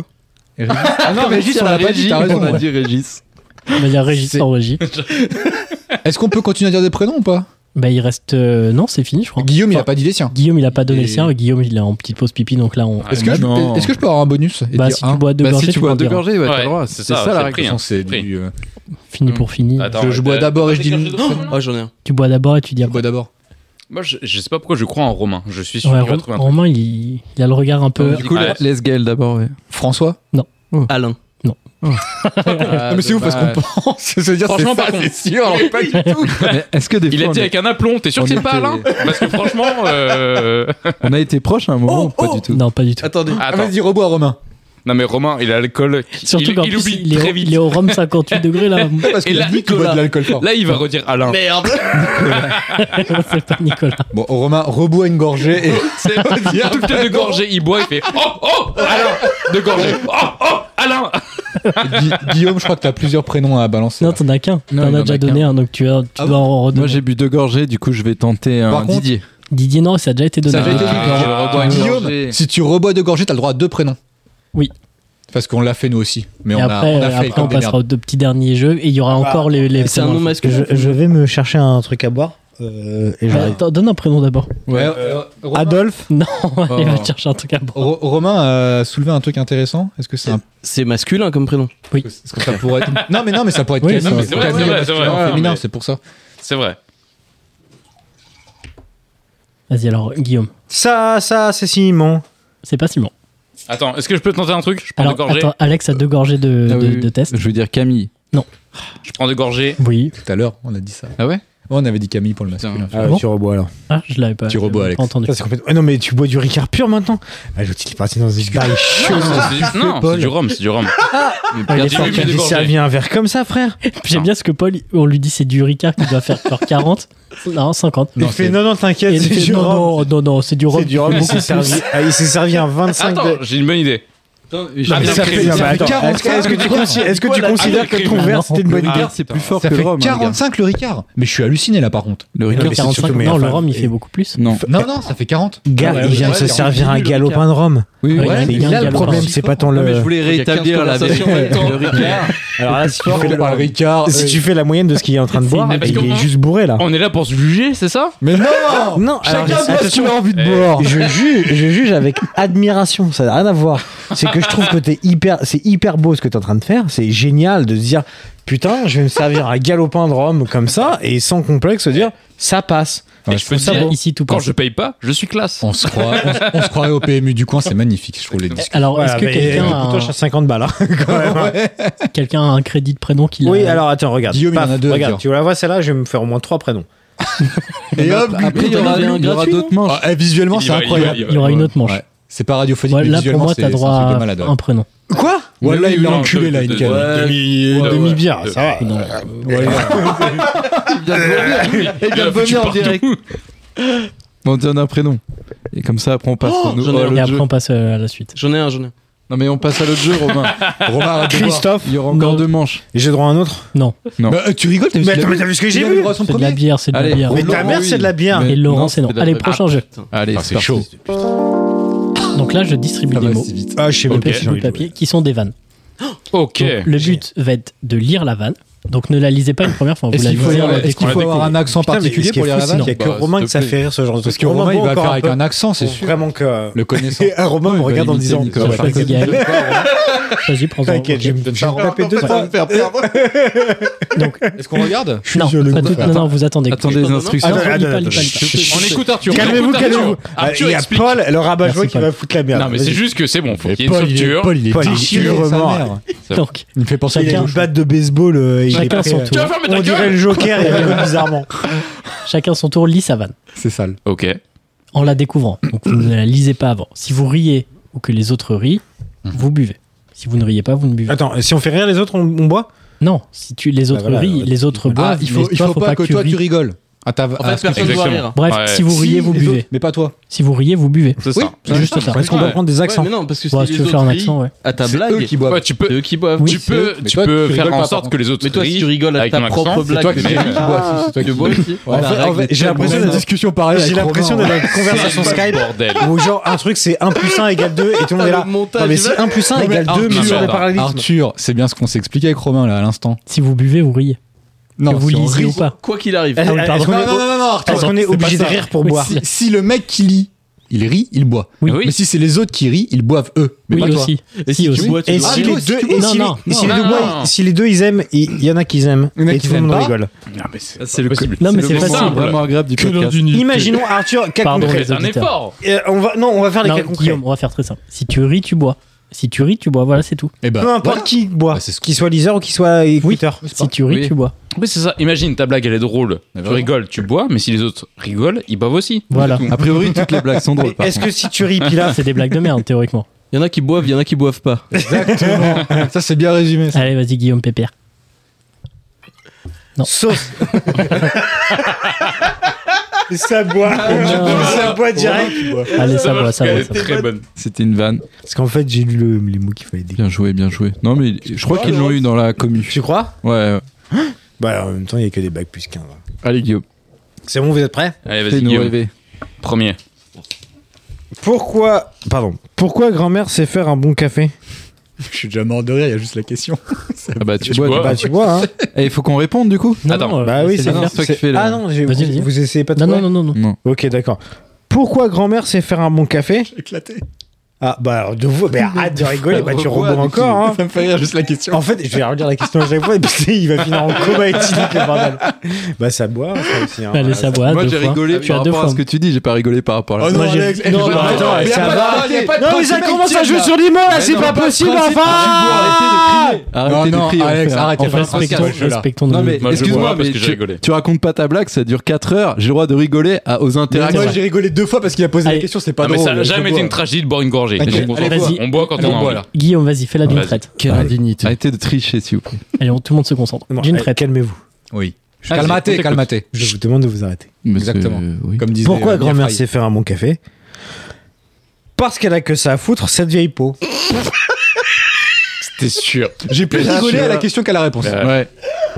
S7: Ah non, mais juste, on l'a pas dit, t'as raison.
S4: On a
S7: ouais.
S4: dit Régis.
S2: On va dire Régis
S7: C'est-
S2: en régie.
S7: Est-ce qu'on peut continuer à dire des prénoms ou pas
S2: Bah, il reste. euh, Non, c'est fini, je crois.
S7: Guillaume, il a pas dit les siens.
S2: Guillaume, il a pas donné le
S7: Et-
S2: sien. Guillaume, il est en petite pause pipi, donc là, on.
S7: Est-ce
S4: Ah,
S7: que, je,
S4: non.
S7: est-ce que je peux avoir un bonus et
S2: Bah,
S7: dire
S2: si
S7: un
S2: tu bois deux
S4: Bah,
S2: gorgées,
S4: si tu bois
S2: peux
S4: deux
S2: en dire un.
S4: gorgées, ouais, t'as
S3: Ouais,
S4: le droit.
S3: c'est
S4: C'est
S3: ça,
S4: ça
S3: c'est
S4: la
S3: pris,
S4: règle.
S3: hein.
S7: C'est
S3: Prix.
S7: du, euh,
S2: Fini pour fini.
S3: Attends,
S7: je, je bois
S3: euh,
S7: d'abord et je dis. le-
S5: Oh, j'en ai un.
S2: Tu bois d'abord et tu dis
S7: Je
S2: après.
S7: bois d'abord.
S3: Moi, je, je sais pas pourquoi je crois en Romain. Je suis sûr
S2: Ouais,
S3: qu'il va
S2: Rom-
S3: trouver un truc.
S2: Romain, il, il a le regard un peu.
S4: Ah, Du coup,
S3: Ouais.
S4: les Gaël d'abord. ouais. François
S2: Non.
S6: Alain.
S2: Non.
S4: Non,
S7: mais c'est ouf parce qu'on pense se dire c'est
S3: Franchement,
S7: ça,
S3: par contre.
S7: c'est sûr, alors pas du tout.
S4: Mais Est-ce que des
S3: Il
S4: fois,
S3: a dit
S4: on
S3: avec un aplomb, t'es sûr
S4: on
S3: que c'est
S4: était-
S3: pas Alain Parce que franchement. euh,
S4: On a été proche à un moment, ou pas du tout.
S2: Non, pas du tout.
S7: Attendez,
S3: Ah,
S7: Ah,
S3: attends.
S7: vas-y, rebois Romain.
S3: Non mais Romain, il a l'alcool. qui-
S2: Surtout
S3: il,
S2: qu'en
S3: il
S2: plus,
S3: oublie
S2: il est,
S3: très
S2: au-
S3: vite.
S2: il est au rhum 58 degrés là.
S7: Parce
S3: Et
S7: qu'il
S3: là,
S7: a dit qu'il boit de l'alcool fort.
S3: Là, il va redire Alain.
S6: Merde
S2: c'est pas Nicolas.
S7: Bon, oh, Romain, rebois une gorgée et.
S3: C'est tout le temps de gorgée, il boit, il fait Oh oh Alain De gorgée Oh oh Alain
S7: Gui- Guillaume, je crois que t'as plusieurs prénoms à balancer.
S2: Non, t'en as qu'un.
S4: Non,
S2: T'en
S4: il en
S2: as
S4: a
S2: déjà
S4: qu'un.
S2: donné un, donc tu, as- tu
S7: Ah
S2: dois en redonner.
S4: Moi j'ai bu deux gorgées, du coup je vais tenter un
S7: Par contre-
S4: Didier.
S2: Didier, non, ça a déjà été donné.
S7: Ça a déjà été
S4: Ah,
S7: dit, Guillaume.
S4: je rebois une gorgée.
S7: Guillaume, si tu rebois deux gorgées, t'as le droit à deux prénoms.
S2: Oui.
S7: Parce qu'on l'a fait nous aussi. Mais
S2: Et
S7: on,
S2: après,
S7: a, on a fait
S2: après,
S7: comme
S2: on
S7: des
S2: passera
S7: merdes.
S2: aux deux petits derniers jeux et il y aura
S1: Bah,
S2: encore les. les
S6: C'est un nom
S2: prénoms.
S6: masculin.
S1: Je, je vais me chercher un truc à boire. euh, et
S2: Bah,
S1: j'arrive.
S2: attends, donne un prénom d'abord.
S7: Ouais, euh, Romain,
S1: Adolphe
S2: Non, il va te chercher un truc à boire.
S7: Ro- Romain a soulevé un truc intéressant. Est-ce que c'est un...
S6: C'est masculin comme prénom.
S7: est-ce que ça pourrait être... Non, mais non, mais ça pourrait être
S2: Oui,
S7: quasi-
S2: non, mais
S3: c'est vrai,
S7: quasi
S3: c'est vrai,
S7: masculin,
S3: c'est vrai.
S7: féminin,
S3: Mais-
S7: c'est pour ça.
S3: C'est vrai.
S2: Vas-y, alors, Guillaume.
S1: Ça, ça, c'est Simon.
S2: C'est pas Simon.
S3: Attends, est-ce que je peux tenter un truc Je prends deux
S2: Alors,
S3: gorgées.
S2: attends, Alex a deux gorgées de,
S4: Ah oui,
S2: de-
S4: oui.
S2: de test.
S4: Je veux dire Camille.
S3: Je prends deux gorgées.
S2: Oui.
S7: Tout à l'heure, on a dit ça.
S4: Ah ouais
S7: Ouais, on avait dit Camille pour le masculin.
S3: Putain.
S1: Ah,
S2: bon
S1: tu rebois alors.
S2: Ah, je l'avais pas,
S7: Tu rebois,
S2: pas
S7: Alex.
S2: entendu.
S1: Ça, c'est complètement- Ah, non, mais tu bois du Ricard pur maintenant Ah, L'autre, il est parti dans une barille chaude.
S3: C'est du- Non, c'est du rhum, c'est du rhum.
S1: Ah, il est
S3: Perdu
S1: sorti,
S3: mes
S1: il
S3: deux
S1: dit, ça
S3: gorgées.
S1: vient un verre comme ça, frère.
S2: J'aime bien ce que Paul, on lui dit c'est du Ricard qui doit faire genre 40. Non, 50.
S1: il fait non, non,
S2: Et
S1: t'inquiète,
S2: il
S1: c'est
S2: fait,
S1: du
S2: non,
S1: rhum.
S2: non, non, non, c'est du rhum.
S1: C'est du rhum, il s'est servi, ah, il s'est servi un 25
S3: Attends,
S1: de.
S3: j'ai une bonne idée.
S1: Non, mais
S3: bien
S1: ça
S3: créé.
S1: fait- non, mais
S3: Ça fait
S1: attends,
S7: 45,
S1: est-ce que- est-ce que tu consi- est-ce que tu
S3: Voilà,
S1: considères que
S3: avec
S1: ton
S3: les
S1: verre c'était une bonne
S4: Le
S1: idée
S4: Ricard c'est plus fort
S7: Ça
S4: que
S7: fait
S4: le rhum. hein, les gars.
S7: 45 le Ricard. Mais je suis halluciné là par contre.
S4: Le
S2: Le
S4: Ricard.
S1: c'est surtout
S2: 45,
S1: mes
S2: non, le
S1: fans.
S2: rhum, il fait beaucoup plus.
S4: Non.
S7: Non, non, ça fait 40.
S1: Gars,
S2: Ouais,
S1: il vient de se servir un galopin de rhum.
S2: Ouais,
S4: Oui, oui.
S1: C'est
S2: il y a
S1: là
S2: un
S1: le
S2: galopin.
S1: problème, c'est pas tant
S4: Non, mais je
S1: le.
S4: voulais rétablir la vérité. Le Ricard.
S1: Alors là, si tu fais la-
S7: Ricard.
S1: si tu fais la moyenne de ce qu'il est en train de
S2: C'est
S1: boire,
S2: une-
S3: parce
S1: il
S3: qu'au
S1: est
S3: moins-
S1: juste bourré là.
S3: On est là pour se juger, c'est ça
S7: Mais non
S1: Non, alors, attention,
S7: envie
S3: Eh.
S1: je juge, je juge avec admiration. Ça n'a rien à voir. C'est que je trouve que t'es hyper, c'est hyper beau ce que t'es en train de faire. C'est génial de se dire putain, je vais me servir un galopin de rhum comme ça et sans complexe se dire ça passe.
S3: Et je peux
S1: ça
S3: te dire,
S1: beau.
S2: Ici, tout
S3: quand
S2: passe.
S3: je paye pas, je suis classe.
S7: On se, croit, on, se- on se croirait au PMU du coin, c'est magnifique, je trouve
S1: Eh,
S7: les disques.
S2: Alors, est-ce
S1: Voilà,
S2: que
S1: mais-
S2: quelqu'un a,
S1: écoute, toi, je suis à 50 balles. hein, quand même, hein.
S2: un- quelqu'un a un crédit de prénom qui l'a- euh,
S1: Oui, alors attends, regarde.
S7: Guillaume, il
S1: Paf,
S7: en a deux à
S1: Regarde,
S7: dire.
S1: tu la vois celle-là, je vais me faire au moins trois prénoms.
S7: Et hop,
S4: Après, il y aura, il y aura d'autres manches.
S7: visuellement,
S3: Il
S7: c'est
S3: va- il va-
S7: incroyable.
S2: il y aura une autre manche.
S7: Ouais. C'est pas radiophonique,
S2: Ouais,
S7: mais
S2: là, pour
S7: visuellement,
S2: moi,
S7: c'est c'est un
S2: t'as
S7: truc
S2: droit
S7: de
S2: à
S7: malade. ouais.
S2: un prénom.
S1: Quoi
S7: Ouais, là, il l'a
S3: Non,
S7: enculé,
S3: deux,
S7: là,
S3: deux,
S7: il
S3: deux,
S7: calme.
S3: deux,
S1: Demi,
S3: ouais,
S1: demi
S3: ouais.
S1: bière, ça va.
S2: Non.
S4: Et bien,
S3: Tu
S4: venir en
S3: pars
S4: direct.
S3: d'où
S4: On donne un prénom. Et comme ça, après, on passe au
S6: j'en ai
S4: nouveau- à
S6: un.
S2: Et
S4: l'autre
S2: après,
S4: jeu.
S2: on passe euh, à la suite.
S6: J'en ai un, j'en ai un.
S4: Non, mais on passe à l'autre jeu, Romain.
S7: Romain, arrête de boire.
S1: Christophe,
S4: Il y aura encore
S2: Non.
S4: deux manches.
S1: j'ai droit à un autre.
S7: Bah, euh, tu rigoles, t'as vu
S1: Mais
S7: ce qu'il
S1: attends,
S7: a
S1: mais
S7: bu
S1: t'as vu ce que
S7: Il
S1: j'ai
S7: a
S1: vu
S7: le droit à son
S2: C'est de
S7: premier.
S2: la bière, c'est de
S4: Allez,
S2: la bière.
S1: Mais
S4: Laurent,
S1: ta mère,
S4: oui.
S1: c'est de la bière.
S4: Mais-
S2: Et Laurent,
S4: non,
S2: c'est non.
S4: c'est de la
S2: Allez,
S4: vraie-
S2: prochain jeu.
S4: Allez,
S7: Ah,
S4: c'est
S7: c'est
S4: parti.
S7: chaud.
S2: Donc là, je distribue
S7: Ça
S2: des
S7: va
S2: mots
S7: si vite.
S1: Ah, je sais même
S3: Ok.
S1: pas
S2: et
S1: si j'ai
S2: sur du
S1: envie de
S2: papier
S1: jouer.
S2: qui sont des vannes.
S3: Ok.
S2: Donc, le but va être de lire la vanne. Donc ne la lisez pas une première fois, vous
S7: Est-ce
S2: la
S7: qu'il faut,
S2: lisez
S7: avoir-
S2: en la
S7: est-ce qu'il
S2: découvrant.
S7: faut avoir un accent
S1: Putain, mais
S7: particulier
S1: ce qui est
S7: pour lire
S1: fou,
S7: la
S1: c'est
S7: vanne
S1: qu'il n'y a que
S4: Bah,
S1: Romain
S4: s'il
S1: que
S4: te
S1: ça
S4: plaît.
S1: fait rire ce genre de
S7: Parce
S1: truc.
S7: que Romain, il
S1: voit
S7: va
S1: encore
S7: faire
S1: un
S7: avec
S1: peu-
S7: un accent, c'est
S1: Faut
S7: sûr.
S1: Vraiment que.
S7: Le connaissant.
S1: Et euh, Romain me regarde en me disant.
S2: Nicolas.
S1: T'inquiète,
S2: Vas-y, Gaël. Vas-y, prends-en.
S1: T'inquiète, je vais me je vais me taper deux fois.
S2: Donc,
S7: Est-ce qu'on regarde
S2: non, pas tout- non, non, vous attendez.
S4: Attendez les instructions.
S2: Non,
S1: Attends,
S2: lis pas,
S1: attends,
S2: lis pas, lis
S1: attends.
S2: pas.
S1: Chut,
S3: On
S1: chut.
S3: écoute Arthur. on
S1: Calmez-vous,
S3: écoute Arthur.
S1: calmez-vous. Ah,
S3: Arthur
S1: Il y a
S3: explique.
S1: Paul, le rabat-joie
S2: Merci,
S1: qui
S2: Paul.
S1: va foutre la merde.
S3: Non, mais c'est
S1: Vas-y.
S3: juste que c'est bon, faut qu'il y ait une
S7: Paul, il est-
S3: structure.
S7: Paul, il est
S1: Paul, il est
S7: déchiré,
S1: vraiment.
S7: sa mère.
S2: Donc,
S7: Il me fait penser à
S1: Il a
S7: quelqu'un.
S1: une batte de baseball. euh, et il est
S2: Chacun
S1: prêt
S2: son
S1: à-
S2: tour. Tu vas
S3: fermer ta
S1: On dirait
S3: gueule
S1: le Joker, il rigole bizarrement.
S2: chacun son tour lit sa vanne
S7: C'est sale.
S3: Ok.
S2: en la découvrant. Donc vous ne la lisez pas avant. Si vous riez ou que les autres rient, vous buvez. Si vous ne riez pas, vous ne buvez. pas.
S1: Attends, si on fait rire les autres, on, on boit
S2: Non, si tu les autres
S1: voilà,
S2: rient,
S1: ouais.
S2: les autres
S7: Ah,
S2: boivent.
S7: il
S2: mais
S7: faut, il
S2: toi,
S7: faut pas, que toi
S2: ries.
S7: tu rigoles. Ah, t'as-
S6: En
S7: ah,
S6: fait, personne doit
S3: Exactement.
S6: rire.
S2: Bref,
S3: Ouais.
S2: si vous
S7: si,
S2: riez, vous
S7: les
S2: buvez.
S7: autres, Mais pas toi.
S2: Si vous riez, vous buvez.
S3: C'est ça.
S2: C'est juste ça.
S1: Est-ce qu'on doit
S3: Ouais.
S1: prendre des
S6: Ouais,
S1: accents
S6: mais non, parce que si
S2: Bon, si
S6: les
S2: tu veux
S6: autres
S2: faire un
S6: rient
S2: accent, ouais.
S6: à ta
S7: C'est eux
S6: blague,
S7: qui boivent.
S3: Ouais, tu peux,
S6: eux qui boivent.
S2: Oui,
S3: tu
S7: c'est
S3: peux,
S7: eux. Mais
S3: tu
S7: toi,
S3: peux
S7: tu
S3: faire
S7: rigoles
S3: en
S7: pas,
S3: sorte
S7: par
S3: que les autres
S6: Mais toi, si
S3: rient
S6: tu rigoles à
S3: avec
S6: ta
S3: ton
S6: propre
S3: accent.
S7: C'est toi
S6: blague,
S7: qui
S6: mais-
S7: c'est lui qui boit. c'est toi
S6: Tu
S7: qui-
S6: bois aussi
S7: Ouais,
S1: En
S7: la
S1: fait- en
S7: règle
S1: fait,
S7: est
S1: J'ai
S7: tellement
S1: l'impression
S7: bonne.
S1: d'être
S7: discussion pareille.
S1: J'ai l'impression d'être en conversation Skype
S3: Bordel.
S1: où genre un truc c'est 1 plus 1 égale 2 et tout le monde est
S6: le
S1: là.
S6: montage,
S1: Non mais
S6: il
S1: si
S6: va-
S1: 1 plus 1 égale 2
S3: Arthur,
S1: mesure de
S3: Arthur,
S1: parallélisme.
S7: Arthur, c'est bien ce qu'on s'est expliqué avec Romain là à l'instant.
S2: Si vous buvez, vous riez. que vous
S7: si on
S2: lisiez
S7: rit-
S2: ou pas.
S6: Quoi qu'il arrive.
S1: Est-ce
S2: Ah oui,
S1: est-ce
S2: pardon.
S1: qu'on est-
S7: non, non, non, non, Arthur.
S1: est-ce qu'on est
S7: c'est pas
S1: obligé de
S7: ça.
S1: rire pour
S2: Oui,
S1: boire
S7: Si, si le mec qui lit il rit, il boit.
S2: Oui. Ah oui.
S7: Mais si c'est les autres qui rient, ils boivent eux. Mais
S2: Oui,
S7: pas toi.
S2: aussi.
S7: Et
S2: Si,
S7: si,
S2: aussi.
S7: tu bois, tu
S1: Et
S7: dois-
S1: si
S7: Ah,
S1: les
S7: toi,
S1: deux,
S7: tu
S1: et
S7: bois.
S1: si les- et si les deux bois- si les deux, ils aiment, il il y en a qui ils aiment.
S7: Il y en a
S1: Et
S7: qui
S1: tout le
S7: aiment
S1: monde
S7: pas.
S1: rigole.
S7: C'est le possible.
S2: Non, mais c'est
S7: moment
S2: facile.
S7: vraiment agréable du
S2: Que l'on
S7: podcast.
S2: dit ni-
S1: Imaginons Arthur, cas
S2: Pardon,
S1: concret.
S2: les auditeurs.
S1: Euh, on va, non, on va faire les
S2: Non,
S1: cas concrets.
S2: Guillaume, on va faire très simple. Si tu ris, tu bois. Si tu ris, tu bois. Voilà, c'est tout.
S7: Eh ben,
S1: Peu
S4: bah,
S1: importe qui boit, qu'il soit liseur ou qu'il soit écouteur.
S2: Si tu ris,
S3: Oui.
S2: tu bois.
S3: Oui, c'est ça. Imagine, ta blague, elle est drôle. Tu rigoles, tu bois, mais si les autres rigolent, ils boivent aussi.
S2: Voilà.
S3: C'est tout.
S4: A priori, toutes les blagues sont drôles. par
S1: Est-ce
S4: contre.
S1: que si tu ris, Pilaf,
S2: C'est des blagues de merde, théoriquement.
S6: Il y en a qui boivent, il y en a qui boivent pas.
S7: Exactement. Ça, c'est bien résumé. ça.
S2: Allez, vas-y, Guillaume Pépère.
S1: Sauce. ça boit. Ah, ça boit direct.
S2: Allez, ça boit,
S3: marche,
S2: ça
S3: elle
S2: boit.
S3: est
S2: ça boit.
S3: très bonne.
S4: C'était une vanne.
S1: Parce qu'en fait, j'ai lu le- les mots qu'il fallait dire.
S4: Bien joué, bien joué. Non, mais je crois qu'ils l'ont eu dans la commu.
S1: Tu crois
S4: Ouais, ouais.
S1: Bah, en même temps, il n'y a que des bacs plus qu'un. là.
S4: Allez, Guillaume.
S1: C'est bon, vous êtes prêts
S3: Allez, vas-y,
S4: Fais-nous
S3: Guillaume.
S4: rêver.
S3: Premier.
S1: Pourquoi. Pardon. Pourquoi grand-mère sait faire un bon café
S7: Je suis déjà mort de rire, il y a juste la question.
S4: Ah bah, tu
S3: Tu
S4: bois.
S3: bois.
S4: toi.
S1: Bah, tu vois, hein.
S4: Eh, il faut qu'on réponde du coup
S2: Non,
S3: Attends.
S2: non, euh,
S1: Bah oui,
S2: c'est
S1: c'est
S2: bien.
S4: bien.
S1: c'est-
S4: toi qui fais la-
S1: Ah non, j'ai-
S2: Vas-y, vas-y.
S1: vous, vous essayez pas de
S2: Non, non,
S1: trouver
S2: non, non, non.
S1: Ok, d'accord. Pourquoi grand-mère sait faire un bon café
S7: Éclaté.
S1: Ah, bah alors, de vous, mais arrête de rigoler, bah tu
S4: Revois,
S1: rebonds
S4: du coup.
S1: encore. Hein.
S7: Ça me fait rire juste la question.
S1: En fait, je vais redire la question à chaque fois, parce qu'il va finir en coma éthylique, le bordel. Bah ça boit, ça aussi. Hein.
S2: Allez, ça boit.
S4: Moi,
S2: Ah, deux
S4: j'ai
S2: fois.
S4: rigolé
S2: Tu
S4: par
S2: as deux
S4: rapport à
S2: fois.
S4: ce que tu dis, j'ai pas rigolé par rapport à
S7: Oh
S4: ça.
S7: non,
S2: Moi, j'ai-
S7: Alex, eh,
S2: non,
S7: je vais
S2: non,
S7: arrêter.
S2: attends,
S7: Il y a
S1: ça
S7: pas de-
S1: va.
S7: il y a pas de
S1: Non, mais
S7: principe
S1: ça commence à
S7: actuel,
S1: jouer
S7: là.
S1: sur les mots, là, c'est
S4: non,
S1: pas
S4: Ah, pas de
S1: possible,
S4: principe,
S1: enfin
S4: Arrêtez
S7: Non,
S4: de
S7: non,
S4: crier, on
S7: Alex,
S4: fait un-
S7: arrête,
S4: on
S7: il y a
S4: fait
S7: pas
S4: un
S7: de principe.
S4: podcast.
S7: Respectons-le, là.
S2: Respectons
S4: Non mais
S3: Moi, je bois
S4: excuse-moi,
S3: parce
S4: mais
S3: que j'ai
S4: tu,
S3: rigolé.
S4: tu racontes pas ta blague, ça dure 4 heures. J'ai le droit de rigoler à- aux interactions.
S7: Moi, j'ai rigolé deux fois parce qu'il a posé
S2: Allez.
S7: la question, c'est pas
S3: Ah, mais
S7: drôle.
S3: ça n'a
S7: je
S3: jamais
S7: vois.
S3: été une tragédie de boire une gorgée.
S7: Ok,
S3: Je vous
S7: allez,
S3: confirme.
S2: vas-y.
S3: On boit quand on a envie.
S2: Guillaume, vas-y, fais-la d'une
S3: Vas-y.
S2: traite.
S7: Quelle indignité.
S4: Arrêtez de tricher, s'il vous plaît.
S2: Allez, on- tout le monde se concentre.
S1: Non,
S2: D'une
S1: eh,
S2: traite.
S1: Calmez-vous.
S7: Oui.
S4: Ah,
S7: Calmaté,
S4: c'est-
S7: calmaté.
S1: Je vous demande de vous arrêter.
S7: Exactement.
S4: Monsieur- oui.
S7: Comme disait
S1: Pourquoi
S7: euh,
S1: grand-mère
S7: Mireille.
S1: sait faire un bon café Parce qu'elle a que ça à foutre, cette vieille peau.
S3: T'es sûr
S7: J'ai plus rigolé à la question qu'à la réponse.
S3: Euh,
S4: Ouais.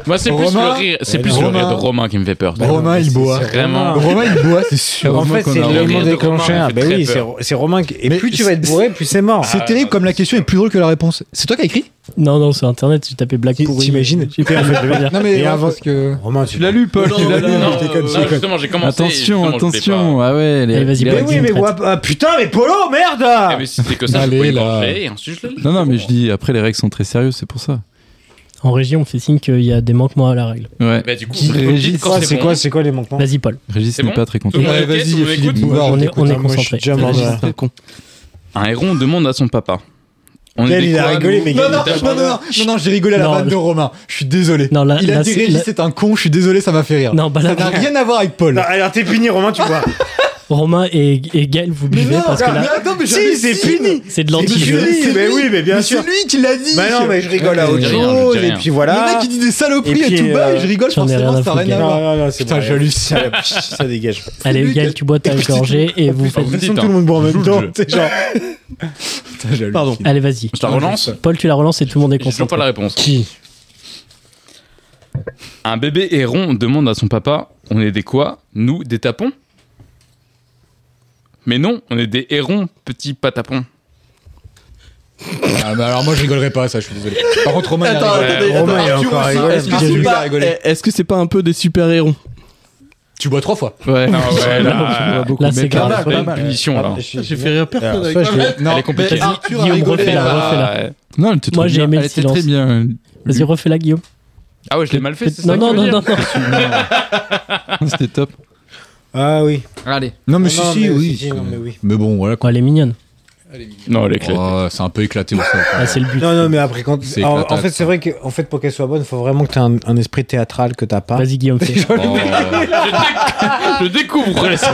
S3: Moi, c'est plus
S7: Romain
S3: le rire, c'est
S1: Ouais, Bah,
S3: plus le
S7: Romain.
S3: rire de Romain qui me fait peur.
S7: Romain, il boit.
S3: Vraiment.
S7: Romain, il boit, c'est sûr.
S1: En fait, c'est
S3: a le
S1: l'élément
S3: rire de
S1: déclencheur.
S3: Romain,
S1: Bah
S3: il fait
S1: oui,
S3: très
S1: c'est
S3: peur.
S1: c'est Romain. qui- Et
S7: Mais
S1: plus tu vas être
S7: c'est-
S1: bourré, plus c'est mort.
S7: C'est terrible comme la question est plus drôle que la réponse. C'est toi qui as écrit
S2: Non, non, sur internet, tu tapais blague pourrie.
S1: T'imagines
S2: J'ai pas-
S7: Non mais
S1: Et
S7: ouais,
S1: avant-
S7: parce que
S1: Romain, tu
S4: Tu l'as lu, Paul, tu l'as lu.
S3: Non,
S7: j'étais comme-
S3: non,
S7: j'étais comme-
S3: justement, j'ai commencé.
S4: Attention,
S3: justement, je l'ai
S4: attention. Ah ouais, les-
S2: Allez, vas-y,
S4: les-
S2: Paul.
S1: Mais oui, mais
S2: Traite.
S1: ouais, ah, putain, mais Polo, merde
S3: pas. Eh, mais si c'était que ça, je
S7: Allez,
S3: bois une
S7: là.
S3: gorgée et ensuite je le lis.
S4: Non, non, mais je dis, après, les règles sont très sérieuses, c'est pour ça.
S2: En régie, on fait signe qu'il y a des manquements à la règle.
S4: Ouais.
S3: Bah, du coup,
S4: Qui
S3: on peut le
S4: régit
S3: dire quand
S1: Quoi, C'est
S3: bon.
S1: quoi, c'est quoi les manquements
S2: Vas-y, Paul.
S4: Régis
S3: C'est
S4: n'est
S3: bon
S4: pas très content.
S3: Tout le monde
S7: Ouais,
S3: est ok,
S7: vas-y,
S3: tout le monde
S7: Philippe
S3: écoute
S7: Bouvard,
S2: On est,
S7: t'écoute.
S2: on est
S1: Ah, moi, je suis
S2: concentré.
S1: déjà mort de rire.
S3: Un héron demande à son papa. On
S1: Gaël,
S3: était
S1: il a
S3: quoi,
S1: rigolé,
S3: nous
S1: mais
S7: Non,
S1: Gaël,
S7: non,
S1: il a-
S7: non, non, non, non, non, j'ai rigolé à la
S2: Non,
S7: vanne
S2: le-
S7: de Romain. Je suis désolé.
S2: Non, là-
S7: Il a
S2: là,
S7: dit
S2: c'est-
S7: Régis,
S2: là-
S7: c'est un con, je suis désolé, ça m'a fait rire.
S2: Non, bah
S7: ça
S2: là,
S7: n'a
S2: Romain-
S7: rien à voir avec Paul.
S1: Non, alors t'es puni, Romain, tu vois.
S2: Romain et, et Gaël, vous
S7: Mais
S2: buvez
S7: non,
S2: parce que
S7: mais
S2: là,
S7: attends, mais j'avais-
S1: Si, c'est puni.
S2: c'est de
S1: C'est
S2: l'anti-jeu.
S7: mais
S1: puni.
S7: c'est
S1: Mais
S7: lui.
S1: oui, mais bien
S7: Mais
S1: sûr.
S7: C'est lui qui l'a dit.
S1: Bah non, mais je rigole à
S3: Je dis
S1: autre
S3: rien, je dis
S1: chose, et
S3: rien.
S1: puis
S7: Le
S1: voilà.
S7: mec qui dit des saloperies
S1: Et
S7: et,
S1: puis,
S7: tout bas,
S1: euh,
S7: et je rigole,
S2: j'en ai rien
S7: forcément,
S2: à
S7: ça n'a
S2: foutre,
S7: rien à
S2: gars.
S7: voir.
S1: Non, non, non, c'est
S7: Putain,
S1: bon,
S7: j'hallucine.
S1: Ça, ça dégage. De
S2: Allez, Gaël, tu bois ta gorgée et vous faites.
S1: toute façon, tout
S3: dites,
S1: le
S3: hein.
S1: monde boit en même
S3: Joue le
S1: temps.
S3: jeu.
S1: t'es genre-
S7: Putain, j'hallucine.
S6: Pardon.
S2: Allez, vas-y.
S3: Je la relance
S2: Paul, tu la relances et tout le monde est
S3: J'ai toujours pas la
S2: concentré.
S3: réponse.
S1: Qui
S3: Un bébé héron demande à son papa On est des quoi Nous, des tapons Mais non, on est des hérons, petits patapons.
S7: Ah, mais alors moi, je rigolerai pas à ça, je suis désolé. Par contre, Romain, il a
S6: Attends,
S7: rigolé.
S3: Ouais,
S6: attendez,
S3: Romain,
S6: attendez.
S1: il a encore rigolé.
S6: Est-ce que
S7: Parce
S6: c'est
S7: qu'il
S6: pas-
S7: a rigolé.
S6: Est-ce que c'est pas un peu des super-héros
S7: Tu bois trois fois.
S4: Ouais.
S3: Ah ouais,
S4: On
S3: là,
S4: voit beaucoup,
S2: là,
S4: mais
S2: c'est
S4: pas
S2: grave.
S4: mal.
S3: Ah, pas une punition, là.
S6: J'ai fait rire personne
S1: Alors,
S6: avec
S1: soit je vais-
S7: Non,
S3: Elle est compliquée.
S7: mais Arthur a
S2: Guillaume,
S7: rigolé,
S2: refais-la,
S7: là.
S2: refais-la.
S3: Ah, ouais.
S4: Non, elle était
S2: Moi,
S4: trop
S2: j'ai
S4: bien.
S2: aimé le
S4: Elle était
S2: silence.
S4: très bien.
S2: Vas-y, refais-la, Guillaume.
S3: Ah ouais, je l'ai mal fait, c'est ça
S2: Non,
S3: que
S2: non,
S3: tu veux
S2: non,
S3: dire
S2: non, non.
S4: C'était top.
S1: Ah oui.
S3: Allez.
S7: Non,
S1: Non,
S7: mais si,
S1: non,
S7: si,
S1: mais
S7: oui.
S1: si, non, mais oui.
S7: Mais bon, voilà.
S2: Oh, elle est mignonne.
S3: Non, elle est claire.
S7: Oh, C'est un peu éclaté aussi.
S2: Ah, c'est le but.
S1: Non, non, mais après, quand.
S7: C'est
S1: En, en
S7: éclatable,
S1: fait,
S7: ça.
S1: c'est vrai que en fait, pour qu'elle soit bonne, faut vraiment que t'aies un, un esprit théâtral que t'as pas.
S2: Vas-y, Guillaume, fais.
S3: oh. Je découvre cette-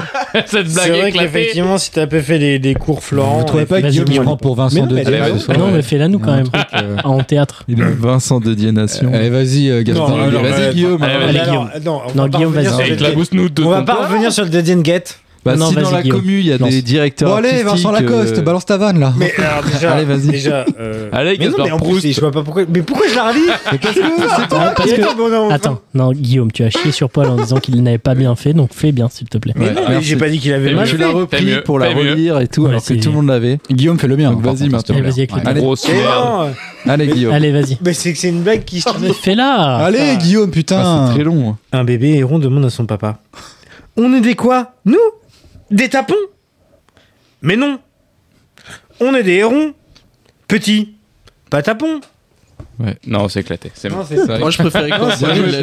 S3: cette
S1: C'est
S3: blague
S1: vrai
S3: éclatée.
S1: qu'effectivement, si t'as pas fait des, des cours Florent.
S7: Vous trouvez pas que
S2: Vas-y,
S7: Guillaume il
S2: Guillaume.
S7: prend pour
S1: Mais
S7: Vincent
S1: non,
S7: de
S1: mais elle est
S7: Dienne
S1: pas
S7: ce
S1: ouf.
S2: Ah
S7: soir
S2: non, mais fais-la nous
S7: Il y a
S2: quand
S7: un
S2: même.
S7: truc, euh,
S2: Ah, En théâtre.
S4: Il est Vincent de Dienation.
S7: Allez, vas-y, euh, Gaston.
S1: Non,
S7: Allez,
S1: non,
S7: vas-y,
S1: non,
S7: Guillaume.
S3: Allez,
S1: Mais
S3: vas-y.
S2: Allez,
S1: alors,
S2: Guillaume.
S1: non, on
S2: Non,
S1: va pas
S2: Guillaume,
S1: revenir
S2: vas-y.
S1: sur le Dead-
S3: Éclabousse-nous de
S1: On va
S3: ton
S1: pas
S3: poing.
S1: revenir sur le Dead and Get.
S4: Bah,
S2: Non,
S4: si dans
S2: vas-y,
S4: la
S2: Guillaume.
S4: commu, il y a
S2: Lance.
S4: des directeurs.
S7: Bon, allez,
S4: artistiques,
S7: Vincent Lacoste,
S4: euh,
S7: balance ta vanne là.
S1: Mais alors, déjà,
S4: Allez, vas-y.
S1: déjà euh,
S3: Allez,
S1: mais non,
S3: Gaspard
S1: mais en plus,
S3: Proust.
S1: je vois pas pourquoi. Mais pourquoi je la relis Parce que c'est
S2: toi, parce que- Attends, non, Guillaume, tu as chié sur Paul en disant qu'il n'avait pas bien fait, donc fais bien, s'il te plaît.
S1: Mais
S4: Ouais,
S1: non, mais
S4: merci.
S1: j'ai pas dit qu'il avait
S3: Fais
S4: Moi,
S1: mal.
S3: mieux.
S4: je l'ai
S3: Fais
S4: repris
S3: mieux,
S4: pour la
S3: fais mieux.
S4: relire et tout,
S2: Ouais,
S4: alors que
S2: c'est-
S4: tout le monde l'avait.
S7: Guillaume, fais le bien.
S4: Donc,
S7: par
S4: vas-y,
S7: contre,
S4: maintenant.
S7: s'il te plaît.
S2: Allez, vas-y, avec le
S4: Allez,
S3: Grosse
S1: Mais
S3: merde.
S1: non
S4: Allez, Guillaume. Ah,
S2: Allez, vas-y.
S1: Mais c'est que c'est une blague qui se
S2: Mais fais-la
S7: Allez, Guillaume,
S4: Ah,
S7: putain.
S4: C'est très long.
S1: Un bébé héron demande à son papa On est des quoi Nous Des tapons
S12: Mais non On est des hérons Petits Patapons
S3: Ouais. Non, c'est éclaté. C'est
S12: Non,
S3: bon.
S12: c'est- Moi, je préférais que ça, je l'ai.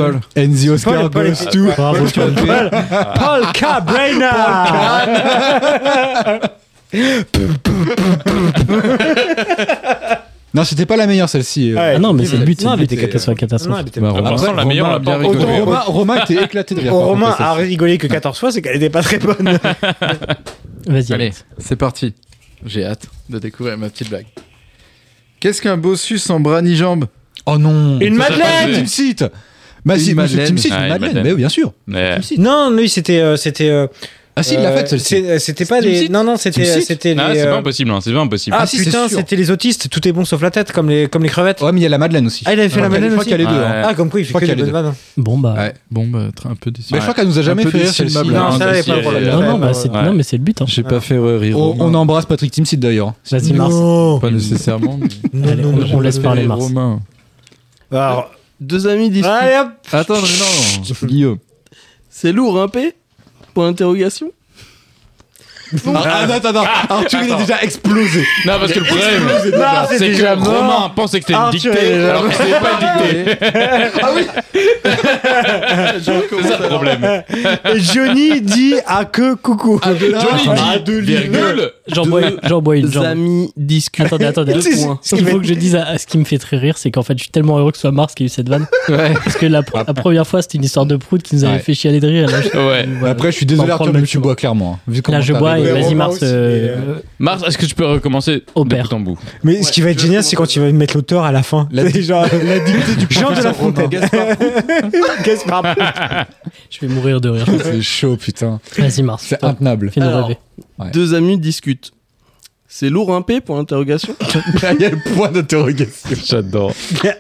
S7: Enzi
S12: Paul,
S7: Oscar
S12: Paul,
S7: goes
S12: Paul,
S7: to.
S12: Paul, Paul, Paul, Paul, Paul Ah, Cabrera
S7: Non, c'était pas la meilleure celle-ci. euh.
S2: Ah non, mais c'est le but. Non, elle était catastrophe.
S1: Non, elle était
S7: Bah,
S1: pas-
S7: Romain-
S1: Vincent, la
S7: Romain
S1: meilleure
S7: a
S1: à
S7: bien
S1: part-
S7: rigolé.
S1: Autant- Oh,
S7: Romain- Romain était éclaté de rire. par
S1: Romain
S7: contre, ça,
S1: a
S7: c'est-
S1: rigolé que 14 fois, c'est qu'elle était pas très bonne.
S2: Vas-y.
S4: Allez, c'est parti. J'ai hâte de découvrir ma petite blague. Qu'est-ce qu'un bossus en bras ni jambes
S7: Oh non
S1: Une
S7: Ça, ça
S1: madeleine
S7: passe. Team Seat Bah,
S1: Une
S7: si,
S1: madeleine.
S7: monsieur Team Seat,
S1: Ah,
S7: une
S1: une
S7: madeleine,
S1: madeleine.
S7: mais oui, bien sûr.
S1: Non, lui, c'était. euh, c'était euh,
S7: Ah si, il l'a
S1: euh,
S7: faite, celle-ci.
S1: c'est- C'était pas
S7: C'est une
S1: les.
S7: petite.
S1: Non, non,
S7: C'est une
S1: c'était.
S7: petite.
S1: c'était
S3: Ah,
S1: les,
S3: c'est
S1: euh,
S3: pas impossible, hein, c'est pas impossible.
S1: Ah, putain, c'était les autistes, tout est bon sauf la tête, comme les, comme les crevettes.
S7: Ouais, mais il y a la madeleine aussi.
S1: Ah, il avait fait
S7: Ouais,
S1: la
S7: je
S1: madeleine
S7: crois
S1: aussi.
S7: qu'il y a les deux, hein.
S1: Ah, comme quoi, il fait
S7: Je crois
S1: que
S7: qu'il y
S1: des
S7: a les
S1: bonnes vannes.
S2: Bon, bah.
S4: Ouais, bon, bah, très- un peu déçu.
S7: Mais je crois qu'elle nous a jamais fait rire, celle-ci.
S2: Non, ça, elle est pas pour la-
S1: euh,
S2: Non, non, bah, c'est- non, mais c'est le but. hein.
S4: J'ai
S7: Ah.
S4: pas fait euh, rire.
S7: On, on embrasse Patrick Timsit d'ailleurs.
S2: Vas-y, Mars.
S4: Pas nécessairement. mais-
S2: Allez, on- on laisse parler Mars.
S4: Romain.
S8: Ah,
S1: Alors,
S6: deux amis disent.
S1: Allez hop
S4: Attends, mais non, Guillaume.
S6: C'est lourd, hein, P Point d'interrogation
S7: Ah, attends, attends, Arthur il est déjà explosé.
S3: Non, parce que le problème,
S7: Explosé déjà.
S3: c'est que Romain pensait que t'es une
S7: Arthur
S3: dictée,
S7: est déjà
S3: alors que
S7: mort.
S3: c'est pas une dictée. Ah
S7: Ah oui
S3: C'est ça le problème.
S1: Et Johnny dit à que coucou.
S6: Johnny dit,
S3: virgule.
S2: J'en bois une, j'en bois une, j'en-
S6: amis discutent.
S2: Attendez, attendez.
S6: Deux
S2: Ce qu'il
S6: points.
S2: faut que je dise à, à ce qui me fait très rire, c'est qu'en fait, je suis tellement heureux que ce soit Mars qui a eu cette vanne. Parce que la, pr- la première fois, c'était une histoire de prout qui nous avait
S7: Ouais.
S2: fait chialer de rire. Là, je- voilà.
S7: Après, je suis désolé,
S2: Sans
S7: Arthur,
S2: problème,
S7: mais tu bois clairement. hein, vu comment
S2: Là, je
S7: t'as
S2: bois et
S7: rigolé.
S2: vas-y, Mars. euh,
S3: Mars, est-ce que tu peux recommencer au de bout en bout
S1: Mais ce qui va être génial, c'est quand il va mettre l'auteur à la fin. C'est genre la dictée du Jean de la Fontaine. Gaspard Proust.
S2: Je vais mourir de rire.
S7: C'est chaud, putain.
S2: Vas-y, Mars.
S7: C'est
S2: toi.
S7: intenable.
S2: Fais-nous
S6: Alors,
S2: rêver.
S6: Deux amis discutent. C'est lourd, hein, P Point d'interrogation
S7: Il y a le point d'interrogation.
S3: J'adore.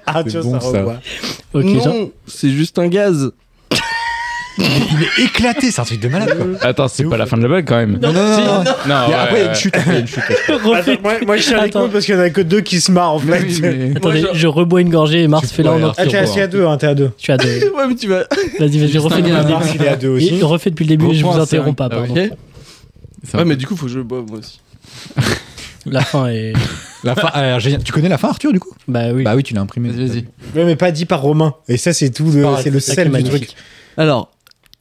S1: Arthur,
S6: bon,
S1: Ah, ça
S6: ça.
S1: revoit.
S2: Ok, Jean.
S6: non, c'est juste un gaz.
S7: Il est éclaté, c'est un truc de malade
S1: Euh,
S7: quoi.
S3: Attends, c'est pas la fin de la blague quand même.
S7: Non, non,
S3: Si.
S7: non, non.
S1: Ah
S3: Non,
S7: Et après, il y a
S3: ouais,
S7: une chute.
S3: ouais.
S7: il y a une chute.
S2: Refais-
S1: Attends, Ah moi, moi, je suis à l'écoute parce qu'il y en a que deux qui se marrent en fait.
S2: Attendez, je rebois une gorgée et Mars fait là en
S1: Ah, t'es
S2: entier.
S1: assis à deux, hein, t'es à deux.
S2: Tu as deux.
S6: ouais, mais tu vas.
S2: Vas-y, vas-y,
S1: Juste
S2: refais
S1: un
S2: depuis
S1: gars,
S2: le
S1: Mars, il est à deux aussi.
S2: début. Et Refais depuis le début et je vous
S4: Reprends à
S2: interromps pas,
S4: cinq. Ah oui.
S2: pardon.
S6: Ok
S4: C'est
S6: Ouais,
S4: un-
S6: mais du coup, faut que je boive moi aussi.
S2: La fin est.
S7: La fin, euh, alors, génial. Tu connais la fin, Arthur, du coup
S2: Bah oui.
S7: Bah oui, tu l'as imprimé.
S4: Vas-y, vas-y.
S1: Ouais, mais pas dit par Romain. Et ça, c'est tout, le- Ah, c'est le sel du truc.
S6: Alors,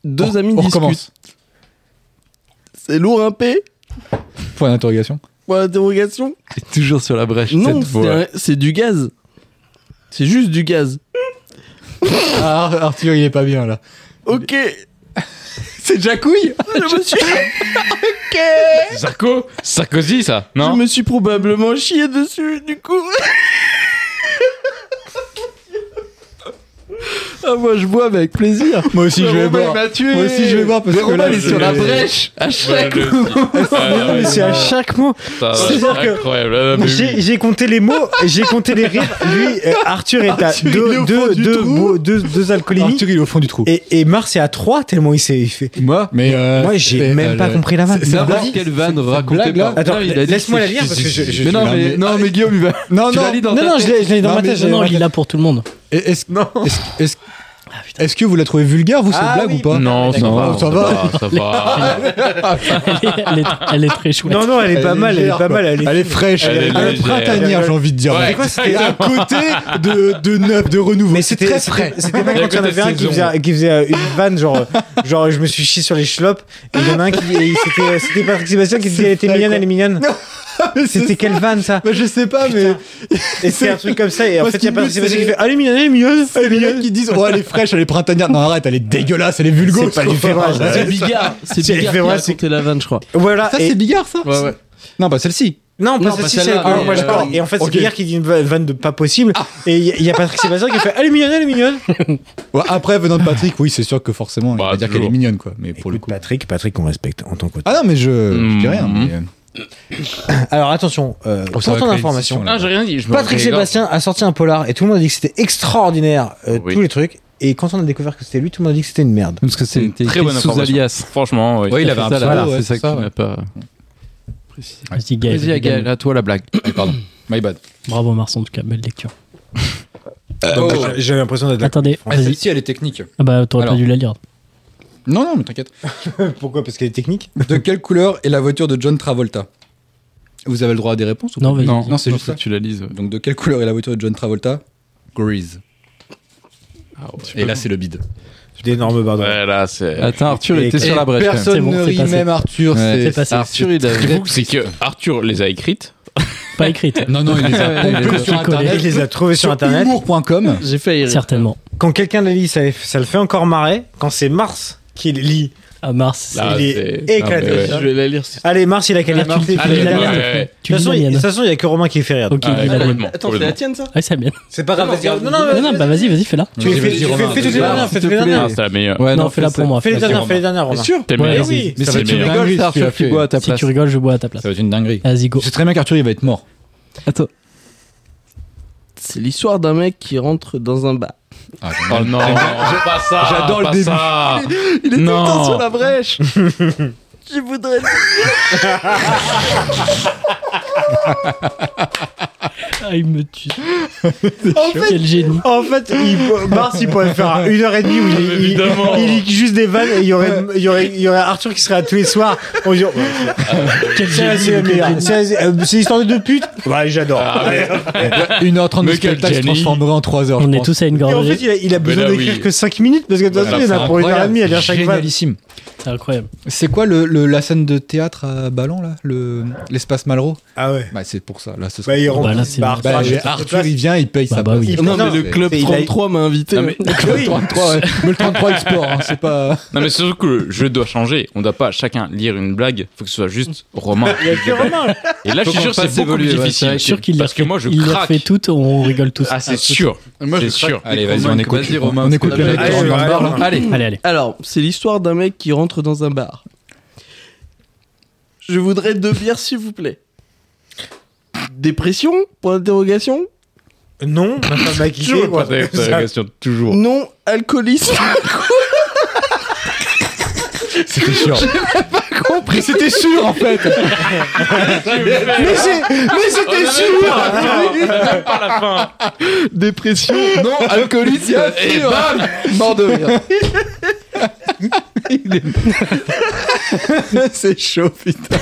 S6: deux
S7: On-
S6: amis
S7: on
S6: discutent.
S7: recommence.
S6: C'est lourd, hein, P
S7: Point d'interrogation.
S6: Point d'interrogation
S4: T'es toujours sur la brèche.
S6: Non,
S4: cette
S6: c'est
S4: voix.
S6: un- c'est du gaz. C'est juste du gaz.
S7: Ah, Ar- Arthur, il est pas bien là.
S6: Ok,
S7: C'est Jacouille
S6: je me suis. ok
S3: Sarko Sarkozy, ça Non
S6: Je me suis probablement chié dessus, du coup.
S4: Ah, moi je bois, mais avec plaisir.
S7: Moi aussi, je vais voir. Moi aussi, je vais voir parce
S4: Mais
S7: que
S4: Romain,
S7: là,
S4: il est
S7: je-
S4: sur la brèche. À chaque
S3: Ouais,
S4: moment.
S1: Non, mais c'est à chaque mot.
S3: Ça,
S1: C'est
S3: C'est
S1: genre que-
S3: incroyable. Ah, mais oui.
S1: J'ai j'ai compté les mots, j'ai compté les rires. Lui, euh, Arthur est à
S7: Arthur, il est
S1: deux,
S7: au
S1: deux,
S7: fond du
S1: deux,
S7: trou.
S1: mots- deux, deux alcoolimiques.
S7: Arthur, il est au fond du trou.
S1: Et, et Mars est à trois tellement il s'est il fait.
S7: Moi Mais. euh,
S1: Moi, j'ai
S7: mais,
S1: même
S7: euh,
S1: pas compris la vanne.
S7: c'est- c'est
S1: Non,
S7: blague-
S1: vas-y.
S4: Quelle vanne racontez
S7: blague, là
S4: pas.
S1: Attends,
S4: Non, il a dit
S1: laisse-moi
S4: c'est-
S1: la lire parce que je. je-
S4: Mais non,
S7: Non,
S4: mais,
S7: mais-
S4: non, mais Guillaume, il va.
S7: Non,
S4: tu
S7: non.
S4: la lis dans
S1: Non,
S4: ta
S1: non,
S4: tête.
S1: je l'ai je l'ai dans
S7: Non,
S1: ma
S7: mais-
S1: tête. je
S2: Non,
S1: l'ai dans
S2: non,
S1: ma
S2: il est
S1: tête.
S2: là pour tout le monde.
S7: Et Est-ce est-ce- est-ce- est-ce que vous la trouvez vulgaire, vous, cette
S1: Ah
S7: blague
S1: oui,
S7: ou pas
S3: Non, ça va.
S7: Oh, ça va.
S3: Ça va.
S2: Elle est, elle est- elle est très chouette.
S1: Non, non, elle est pas mal, elle est
S7: légère,
S1: pas
S7: quoi.
S1: mal. Elle est-
S7: Elle est fraîche,
S3: Elle
S7: elle,
S3: est
S7: est
S3: légère.
S7: printanière, j'ai envie de dire.
S3: Ouais,
S7: C'est quoi, c'était à côté de, de neuf, de renouveau.
S1: Mais
S7: C'est
S1: c'était
S7: très
S1: c'était-
S7: frais.
S1: C'était pas
S3: Il y
S1: quand il
S3: a
S1: y en
S3: que
S1: avait
S3: des
S1: un qui
S3: saisons.
S1: faisait, qui faisait euh, une vanne genre euh, genre je me suis chié sur les chlopes et il y en a un qui et c'était c'était Patrick Sébastien qui disait elle était
S7: frais,
S1: mignonne
S7: quoi.
S1: elle est mignonne.
S7: Mais c'est
S1: C'était quelle vanne ça
S7: Bah, je sais pas, mais
S1: Et c'est un truc comme ça et en
S7: Parce
S1: fait il y a
S7: qu'il
S1: Patrick
S7: dit,
S1: Sébastien qui
S7: c'est-
S1: fait elle est mignonne elle est mignonne.
S7: c'est les mecs qui disent Oh, elle est fraîche, elle est printanière. Non, arrête, elle est dégueulasse, elle est vulgo.
S1: C'est pas du ferrage.
S6: C'est Bigard.
S1: C'est
S6: C'est Bigard qui
S1: fait
S6: a
S1: vrai,
S6: raconté la vanne, je crois.
S1: Voilà.
S7: Ça,
S1: et-
S7: c'est Bigard, ça
S6: Ouais, ouais.
S7: Non, bah celle-ci.
S1: Non,
S6: Non,
S1: pas
S6: pas
S1: celle-ci,
S6: celle-là,
S1: celle-
S6: mais,
S1: moi, je
S6: euh,
S1: parle. Et en fait, c'est
S7: ok.
S1: Bigard qui dit une va- vanne de pas possible. Et il y, a- il y a Patrick Sébastien qui fait Elle est mignonne, elle est mignonne.
S7: Ouais, après, venant de Patrick, oui, c'est sûr que forcément,
S3: Bah,
S7: il va dire qu'elle
S3: toujours.
S7: est mignonne, quoi. Mais pour le
S1: Écoute, bah.
S7: coup.
S1: Patrick, Patrick, on respecte en tant que.
S7: Ah non, mais je, je dis rien.
S3: Mhm.
S7: mais, euh,
S1: Ah, Alors attention, euh, pour
S7: ça va
S1: ton
S7: créer une
S1: information,
S7: discussion, là.
S3: Ah, j'ai rien dit. je me
S1: Patrick
S3: regarde.
S1: Sébastien a sorti un polar et tout le monde a dit que c'était extraordinaire, euh,
S3: Oui.
S1: tous les trucs. Et quand on a découvert que c'était lui, tout le monde a dit que c'était une merde.
S4: Parce que c'est
S3: Très bonne
S4: sous
S3: information.
S4: alias.
S3: Franchement, oui.
S4: Ouais, il avait un
S7: C'est ça, là,
S4: pseudo,
S7: ouais,
S4: c'est ça
S7: c'est ça,
S4: qui n'a
S7: ouais.
S4: pas.
S2: Vas-y, Gaël,
S4: Vas-y, à
S2: Gaël.
S4: Gaël, à toi la blague.
S7: Pardon. My bad.
S2: Bravo, Mars, en tout cas, belle lecture.
S7: Donc,
S1: Ah, J'ai- J'ai l'impression d'être là.
S2: Attendez,
S7: ah,
S2: vas-y.
S7: Celle-ci, elle est technique.
S2: Ah bah, t'aurais pas
S7: Alors.
S2: dû la lire.
S7: Non, non, mais t'inquiète.
S1: Ah, Pourquoi Parce qu'elle est technique
S7: De quelle couleur est la voiture de John Travolta
S10: Vous avez le droit à des réponses ou
S2: Non,
S10: pas
S2: vas-y,
S10: non,
S2: vas-y.
S10: c'est
S2: Non,
S10: juste
S2: faut
S10: ça.
S2: que
S10: tu la lises. Donc, de quelle couleur est la voiture de John Travolta Grease.
S7: Ah,
S10: Et là, c'est le bide.
S1: D'énormes barres.
S3: Ouais, là, c'est.
S4: Attends, Arthur
S1: Et-
S4: était
S1: et
S4: sur la brèche.
S1: personne C'est bon, ne c'est rit, passé. même Arthur,
S4: Ouais.
S1: c'est- C'est passé.
S4: Arthur, il
S3: Ce qui est
S4: avait.
S3: fou, c'est que Arthur les a écrites.
S2: Pas écrites.
S4: Non, non, il les a-
S3: il les a-
S4: pompées
S1: sur Internet. Il les a trouvés sur Internet.
S10: Humour.com.
S6: J'ai failli rire.
S2: Certainement.
S1: Quand quelqu'un les lit, ça, ça le fait encore marrer. Quand c'est Mars qui les lit,
S2: à Mars,
S1: il est
S2: c'est-
S1: éclaté.
S2: Ah, mais ouais.
S6: Je vais la lire.
S1: Allez, Mars, il a qu'à lire
S2: Allez,
S1: toutes les
S2: Mars, tu lis la mienne.
S1: De
S2: Ouais. Tu
S1: toute
S2: lis la
S1: façon, il- de
S2: mienne.
S1: toute façon, il y a que Romain qui fait rire.
S2: Ok, il lit la mienne.
S6: Ah, Attends, c'est la tienne ça
S2: Ouais, c'est la mienne.
S1: C'est pas grave, vas-y. Non, non,
S2: Non, non,
S1: vas-y.
S2: bah vas-y, vas-y, fais-la.
S1: Tu les fais- tu les fais- fais toutes les dernières, fais toutes les dernières.
S3: C'est la meilleure.
S2: Ouais, non, fais-la pour moi.
S1: Fais les dernières, fais les dernières, Romain.
S2: Bien sûr.
S3: T'es le
S2: Ouais,
S3: meilleur.
S2: vas-y. Ça
S3: Mais c'est
S2: va
S3: le
S2: être une
S3: meilleur.
S2: dinguerie,
S4: rigoles,
S2: si tu
S4: Arthur, tu bois à ta
S2: Si
S4: place.
S2: tu rigoles, je bois à ta place.
S4: Ça va être une dinguerie.
S2: Vas-y, go.
S4: C'est très bien qu'Arthur, il va être mort. Attends.
S6: C'est l'histoire d'un mec qui rentre dans un bar.
S3: Oh non, pas ça.
S6: J'adore le
S3: pas
S6: début.
S3: ça.
S6: Il est tout le
S3: Non.
S6: temps sur la brèche. Je voudrais.
S2: Ah, il me tue.
S1: En fait,
S2: Quel génie.
S1: En fait, il peut- Mars, il pourrait faire une heure et demie où il- il, il-
S3: Évidemment.
S1: il lit juste des vannes et il y aurait, il y aurait, il y aurait Arthur qui serait à tous les soirs. Ah, On dit,
S2: Quel
S1: c'est
S2: génie.
S1: c'est la meilleure. C'est euh, c'est l'histoire de deux putes. Ah, Ouais, j'adore.
S7: Une heure trente de
S3: Mais quel
S7: spectacle se
S3: génie.
S7: transformerait en 3 heures.
S2: On est tous à une
S1: Et en fait,
S2: gorgée.
S1: il a, il a
S3: Mais
S1: besoin
S3: là,
S1: d'écrire
S3: oui.
S1: que 5 minutes parce que de toute façon, il y en a pour une heure et demie à lire chaque vanne.
S7: Génialissime.
S2: C'est incroyable.
S7: C'est quoi le, le- la scène de théâtre à Ballon là Le- L'espace Malraux
S1: Ah ouais.
S7: bah, C'est pour ça. Là, ce
S1: Bah,
S7: serait-
S1: il
S7: Bah,
S1: rentre.
S2: là, c'est-
S1: bah,
S7: bah,
S1: Arthur,
S7: Arthur, il vient, il paye
S2: Bah,
S7: sa
S2: bah
S7: place.
S2: oui.
S1: il-
S6: Non,
S1: non,
S6: mais le club
S1: il a-
S6: 33 m'a invité.
S3: Non, mais-
S1: Oui.
S7: 33, ouais. Mais le 33 export, hein, c'est pas.
S3: Non, mais c'est surtout que le jeu doit changer. On doit pas chacun lire une blague. Faut que ce soit juste Romain.
S1: Il y a que Romain.
S3: Et là, je suis
S4: qu'on
S3: sûr que
S4: fasse
S3: c'est beaucoup plus
S4: évoluer, ouais, c'est
S3: difficile.
S4: vrai.
S2: Je suis sûr qu'il les
S3: Parce que
S2: refait-
S3: moi, je
S2: il les
S3: craque.
S2: refait toutes, on rigole tous.
S3: Ah, c'est sûr.
S4: Moi, je
S3: C'est sûr.
S4: craque dès
S3: Allez,
S4: qu'on
S3: vas-y, on
S4: manque.
S3: écoute.
S4: Vas-y, Romain.
S7: On écoute le mec
S1: Allez,
S7: qui rentre dans le
S1: allez,
S7: bar, là.
S1: Romain.
S4: Allez.
S2: Allez, allez.
S6: Alors, c'est l'histoire d'un mec qui rentre dans un bar. Je voudrais deux bières, s'il vous plaît. Dépression Point d'interrogation
S1: Non, ma femme m'a quitté.
S3: Toujours
S1: quoi.
S3: pas d'interrogation, toujours.
S6: Non alcoolisme
S7: C'était sûr.
S6: compris.
S7: C'était sûr en fait.
S1: Mais c'est- mais c'était sûr
S3: Même pas la fin.
S6: Dépression
S7: Non, alcoolique, bien sûr. Mort de rire.
S10: c'est chaud, putain.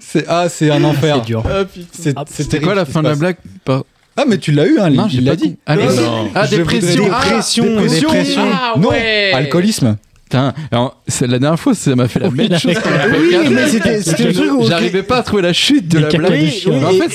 S7: C'est- Ah, c'est un enfer.
S2: C'est dur.
S6: Ah putain.
S7: C'est-
S2: Ah,
S7: c'est
S4: C'est
S7: terrible
S4: quoi la
S7: ce qui
S4: fin
S7: se
S4: de la
S7: passe.
S4: blague Pas-
S7: Ah, mais tu l'as eu, hein,
S4: Non,
S7: il
S4: j'ai
S7: l'a
S4: pas
S7: dit.
S4: dit. Allez,
S7: Non.
S4: non. Ah,
S7: Je
S4: dépression.
S7: voudrais-
S4: Ah,
S1: Dépression,
S7: Dépression.
S1: dépression.
S3: Ah,
S7: Non,
S3: ouais.
S7: alcoolisme.
S4: Putain, alors, c'est la dernière fois, ça m'a fait la
S2: Oui,
S4: même
S2: la-
S4: chose. qu'on a fait
S1: Oui,
S4: quatre.
S1: mais c'était c'était le truc où.
S4: J'arrivais pas à trouver la chute de
S2: Les
S4: la
S2: caca-
S4: blague.
S2: de
S1: Oui,
S2: chien.
S1: oui,
S4: Mais en
S1: et-
S4: fait,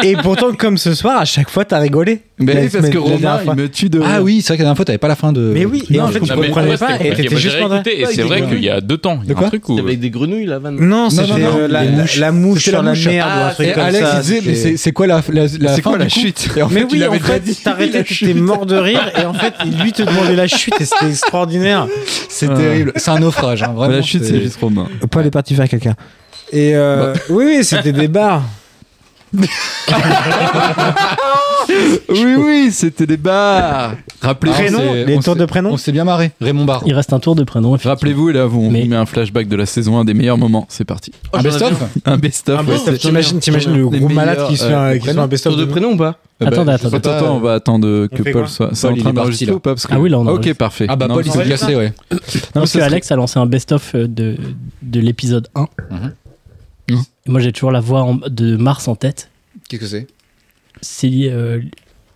S4: c'est.
S1: et, et pourtant, comme ce soir, à chaque fois, t'as rigolé.
S4: Mais
S1: La
S4: oui, parce
S1: semaine-
S4: que
S1: la dernière
S4: Romain,
S1: fois.
S4: il me tue de.
S7: Ah
S4: rire.
S7: oui, c'est vrai que la dernière fois, t'avais pas la fin de.
S1: Mais oui,
S7: Non,
S1: et en
S7: je
S1: fait, tu
S7: comprends.
S3: mais
S1: comprenais
S3: ouais,
S1: pas
S3: c'était
S1: et
S3: compliqué.
S1: t'étais
S3: Moi, j'ai
S1: juste content.
S3: réécouté, Et c'est
S7: des
S3: vrai
S7: grenouilles.
S3: qu'il y a deux temps, il y
S7: De
S3: a un
S7: quoi
S3: truc où.
S6: Avec des grenouilles, la
S7: Mmh.
S6: vanne.
S1: Non, c'était
S7: non, non,
S1: euh, la,
S7: les
S1: la-
S7: mouches.
S1: la mouche
S7: C'était
S1: sur
S7: la
S1: la
S7: mouche.
S1: merde ou un
S7: Et
S1: truc comme
S7: Alex,
S1: ça.
S7: il disait,
S1: c'était-
S7: mais c'est- c'est quoi la, la, la
S4: C'est
S7: fin
S4: quoi
S7: du
S4: la
S7: coup
S4: chute
S7: Et en
S1: mais
S7: fait, il
S1: oui, en
S7: avait déjà
S1: fait,
S7: dit.
S1: t'arrêtais, t'étais mort de rire, et en fait, lui te demandait la chute, et c'était extraordinaire.
S7: C'est terrible. C'est un naufrage, hein, vraiment.
S4: La chute, c'est juste Romain.
S1: Paul est parti faire quelqu'un. Et
S7: Bah.
S1: euh, oui, oui, c'était des bars.
S4: Oui, oui, c'était des bars. Rappelez-vous.
S1: Prénom,
S4: c'est-
S1: les
S4: on
S1: tours
S4: s'est-
S1: de prénom.
S7: On s'est bien marré. Raymond Barre.
S2: Il reste un tour de prénom. effectivement.
S4: Rappelez-vous, et là, vous- on
S2: Mais-
S4: vous met un flashback de la saison 1 des meilleurs moments. C'est parti.
S7: un
S6: Oh, j'en avais
S7: best-of
S4: Un best-of.
S1: Ah,
S4: ouais,
S1: bah,
S4: c'est-
S1: T'imagines t'imagines le
S4: Les
S1: gros malade
S4: meilleurs,
S1: qui se fait
S4: euh,
S1: un-
S4: les
S1: qui se fait
S4: prénoms.
S1: un best-of
S6: Tour de prénom ou pas
S4: Ah, bah,
S2: Attendez,
S4: Attends,
S2: attendez.
S4: attends, on va attendre
S1: On
S4: que
S1: fait
S4: Paul
S1: quoi
S4: soit. C'est
S7: Paul,
S4: en
S7: il est
S4: train
S7: parti,
S4: d'enregistrer
S7: là.
S4: ou pas parce que-
S2: Ah oui, là, on
S4: Ok,
S2: enregistre.
S4: parfait.
S7: Ah bah
S4: Non,
S7: Paul, il
S4: c'est-
S7: s'est classé, ouais.
S4: non,
S2: Parce
S4: ça
S2: que
S4: serait-
S2: Alex a lancé un best-of euh, de, de l'épisode 1.
S7: Mhm.
S4: Mhm.
S2: Et moi, j'ai toujours la voix en- de Mars en tête.
S7: Qu'est-ce que c'est
S2: C'est euh,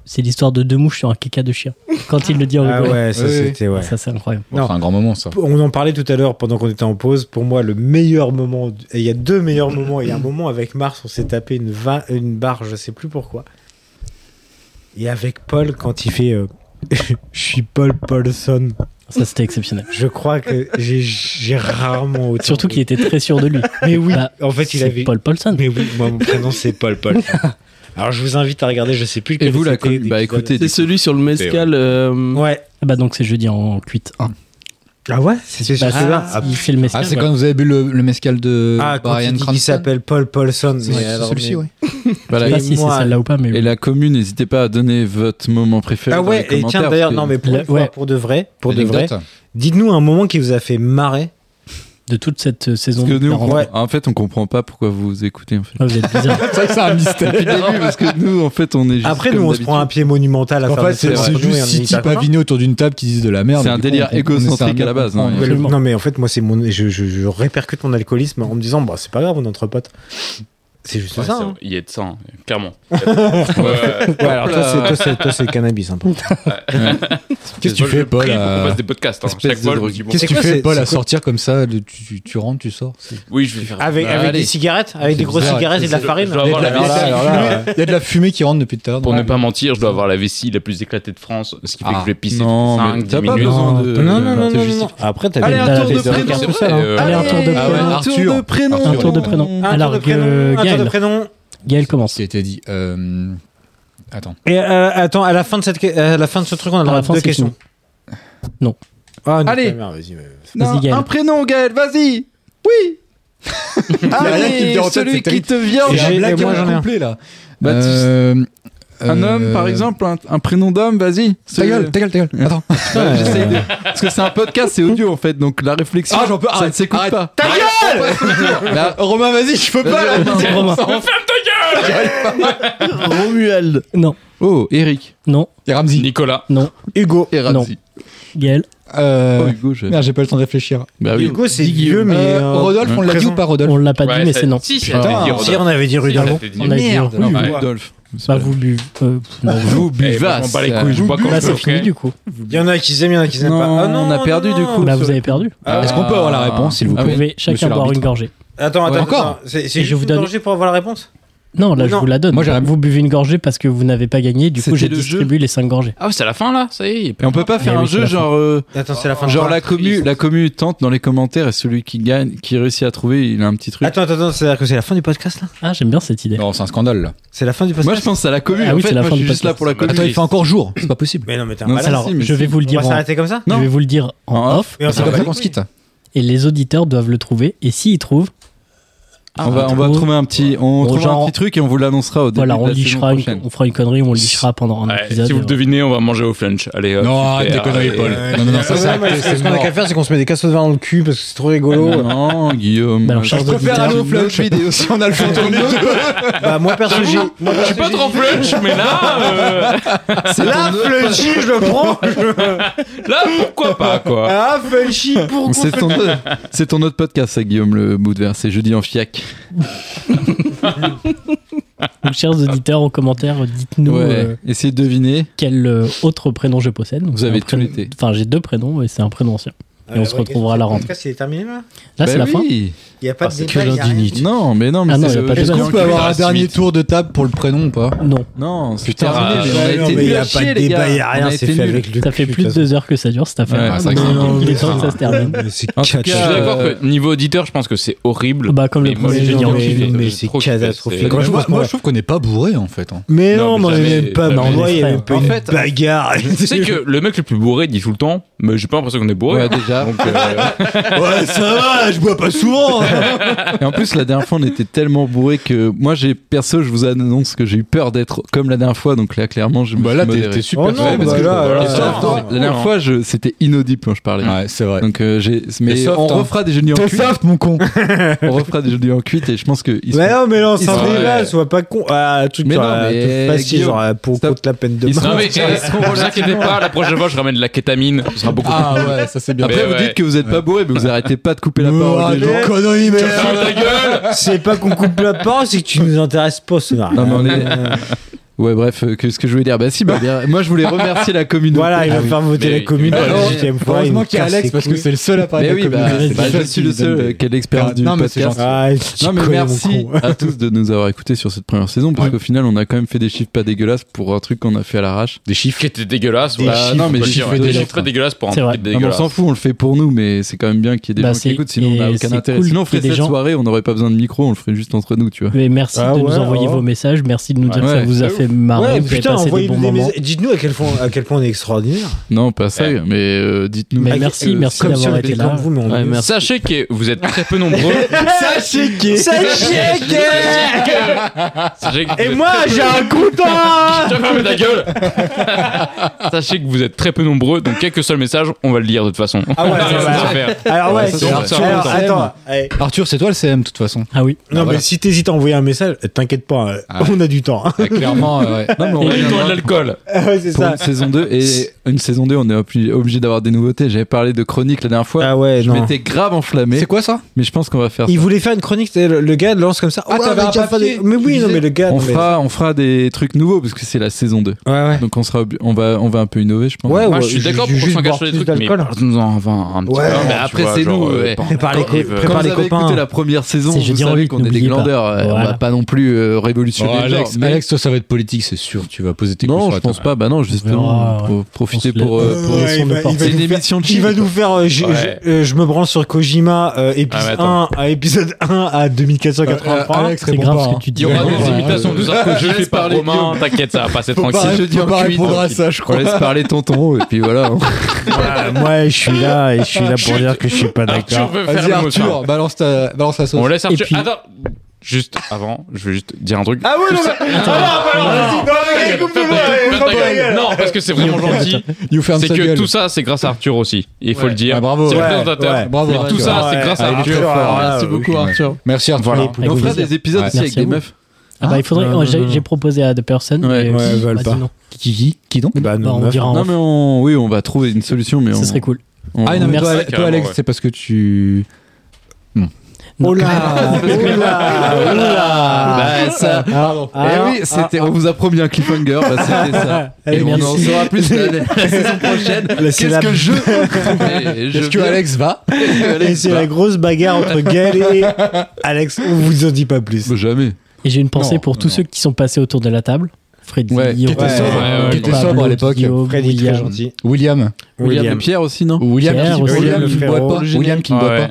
S2: c'est l'histoire de deux mouches sur un caca de chien. Quand il le dit en
S1: Ah
S2: rigolant.
S1: ouais, ça
S7: Oui, oui.
S1: c'était ouais.
S2: Ça, c'est incroyable.
S1: Non.
S7: C'est un grand moment, ça.
S1: On en parlait tout à l'heure pendant qu'on était en pause. Pour moi, le meilleur moment, du- et il y a deux meilleurs moments. Il y a un moment avec Mars, on s'est tapé une, va- une barre, je sais plus pourquoi. Et avec Paul, quand il fait euh, Je suis Paul Paulson,
S2: Ça, c'était exceptionnel.
S1: je crois que j'ai- j'ai rarement autant.
S2: Surtout qu'il était très sûr de lui.
S1: Mais oui,
S2: Bah,
S1: en fait, il
S2: c'est
S1: avait.
S2: Paul Paulson.
S1: Mais oui, moi, mon prénom, c'est Paul Paul. Alors, je vous invite à regarder, je sais plus.
S4: Et
S1: lequel
S4: vous, la
S1: c'était,
S4: com- Bah
S1: l'épisode.
S4: écoutez,
S6: C'est celui sur le mescal. euh,
S1: Ouais.
S2: Ah Bah, donc, c'est jeudi en cuite 1.
S1: Ah ouais C'est sur
S2: Bah,
S1: celui-là
S2: c'est-
S1: Ah,
S2: il fait le mescal.
S7: Ah, c'est
S2: ouais.
S7: quand vous avez bu le, le mescal de
S1: Ah, quand
S7: Brian
S1: il dit qu'il
S7: Cranston
S1: s'appelle Paul Paulson.
S7: C'est
S1: mais
S7: c'est
S1: alors,
S7: celui-ci,
S1: mais-
S7: ouais.
S2: Je
S4: voilà.
S2: sais
S1: Et
S2: pas si c'est
S1: moi,
S2: celle-là ou pas, mais
S4: Et
S2: oui.
S4: la commune, n'hésitez pas à donner votre moment préféré.
S1: Ah
S4: dans
S1: ouais,
S4: les
S1: et tiens
S4: commentaires,
S1: d'ailleurs,
S4: parce
S1: non
S4: que-
S1: mais pour,
S2: La-
S1: une fois,
S2: ouais.
S1: pour de vrai, pour de vrai,
S7: Anecdote.
S1: dites-nous un moment qui vous a fait marrer.
S2: De toute cette euh, saison.
S4: Parce que nous, on-
S2: quarante.
S1: Ouais.
S4: en fait, on comprend pas pourquoi vous écoutez. En fait.
S2: Ouais, vous êtes bizarre.
S7: C'est vrai que c'est un mystère.
S4: Depuis le début, parce que nous, en fait, on est juste.
S1: Après,
S4: comme
S1: nous, on se prend un
S4: d'habitude.
S1: pied monumental à
S7: En
S1: faire
S7: fait,
S1: des
S7: c'est
S1: trucs
S7: c'est
S1: entre nous et
S7: juste
S1: on
S7: six
S1: est
S7: types
S1: d'accord.
S7: avinés autour d'une table qui disent de la merde.
S4: C'est
S7: et
S4: un
S7: du coup,
S4: délire
S7: on- on essaie
S4: égocentrique
S7: bien
S4: à la base,
S7: comprendre.
S4: hein.
S7: Ouais.
S2: Absolument.
S1: Non mais en fait, moi, c'est mon, je, je, je répercute mon alcoolisme en me disant, bah, c'est pas grave, on est entre potes. C'est juste
S3: Ouais,
S1: ça.
S3: c'est-
S1: hein.
S3: Il y a de ça, hein, clairement.
S1: Ouais, alors toi, c'est- toi, c'est- toi, c'est cannabis, hein, par contre.
S7: Qu'est-ce que tu fais, Paul, à-
S3: On passe des podcasts. hein.
S7: Espèce
S3: Chaque
S7: de
S3: fois, je me
S7: drogue.
S3: dis, bon,
S7: Qu'est-ce
S3: c'est
S7: que tu
S3: quoi,
S7: fais,
S3: c'est-
S7: Paul,
S3: c'est
S7: à
S3: quoi
S7: sortir comme ça le- tu, tu- tu rentres, tu sors c'est-
S3: Oui, je vais faire.
S1: Avec,
S7: Bah,
S1: avec
S7: allez.
S1: des cigarettes, avec
S7: C'est
S1: des grosses
S7: bizarre.
S1: cigarettes et de la farine.
S3: Je dois avoir la
S7: Alors là,
S3: vaisselle.
S7: alors là, Il y a de la fumée qui rentre depuis tout à l'heure.
S3: Pour
S7: dans
S3: ne
S7: la-
S3: pas mentir, je dois avoir la vessie la plus éclatée de France, ce qui fait
S7: Ah,
S3: que je vais pisser
S7: non, mais
S3: 5
S7: t'as
S3: 10
S7: pas
S3: minutes.
S7: besoin de-
S1: Non, non, non, non, non, non. Après, t'as
S2: Allez,
S1: bien
S2: un
S1: t'as
S2: tour
S1: fait
S2: de
S1: des
S2: prénom,
S1: écarts
S2: c'est
S1: tout
S2: vrai,
S1: seul, hein.
S3: euh,
S2: Allez, un tour de
S7: Ah ouais,
S2: prénom.
S7: Arthur.
S2: Un tour de prénom.
S12: Un
S2: Alors, euh,
S12: tour de prénom,
S2: Gaël.
S12: un tour de prénom.
S2: Gaël commence.
S7: Qui a été dit. euh, Attends.
S1: Et euh, attends, à la fin de cette, que- à la fin de ce truc, on a le
S2: À
S1: droit
S2: la
S1: à
S2: fin,
S1: deux
S2: c'est
S1: questions.
S2: Non.
S1: Ah, non,
S5: Allez.
S1: ta mère, vas-y, vas-y.
S5: Non,
S2: Gaël.
S5: un prénom, Gaël, vas-y Oui Allez, celui qui te vient
S7: Et j'ai-
S5: en
S7: et moi,
S5: blague
S7: j'en ai un.
S5: complet, là.
S7: Baptiste.
S5: Un homme, par exemple, un, un prénom d'homme, vas-y.
S7: euh, Ta gueule, ta gueule, ta gueule. Attends.
S5: Ouais, j'essaye de-
S4: Parce que c'est un podcast, c'est audio en fait, donc la réflexion,
S5: Ah, j'en peux-
S4: ça ne
S5: arrête,
S4: s'écoute
S5: arrête.
S4: pas.
S5: Ta gueule
S4: Là-
S5: Romain, vas-y, je peux pas là
S4: Vas-y, Romain.
S5: Ferme ta gueule
S4: Romuald.
S2: Non.
S4: Oh, Eric.
S2: Non.
S7: Et Ramzi.
S3: Nicolas.
S2: Non.
S1: Hugo.
S4: Et
S2: Non.
S4: Ramzi.
S2: Gaël.
S7: Euh...
S4: Oh, Hugo, je-
S7: Merde, j'ai pas le temps de réfléchir.
S4: Bah oui.
S1: Hugo, c'est vieux, mais.
S7: Euh,
S1: euh,
S7: Rodolphe, on l'a dit
S1: présent.
S7: ou pas, Rodolphe
S2: On l'a pas
S3: Ouais,
S2: dit, mais
S3: ça-
S2: c'est non.
S3: Si, si,
S7: Putain.
S3: elle avait dit
S1: Si,
S3: Rodolphe.
S1: on avait dit
S3: Si, elle
S1: Rudolph.
S3: avait dit
S2: On a dit. hein.
S7: Merde,
S2: oui,
S3: Ouais.
S7: Rodolphe.
S2: Bah, vous buvez. euh, non, vous-
S4: Vous
S3: Eh, moi,
S4: buvasse.
S3: je m'en bats les couilles, je bois quand
S2: Bah,
S3: je veux,
S2: c'est fini
S3: ok
S2: du coup.
S1: Il y en a qui s'aiment, il y en a qui s'aiment
S4: Non,
S1: pas. Ah,
S4: on a perdu,
S1: non,
S4: du
S1: non.
S4: coup.
S2: Bah,
S4: sur-
S2: vous avez perdu.
S4: Est-ce qu'on peut avoir la réponse, Ah, s'il vous
S2: Vous pouvez chacun boire une gorgée.
S1: Attends, attends, attends. C'est c'est
S2: Et je vous
S1: juste
S2: donne-
S1: une gorgée pour avoir la réponse
S2: Non, là, je
S1: Non.
S2: vous la donne.
S7: Moi, j'aurais-
S2: vous buvez une gorgée parce que vous n'avez pas gagné. Du coup,
S4: C'était
S2: j'ai
S4: le jeu.
S2: distribué les 5 gorgées.
S3: Ah, c'est à la fin là, ça y est.
S4: Et on peut pas faire
S2: Eh
S4: un
S2: oui, c'est
S4: jeu
S2: la
S4: genre euh,
S1: Attends, c'est la fin de
S4: genre
S1: quoi
S4: la commu la commu tente dans les commentaires et celui qui gagne qui réussit à trouver il a un petit truc.
S1: Attends, attends, attends, c'est-à-dire que c'est la fin du podcast là
S2: Ah, j'aime bien cette idée.
S7: Non, c'est un scandale là.
S1: C'est la fin du
S4: Moi
S1: podcast
S4: je pense à la commu.
S2: Ah
S4: en
S2: oui,
S4: fait,
S2: c'est la
S4: moi
S2: fin
S4: je suis
S2: du
S4: juste là
S2: podcast.
S4: pour la commu.
S7: Attends, il fait encore jour. C'est pas possible.
S1: Mais non, mais t'es un
S4: Non,
S1: malade.
S2: Alors,
S4: si, mais
S2: je vais
S4: si.
S2: vous le
S1: On va
S2: dire en,
S1: s'arrêter comme Bah, ça
S2: je
S4: Non.
S2: vais vous le dire en
S4: En
S2: off.
S1: Mais on
S7: C'est
S1: s'en bat
S7: comme Ah, ça
S1: les
S7: qu'on se
S1: couilles.
S7: quitte.
S2: Et les auditeurs doivent le trouver. Et s'ils trouvent,
S4: on va on va trouver un petit on
S2: Bon,
S4: trouve
S2: genre-
S4: un petit truc et on vous annoncera au début
S2: voilà,
S4: de
S2: on
S4: la saison
S2: lichera, une-
S4: prochaine.
S2: on fera une connerie, on lichera pendant un
S3: Ouais,
S2: épisode.
S3: si vous le
S2: et
S3: devinez, on va manger au flunch. Allez, hop,
S7: Non,
S3: super,
S7: arrête des conneries,
S3: et-
S7: Paul. Euh, Non, non, non, ça, c'est acté,
S1: Ce
S7: c'est
S1: qu'on a qu'à
S7: mort.
S1: faire, c'est qu'on se met des casseaux de vin dans le cul parce que c'est trop rigolo.
S4: Non, Guillaume.
S2: Bah, alors, change de
S7: préfère
S2: guitare.
S7: aller au flunch vidéo si on a le fond tourné.
S1: Bah, moi perso, j'ai. moi,
S3: Je suis pas trop flunch, mais là, euh,
S1: Là,
S7: Ah,
S1: Flunchy, je le prends
S3: là, pourquoi pas, quoi.
S1: Ah, Flunchy, pourquoi
S4: C'est ton, autre- c'est ton autre podcast, ça, Guillaume, le bout de verre. C'est jeudi en fiac.
S2: Donc, Euh, chers auditeurs, en commentaire, dites-nous
S4: ouais.
S2: euh,
S4: Essayez de deviner.
S2: quel euh, autre prénom je possède. Donc,
S4: Vous
S2: c'est
S4: avez
S2: un prénom-
S4: tout l'été.
S2: Enfin, j'ai deux prénoms et c'est un prénom ancien. Et on se retrouvera à la
S1: rentrée.
S2: rentrée.
S1: Le podcast, il est terminé là
S2: Là, Ah, c'est
S4: Bah
S2: la fin.
S4: oui.
S1: Il n'y a pas
S4: Ah,
S1: de
S4: c'est
S1: débat,
S4: que
S1: il y a rien.
S4: Non, mais non, mais
S2: Ah non,
S4: c'est
S2: y a pas de
S4: Est-ce
S2: débat.
S4: qu'on
S7: On peut
S4: peut
S7: avoir
S4: avoir
S7: un dernier tour de table pour le prénom ou pas
S2: Non,
S4: Non, c'est
S7: Putain,
S4: terminé,
S7: ah,
S4: mais on a
S7: ouais,
S4: été
S7: non,
S1: mais
S4: nuls
S1: il y a
S4: à
S1: pas de
S4: chier, les
S1: débat,
S4: gars.
S1: il y a rien,
S4: On a
S1: c'est
S4: été
S1: fait
S4: nuls.
S1: avec le
S2: ça
S1: cul,
S2: fait
S1: de
S2: plus de
S1: toute
S2: deux heures que ça dure cette affaire.
S4: Ouais, c'est vrai que
S2: Donc,
S4: c'est
S1: compliqué.
S2: il est temps que ça se termine.
S1: façon. Mais c'est
S4: En tout
S1: catch-
S4: cas,
S3: Je suis d'accord
S4: Euh,
S3: que niveau auditeur, je pense que c'est horrible.
S2: Bah, comme le
S3: Mais moi,
S2: premier
S3: j'ai
S2: jour,
S3: bien
S2: mais-
S3: kiffé.
S1: mais
S3: J'ai
S1: c'est
S3: trop kiffé,
S1: catastrophique.
S3: c'est-
S7: Moi, je-
S1: Moi,
S7: moi, je trouve qu'on n'est pas bourré en fait. hein.
S1: Mais
S3: Non,
S1: non,
S3: mais
S1: mais on
S3: jamais-
S1: n'est pas
S3: jamais
S1: bourré, il y
S2: les
S1: avait
S2: frères.
S1: pas
S3: En
S1: une
S3: fait,
S1: bagarre.
S3: Tu sais que le mec le plus bourré dit tout le temps, mais j'ai pas l'impression qu'on est bourré.
S4: Ouais, déjà.
S3: Donc, euh,
S7: Ouais, ça va, je bois pas souvent.
S4: Et en plus, la dernière fois, on était tellement bourré que moi, j'ai perso, je vous annonce que j'ai eu peur d'être comme la dernière fois. Donc là, clairement, je me
S7: bah
S4: suis
S7: là, t'es
S4: modéré.
S7: t'es super
S1: Oh non,
S7: fort, parce
S1: bah
S7: que-
S1: là, là,
S7: Et
S1: là,
S7: soft,
S1: là.
S7: hein.
S4: La dernière fois, je- c'était inaudible quand je parlais.
S7: Ouais, c'est vrai.
S4: Donc, euh, j'ai,
S7: Et
S4: mais
S7: soft,
S4: on
S7: hein.
S4: refera des jeudis en
S7: T'es
S4: cuite.
S7: soft, mon con.
S4: On refera des jeudis en cuite et je pense que ils
S1: Mais
S4: seront-
S1: non, mais lance un
S4: sont-
S1: débat,
S4: ouais.
S1: sois pas con. Ah, un truc
S4: Mais
S1: genre,
S4: non,
S1: euh,
S4: mais
S1: tout facile,
S4: Guillaume,
S1: genre euh, pour
S4: stop.
S1: contre la peine de
S4: Ils
S1: mort.
S3: Non, mais eh, vous inquiétez pas, la prochaine fois, je ramène de la kétamine. Ce sera beaucoup
S7: Ah ouais, ça c'est bien.
S4: Après,
S3: Mais
S4: vous
S3: ouais.
S4: dites que vous êtes pas bourré, mais vous arrêtez pas de couper la
S7: Oh,
S4: parole des gens.
S7: des conneries, merde.
S3: Ta gueule
S1: C'est pas qu'on coupe la parole, c'est que tu nous intéresses pas, ce
S4: Non, mais on est- Ouais, bref, euh, que ce que je voulais dire. Bah, si, bah, bien, moi, je voulais remercier la communauté. Ah
S1: Voilà, il va faire voter
S3: mais-
S1: la commune
S3: mais-
S1: pour la
S7: Alors,
S1: 18ème fois. il
S7: Heureusement
S1: nous
S7: qu'il y a
S1: casse
S7: Alex
S1: les
S7: parce que
S1: couilles.
S7: c'est le seul à parler
S4: Mais
S7: de
S4: oui,
S7: la
S4: bah,
S7: communauté.
S4: bah, je suis le seul euh, qui a de l'expérience du
S7: Non, mais c'est
S4: podcast.
S7: gentil.
S1: Ah,
S4: Non, mais
S1: tu connais mon
S4: merci
S1: con.
S4: à tous de nous avoir écoutés sur cette première saison, parce qu'au final, on a quand même fait des chiffres pas dégueulasses pour un truc qu'on a fait à l'arrache. Ah,
S3: Des chiffres qui étaient dégueulasses.
S7: Des
S3: voilà,
S7: chiffres,
S3: non, mais
S7: des
S3: des
S7: chiffres
S3: chiffres,
S7: et des
S3: des chiffres
S7: lettres.
S3: pas dégueulasses pour un
S2: C'est vrai.
S3: truc
S4: Non, mais on
S3: dégueulasse.
S4: s'en fout, on le fait pour nous, mais c'est quand même bien qu'il y ait des
S2: Bah,
S4: gens qui
S2: c'est-
S4: écoutent, sinon on n'a
S2: et
S4: aucun
S2: c'est
S4: intérêt.
S2: cool
S4: sinon, on
S2: qu'il y ait
S4: ferait
S2: des
S4: cette
S2: gens-
S4: soirée, on n'aurait pas besoin de micro, on le ferait juste entre nous, tu vois.
S2: Mais merci
S1: Ah
S2: de nous
S1: ouais,
S2: envoyer
S1: ouais.
S2: vos messages, merci de nous dire
S4: Ouais,
S2: que ça vous a fait marrer,
S1: Ouais,
S2: vous avez
S1: putain,
S2: passé des
S1: envoyez-nous
S2: bons
S1: des
S2: moments.
S1: messages. Dites-nous à quel point, à quel point on est extraordinaire.
S4: Non, pas ça, mais euh, dites-nous.
S2: Mais
S4: juste
S2: merci,
S4: que-
S2: merci
S1: Comme si on
S2: d'avoir
S1: était
S2: été là.
S1: comme vous, mais on
S2: Ouais,
S1: est
S2: merci.
S3: Sachez que vous êtes très peu nombreux.
S1: Sachez que. Sachez que.
S3: Sachez que vous
S1: Et
S3: êtes
S1: moi,
S3: très peu-
S1: j'ai un couteau.
S3: Je te ferme la gueule Sachez que vous êtes très peu nombreux, donc quel que soit le message, on va le lire de toute façon.
S1: Ah ouais,
S3: On va
S1: ouais,
S3: se
S1: ouais.
S3: faire.
S1: Alors ouais,
S3: ça,
S1: c'est-
S3: c'est important.
S1: alors attends. eh, allez.
S7: Arthur, c'est toi le CM de toute façon.
S2: Ah oui.
S1: eh, Non, mais si t'hésites à envoyer un message, t'inquiète pas, euh, hein. on a du temps.
S7: clairement,
S4: Non, ouais. Non, mais on
S3: Et
S4: revient
S3: retour à
S4: à-
S3: de l'alcool.
S1: Ah ouais, c'est
S4: pour
S1: ça.
S4: une saison 2 et une saison 2 on est obli- obligé d'avoir des nouveautés j'avais parlé de chronique la dernière fois ah ouais je
S1: non.
S4: m'étais grave enflammé c'est quoi ça mais je pense qu'on va faire
S1: Il
S4: ça.
S1: voulait faire une chronique, c'est le, le gars lance comme ça.
S4: Ah,
S1: Ouais,
S4: t'avais
S1: mais
S4: un
S1: tu vas faire
S4: papier,
S1: des- Mais oui, non, mais le gars.
S4: on
S1: non, mais-
S4: fera on fera des trucs nouveaux parce que c'est la saison 2 donc on sera obli- on va on va un peu innover je pense
S1: Ouais,
S3: Moi, je suis d'accord pour s'engager sur des trucs, mais parle-nous-en avant un petit
S4: Ouais,
S3: peu.
S4: mais
S3: tu
S4: après,
S3: vois,
S4: c'est
S3: genre,
S4: nous,
S3: euh,
S4: ouais.
S3: par-
S4: Prépare les
S3: quand-
S4: copains.
S3: prépare
S4: Vous
S3: les
S4: avez
S3: copains.
S4: écouté la première saison,
S3: C'est
S4: vous
S3: jeudi en
S4: savez
S3: huit,
S4: qu'on est des
S3: n'oubliez pas.
S4: glandeurs, euh, on
S3: Voilà.
S4: va pas non plus euh, révolutionner
S7: Oh,
S4: le genre,
S7: Alex,
S4: mais-
S7: Alex, toi, ça va être politique, c'est sûr. Tu vas poser tes
S4: Non,
S7: coups sur
S4: je
S7: la
S4: pense
S7: table.
S4: pas. Bah non, justement, pro- profiter pour. euh, pour-
S1: Ouais, il va- il va
S4: C'est une
S1: nous faire-
S4: émission de
S1: Il va nous faire. euh, je-
S4: Ouais.
S1: je- euh, Je me branle sur Kojima, euh,
S4: Ah, mais
S1: épisode
S4: attends.
S1: 1 à épisode 1 à
S4: Euh,
S1: 2483.
S4: Alex, C'est réponds grave pas, ce que hein. tu dis.
S3: Il y aura
S4: Ouais,
S3: des
S4: ouais,
S3: imitations
S4: ouais.
S3: de Zarco, je
S4: Je
S3: le fais
S4: laisse
S3: pas
S4: parler
S3: Romain,
S4: Guillaume.
S3: t'inquiète, ça va passer tranquille.
S4: C'est jeudi en cuit, tranquille. On laisse parler tonton et puis voilà.
S1: Voilà, Moi, je suis là et je suis là pour dire que je suis pas d'accord.
S3: veut faire
S7: Vas-y,
S3: l'émotion.
S7: Arthur, balance, ta, balance la sauce.
S3: On laisse
S7: Et
S3: Arthur.
S7: puis-
S3: Attends, juste avant, je vais juste dire un truc.
S7: Ah oui,
S3: Tout
S7: non,
S3: ça-
S7: mais-
S3: Attends.
S7: Ah non, bah alors,
S3: Non.
S7: vas-y, non, coupe-le,
S3: Ferme ta
S7: ouais,
S3: gueule,
S7: ferme
S3: ferme
S7: ta
S3: ta gueule.
S7: gueule.
S3: Non, parce que c'est vraiment
S7: Attends,
S3: gentil.
S7: you ferme
S3: C'est
S7: ta
S3: que
S7: gueule.
S3: tout ça, c'est grâce à Arthur aussi. Il faut
S7: Ouais.
S3: le dire.
S7: Ouais, bravo.
S3: C'est
S7: Ouais,
S3: le présentateur.
S7: ouais, bravo,
S3: Mais tout
S7: Arthur.
S3: ça, c'est
S7: Ouais,
S3: grâce
S7: ouais,
S3: à
S7: il est
S3: Arthur.
S7: fort,
S3: Voilà.
S7: ouais, ouais, Ah, ok, ouais. Merci, Arthur.
S3: Voilà.
S7: Et on fera des épisodes aussi avec
S2: Merci à
S7: des
S2: vous.
S7: meufs.
S2: Ah bah il faudrait.
S7: Non, non,
S2: j'ai-
S7: non.
S2: J'ai proposé à deux personnes.
S4: Ouais,
S2: mais
S4: ouais,
S2: qui
S4: elles veulent
S2: Vas-y,
S4: pas.
S2: non.
S4: Qui, qui, qui donc
S1: Bah,
S2: non, Bah, on meuf. dira en
S4: Non,
S2: off.
S4: mais on, oui, on va trouver une solution, mais
S2: Ce
S4: on-
S2: serait cool.
S4: on-
S7: Ah non, mais
S2: Merci.
S7: toi, toi,
S4: Carrément,
S7: Alex,
S4: ouais.
S7: c'est parce que tu.
S4: Oh
S2: Non. euh,
S4: Ah, Bah, ça.
S7: Pardon.
S1: Ah,
S4: Eh oui, c'était. on vous a promis un cliffhanger, bah, c'était ça.
S7: Eh,
S4: Et on en
S7: merci.
S4: saura plus la, la- la saison prochaine. Qu'est-ce que je
S7: Est-ce que Alex va
S1: Et c'est la grosse bagarre entre Gaël et Alex. On vous en dit pas plus.
S4: Bah, Jamais.
S2: Et j'ai une pensée
S1: Non,
S2: pour tous ceux qui sont passés autour de la table. Freddy,
S4: Ouais, qui
S2: Romain,
S4: était sobre,
S2: Pablo,
S4: qui était sobre à l'époque.
S2: Guillaume, William.
S7: William.
S4: William. et Pierre aussi, non William,
S2: Pierre
S4: qui,
S2: aussi.
S4: William
S2: William,
S4: qui
S2: le
S4: boit
S2: frérot.
S4: pas. William qui ne boit pas.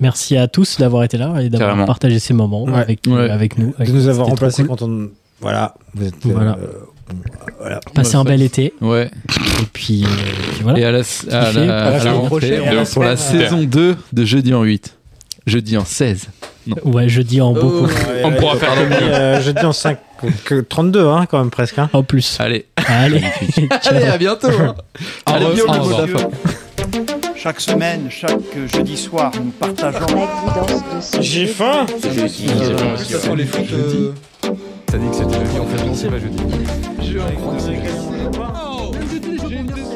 S2: Merci à tous d'avoir été là et d'avoir
S4: Carrément.
S2: partagé ces moments
S1: Ouais.
S2: avec, euh,
S1: Ouais.
S2: avec nous.
S1: De nous
S2: C'était
S1: avoir
S2: trop
S1: remplacés
S2: cool.
S1: quand on. Voilà. Vous êtes. euh,
S2: Voilà.
S1: voilà.
S2: Passez un bel été.
S4: Ouais.
S2: Et puis, euh, voilà.
S4: Et à la, à
S2: Kiffez.
S4: la- à la rentrée, de- pour la saison 2 de jeudi en 8. Jeudi en 16. Non.
S2: Ouais, jeudi en beaucoup.
S1: On pourra faire le mieux. jeudi Euh, en 5, que 32 hein, quand même presque.
S2: En plus.
S4: Allez.
S2: Allez.
S4: Allez, à bientôt. hein. Allez,
S8: Allez,
S4: Guillaume,
S8: bien,
S4: le mot de la
S8: messieurs.
S4: fin.
S8: Chaque semaine, chaque jeudi soir, nous partageons.
S1: J'ai faim
S8: Ça sent les frites, euh,
S11: T'as dit que c'était jeudi, en fait, non, c'est pas jeudi.
S8: Je crois que c'est quasiment
S11: J'ai une déception.